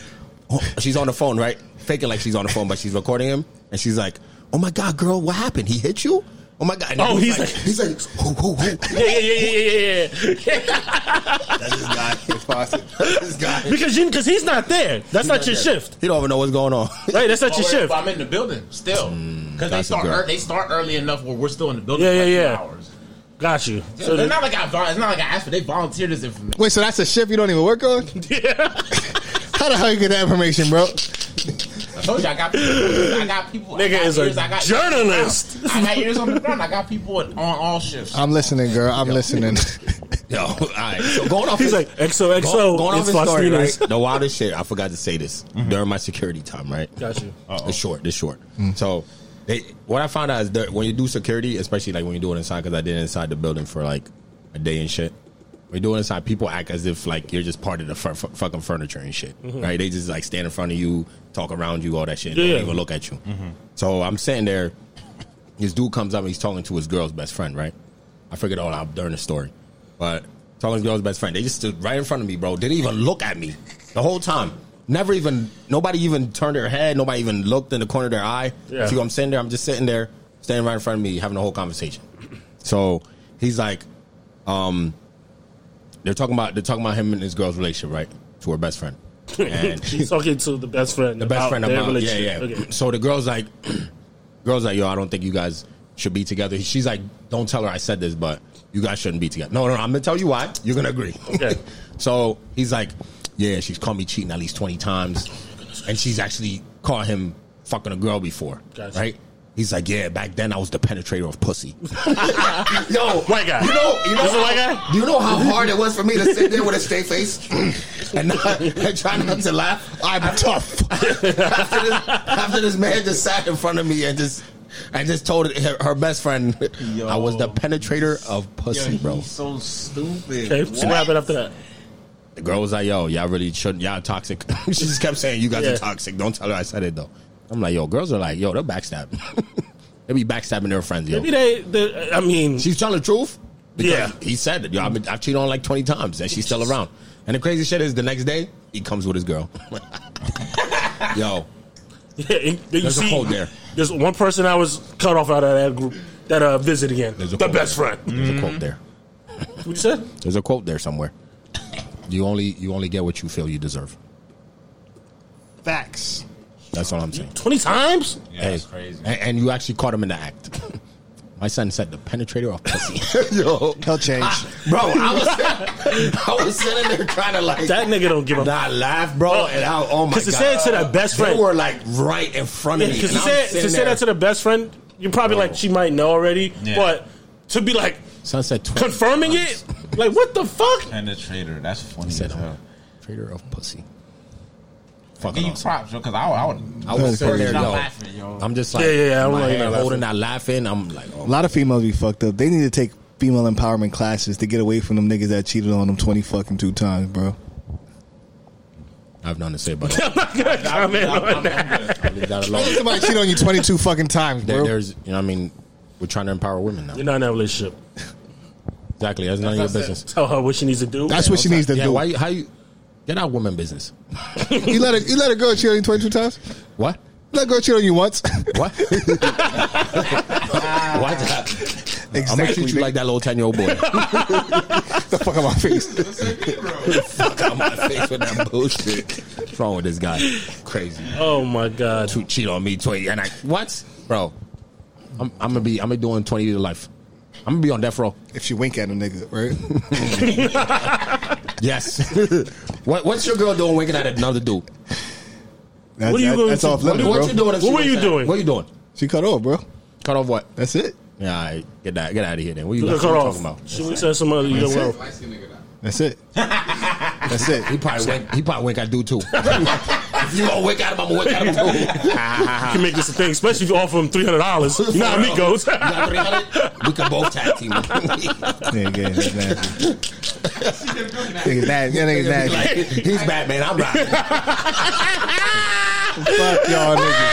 Speaker 3: oh, she's on the phone, right? Faking like she's on the phone, but she's recording him, and she's like, "Oh my god, girl, what happened? He hit you? Oh my god!" And
Speaker 1: Oh, he's like-
Speaker 3: he's like, who, who, who?
Speaker 1: Yeah, yeah, yeah, yeah, yeah, yeah.
Speaker 3: That's this guy. this guy.
Speaker 1: because you, because he's not there. That's not your shift,
Speaker 3: He don't even know what's going on.
Speaker 1: right? That's not your
Speaker 5: Or if
Speaker 1: shift.
Speaker 5: I'm in the building still, because they
Speaker 3: that's a
Speaker 5: start
Speaker 3: girl.
Speaker 5: ear- they start early enough where we're still in the building.
Speaker 1: Yeah,
Speaker 5: for
Speaker 1: yeah, yeah.
Speaker 5: like Two hours.
Speaker 1: Got you.
Speaker 5: Yeah,
Speaker 1: So
Speaker 5: it's
Speaker 1: the,
Speaker 5: not like I vol- it's not like I asked for. They volunteered this information.
Speaker 4: Wait, so that's a shift you don't even work on? How the hell you get that information, bro?
Speaker 5: I told you I got people. I got people. I
Speaker 1: Nigga
Speaker 5: got
Speaker 1: is a
Speaker 5: ears, I got-
Speaker 1: journalist.
Speaker 5: I got ears on the ground. I got people on all shifts.
Speaker 4: I'm listening, girl. I'm listening.
Speaker 3: Yo, all right. So going off,
Speaker 1: He's
Speaker 3: his-
Speaker 1: like XOXO.
Speaker 3: Go- going off
Speaker 1: it's
Speaker 3: his story,
Speaker 1: Faustino's.
Speaker 3: right? The wildest shit. I forgot to say this during my security time, right?
Speaker 1: Got you. Mm.
Speaker 3: It's short. It's short. So, they, what I found out is that when you do security, especially like when you do it inside, because I did it inside the building for like a day and shit. When you do it inside, people act as if like you're just part of the fu- fu- fucking furniture and shit, right? They just like stand in front of you, talk around you, all that shit. They
Speaker 1: Mm-hmm. Yeah. Mm-hmm.
Speaker 3: don't even look at you. So I'm sitting there. This dude comes up and he's talking to his girl's best friend, right? I figured it all out during the story. But talking to his girl's best friend, they just stood right in front of me, bro. Didn't even look at me the whole time. Never even, nobody even turned their head. Nobody even looked in the corner of their eye.
Speaker 1: Yeah.
Speaker 3: See, I'm sitting there, I'm just sitting there, standing right in front of me, having a whole conversation. So he's like, um, they're talking about they're talking about him and his girl's relationship, right? To her best friend. And
Speaker 1: She's talking to the best friend.
Speaker 3: the best
Speaker 1: about
Speaker 3: friend
Speaker 1: their
Speaker 3: about yeah yeah.
Speaker 1: relationship. Okay.
Speaker 3: So the girl's like, girl's like, yo, I don't think you guys should be together. She's like, don't tell her I said this, but you guys shouldn't be together. No, no, no I'm gonna tell you why. You're gonna agree.
Speaker 1: Okay.
Speaker 3: so he's like, yeah, she's called me cheating at least twenty times, and she's actually caught him fucking a girl before,
Speaker 1: Gotcha.
Speaker 3: right? He's like, yeah, back then I was the penetrator of pussy.
Speaker 1: Yo, white guy.
Speaker 3: You know, you know,
Speaker 1: This is a white guy?
Speaker 3: Do you know how hard it was for me to sit there with a straight face and, not, and try not to laugh? I'm tough. after, this, after this man just sat in front of me and just and just told her, her best friend,
Speaker 11: Yo.
Speaker 3: I was the penetrator of pussy, bro.
Speaker 11: he's so stupid.
Speaker 1: Okay, so what happened after that?
Speaker 3: The girl was like, "Yo, y'all really shouldn't. Y'all toxic." she just kept saying, "You guys
Speaker 1: Yeah.
Speaker 3: are toxic." Don't tell her I said it though. I'm like, "Yo, girls are like, yo, they'll backstab. they be backstabbing their friends, yo."
Speaker 1: Maybe they, they I mean,
Speaker 3: She's telling the truth. Because
Speaker 1: Yeah.
Speaker 3: he said it. Yo, I've, been, I've cheated on like twenty times, and she's still around. And the crazy shit is, the next day he comes with his girl. Yo,
Speaker 1: yeah, and you
Speaker 3: There's a
Speaker 1: see,
Speaker 3: cold there.
Speaker 1: There's one person I was cut off out of that group that uh, visit again.
Speaker 3: There's a
Speaker 1: The
Speaker 3: cold
Speaker 1: best
Speaker 3: there.
Speaker 1: friend.
Speaker 3: there's a quote there.
Speaker 1: What you said?
Speaker 3: There's a quote there somewhere. You only you only get what you feel you deserve.
Speaker 4: Facts.
Speaker 3: That's all I'm saying.
Speaker 1: Twenty times?
Speaker 11: Yeah, that's crazy.
Speaker 3: And, and you actually caught him in the act. My son said the penetrator of pussy. Yo,
Speaker 4: Hell change.
Speaker 11: Ah.
Speaker 3: bro, I was I was sitting there kind of like
Speaker 1: That nigga don't give a.
Speaker 3: And I laughed, bro,
Speaker 1: Bro,
Speaker 3: and I, oh my god!
Speaker 1: 'cause he said it to that best friend.
Speaker 3: They were like right in front of me.
Speaker 1: Because to
Speaker 3: and I'm
Speaker 1: say
Speaker 3: sitting
Speaker 1: to say
Speaker 3: there. Oh.
Speaker 1: that to the best friend, you're probably like she might know already,
Speaker 11: Yeah.
Speaker 1: but to be like
Speaker 3: Sunset twenty
Speaker 1: confirming it, like what the fuck?
Speaker 11: Penetrator. That's funny
Speaker 3: Said
Speaker 11: as
Speaker 3: I'm
Speaker 11: hell.
Speaker 3: a trader of pussy.
Speaker 11: Give
Speaker 3: Fucking
Speaker 11: you
Speaker 3: awesome.
Speaker 11: props, yo, because I, I would.
Speaker 3: I was sitting there,
Speaker 11: Not
Speaker 3: yo.
Speaker 11: laughing, yo.
Speaker 3: I'm just like,
Speaker 1: Yeah, yeah, yeah, I'm
Speaker 3: my
Speaker 1: like,
Speaker 3: hand
Speaker 1: not
Speaker 3: holding that laughing. I'm like,
Speaker 4: A
Speaker 3: oh,
Speaker 4: lot of females be fucked up. They need to take female empowerment classes to get away from them niggas that cheated on them twenty fucking two times, bro.
Speaker 3: I have nothing to say about that.
Speaker 1: I'm not gonna comment on that.
Speaker 3: I'll leave that alone.
Speaker 4: Somebody cheated on you twenty two fucking times,
Speaker 3: There,
Speaker 4: bro.
Speaker 3: there's, you know, what I mean, we're trying to empower women now.
Speaker 1: You're not in that relationship.
Speaker 3: Exactly, that's none of your
Speaker 5: That's it.
Speaker 3: business.
Speaker 1: Tell her what she needs to do.
Speaker 4: That's what she needs to
Speaker 3: Yeah,
Speaker 4: do.
Speaker 3: why? You, how you get out women business?
Speaker 4: You let a you let a girl cheat on you twenty two times.
Speaker 3: What?
Speaker 4: Let a girl cheat on you once.
Speaker 3: What? what? I'm gonna treat you like that little ten year old boy.
Speaker 4: the fuck out my face.
Speaker 3: Fuck out my face with that bullshit. What's wrong with this guy? Crazy.
Speaker 1: Oh my god.
Speaker 3: to cheat on me twenty and I what, bro? I'm, I'm gonna be I'm gonna be doing twenty to life. I'm gonna be on death row.
Speaker 4: If you wink at a nigga, right?
Speaker 3: Yes. what What's your girl doing winking at another dude?
Speaker 4: That's,
Speaker 1: What are you
Speaker 4: that-
Speaker 1: going
Speaker 4: That's
Speaker 1: to-
Speaker 4: off
Speaker 1: what
Speaker 4: limit,
Speaker 3: What you
Speaker 4: bro.
Speaker 3: doing? if
Speaker 1: What
Speaker 3: she
Speaker 1: were
Speaker 3: winks
Speaker 1: you
Speaker 3: at her?
Speaker 1: doing?
Speaker 3: What you doing?
Speaker 4: She cut off, bro.
Speaker 3: Cut off what?
Speaker 4: That's it.
Speaker 3: Yeah, all right, get that get out of here then. What you
Speaker 1: You
Speaker 3: what
Speaker 1: got
Speaker 3: you
Speaker 1: cut
Speaker 3: talking
Speaker 1: off.
Speaker 3: about?
Speaker 1: She said some other you know, well.
Speaker 5: Light skin nigga now.
Speaker 4: That's it. That's it.
Speaker 3: He probably wink. He probably wink at dude too. if you gonna wink at him, I'm gonna wink at him
Speaker 1: You
Speaker 3: too.
Speaker 1: can make this a thing, especially if you offer him three hundred dollars. You know how me goes.
Speaker 3: You got 300? we can both tag team.
Speaker 4: Yeah, yeah, that's nasty. Niggas nasty. That niggas nasty.
Speaker 3: He's Batman. I'm Robin.
Speaker 4: Fuck y'all niggas.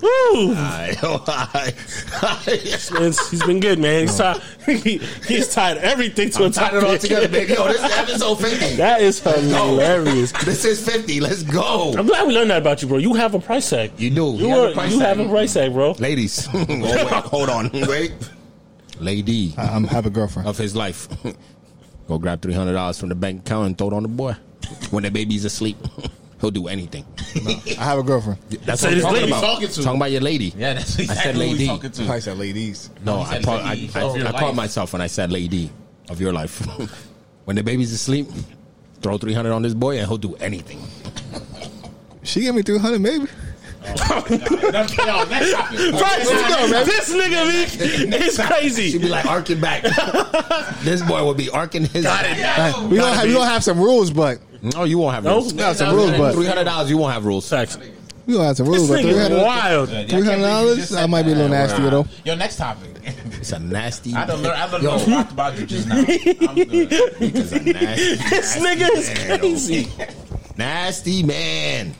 Speaker 1: Woo!
Speaker 3: All right.
Speaker 1: It's- he's been good, man. He's, tied, he, he's tied everything to a
Speaker 3: Tied it all
Speaker 1: topic.
Speaker 3: together, baby. Yo, this is episode 50.
Speaker 1: That is hilarious.
Speaker 3: This is 50. Let's go.
Speaker 1: I'm glad we learned that about you, bro. You have a price tag.
Speaker 3: You do.
Speaker 1: You,
Speaker 3: You have a
Speaker 1: are-
Speaker 3: price
Speaker 1: you
Speaker 3: tag.
Speaker 1: have a price tag, bro.
Speaker 3: Ladies. Oh, wait. Hold on. Wait. Lady
Speaker 4: I um, have a girlfriend.
Speaker 3: of his life. Go grab $300 from the bank account and throw it on the boy. When the baby's asleep, he'll do anything.
Speaker 4: I have a girlfriend.
Speaker 3: That's
Speaker 1: So
Speaker 3: what I'm
Speaker 1: this
Speaker 3: talking
Speaker 1: lady
Speaker 3: about.
Speaker 12: talking to.
Speaker 3: Talking about your lady.
Speaker 5: Yeah, that's exactly
Speaker 3: said
Speaker 5: who we
Speaker 3: lady.
Speaker 5: talking to.
Speaker 4: Probably said ladies.
Speaker 3: No,
Speaker 5: He
Speaker 3: I
Speaker 5: said
Speaker 3: caught, I,
Speaker 5: lady
Speaker 3: I,
Speaker 5: of your
Speaker 3: I caught
Speaker 5: life.
Speaker 3: myself when I said lady of your life. when the baby's asleep, throw 300 on this boy and he'll do anything.
Speaker 4: She gave me three hundred, maybe.
Speaker 5: That's- yo, next topic.
Speaker 1: Right, this nigga, man, is
Speaker 3: She'd
Speaker 1: crazy.
Speaker 3: be like, arcing back. this boy would be arcing his Got
Speaker 4: We gonna have, we gonna have some rules, but
Speaker 3: No, you won't have
Speaker 1: No,
Speaker 3: rules.
Speaker 1: we got
Speaker 4: some rules, but-
Speaker 3: $300, you won't have rules.
Speaker 1: Facts.
Speaker 4: we gonna have some
Speaker 1: This
Speaker 4: rules. But
Speaker 1: thing
Speaker 4: three
Speaker 1: is
Speaker 4: hundred,
Speaker 1: wild.
Speaker 5: Yeah, I can't
Speaker 4: three hundred
Speaker 5: believe you
Speaker 4: dollars.
Speaker 5: just said
Speaker 4: I might be a
Speaker 5: that.
Speaker 4: little nasty, you know.
Speaker 5: Yo, next topic.
Speaker 3: It's a nasty.
Speaker 5: I don't know. I don't
Speaker 3: Yo,
Speaker 5: know a lot about you just now. I'm good.
Speaker 3: it's a nasty,
Speaker 1: This
Speaker 3: nasty
Speaker 1: nigga is
Speaker 3: man, yo.
Speaker 1: crazy.
Speaker 3: Nasty man.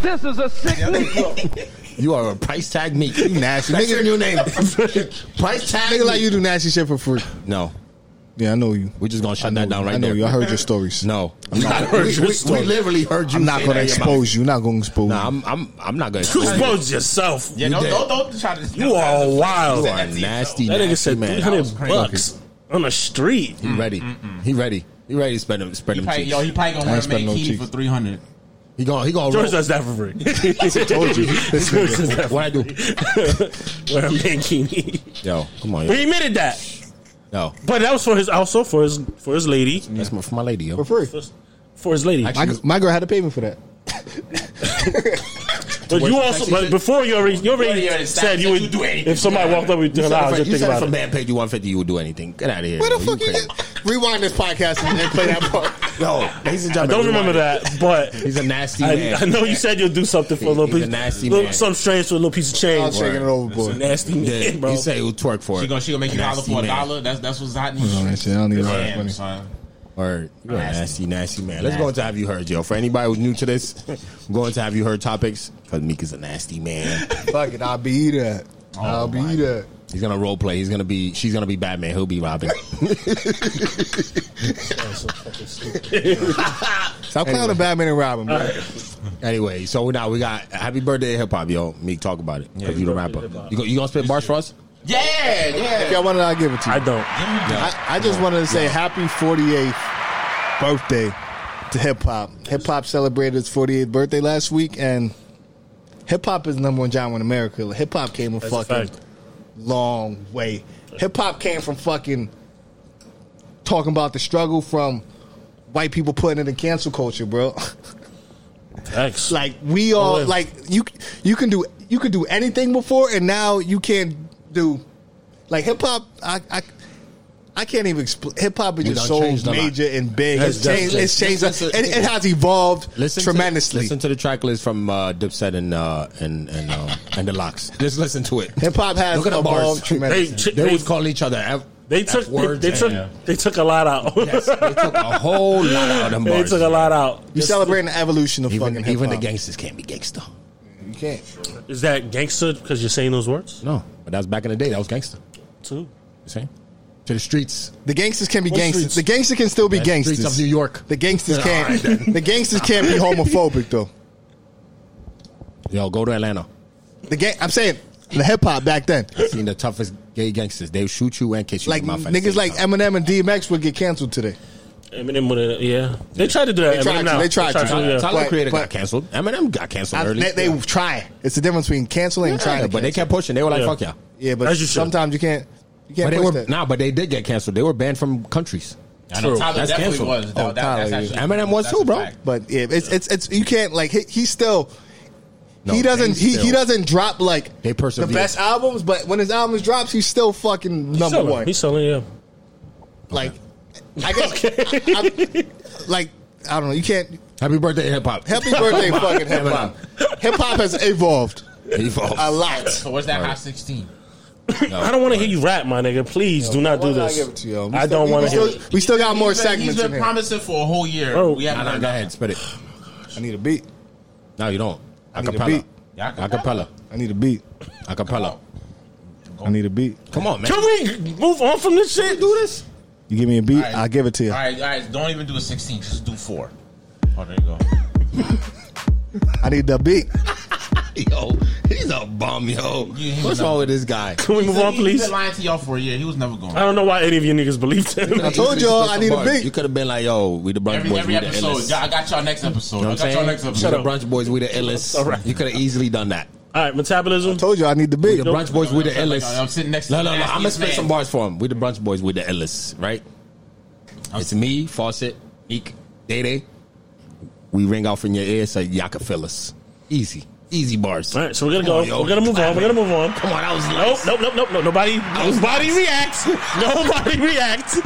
Speaker 13: This is a sick
Speaker 3: You are a price tag meek. You
Speaker 4: nasty.
Speaker 3: That's
Speaker 4: Nigga-
Speaker 3: your new name. price tag
Speaker 4: Nigga like
Speaker 3: meek.
Speaker 4: you do nasty shit for free.
Speaker 3: No,
Speaker 4: Yeah, I know you.
Speaker 3: we're just gonna shut
Speaker 4: I know
Speaker 3: that down
Speaker 4: you.
Speaker 3: right
Speaker 4: I know
Speaker 3: there. Oh.
Speaker 4: you. I heard your stories.
Speaker 3: No,
Speaker 4: not-
Speaker 3: we, we- we
Speaker 4: story.
Speaker 3: literally heard you.
Speaker 4: I'm not
Speaker 3: say
Speaker 4: gonna
Speaker 3: that in your mouth.
Speaker 4: expose you. Not gonna expose
Speaker 3: Nah,
Speaker 4: you.
Speaker 3: I'm I'm I'm not gonna
Speaker 1: You
Speaker 3: expose you.
Speaker 1: expose yourself.
Speaker 5: Yeah, don't,
Speaker 3: dead.
Speaker 5: don't, don't try to.
Speaker 1: You are wild.
Speaker 3: You are nasty.
Speaker 1: That nigga
Speaker 3: nasty
Speaker 1: said
Speaker 3: man.
Speaker 1: three
Speaker 3: I was
Speaker 1: hundred
Speaker 3: crazy.
Speaker 1: bucks on the street.
Speaker 3: He ready. He ready. He ready to spread them. Spread
Speaker 5: He
Speaker 3: them
Speaker 5: probably,
Speaker 3: cheeks.
Speaker 5: yo, he probably gonna
Speaker 4: I
Speaker 5: want
Speaker 4: ain't
Speaker 5: to
Speaker 4: spending
Speaker 5: make
Speaker 4: no
Speaker 5: Keith
Speaker 4: cheeks.
Speaker 5: for three hundred.
Speaker 3: He gonna he gonna roll.
Speaker 1: George does that for free. told
Speaker 4: you. This nigga.
Speaker 3: What I do?
Speaker 1: Wear a mankini.
Speaker 3: Yo, come on,
Speaker 1: But
Speaker 3: yo.
Speaker 1: he admitted that.
Speaker 3: yo.
Speaker 1: But that was for his also for his for his lady.
Speaker 3: That's my, for my lady, yo.
Speaker 4: for free.
Speaker 1: For his lady.
Speaker 4: My, my girl had to pay me for that.
Speaker 1: But you also but before you already you already,
Speaker 5: You already
Speaker 1: said
Speaker 5: said
Speaker 1: you
Speaker 5: you
Speaker 1: would
Speaker 5: do anything.
Speaker 1: if somebody walked up with you,
Speaker 3: said
Speaker 1: I
Speaker 3: if-
Speaker 1: just
Speaker 3: you
Speaker 1: think
Speaker 3: said
Speaker 1: about
Speaker 3: if a
Speaker 1: it.
Speaker 3: man paid you 150, you would do anything. Get out of here.
Speaker 4: Where the
Speaker 3: yo.
Speaker 4: fuck you
Speaker 3: crazy.
Speaker 4: get? Rewind this podcast and play that part.
Speaker 3: Yo, ladies and gentlemen,
Speaker 1: Don't remember
Speaker 3: rewind it.
Speaker 1: that, but
Speaker 3: He's a nasty
Speaker 1: I,
Speaker 3: man.
Speaker 1: I know you said you'll do something for a little
Speaker 3: He's a
Speaker 1: piece,
Speaker 3: nasty
Speaker 1: little,
Speaker 3: man.
Speaker 1: some strange for a little piece of
Speaker 4: I'm
Speaker 1: change.
Speaker 4: taking it overboard.
Speaker 1: Nasty
Speaker 3: Yeah,
Speaker 1: man, bro.
Speaker 3: He said he'll twerk for
Speaker 5: She
Speaker 3: it.
Speaker 5: gonna she gonna make you holler
Speaker 3: Nasty
Speaker 5: for a
Speaker 3: man.
Speaker 5: dollar. That's that's what's hot.
Speaker 4: on, that shit. I don't need all that money.
Speaker 5: son.
Speaker 3: Or you're a nasty, nasty man. Let's go into Have You Heard, yo. For anybody who's new to this, I'm going to Have You Heard topics because Meek is a nasty man.
Speaker 4: Fuck it, I'll be that.
Speaker 1: Oh
Speaker 4: I'll be that.
Speaker 3: He's gonna role play. He's gonna be. She's gonna be Batman. He'll be Robin.
Speaker 4: Stop playing the Batman and Robin, bro.
Speaker 3: anyway, so now we got Happy Birthday Hip Hop, yo. Meek, talk about it. if you the rapper, you, go, you gonna spit bars for us?
Speaker 5: Yeah, yeah.
Speaker 4: If y'all wanted, I'll give it to you.
Speaker 1: I don't.
Speaker 4: I, I just wanted to say happy 48th birthday to hip hop. Hip hop celebrated its 48th birthday last week, and hip hop is number one genre in America. Hip hop came a
Speaker 1: That's a
Speaker 4: fucking
Speaker 1: fact.
Speaker 4: long way. Hip hop came from fucking talking about the struggle from white people putting it in cancel culture, bro.
Speaker 1: Facts.
Speaker 4: like
Speaker 3: Oh,
Speaker 4: we all
Speaker 1: Live.
Speaker 4: like you you can do you could do anything before and now you can't do like hip hop I, I I can't even explain. Hip hop is
Speaker 3: You
Speaker 4: just
Speaker 3: done
Speaker 4: so
Speaker 3: changed a lot.
Speaker 4: major and big.
Speaker 3: That's
Speaker 4: It's
Speaker 3: just-
Speaker 4: changed. It's changed.
Speaker 3: listen
Speaker 4: it,
Speaker 3: to-
Speaker 4: it has evolved
Speaker 3: Listen
Speaker 4: tremendously.
Speaker 3: To, listen to the track list from uh, Dipset and uh, and and um, and the Locks. Just listen to it.
Speaker 4: Hip hop has
Speaker 3: Look at the bars.
Speaker 4: evolved
Speaker 1: They,
Speaker 4: tremendously.
Speaker 1: ch-
Speaker 3: They
Speaker 1: they,
Speaker 3: would call each other. F-
Speaker 1: they took they,
Speaker 3: F-words
Speaker 1: they
Speaker 3: and-
Speaker 1: took they took a lot out.
Speaker 3: Yes, they took a whole lot out of them
Speaker 1: they
Speaker 3: bars.
Speaker 1: took a lot out.
Speaker 4: you celebrating the evolution of
Speaker 3: Even,
Speaker 4: fucking hip
Speaker 3: even the
Speaker 4: hop.
Speaker 3: gangsters can't be gangster.
Speaker 4: You can't.
Speaker 1: Is that gangster because you're saying those words?
Speaker 3: No, but that was back in the day. That was gangster.
Speaker 1: Too.
Speaker 3: You see? To the streets.
Speaker 4: The gangsters can be
Speaker 1: What
Speaker 4: gangsters.
Speaker 1: streets?
Speaker 4: The gangster can still be
Speaker 3: The
Speaker 4: gangsters.
Speaker 3: streets of New York.
Speaker 4: The gangsters
Speaker 3: All
Speaker 4: can't.
Speaker 3: right, then.
Speaker 4: the gangsters can't be homophobic though.
Speaker 3: Yo, go to Atlanta.
Speaker 4: The gang. I'm saying the hip hop back then.
Speaker 3: I've seen the toughest gay gangsters. They shoot you and kiss you.
Speaker 4: Like
Speaker 3: in the mouth at the same
Speaker 4: niggas like
Speaker 3: time.
Speaker 4: Eminem and DMX would get canceled today.
Speaker 1: Eminem would have. Yeah, they tried to do that.
Speaker 4: They tried
Speaker 1: Eminem
Speaker 4: to,
Speaker 1: now.
Speaker 4: they tried to.
Speaker 1: Oh, yeah.
Speaker 3: Tyler
Speaker 4: But-
Speaker 3: Creator
Speaker 4: but-
Speaker 3: got canceled. Eminem got canceled
Speaker 4: I-
Speaker 3: early.
Speaker 4: they they
Speaker 3: Yeah.
Speaker 4: try. It's the difference between canceling and
Speaker 3: Yeah,
Speaker 4: trying. to
Speaker 3: but they
Speaker 4: cancel.
Speaker 3: kept pushing. They were like,
Speaker 1: Yeah.
Speaker 3: "Fuck yeah."
Speaker 4: Yeah, but
Speaker 1: As you should.
Speaker 4: sometimes you can't. You can't
Speaker 3: But they
Speaker 4: push
Speaker 3: were
Speaker 4: that.
Speaker 3: nah, but they did get canceled. They were banned from countries.
Speaker 5: I know
Speaker 1: True.
Speaker 5: Tyler
Speaker 3: That's
Speaker 5: definitely
Speaker 3: canceled.
Speaker 5: was. though.
Speaker 4: Oh,
Speaker 5: That-
Speaker 4: Tyler,
Speaker 5: that's
Speaker 4: yeah.
Speaker 5: actually-
Speaker 3: Eminem was
Speaker 5: that's
Speaker 3: too,
Speaker 5: a
Speaker 3: bro.
Speaker 5: fact.
Speaker 4: But yeah, it's it's it's you can't like he, he still.
Speaker 3: No,
Speaker 4: he doesn't.
Speaker 3: they
Speaker 4: He, he
Speaker 3: still-
Speaker 4: doesn't drop like
Speaker 3: They
Speaker 4: the
Speaker 3: persevere.
Speaker 4: best albums, but when his albums drops, he's still fucking number
Speaker 1: selling.
Speaker 4: one.
Speaker 1: He's selling. Yeah.
Speaker 4: like, I guess, I- I- like I don't know. You can't.
Speaker 3: Happy birthday, hip hop.
Speaker 4: Happy birthday, fucking hip hop. Hip hop has evolved
Speaker 3: Evolve.
Speaker 4: a lot.
Speaker 5: So where's that hot sixteen?
Speaker 1: I don't want to hear you rap, my nigga. Please do not do
Speaker 4: Why did
Speaker 1: this.
Speaker 4: I give it to you? We
Speaker 1: I
Speaker 4: still-
Speaker 1: don't
Speaker 4: we
Speaker 1: want to hear.
Speaker 4: still-
Speaker 1: it.
Speaker 4: We still got more
Speaker 5: He's been-
Speaker 4: segments
Speaker 5: He's
Speaker 4: in
Speaker 5: been
Speaker 4: here.
Speaker 5: promising for a whole year.
Speaker 1: Bro.
Speaker 5: we haven't
Speaker 3: Oh, Nah, nah,
Speaker 5: heard
Speaker 3: go
Speaker 5: that.
Speaker 3: ahead, spit it.
Speaker 4: I need a beat.
Speaker 3: No, you don't.
Speaker 4: need a
Speaker 3: Acapella.
Speaker 4: beat.
Speaker 5: Yeah, I could-
Speaker 3: Acapella.
Speaker 4: I need a beat.
Speaker 3: Acapella.
Speaker 4: I need a beat.
Speaker 3: Come on, man.
Speaker 1: Can we move on from this shit? Do this.
Speaker 4: You give me a beat,
Speaker 5: right.
Speaker 4: I'll give it to you.
Speaker 5: All right, all right. Don't even do a 16. Just do four. Oh, there you go.
Speaker 4: I need the beat.
Speaker 3: Yo, he's a bum, yo.
Speaker 5: Yeah, he's
Speaker 3: What's
Speaker 5: a-
Speaker 3: wrong with this guy?
Speaker 1: Can we move on,
Speaker 5: He's been- He's
Speaker 1: please?
Speaker 5: been lying to y'all for a year. He was never going.
Speaker 1: I
Speaker 3: Uh,
Speaker 1: don't know why any of you niggas believed
Speaker 4: I
Speaker 1: him.
Speaker 4: told y'all I need a
Speaker 3: You
Speaker 4: beat.
Speaker 3: could have been like, yo, we the brunch
Speaker 5: Every,
Speaker 3: boys.
Speaker 5: every
Speaker 3: we
Speaker 5: episode.
Speaker 3: the illest.
Speaker 5: Yeah, I got y'all next episode.
Speaker 3: You know
Speaker 5: I
Speaker 3: what I'm
Speaker 5: got y'all
Speaker 3: saying?
Speaker 5: next episode.
Speaker 3: We the brunch boys. We the illest.
Speaker 1: All right.
Speaker 3: You could have easily done that.
Speaker 1: All right, metabolism.
Speaker 4: Told you I need the
Speaker 3: We
Speaker 4: beat.
Speaker 3: the brunch boys. We the
Speaker 5: I'm- I'm
Speaker 3: illest.
Speaker 5: sitting next to
Speaker 3: No,
Speaker 5: the
Speaker 3: no, no. I'm gonna
Speaker 5: nastiest
Speaker 3: spit
Speaker 5: man.
Speaker 3: some bars for him. We the brunch boys. We the illest, right? It's me, Fawcett, Eek, Day Day. We ring off in your ear, so y'all can feel us. Easy, easy bars.
Speaker 1: All right, so we're gonna go.
Speaker 3: Come on, yo.
Speaker 1: we're gonna move on. We're gonna move on.
Speaker 3: Come on, that was
Speaker 1: Nope,
Speaker 3: nice.
Speaker 1: nope, nope, nope, nope. Nobody, nobody reacts. Nobody reacts.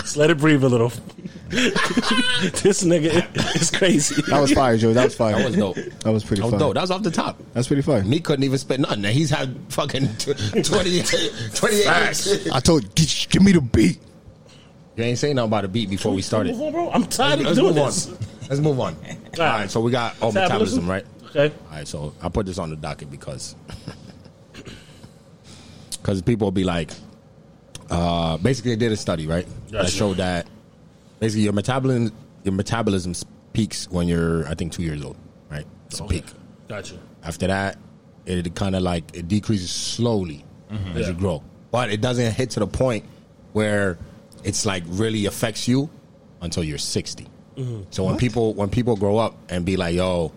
Speaker 1: Just let it breathe a little. this nigga is crazy.
Speaker 4: That was fire, Joe. That was fire.
Speaker 3: That was dope.
Speaker 4: That was pretty
Speaker 3: That was
Speaker 4: fire.
Speaker 3: dope. That was off the top.
Speaker 4: That's pretty fire.
Speaker 3: Me couldn't even spit nothing. And he's had fucking tw- 28, 28 years.
Speaker 4: I told you, "Gi- give me the beat.
Speaker 3: You ain't saying nothing about a beat before we started.
Speaker 1: Move on, bro. I'm tired
Speaker 3: Let's
Speaker 1: of doing
Speaker 3: move on.
Speaker 1: this.
Speaker 3: Let's move on. All right, so we got oh metabolism, right?
Speaker 1: Okay.
Speaker 3: All right, so I put this on the docket because because people will be like, uh, basically they did a study, right? That
Speaker 1: Yes.
Speaker 3: showed that basically your metabolism your metabolism s- peaks when you're I think two years old, right? It's a peak.
Speaker 1: Gotcha.
Speaker 3: After that, it kind of like it decreases slowly as
Speaker 1: Mm-hmm. Yeah.
Speaker 3: you grow, but it doesn't hit to the point where it's like really affects you until you're 60.
Speaker 1: Mm-hmm.
Speaker 3: So when people when people grow up and be like, "Yo,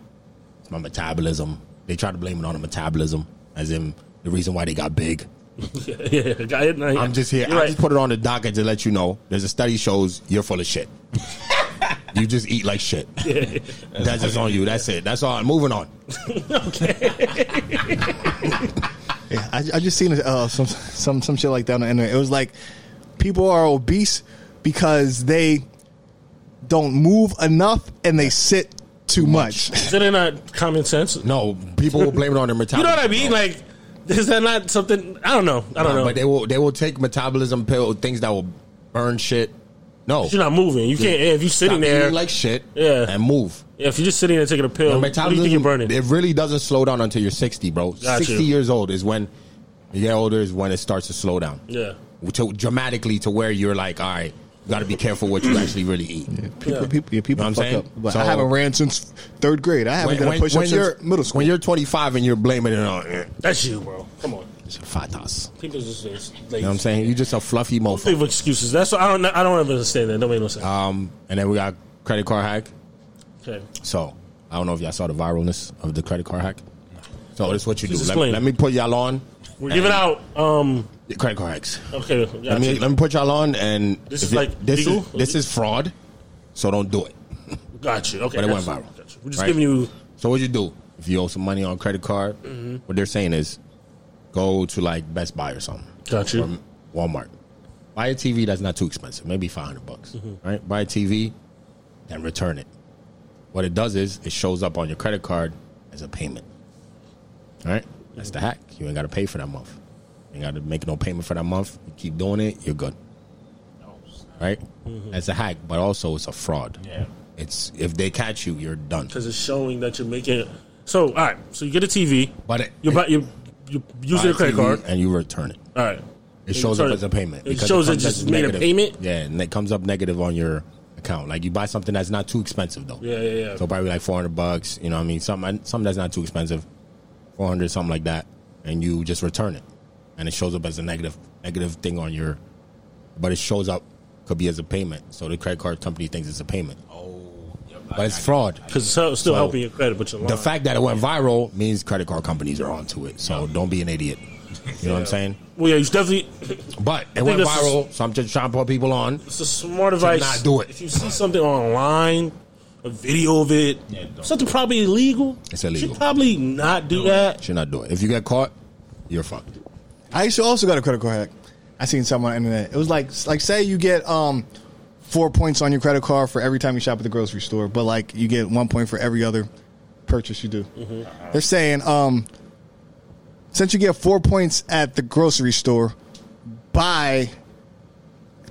Speaker 3: it's my metabolism," they try to blame it on the metabolism as in the reason why they got big.
Speaker 1: Yeah, got it. No, yeah.
Speaker 3: I'm just here.
Speaker 1: You're
Speaker 3: I
Speaker 1: right.
Speaker 3: just put it on the docket to let you know. There's a study shows you're full of shit. you just eat like shit. That's just on you. That's it. That's all. moving on.
Speaker 4: Yeah, I, I just seen uh, some some some shit like that on the internet. It was like people are obese because they don't move enough and they sit too much.
Speaker 1: Is that not common sense?
Speaker 3: No, people will blame it on their
Speaker 1: You
Speaker 3: metabolism.
Speaker 1: know what I mean? Like, is that not something? I don't know. I don't know.
Speaker 3: But they will they will take metabolism pill things that will burn shit. No,
Speaker 1: you're not moving. You can't. If you're sitting
Speaker 3: Stop eating
Speaker 1: there,
Speaker 3: like shit.
Speaker 1: Yeah.
Speaker 3: and move.
Speaker 1: Yeah, if you're just sitting there taking a pill,
Speaker 3: Your
Speaker 1: what do you think you're burning?
Speaker 3: It really doesn't slow down until you're sixty, bro.
Speaker 1: Got
Speaker 3: sixty
Speaker 1: you.
Speaker 3: years old is when you get older is when it starts to slow down.
Speaker 1: Yeah.
Speaker 3: to, dramatically to where you're like, all right, you got to be careful what you actually really eat.
Speaker 4: People, people, yeah, people
Speaker 3: Know what I'm
Speaker 4: fuck
Speaker 3: saying?
Speaker 4: up. But
Speaker 3: So-
Speaker 4: I haven't ran since third grade. I haven't done a push up
Speaker 3: you're
Speaker 4: since middle school.
Speaker 3: when you're 25 and you're blaming it on eh,
Speaker 1: That's you, bro. Come on.
Speaker 3: it's a fat ass.
Speaker 1: People just just- like
Speaker 3: You know what I'm saying? You're just a fluffy
Speaker 1: think
Speaker 3: mofo.
Speaker 1: of excuses. That's what I don't. I don't ever understand that. Don't make no sense.
Speaker 3: Um, and then we got credit card hack.
Speaker 1: okay.
Speaker 3: So I don't know if y'all saw the viralness of the credit card hack. So this is what you
Speaker 1: Please
Speaker 3: do. Let,
Speaker 1: explain.
Speaker 3: let me put y'all on
Speaker 1: We're giving out. Um.
Speaker 3: the credit card hacks.
Speaker 1: Okay. Gotcha.
Speaker 3: Let me let me put y'all on and
Speaker 1: This
Speaker 3: if
Speaker 1: is
Speaker 3: it-
Speaker 1: like
Speaker 3: this
Speaker 1: legal?
Speaker 3: is this is fraud. So don't do it.
Speaker 1: gotcha. Okay.
Speaker 3: But it went
Speaker 1: gotcha.
Speaker 3: viral.
Speaker 1: Gotcha. We're just
Speaker 3: Right.
Speaker 1: giving you.
Speaker 3: So what you do if you owe some money on credit card?
Speaker 1: Mm-hmm.
Speaker 3: What they're saying is go to like Best Buy or something.
Speaker 1: Gotcha.
Speaker 3: Or Walmart. Buy a TV that's not too expensive, maybe five hundred bucks.
Speaker 1: Mm-hmm.
Speaker 3: Right? Buy a TV, then return it. What it does is it shows up on your credit card as a payment. All right, that's the hack. You ain't got to pay for that month. You ain't got to make no payment for that month. You keep doing it, you're good. Right?
Speaker 1: Mm-hmm.
Speaker 3: That's a hack, but also it's a fraud.
Speaker 5: Yeah.
Speaker 3: It's if they catch you, you're done.
Speaker 1: because it's showing that you're making. it. So all right. So you get a TV.
Speaker 3: But it,
Speaker 1: You buy. You you use your
Speaker 3: buy
Speaker 1: credit
Speaker 3: TV
Speaker 1: card.
Speaker 3: and you return it.
Speaker 1: All right.
Speaker 3: It shows up
Speaker 1: return
Speaker 3: as a payment.
Speaker 1: It
Speaker 3: because
Speaker 1: shows it
Speaker 3: comes
Speaker 1: just
Speaker 3: as
Speaker 1: made a
Speaker 3: negative.
Speaker 1: payment.
Speaker 3: Yeah, and it comes up negative on your account. Like you buy something that's not too expensive though.
Speaker 1: Yeah, yeah, yeah.
Speaker 3: So probably like four hundred bucks. You know, what I mean, something something that's not too expensive, four hundred something like that, and you just return it, and it shows up as a negative negative thing on your, but it shows up could be as a payment. So the credit card company thinks it's a payment,
Speaker 1: Oh,
Speaker 3: but it's fraud.
Speaker 1: Because it's still still helping your credit, but you're
Speaker 3: The
Speaker 1: lying.
Speaker 3: fact that it went viral means credit card companies are onto it. So don't be an idiot. You know what I'm saying?
Speaker 1: Well, yeah, you should definitely.
Speaker 3: But it went
Speaker 1: this is-
Speaker 3: viral, so I'm just trying to put people on.
Speaker 1: It's a smart advice.
Speaker 3: not do it.
Speaker 1: If you see something online, a video of it,
Speaker 5: don't.
Speaker 1: something probably illegal.
Speaker 3: It's
Speaker 1: You
Speaker 3: illegal.
Speaker 1: should probably not do that.
Speaker 3: Should not do it. If you get caught, you're fucked.
Speaker 4: I used to also got a credit card hack. I seen something on the internet. It was like like say you get um four points on your credit card for every time you shop at the grocery store, but like you get one point for every other purchase you do. They're saying um since you get four points at the grocery store, buy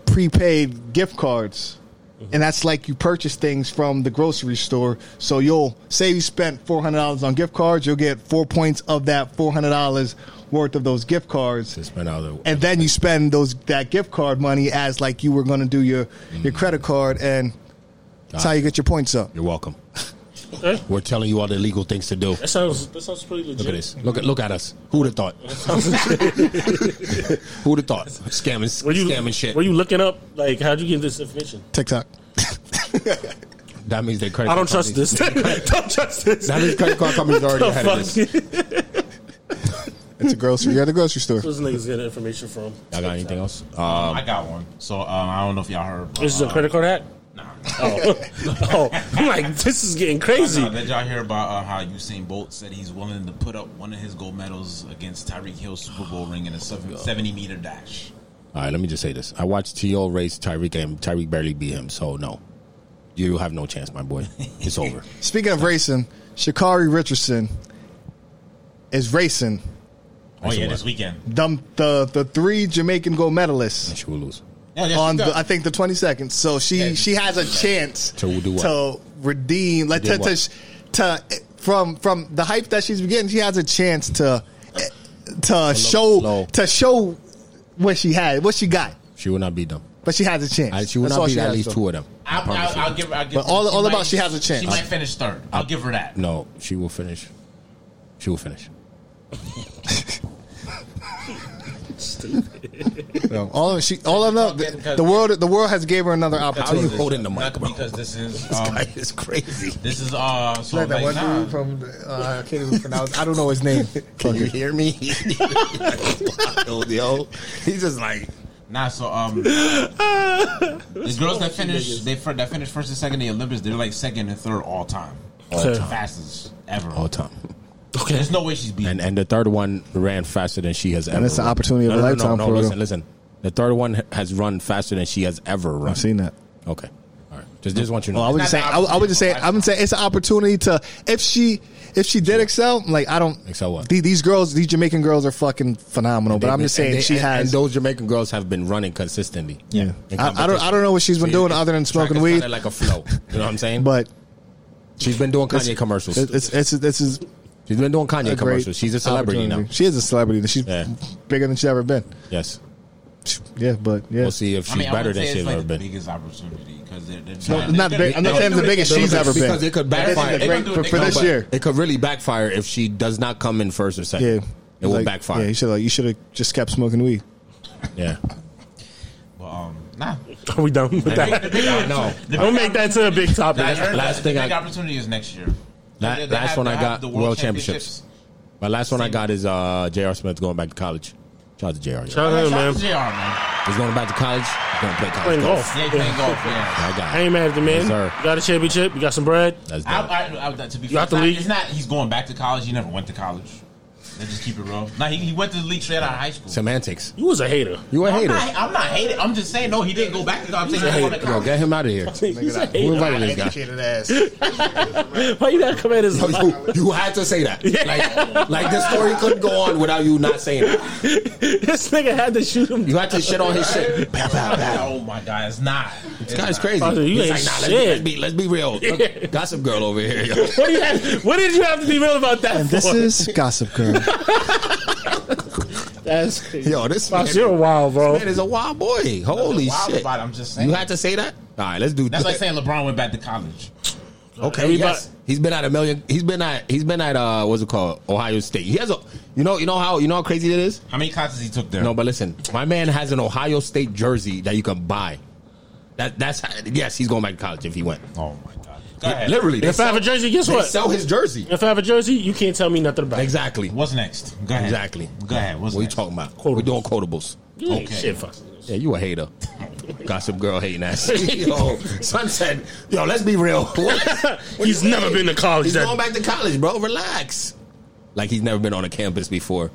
Speaker 4: prepaid gift cards. And that's like you purchase things from the grocery store. So you'll say you spent four hundred dollars on gift cards, you'll get four points of that four hundred dollars worth of those gift cards.
Speaker 3: spend all the
Speaker 4: And then you spend those that gift card money as like you were gonna do your your credit card and that's how you get your points up.
Speaker 3: You're welcome. We're telling you all the legal things to do.
Speaker 1: Eh? That sounds that sounds pretty legit.
Speaker 3: Look at this. Look at look at us. Who'd have thought? Who'd have thought? Scamming,
Speaker 1: Were you
Speaker 3: scamming shit.
Speaker 1: Were you looking up like how'd you get this information?
Speaker 4: TikTok.
Speaker 3: that means they credit.
Speaker 1: I don't
Speaker 3: card
Speaker 1: trust
Speaker 3: companies-
Speaker 1: this. don't trust this.
Speaker 3: That means credit card companies are already
Speaker 1: The
Speaker 3: ahead of this.
Speaker 1: fuck?
Speaker 4: It's a grocery you're at the grocery store.
Speaker 1: Those niggas get information from.
Speaker 3: Y'all got anything else? Uh,
Speaker 5: I got one. So um, I don't know if y'all heard. But, uh,
Speaker 1: This is a credit card hack. Oh. oh, I'm like this is getting crazy.
Speaker 5: Now, did y'all hear about uh, how Usain Bolt said he's willing to put up one of his gold medals against Tyreek Hill's Super Bowl ring in a seven- 70 meter dash?
Speaker 3: All right, let me just say this. I watched T.O. race Tyreek, and Tyreek barely beat him, so no. You have no chance, my boy. It's over.
Speaker 4: Speaking of racing, Shakari Richardson is racing
Speaker 5: Oh,
Speaker 3: That's
Speaker 5: yeah,
Speaker 3: a
Speaker 5: this
Speaker 3: lot.
Speaker 5: weekend.
Speaker 4: the, the, the three Jamaican gold medalists
Speaker 3: She will lose.
Speaker 5: Yeah, yeah,
Speaker 4: on
Speaker 5: she
Speaker 4: the,
Speaker 5: does.
Speaker 4: I think the 22nd. So she she has a chance
Speaker 3: To do what?
Speaker 4: to redeem like
Speaker 3: Do
Speaker 4: to, to,
Speaker 3: what?
Speaker 4: to from from the hype that she's getting, she has a chance to to show
Speaker 3: slow.
Speaker 4: to show what she had, what she got.
Speaker 3: She will not beat them.
Speaker 4: But she has a chance.
Speaker 3: I, she will
Speaker 4: That's all
Speaker 3: not beat at
Speaker 4: has,
Speaker 3: least
Speaker 4: though.
Speaker 3: two of them. I
Speaker 5: I'll,
Speaker 3: promise
Speaker 5: I'll,
Speaker 3: you.
Speaker 5: I'll give her. I'll give
Speaker 4: But
Speaker 5: her-
Speaker 4: all-
Speaker 5: she
Speaker 4: all
Speaker 5: might-
Speaker 4: about she has a chance.
Speaker 5: She might finish third. I'll give her that.
Speaker 3: No, she will finish. She will finish.
Speaker 4: No, all of she all of them the, the world the world has gave her another
Speaker 3: How you
Speaker 4: opportunity.
Speaker 3: holding the mic, bro?
Speaker 5: Because this is
Speaker 3: This
Speaker 5: um,
Speaker 3: guy Oh, is crazy.
Speaker 5: this is uh so
Speaker 4: Like that
Speaker 5: like,
Speaker 4: one
Speaker 5: nah.
Speaker 4: dude from uh, I can't even pronounce. I don't know his name.
Speaker 3: Can you hear me? Wild, yo. He's just like,
Speaker 5: Nah, so um, the girls that finish they fir- that finish first and second in the Olympics, they're like second and third all time, all
Speaker 1: Okay.
Speaker 5: time. fastest ever.
Speaker 3: all time.
Speaker 1: Okay.
Speaker 5: There's no way she's beating.
Speaker 3: And and the third one ran faster than she has ever.
Speaker 4: it's an
Speaker 3: run.
Speaker 4: opportunity of a lifetime
Speaker 3: No,
Speaker 4: for her.
Speaker 3: listen, listen. The third one has run faster than she has ever run.
Speaker 4: I've seen that.
Speaker 3: Okay. All right. Just just want you to know.
Speaker 4: Well, Oh, I would just say I, would- I would just say I would say it's an opportunity to if she if she did excel. Like I don't
Speaker 3: Excel what?
Speaker 4: The- These girls, these Jamaican girls are fucking phenomenal. But I'm
Speaker 3: They've
Speaker 4: just
Speaker 3: been-
Speaker 4: saying
Speaker 3: and they-
Speaker 4: she
Speaker 3: and-
Speaker 4: has.
Speaker 3: And those Jamaican girls have been running consistently.
Speaker 4: yeah,
Speaker 3: in
Speaker 4: I, I don't I
Speaker 3: competition.
Speaker 4: don't know what she's been
Speaker 3: So you-
Speaker 4: doing other than
Speaker 3: Track
Speaker 4: smoking
Speaker 3: is
Speaker 4: weed.
Speaker 3: kinda like a flow. You know what I'm saying?
Speaker 4: But
Speaker 3: she's been doing
Speaker 4: it's-
Speaker 3: Kanye commercials.
Speaker 4: It's it's this is
Speaker 3: she's been doing Kanye
Speaker 4: a great
Speaker 3: commercials. She's a celebrity now.
Speaker 4: opportunity. She is a celebrity. She's
Speaker 3: Yeah.
Speaker 4: bigger than she's ever been.
Speaker 3: Yes.
Speaker 4: Yeah, but yeah,
Speaker 3: We'll see if she's
Speaker 5: I mean, I
Speaker 3: better
Speaker 5: wouldn't
Speaker 3: than
Speaker 5: say
Speaker 3: she's
Speaker 5: it's like
Speaker 3: ever
Speaker 5: the
Speaker 3: been.
Speaker 5: biggest opportunity because they're, they're
Speaker 4: No,
Speaker 5: trying-
Speaker 4: not
Speaker 5: they're
Speaker 4: big. I'm not
Speaker 5: gonna- they're
Speaker 4: saying the
Speaker 5: gonna
Speaker 4: biggest
Speaker 5: do it.
Speaker 4: she's ever been.
Speaker 3: Because it could
Speaker 5: They're gonna
Speaker 3: backfire.
Speaker 5: do it.
Speaker 4: great-
Speaker 5: They're
Speaker 4: for-
Speaker 5: gonna do it.
Speaker 4: for
Speaker 5: They're
Speaker 4: this
Speaker 3: But
Speaker 5: gonna-
Speaker 4: year.
Speaker 3: It could really backfire if she does not come in first or second.
Speaker 4: yeah.
Speaker 3: It will
Speaker 4: Like,
Speaker 3: backfire.
Speaker 4: Yeah, you should like you should have just kept smoking weed.
Speaker 3: Yeah.
Speaker 5: but, um, nah.
Speaker 1: Are we done with that?
Speaker 3: No.
Speaker 1: Don't make that to a big topic.
Speaker 3: last
Speaker 5: Last
Speaker 3: thing
Speaker 5: thing, big
Speaker 3: I-
Speaker 5: opportunity is next year.
Speaker 3: La-
Speaker 5: They- they
Speaker 3: last
Speaker 5: have-
Speaker 3: one
Speaker 5: they
Speaker 3: I
Speaker 5: have
Speaker 3: got,
Speaker 5: the
Speaker 3: World Championships. My last one I got is uh, J.R. Smith going back to college. Shout out to J.R. yo.
Speaker 1: Shout out,
Speaker 5: Shout out
Speaker 1: man.
Speaker 5: to JR, man.
Speaker 3: He's going back to college. He's going to play college
Speaker 1: Playing
Speaker 3: golf.
Speaker 1: golf.
Speaker 5: Yeah, playing golf. Yeah.
Speaker 3: I got
Speaker 1: I ain't mad at the man.
Speaker 3: Yes, sir.
Speaker 1: you got a championship. You got some bread.
Speaker 3: That's
Speaker 5: I,
Speaker 3: dope.
Speaker 5: I, I, to be
Speaker 1: You
Speaker 5: fair,
Speaker 1: out
Speaker 5: it's,
Speaker 1: the
Speaker 5: not,
Speaker 1: league?
Speaker 5: it's not he's going back to college. He never went to college. Let's just keep it real. Nah, he, he went to the league straight out of high school.
Speaker 3: Semantics.
Speaker 1: You was a hater.
Speaker 3: You a
Speaker 5: I'm
Speaker 3: hater.
Speaker 5: not, I'm not hating. I'm just saying, no, he didn't go back to college. I'm saying he went to
Speaker 3: Yo,
Speaker 5: college.
Speaker 3: get him out of here.
Speaker 1: He's a
Speaker 3: Who
Speaker 1: hater.
Speaker 3: invited this guy?
Speaker 4: ass.
Speaker 1: Why you gotta come at his
Speaker 3: Yo,
Speaker 1: life?
Speaker 3: you, you had to say that. Like, like this story couldn't go on without you not saying that.
Speaker 1: This nigga had to shoot him.
Speaker 3: You had to shit on his shit. Pow, pow, pow.
Speaker 5: Oh my God, it's not. It's
Speaker 3: This guy's
Speaker 5: not.
Speaker 3: crazy.
Speaker 1: Father, you
Speaker 3: He's
Speaker 1: ain't
Speaker 3: like, nah, let's,
Speaker 1: shit.
Speaker 3: be, let's be let's be real. Look, Gossip girl over here. Yo.
Speaker 1: What, do you have, what did you have to be real about that?
Speaker 4: And this
Speaker 1: for?
Speaker 4: is Gossip Girl.
Speaker 1: that's crazy.
Speaker 3: Yo, this man,
Speaker 1: Fox, you're wild, bro.
Speaker 3: man is a wild boy. Holy
Speaker 5: Nothing wild
Speaker 3: shit!
Speaker 5: about it, I'm just saying.
Speaker 3: You had to say that. All right, let's do
Speaker 5: That's
Speaker 3: this.
Speaker 5: like saying LeBron went back to college.
Speaker 3: okay,
Speaker 1: Everybody-
Speaker 3: yes. he's been at a million. He's been at he's been at uh what's it called Ohio State. He has a you know you know how you know how crazy it is.
Speaker 5: How many classes he took there?
Speaker 3: No, but listen, my man has an Ohio State jersey that you can buy. That that's yes, he's going back to college if he went.
Speaker 5: Oh my God. Go ahead.
Speaker 3: Literally, they
Speaker 1: If I have
Speaker 3: sell,
Speaker 1: a jersey, guess
Speaker 3: they
Speaker 1: what?
Speaker 3: sell his jersey.
Speaker 1: If I have a jersey, you can't tell me nothing about it.
Speaker 3: Exactly,
Speaker 5: What's next? Go ahead.
Speaker 3: exactly.
Speaker 5: Go ahead. What's
Speaker 3: What are you
Speaker 5: next?
Speaker 3: talking about? We're doing quotables.
Speaker 1: You ain't
Speaker 5: Okay.
Speaker 1: Shit, Fox.
Speaker 3: Yeah, you a hater. Gossip girl hating ass. yo, sunset. Yo, let's be real. What?
Speaker 1: He's never been to college.
Speaker 3: He's
Speaker 1: That,
Speaker 3: going back to college, bro. Relax. Like he's never been on a campus before.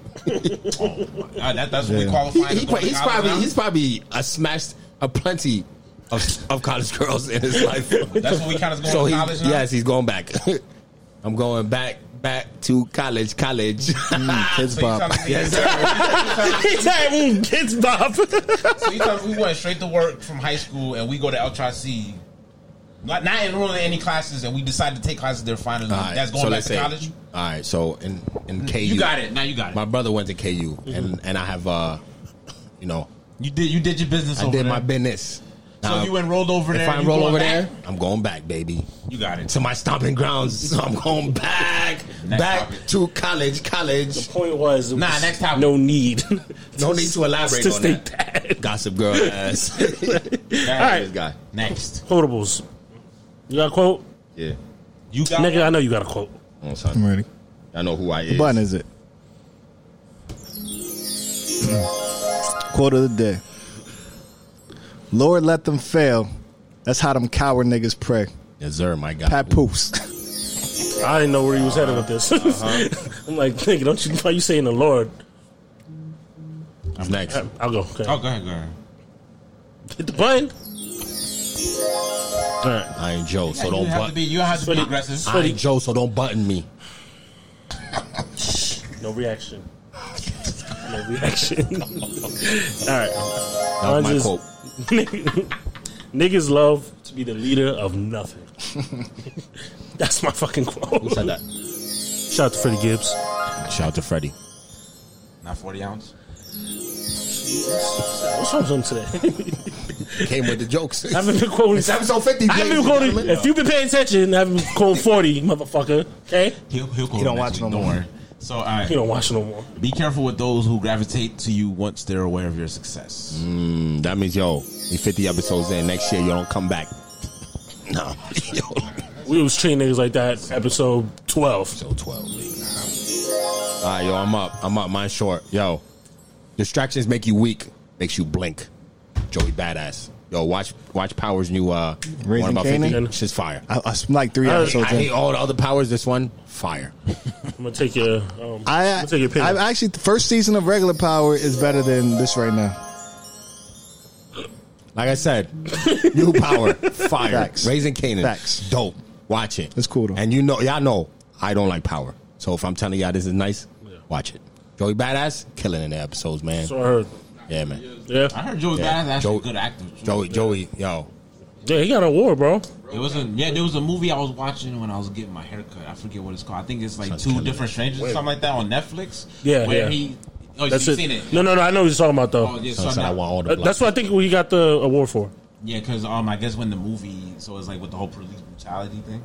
Speaker 5: Uh, that, that's what we
Speaker 3: He,
Speaker 5: qualify.
Speaker 3: he pro- he's probably he's probably a smashed a plenty of, of college girls in his life.
Speaker 5: That's what we count as going
Speaker 3: so
Speaker 5: to
Speaker 3: he
Speaker 5: college now?
Speaker 3: yes, he's going back. I'm going back back to college, college.
Speaker 4: Mm, Kids
Speaker 5: So you
Speaker 4: Bop.
Speaker 5: trying to yes. so
Speaker 1: He said, mm, kids bop.
Speaker 5: you tell me we went straight to work from high school and we go to Ultra C. Not, not enrolling in any classes, and we decide to take classes there finally.
Speaker 3: All right,
Speaker 5: That's going
Speaker 3: so
Speaker 5: back
Speaker 3: let's
Speaker 5: to
Speaker 3: say-
Speaker 5: college.
Speaker 3: All right, so in in KU,
Speaker 5: You, got it. Now you got it.
Speaker 3: My brother went to KU, and and I have uh, you know,
Speaker 5: you did. You did your business.
Speaker 3: I
Speaker 5: over
Speaker 3: did
Speaker 5: there.
Speaker 3: my business.
Speaker 5: So
Speaker 3: Now,
Speaker 5: you enrolled over there.
Speaker 3: If I
Speaker 5: you
Speaker 3: roll
Speaker 5: going
Speaker 3: over there,
Speaker 5: back?
Speaker 3: I'm going back, baby.
Speaker 5: you got it.
Speaker 3: To my stomping grounds, so I'm going back,
Speaker 5: Next
Speaker 3: back
Speaker 5: topic.
Speaker 3: to college, college.
Speaker 1: Point was, it
Speaker 5: Nah,
Speaker 1: was
Speaker 5: next topic.
Speaker 1: No need.
Speaker 3: No need to elaborate
Speaker 1: to
Speaker 3: on
Speaker 1: state
Speaker 3: that.
Speaker 1: that.
Speaker 3: Gossip girl ass.
Speaker 1: All
Speaker 3: This
Speaker 1: right,
Speaker 3: guy.
Speaker 5: Next,
Speaker 1: quotables. You got a quote,
Speaker 3: Yeah.
Speaker 5: you got
Speaker 1: nigga? I know you got a quote.
Speaker 3: Oh, son.
Speaker 4: I'm ready.
Speaker 3: I know who I
Speaker 4: What
Speaker 3: is.
Speaker 4: button is it? Quote of the day. Lord, let them fail. That's how them coward niggas pray.
Speaker 3: Yes, sir, my guy.
Speaker 4: Pat Poofs.
Speaker 1: I didn't know where he was headed with this. I'm like, nigga, don't you? Why you saying the Lord?
Speaker 3: Who's next?
Speaker 1: I'll go. Okay.
Speaker 5: Oh, go ahead, go ahead.
Speaker 1: Hit the button. All right.
Speaker 3: I ain't Joe, so
Speaker 5: you
Speaker 3: don't
Speaker 5: have to be.
Speaker 3: button.
Speaker 5: You have to be
Speaker 1: Sweaty.
Speaker 5: aggressive.
Speaker 3: I ain't Joe, so don't button me.
Speaker 1: No reaction. No reaction. All right.
Speaker 3: That was
Speaker 1: Mine's
Speaker 3: my
Speaker 1: is-
Speaker 3: quote.
Speaker 1: Niggas love to be the leader of nothing. That's my fucking quote.
Speaker 3: Who said that?
Speaker 1: Shout out to Freddie Gibbs.
Speaker 3: Shout out to Freddie.
Speaker 5: Not forty ounce.
Speaker 1: What's wrong with him today?
Speaker 3: Came with the jokes.
Speaker 1: I haven't been quoting.
Speaker 3: It's episode 50.
Speaker 1: I haven't been
Speaker 3: ladies and
Speaker 1: quoting.
Speaker 3: gentlemen.
Speaker 1: If you've been paying attention, I haven't been quoting 40, motherfucker. Okay?
Speaker 5: He'll he'll go.
Speaker 4: He don't watch
Speaker 5: next week,
Speaker 4: no
Speaker 5: don't
Speaker 4: more.
Speaker 5: worry. So all right.
Speaker 1: You don't watch no more.
Speaker 5: Be careful with those who gravitate to you once they're aware of your success.
Speaker 3: Mm, that means, yo, we 50 episodes in. Next year, you don't come back. No. yo.
Speaker 1: We was treating niggas like that episode 12.
Speaker 3: So 12. baby. All right, yo, I'm up. I'm up. Mine's short. Yo, distractions make you weak, makes you blink. Joey Badass. Yo, watch watch Power's new uh,
Speaker 4: Raising
Speaker 3: one about
Speaker 4: Canaan?
Speaker 3: 50. Shit's fire.
Speaker 4: I, I, am like three
Speaker 1: Uh,
Speaker 3: I
Speaker 4: episodes in.
Speaker 3: hate all the other powers. This one, fire.
Speaker 1: I'm going to take your. Um, I,
Speaker 4: I,
Speaker 1: am going to take your
Speaker 4: I,
Speaker 1: opinion.
Speaker 4: I actually the first season of Regular Power is better than this right now.
Speaker 3: Like I said, new power, fire,
Speaker 4: Facts.
Speaker 3: raising Canaan,
Speaker 4: Facts.
Speaker 3: dope. Watch it.
Speaker 4: It's cool, though.
Speaker 3: And you know, y'all know I don't like power. So if I'm telling y'all this is nice, watch it. Joey Badass killing in the episodes, man.
Speaker 1: so I heard.
Speaker 3: yeah, man.
Speaker 1: Yeah.
Speaker 5: I heard Joey
Speaker 3: Yeah.
Speaker 5: Badass actually
Speaker 3: Joe-
Speaker 5: a good actor.
Speaker 3: Joey, Joey, yo,
Speaker 1: Yeah, he got an award, bro.
Speaker 5: It was a yeah. There was a movie I was watching when I was getting my haircut. I forget what it's called. I think it's like
Speaker 3: Sounds
Speaker 5: two
Speaker 3: kinda-
Speaker 5: different strangers or something like that on Netflix.
Speaker 1: Yeah,
Speaker 5: where
Speaker 1: yeah.
Speaker 5: he. Oh,
Speaker 1: That's
Speaker 5: you've
Speaker 1: it.
Speaker 5: seen it?
Speaker 1: No, no, no. I know what you're talking about, though.
Speaker 5: Oh, yeah.
Speaker 3: so,
Speaker 5: So
Speaker 3: I said I
Speaker 5: now-
Speaker 3: want all the.
Speaker 1: Uh, that's what I think we got the award for.
Speaker 5: Yeah, because um, I guess when the movie, so it's like with the whole police brutality thing,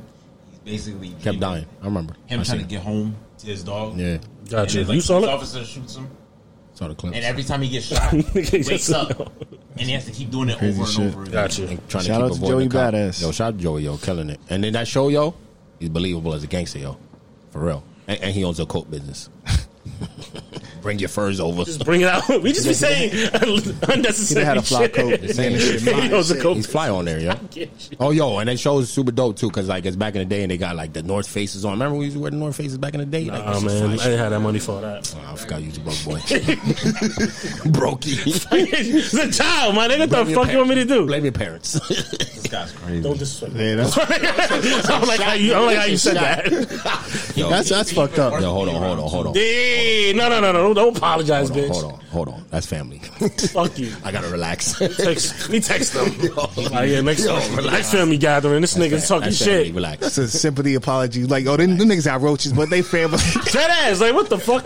Speaker 5: he's basically
Speaker 3: kept
Speaker 5: dreaming-
Speaker 3: dying. I remember
Speaker 5: Him
Speaker 3: I
Speaker 5: trying to
Speaker 3: seen
Speaker 5: get home to his dog.
Speaker 3: it.
Speaker 1: Gotcha.
Speaker 5: And then, like,
Speaker 1: you saw
Speaker 5: police
Speaker 1: it?
Speaker 5: Officer shoots him,
Speaker 3: Yeah, saw the clip.
Speaker 5: and every time he gets shot,
Speaker 1: Nigga,
Speaker 5: wakes
Speaker 1: yes, I
Speaker 5: up,
Speaker 1: know.
Speaker 5: and he has to keep doing it
Speaker 4: Crazy
Speaker 5: over and
Speaker 4: shit.
Speaker 5: over. Again.
Speaker 1: Gotcha.
Speaker 3: trying
Speaker 4: Shout out to
Speaker 3: avoiding
Speaker 4: Joey
Speaker 3: the cop.
Speaker 4: Badass.
Speaker 3: Yo, shout out to Joey, yo, killing it. And then that show, yo, he's believable as a gangster, yo, for real. And, and he owns a coat business. Bring your furs over.
Speaker 1: Just bring it out. We just be saying
Speaker 4: He done
Speaker 1: unnecessary
Speaker 4: had a fly
Speaker 1: shit.
Speaker 4: coat.
Speaker 3: This ain't shit
Speaker 1: He
Speaker 3: mine.
Speaker 1: owns a coat.
Speaker 3: He's fly on there, yo.
Speaker 1: Get you.
Speaker 3: Oh, yo, and that show is super dope too, because like it's back in the day, and they got like the North Faces on. Remember we used to wear the North Faces back in the day? Like,
Speaker 1: Nah,
Speaker 3: this is
Speaker 1: man, I
Speaker 3: fly
Speaker 1: didn't
Speaker 3: shit.
Speaker 1: have that money for that.
Speaker 3: Oh, I forgot you was a broke boy. Brokey.
Speaker 1: it's a child, my nigga. What the fuck you want me to do?
Speaker 3: Blame your parents.
Speaker 5: This guy's crazy.
Speaker 1: Don't disrespect. me.
Speaker 4: Yeah, that's,
Speaker 1: I don't like how you. I don't like how you said that.
Speaker 3: yo,
Speaker 4: that's that's fucked up.
Speaker 3: yo, hold on, hold on, hold on.
Speaker 1: Yeah, no, no, no, no. Don't apologize,
Speaker 3: Hold on,
Speaker 1: bitch.
Speaker 3: hold on, hold on. That's family.
Speaker 1: Fuck you.
Speaker 3: I gotta relax.
Speaker 1: Text, me text them.
Speaker 3: Yo.
Speaker 1: Like, yeah, next,
Speaker 3: Yo,
Speaker 1: next
Speaker 3: relax.
Speaker 1: family gathering, this nigga's
Speaker 3: That's
Speaker 1: talking
Speaker 3: family.
Speaker 1: shit.
Speaker 3: Relax.
Speaker 4: It's a sympathy apology. Like, oh, them, them niggas got roaches, but they family.
Speaker 1: Dead ass, like what the fuck?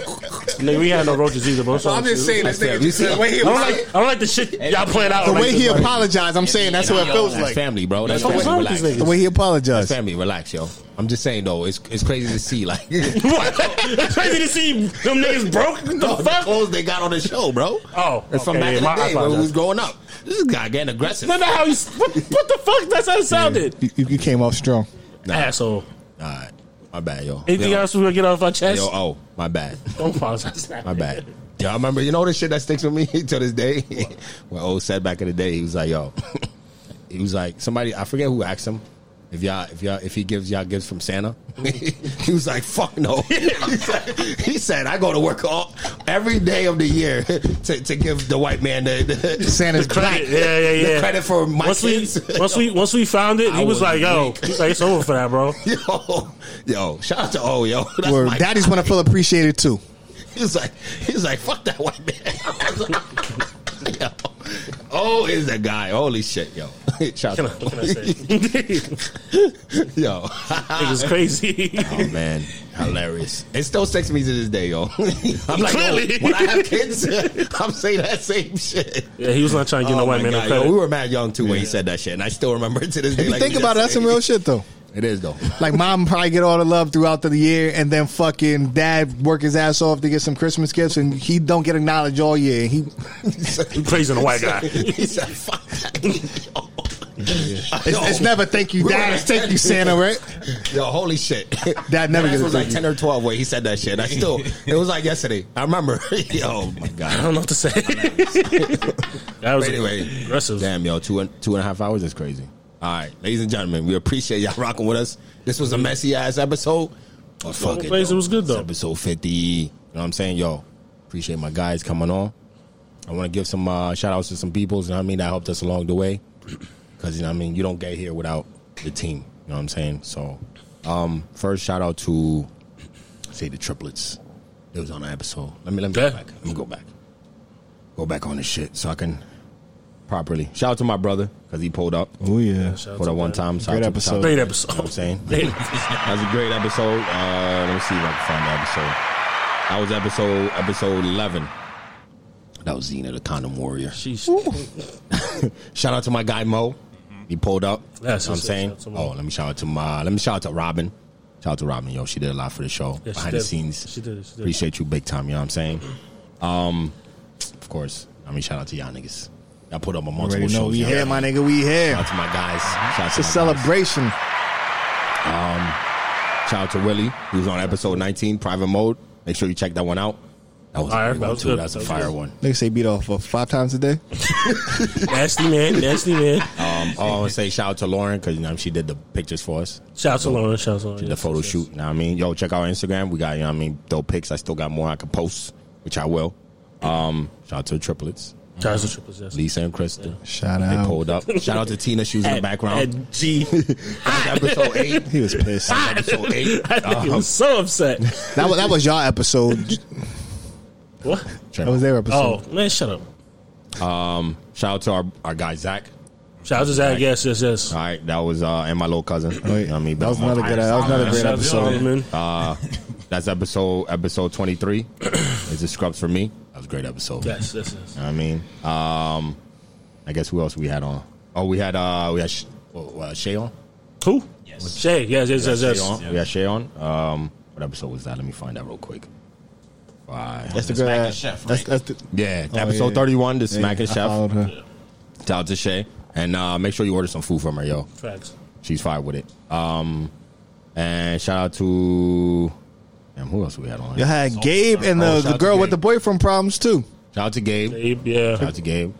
Speaker 1: Nigga, we had no roaches either, bro. So
Speaker 14: I'm just saying this nigga. Just the way he
Speaker 1: I don't like. I don't like the shit y'all playing out.
Speaker 4: the
Speaker 1: like
Speaker 4: way
Speaker 1: this,
Speaker 4: he
Speaker 1: like-
Speaker 4: apologized, I'm saying that's what it feels
Speaker 3: That's
Speaker 4: like.
Speaker 3: family, bro. That's
Speaker 1: What's wrong
Speaker 3: family.
Speaker 1: with these
Speaker 3: Relax.
Speaker 1: niggas?
Speaker 4: The way he apologized.
Speaker 3: Family, relax, yo. I'm just saying though, it's it's crazy to see like
Speaker 1: What? it's crazy to see them niggas broke. What the
Speaker 3: the
Speaker 1: fuck?
Speaker 3: clothes they got on the show, bro.
Speaker 1: Oh,
Speaker 3: it's from
Speaker 1: okay,
Speaker 3: back
Speaker 1: yeah,
Speaker 3: in
Speaker 1: my-
Speaker 3: the
Speaker 1: I
Speaker 3: day when we
Speaker 1: apologize.
Speaker 3: was growing up. This guy getting aggressive.
Speaker 1: That's not how he's. What, what the fuck? That's how it sounded.
Speaker 4: You, you- you came off strong.
Speaker 1: Asshole.
Speaker 3: All right, my bad, yo.
Speaker 1: Anything
Speaker 3: yo,
Speaker 1: else we gonna get off our chest?
Speaker 3: Yo, oh, my bad,
Speaker 1: Don't apologize.
Speaker 3: my bad. Yo, I remember. You know the shit that sticks with me to this day. when old said back in the day, he was like, yo, he was like somebody. I forget who asked him. If y'all, if y'all, if he gives y'all gifts from Santa, he was like, "Fuck no." he, said, he said, "I go to work all every day of the year to, to give the white man the, the,
Speaker 4: Santa's
Speaker 3: the
Speaker 1: Credit, yeah, yeah,
Speaker 3: the
Speaker 1: yeah.
Speaker 3: credit for my
Speaker 1: once
Speaker 3: kids.
Speaker 1: we once we once we found it, he
Speaker 3: I
Speaker 1: was
Speaker 3: was
Speaker 1: like, "Yo,
Speaker 3: weak.
Speaker 1: he's like, it's over for that, bro."
Speaker 3: yo, yo, shout out to O, yo. That's
Speaker 4: Word.
Speaker 3: my
Speaker 4: Daddy's
Speaker 3: guy.
Speaker 4: gonna feel appreciated too.
Speaker 3: He was like, he was like, fuck that white man. yo. Oh, is a guy. Holy shit, yo. Shout
Speaker 1: What
Speaker 3: out
Speaker 1: can
Speaker 3: to
Speaker 1: I say? Nigga's
Speaker 3: Yo.
Speaker 1: crazy.
Speaker 3: Oh man, hilarious! It still sticks me to this day, yo. I'm like,
Speaker 1: Clearly.
Speaker 3: yo, when I have kids, I'm saying that same shit.
Speaker 1: yeah, he was not trying to get no
Speaker 3: Oh
Speaker 1: white
Speaker 3: my
Speaker 1: man no
Speaker 3: God, yo, we
Speaker 1: credit.
Speaker 3: were mad young too when he said that shit, and I still remember it to this day.
Speaker 4: If you
Speaker 3: like
Speaker 4: think
Speaker 3: we
Speaker 4: about it, that's
Speaker 3: just
Speaker 4: some real shit though.
Speaker 3: said. It is though.
Speaker 4: Like mom probably get all the love throughout the year, and then fucking dad work his ass off to get some Christmas gifts, and he don't get acknowledged all year. He
Speaker 1: You praising a white guy.
Speaker 3: he said, "Fuck that." Yo.
Speaker 4: it's, it's never thank you,
Speaker 3: We
Speaker 4: dad.
Speaker 3: were-
Speaker 4: It's thank you, Santa, right?
Speaker 3: Yo, holy shit!
Speaker 4: Dad never
Speaker 3: That
Speaker 4: gets
Speaker 3: was like
Speaker 4: attention.
Speaker 3: ten or twelve when he said that shit. I still, it was like yesterday. I remember. Yo, oh my
Speaker 1: I
Speaker 3: god.
Speaker 1: don't know what to say. that was
Speaker 3: anyway,
Speaker 1: aggressive.
Speaker 3: Damn, yo, two and, two and a half hours is crazy. All right, ladies and gentlemen, we appreciate y'all rocking with us. This was a messy ass episode, but fuck it.
Speaker 1: place,
Speaker 3: though.
Speaker 1: it was good,
Speaker 3: It's
Speaker 1: though.
Speaker 3: episode fifty. You know what I'm saying, yo? Appreciate my guys coming on. I want to give some uh, shout outs to some peoples. You know what I mean? That helped us along the way. Because you know what I mean, you don't get here without the team. You know what I'm saying? So, um, first shout out to say the triplets. It was on an episode. Let me let me
Speaker 1: Yeah.
Speaker 3: go back. Let me go back. Go back on this shit so I can properly. Shout out to my brother because he pulled up
Speaker 4: Oh yeah.
Speaker 1: Shout out
Speaker 3: for
Speaker 1: to
Speaker 3: that one
Speaker 1: Brandon.
Speaker 3: time. Shout
Speaker 4: Great
Speaker 3: out to- shout out
Speaker 4: episode.
Speaker 1: Great
Speaker 3: to-
Speaker 1: episode.
Speaker 3: You know what I'm saying
Speaker 1: Great episode.
Speaker 3: that was a great episode. Uh, let me see if I can find the episode. That was episode episode eleven. That was Xena, the condom warrior.
Speaker 1: Sheesh.
Speaker 3: Shout out to my guy Mo. He pulled up.
Speaker 1: Yes,
Speaker 3: That's what I'm
Speaker 1: yes,
Speaker 3: saying.
Speaker 1: yes, shout out to
Speaker 3: Oh,
Speaker 1: Mo.
Speaker 3: let me shout out to my. Let me shout out to Robin. Shout out to Robin. Yo, she did a lot for the show
Speaker 1: Yeah, she
Speaker 3: behind the
Speaker 1: did.
Speaker 3: scenes.
Speaker 1: She did, she did.
Speaker 3: Appreciate you big time. You know what I'm saying. Um, of course. I mean, shout out to y'all niggas. I put up a multiple
Speaker 4: Already know
Speaker 3: shows.
Speaker 4: we
Speaker 3: y'all.
Speaker 4: here, my nigga. We
Speaker 3: Shout
Speaker 4: here.
Speaker 3: out to my guys. Shout out
Speaker 4: It's
Speaker 3: to
Speaker 4: a
Speaker 3: my guys.
Speaker 4: celebration.
Speaker 3: Shout out to Willie, who's on episode 19, Private Mode. Make sure you check that one out. That was, a
Speaker 1: All right,
Speaker 3: great
Speaker 1: that
Speaker 3: one,
Speaker 1: was
Speaker 3: too.
Speaker 1: good.
Speaker 3: That's a
Speaker 1: That was
Speaker 3: fire
Speaker 1: good.
Speaker 3: one.
Speaker 4: Niggas say beat off uh, five times a day.
Speaker 1: nasty man, nasty man.
Speaker 3: Um, oh, I want to say shout out to Lauren because you know, she did the pictures for us,
Speaker 1: Shout out to Lauren. Shout out to Lauren.
Speaker 3: the photo shoot. You know what I mean? Yo, check out our Instagram. We got, you know what I mean, dope pics. I still got more I could post, which I will. Um, shout out to the triplets,
Speaker 1: Shout out to Triple Zest.
Speaker 3: Lisa and Krista.
Speaker 4: Shout
Speaker 3: They
Speaker 4: out.
Speaker 3: pulled up. Shout out to Tina. She was in the
Speaker 1: At-
Speaker 3: background.
Speaker 1: at G.
Speaker 3: That was episode eight.
Speaker 4: He was pissed.
Speaker 3: That was episode eight. Uh-huh.
Speaker 1: I think he was so upset.
Speaker 4: That was that was y'all episode.
Speaker 1: What?
Speaker 4: That was their
Speaker 1: Oh
Speaker 4: episode.
Speaker 1: man, shut up.
Speaker 3: Shout out to our, our guy Zach.
Speaker 1: Shout out to Zach. Yes, yes, yes.
Speaker 3: All right, that was uh, and my little cousin. You know
Speaker 4: Wait,
Speaker 3: what I mean,
Speaker 4: that was
Speaker 3: Belmont.
Speaker 4: another good. That was another great
Speaker 1: Shout out to
Speaker 4: episode.
Speaker 1: Solomon.
Speaker 3: That's episode episode twenty three. Is it scrubs for me? That was a great episode.
Speaker 1: Yes, yes, yes.
Speaker 3: You know what I mean, um, I guess who else we had on? Oh, we had uh, we had Sh- what, what, Shay on.
Speaker 1: Who? Yes. Shay. Yes, yes, yes,
Speaker 3: Shay
Speaker 1: yes.
Speaker 3: on. We had Shay on. Um, what episode was that? Let me find that real quick. Bye.
Speaker 4: That's the good.
Speaker 5: Chef,
Speaker 4: That's that's the.
Speaker 3: yeah,
Speaker 4: Oh,
Speaker 3: episode
Speaker 4: yeah.
Speaker 3: thirty one. The Smack
Speaker 4: I
Speaker 3: and Chef.
Speaker 4: followed her.
Speaker 3: Shout out to Shay, and uh, make sure you order some food from her, yo.
Speaker 1: Facts.
Speaker 3: She's fine with it. Um, and shout out to damn, who else we had on?
Speaker 4: You had Gabe and uh,
Speaker 3: Oh,
Speaker 4: the,
Speaker 3: shout
Speaker 4: the
Speaker 3: out to
Speaker 4: girl
Speaker 3: Gabe.
Speaker 4: with the boyfriend problems too.
Speaker 3: Shout out to Gabe.
Speaker 1: Gabe. Yeah.
Speaker 3: Shout out to Gabe.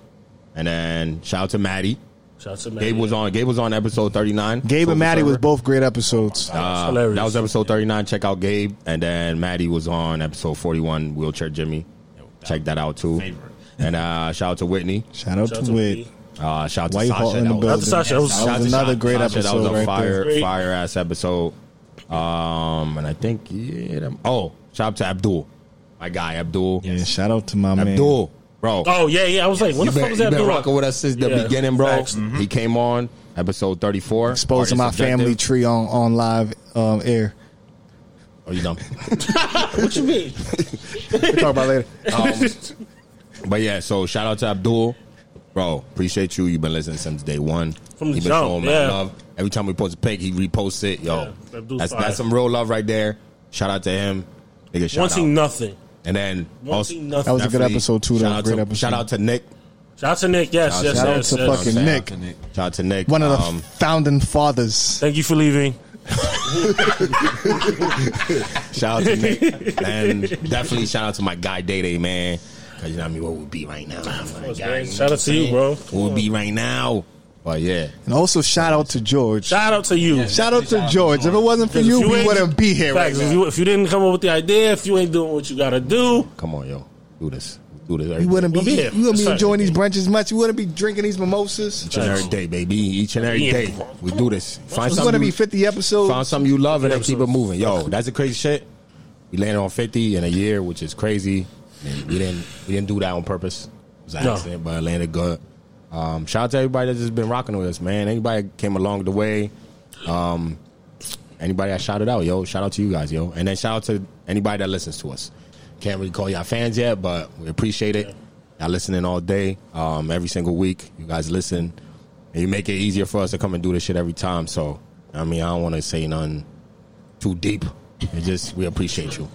Speaker 3: And then shout out to Maddie.
Speaker 1: Shout out to
Speaker 3: Gabe was uh, on Gabe was on episode 39.
Speaker 4: Gabe
Speaker 3: Sober
Speaker 4: and Maddie was
Speaker 3: Server.
Speaker 4: both great episodes.
Speaker 3: Uh,
Speaker 1: hilarious.
Speaker 3: that was episode 39. Check out Gabe. And then Maddie was on episode 41, Wheelchair Jimmy. Check that out too.
Speaker 5: Favorite.
Speaker 3: And uh, shout out to Whitney.
Speaker 4: shout out
Speaker 1: Shout out
Speaker 4: to
Speaker 1: to
Speaker 4: Wit.
Speaker 3: Uh, shout out to
Speaker 4: White
Speaker 3: Sasha.
Speaker 4: Hall in the
Speaker 3: That was-
Speaker 4: building.
Speaker 1: Sasha. That was-
Speaker 3: Shout out
Speaker 4: That
Speaker 3: to
Speaker 4: was another
Speaker 3: Sasha.
Speaker 4: great
Speaker 3: Sasha,
Speaker 4: episode.
Speaker 3: That was a
Speaker 4: right
Speaker 3: fire,
Speaker 4: there.
Speaker 1: Great.
Speaker 3: fire ass episode. Um, and I think yeah. them- Oh, shout out to Abdul, my guy Abdul.
Speaker 4: Yeah, shout out to my man.
Speaker 3: Abdul, bro.
Speaker 1: Oh yeah, yeah. I was like, when the
Speaker 3: you
Speaker 1: fuck
Speaker 3: been,
Speaker 1: was
Speaker 3: you
Speaker 1: that?
Speaker 3: been
Speaker 1: doing?
Speaker 3: rocking with us since the
Speaker 1: Yeah,
Speaker 3: beginning, bro.
Speaker 1: facts. Mm-hmm.
Speaker 3: He came on episode 34.
Speaker 4: Exposing my
Speaker 3: Artist Objective.
Speaker 4: family tree on on live um, air.
Speaker 3: Oh, you dumb.
Speaker 1: What you mean?
Speaker 4: We'll talk about it later.
Speaker 3: but yeah, so shout out to Abdul. Bro, appreciate you. You've been listening since day one.
Speaker 1: From the
Speaker 3: You've been
Speaker 1: jump,
Speaker 3: showing
Speaker 1: yeah.
Speaker 3: my love. Every time we post a pic, he reposts it. Yo,
Speaker 1: Yeah, Abdul's
Speaker 3: that's,
Speaker 1: fire.
Speaker 3: that's some real love right there. Shout out to him. Nigga, shout out.
Speaker 1: Wanting nothing.
Speaker 3: and then also,
Speaker 1: Wanting nothing.
Speaker 4: That was a good
Speaker 3: definitely
Speaker 4: episode, too, though.
Speaker 3: Shout out,
Speaker 4: Great
Speaker 3: to,
Speaker 4: episode.
Speaker 3: shout out to Nick.
Speaker 1: Shout out to Nick. Yes,
Speaker 3: Shout
Speaker 1: yes,
Speaker 4: Shout out
Speaker 1: yes.
Speaker 4: to
Speaker 1: yes.
Speaker 4: fucking Nick,
Speaker 3: Shout out to Nick.
Speaker 4: one of the
Speaker 3: Um,
Speaker 4: founding fathers.
Speaker 1: Thank you for leaving.
Speaker 3: Shout out to Nick. and definitely shout out to my guy Day Day, man. Cause you know what I mean, what would be right now. My
Speaker 1: course,
Speaker 3: guy,
Speaker 1: man.
Speaker 3: you know
Speaker 1: Shout out
Speaker 3: what I'm
Speaker 1: to you,
Speaker 3: saying?
Speaker 1: bro.
Speaker 3: What would be right now. But yeah.
Speaker 4: And also shout out to George. Shout,
Speaker 1: Shout out to you.
Speaker 4: out to George. If it wasn't for
Speaker 1: Because
Speaker 4: you,
Speaker 1: if
Speaker 4: we
Speaker 1: ain't-
Speaker 4: wouldn't be here
Speaker 1: Facts.
Speaker 4: right
Speaker 1: if,
Speaker 4: now.
Speaker 1: you, if you didn't come up with the idea, if you ain't doing what you gotta do,
Speaker 3: Come on, yo. do this. Do this every
Speaker 4: You wouldn't be
Speaker 1: Well, yeah,
Speaker 4: you wouldn't be
Speaker 1: that's right.
Speaker 4: enjoying these brunches much. You wouldn't be drinking these mimosas.
Speaker 3: each and every day, baby. Each and every
Speaker 1: Yeah.
Speaker 3: day, we do this. Find
Speaker 4: It's going to
Speaker 3: something.
Speaker 4: be
Speaker 3: You,
Speaker 4: 50 episodes.
Speaker 3: find something you love and then keep it
Speaker 1: Episodes.
Speaker 3: moving. Yo, that's the crazy shit. We landed on fifty in a year, which is crazy. And we didn't we didn't do that on purpose. It was an
Speaker 1: No.
Speaker 3: accident, but it landed good. Um, shout out to everybody that's just been rocking with us, man. Anybody that came along the way. Um, anybody I shouted out, yo. Shout out to you guys, yo. And then shout out to anybody that listens to us. Can't really call y'all fans yet, but we appreciate it. Y'all listening all day, um, every single week. You guys listen. And you make it easier for us to come and do this shit every time. So, I mean, I don't want to say nothing too deep. It just, we appreciate you.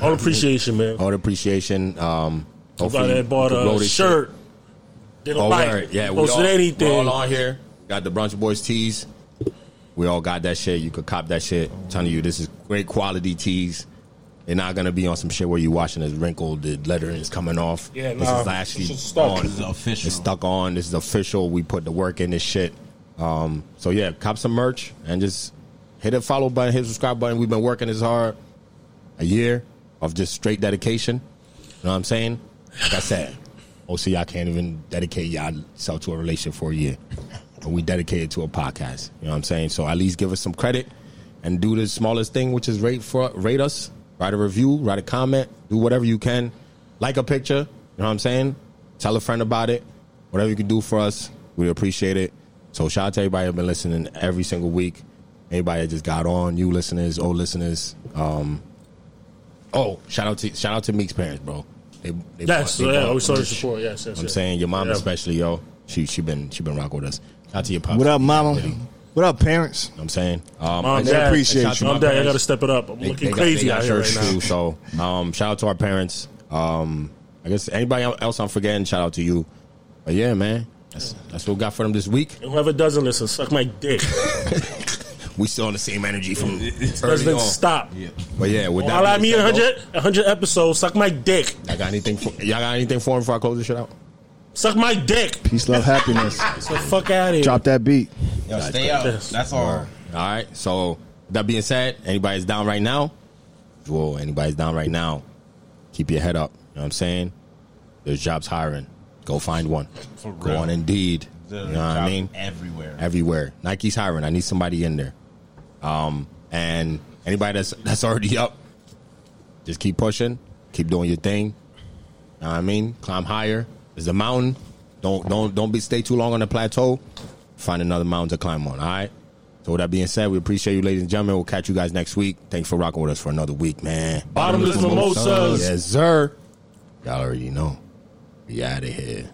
Speaker 1: All appreciation, man.
Speaker 3: All the appreciation. Um,
Speaker 1: I'm glad I bought
Speaker 3: you can roll
Speaker 1: a
Speaker 3: this shit.
Speaker 1: shirt. They don't
Speaker 3: Oh,
Speaker 1: like
Speaker 3: word.
Speaker 1: it.
Speaker 3: Yeah, we
Speaker 1: posted
Speaker 3: all,
Speaker 1: anything.
Speaker 3: we all on here. Got the Brunch Boys tees. We all got that shit. You could cop that shit. I'm telling you, this is great quality tees. They're not gonna be on some shit where you watching it's wrinkled, the lettering is coming off.
Speaker 1: Yeah,
Speaker 3: this
Speaker 1: nah.
Speaker 3: is actually
Speaker 1: This is stuck.
Speaker 3: on.
Speaker 5: This is official.
Speaker 3: It's stuck on. This is official. We put the work in this shit. Um, so yeah, cop some merch and just hit a follow button, hit the subscribe button. We've been working this hard a year of just straight dedication. You know what I'm saying? Like I said, OC, I can't even dedicate y'allself to a relationship for a year. But we dedicated to a podcast. You know what I'm saying? So at least give us some credit and do the smallest thing, which is rate for rate us, write a review, write a comment, do whatever you can. Like a picture. You know what I'm saying? Tell a friend about it. Whatever you can do for us, we appreciate it. So shout out to everybody that's been listening every single week. Everybody that just got on, you listeners, old listeners. Um, Oh, shout out to shout out to Meek's parents, bro. They, they
Speaker 1: Yes,
Speaker 3: bought- they
Speaker 1: yeah,
Speaker 3: bought-
Speaker 1: we saw the support. Yes, yes,
Speaker 3: I'm
Speaker 1: yes.
Speaker 3: saying your mom
Speaker 1: Yeah.
Speaker 3: especially, yo. She she been she been rocking with us. Shout out to your pops.
Speaker 4: What up, mama?
Speaker 3: You know
Speaker 4: What up, parents?
Speaker 3: what I'm saying, um,
Speaker 1: Mom,
Speaker 3: and
Speaker 1: dad,
Speaker 3: shout out
Speaker 4: appreciate
Speaker 3: to
Speaker 4: you.
Speaker 3: my
Speaker 1: I'm dead. I
Speaker 3: parents.
Speaker 1: gotta step it up. I'm
Speaker 3: They-
Speaker 1: looking
Speaker 3: they got-
Speaker 1: crazy
Speaker 3: they got
Speaker 1: out here right
Speaker 3: shirts
Speaker 1: now.
Speaker 3: too, so um, shout out to our parents. Um, I guess anybody else I'm forgetting, shout out to you. But yeah, man, that's that's what we got for them this week.
Speaker 1: And whoever doesn't listen, suck my dick.
Speaker 3: We still on the same energy from
Speaker 1: That's
Speaker 3: early
Speaker 1: been
Speaker 3: on.
Speaker 1: stop.
Speaker 3: But yeah, with that
Speaker 1: All I
Speaker 3: being
Speaker 1: mean,
Speaker 3: said, though,
Speaker 1: 100, 100 episodes. Suck my dick.
Speaker 3: Y'all got anything? For, y'all got anything for him before I close this shit out?
Speaker 1: Suck my dick.
Speaker 4: Peace, love, happiness.
Speaker 1: So fuck out of here.
Speaker 4: Drop that beat.
Speaker 5: Yo, stay up. That's all.
Speaker 3: All right. So that being said, anybody's down right now, whoa, anybody's down right now, keep your head up. You know what I'm saying? There's jobs hiring. Go find one.
Speaker 5: For
Speaker 3: Go
Speaker 5: real.
Speaker 3: on Indeed. You know
Speaker 5: There's
Speaker 3: what I
Speaker 5: jobs
Speaker 3: mean?
Speaker 5: Everywhere.
Speaker 3: Everywhere. Nike's hiring. I need somebody in there. Um, and anybody that's that's already up, just keep pushing. Keep doing your thing. Know what I mean, climb higher. There's a mountain. Don't don't don't be stay too long on the plateau. Find another mountain to climb on. All right. So with that being said, we appreciate you, ladies and gentlemen. We'll catch you guys next week. Thanks for rocking with us for another week, man.
Speaker 1: Bottomless mimosas.
Speaker 3: Yes, sir. Y'all already know. We out of here.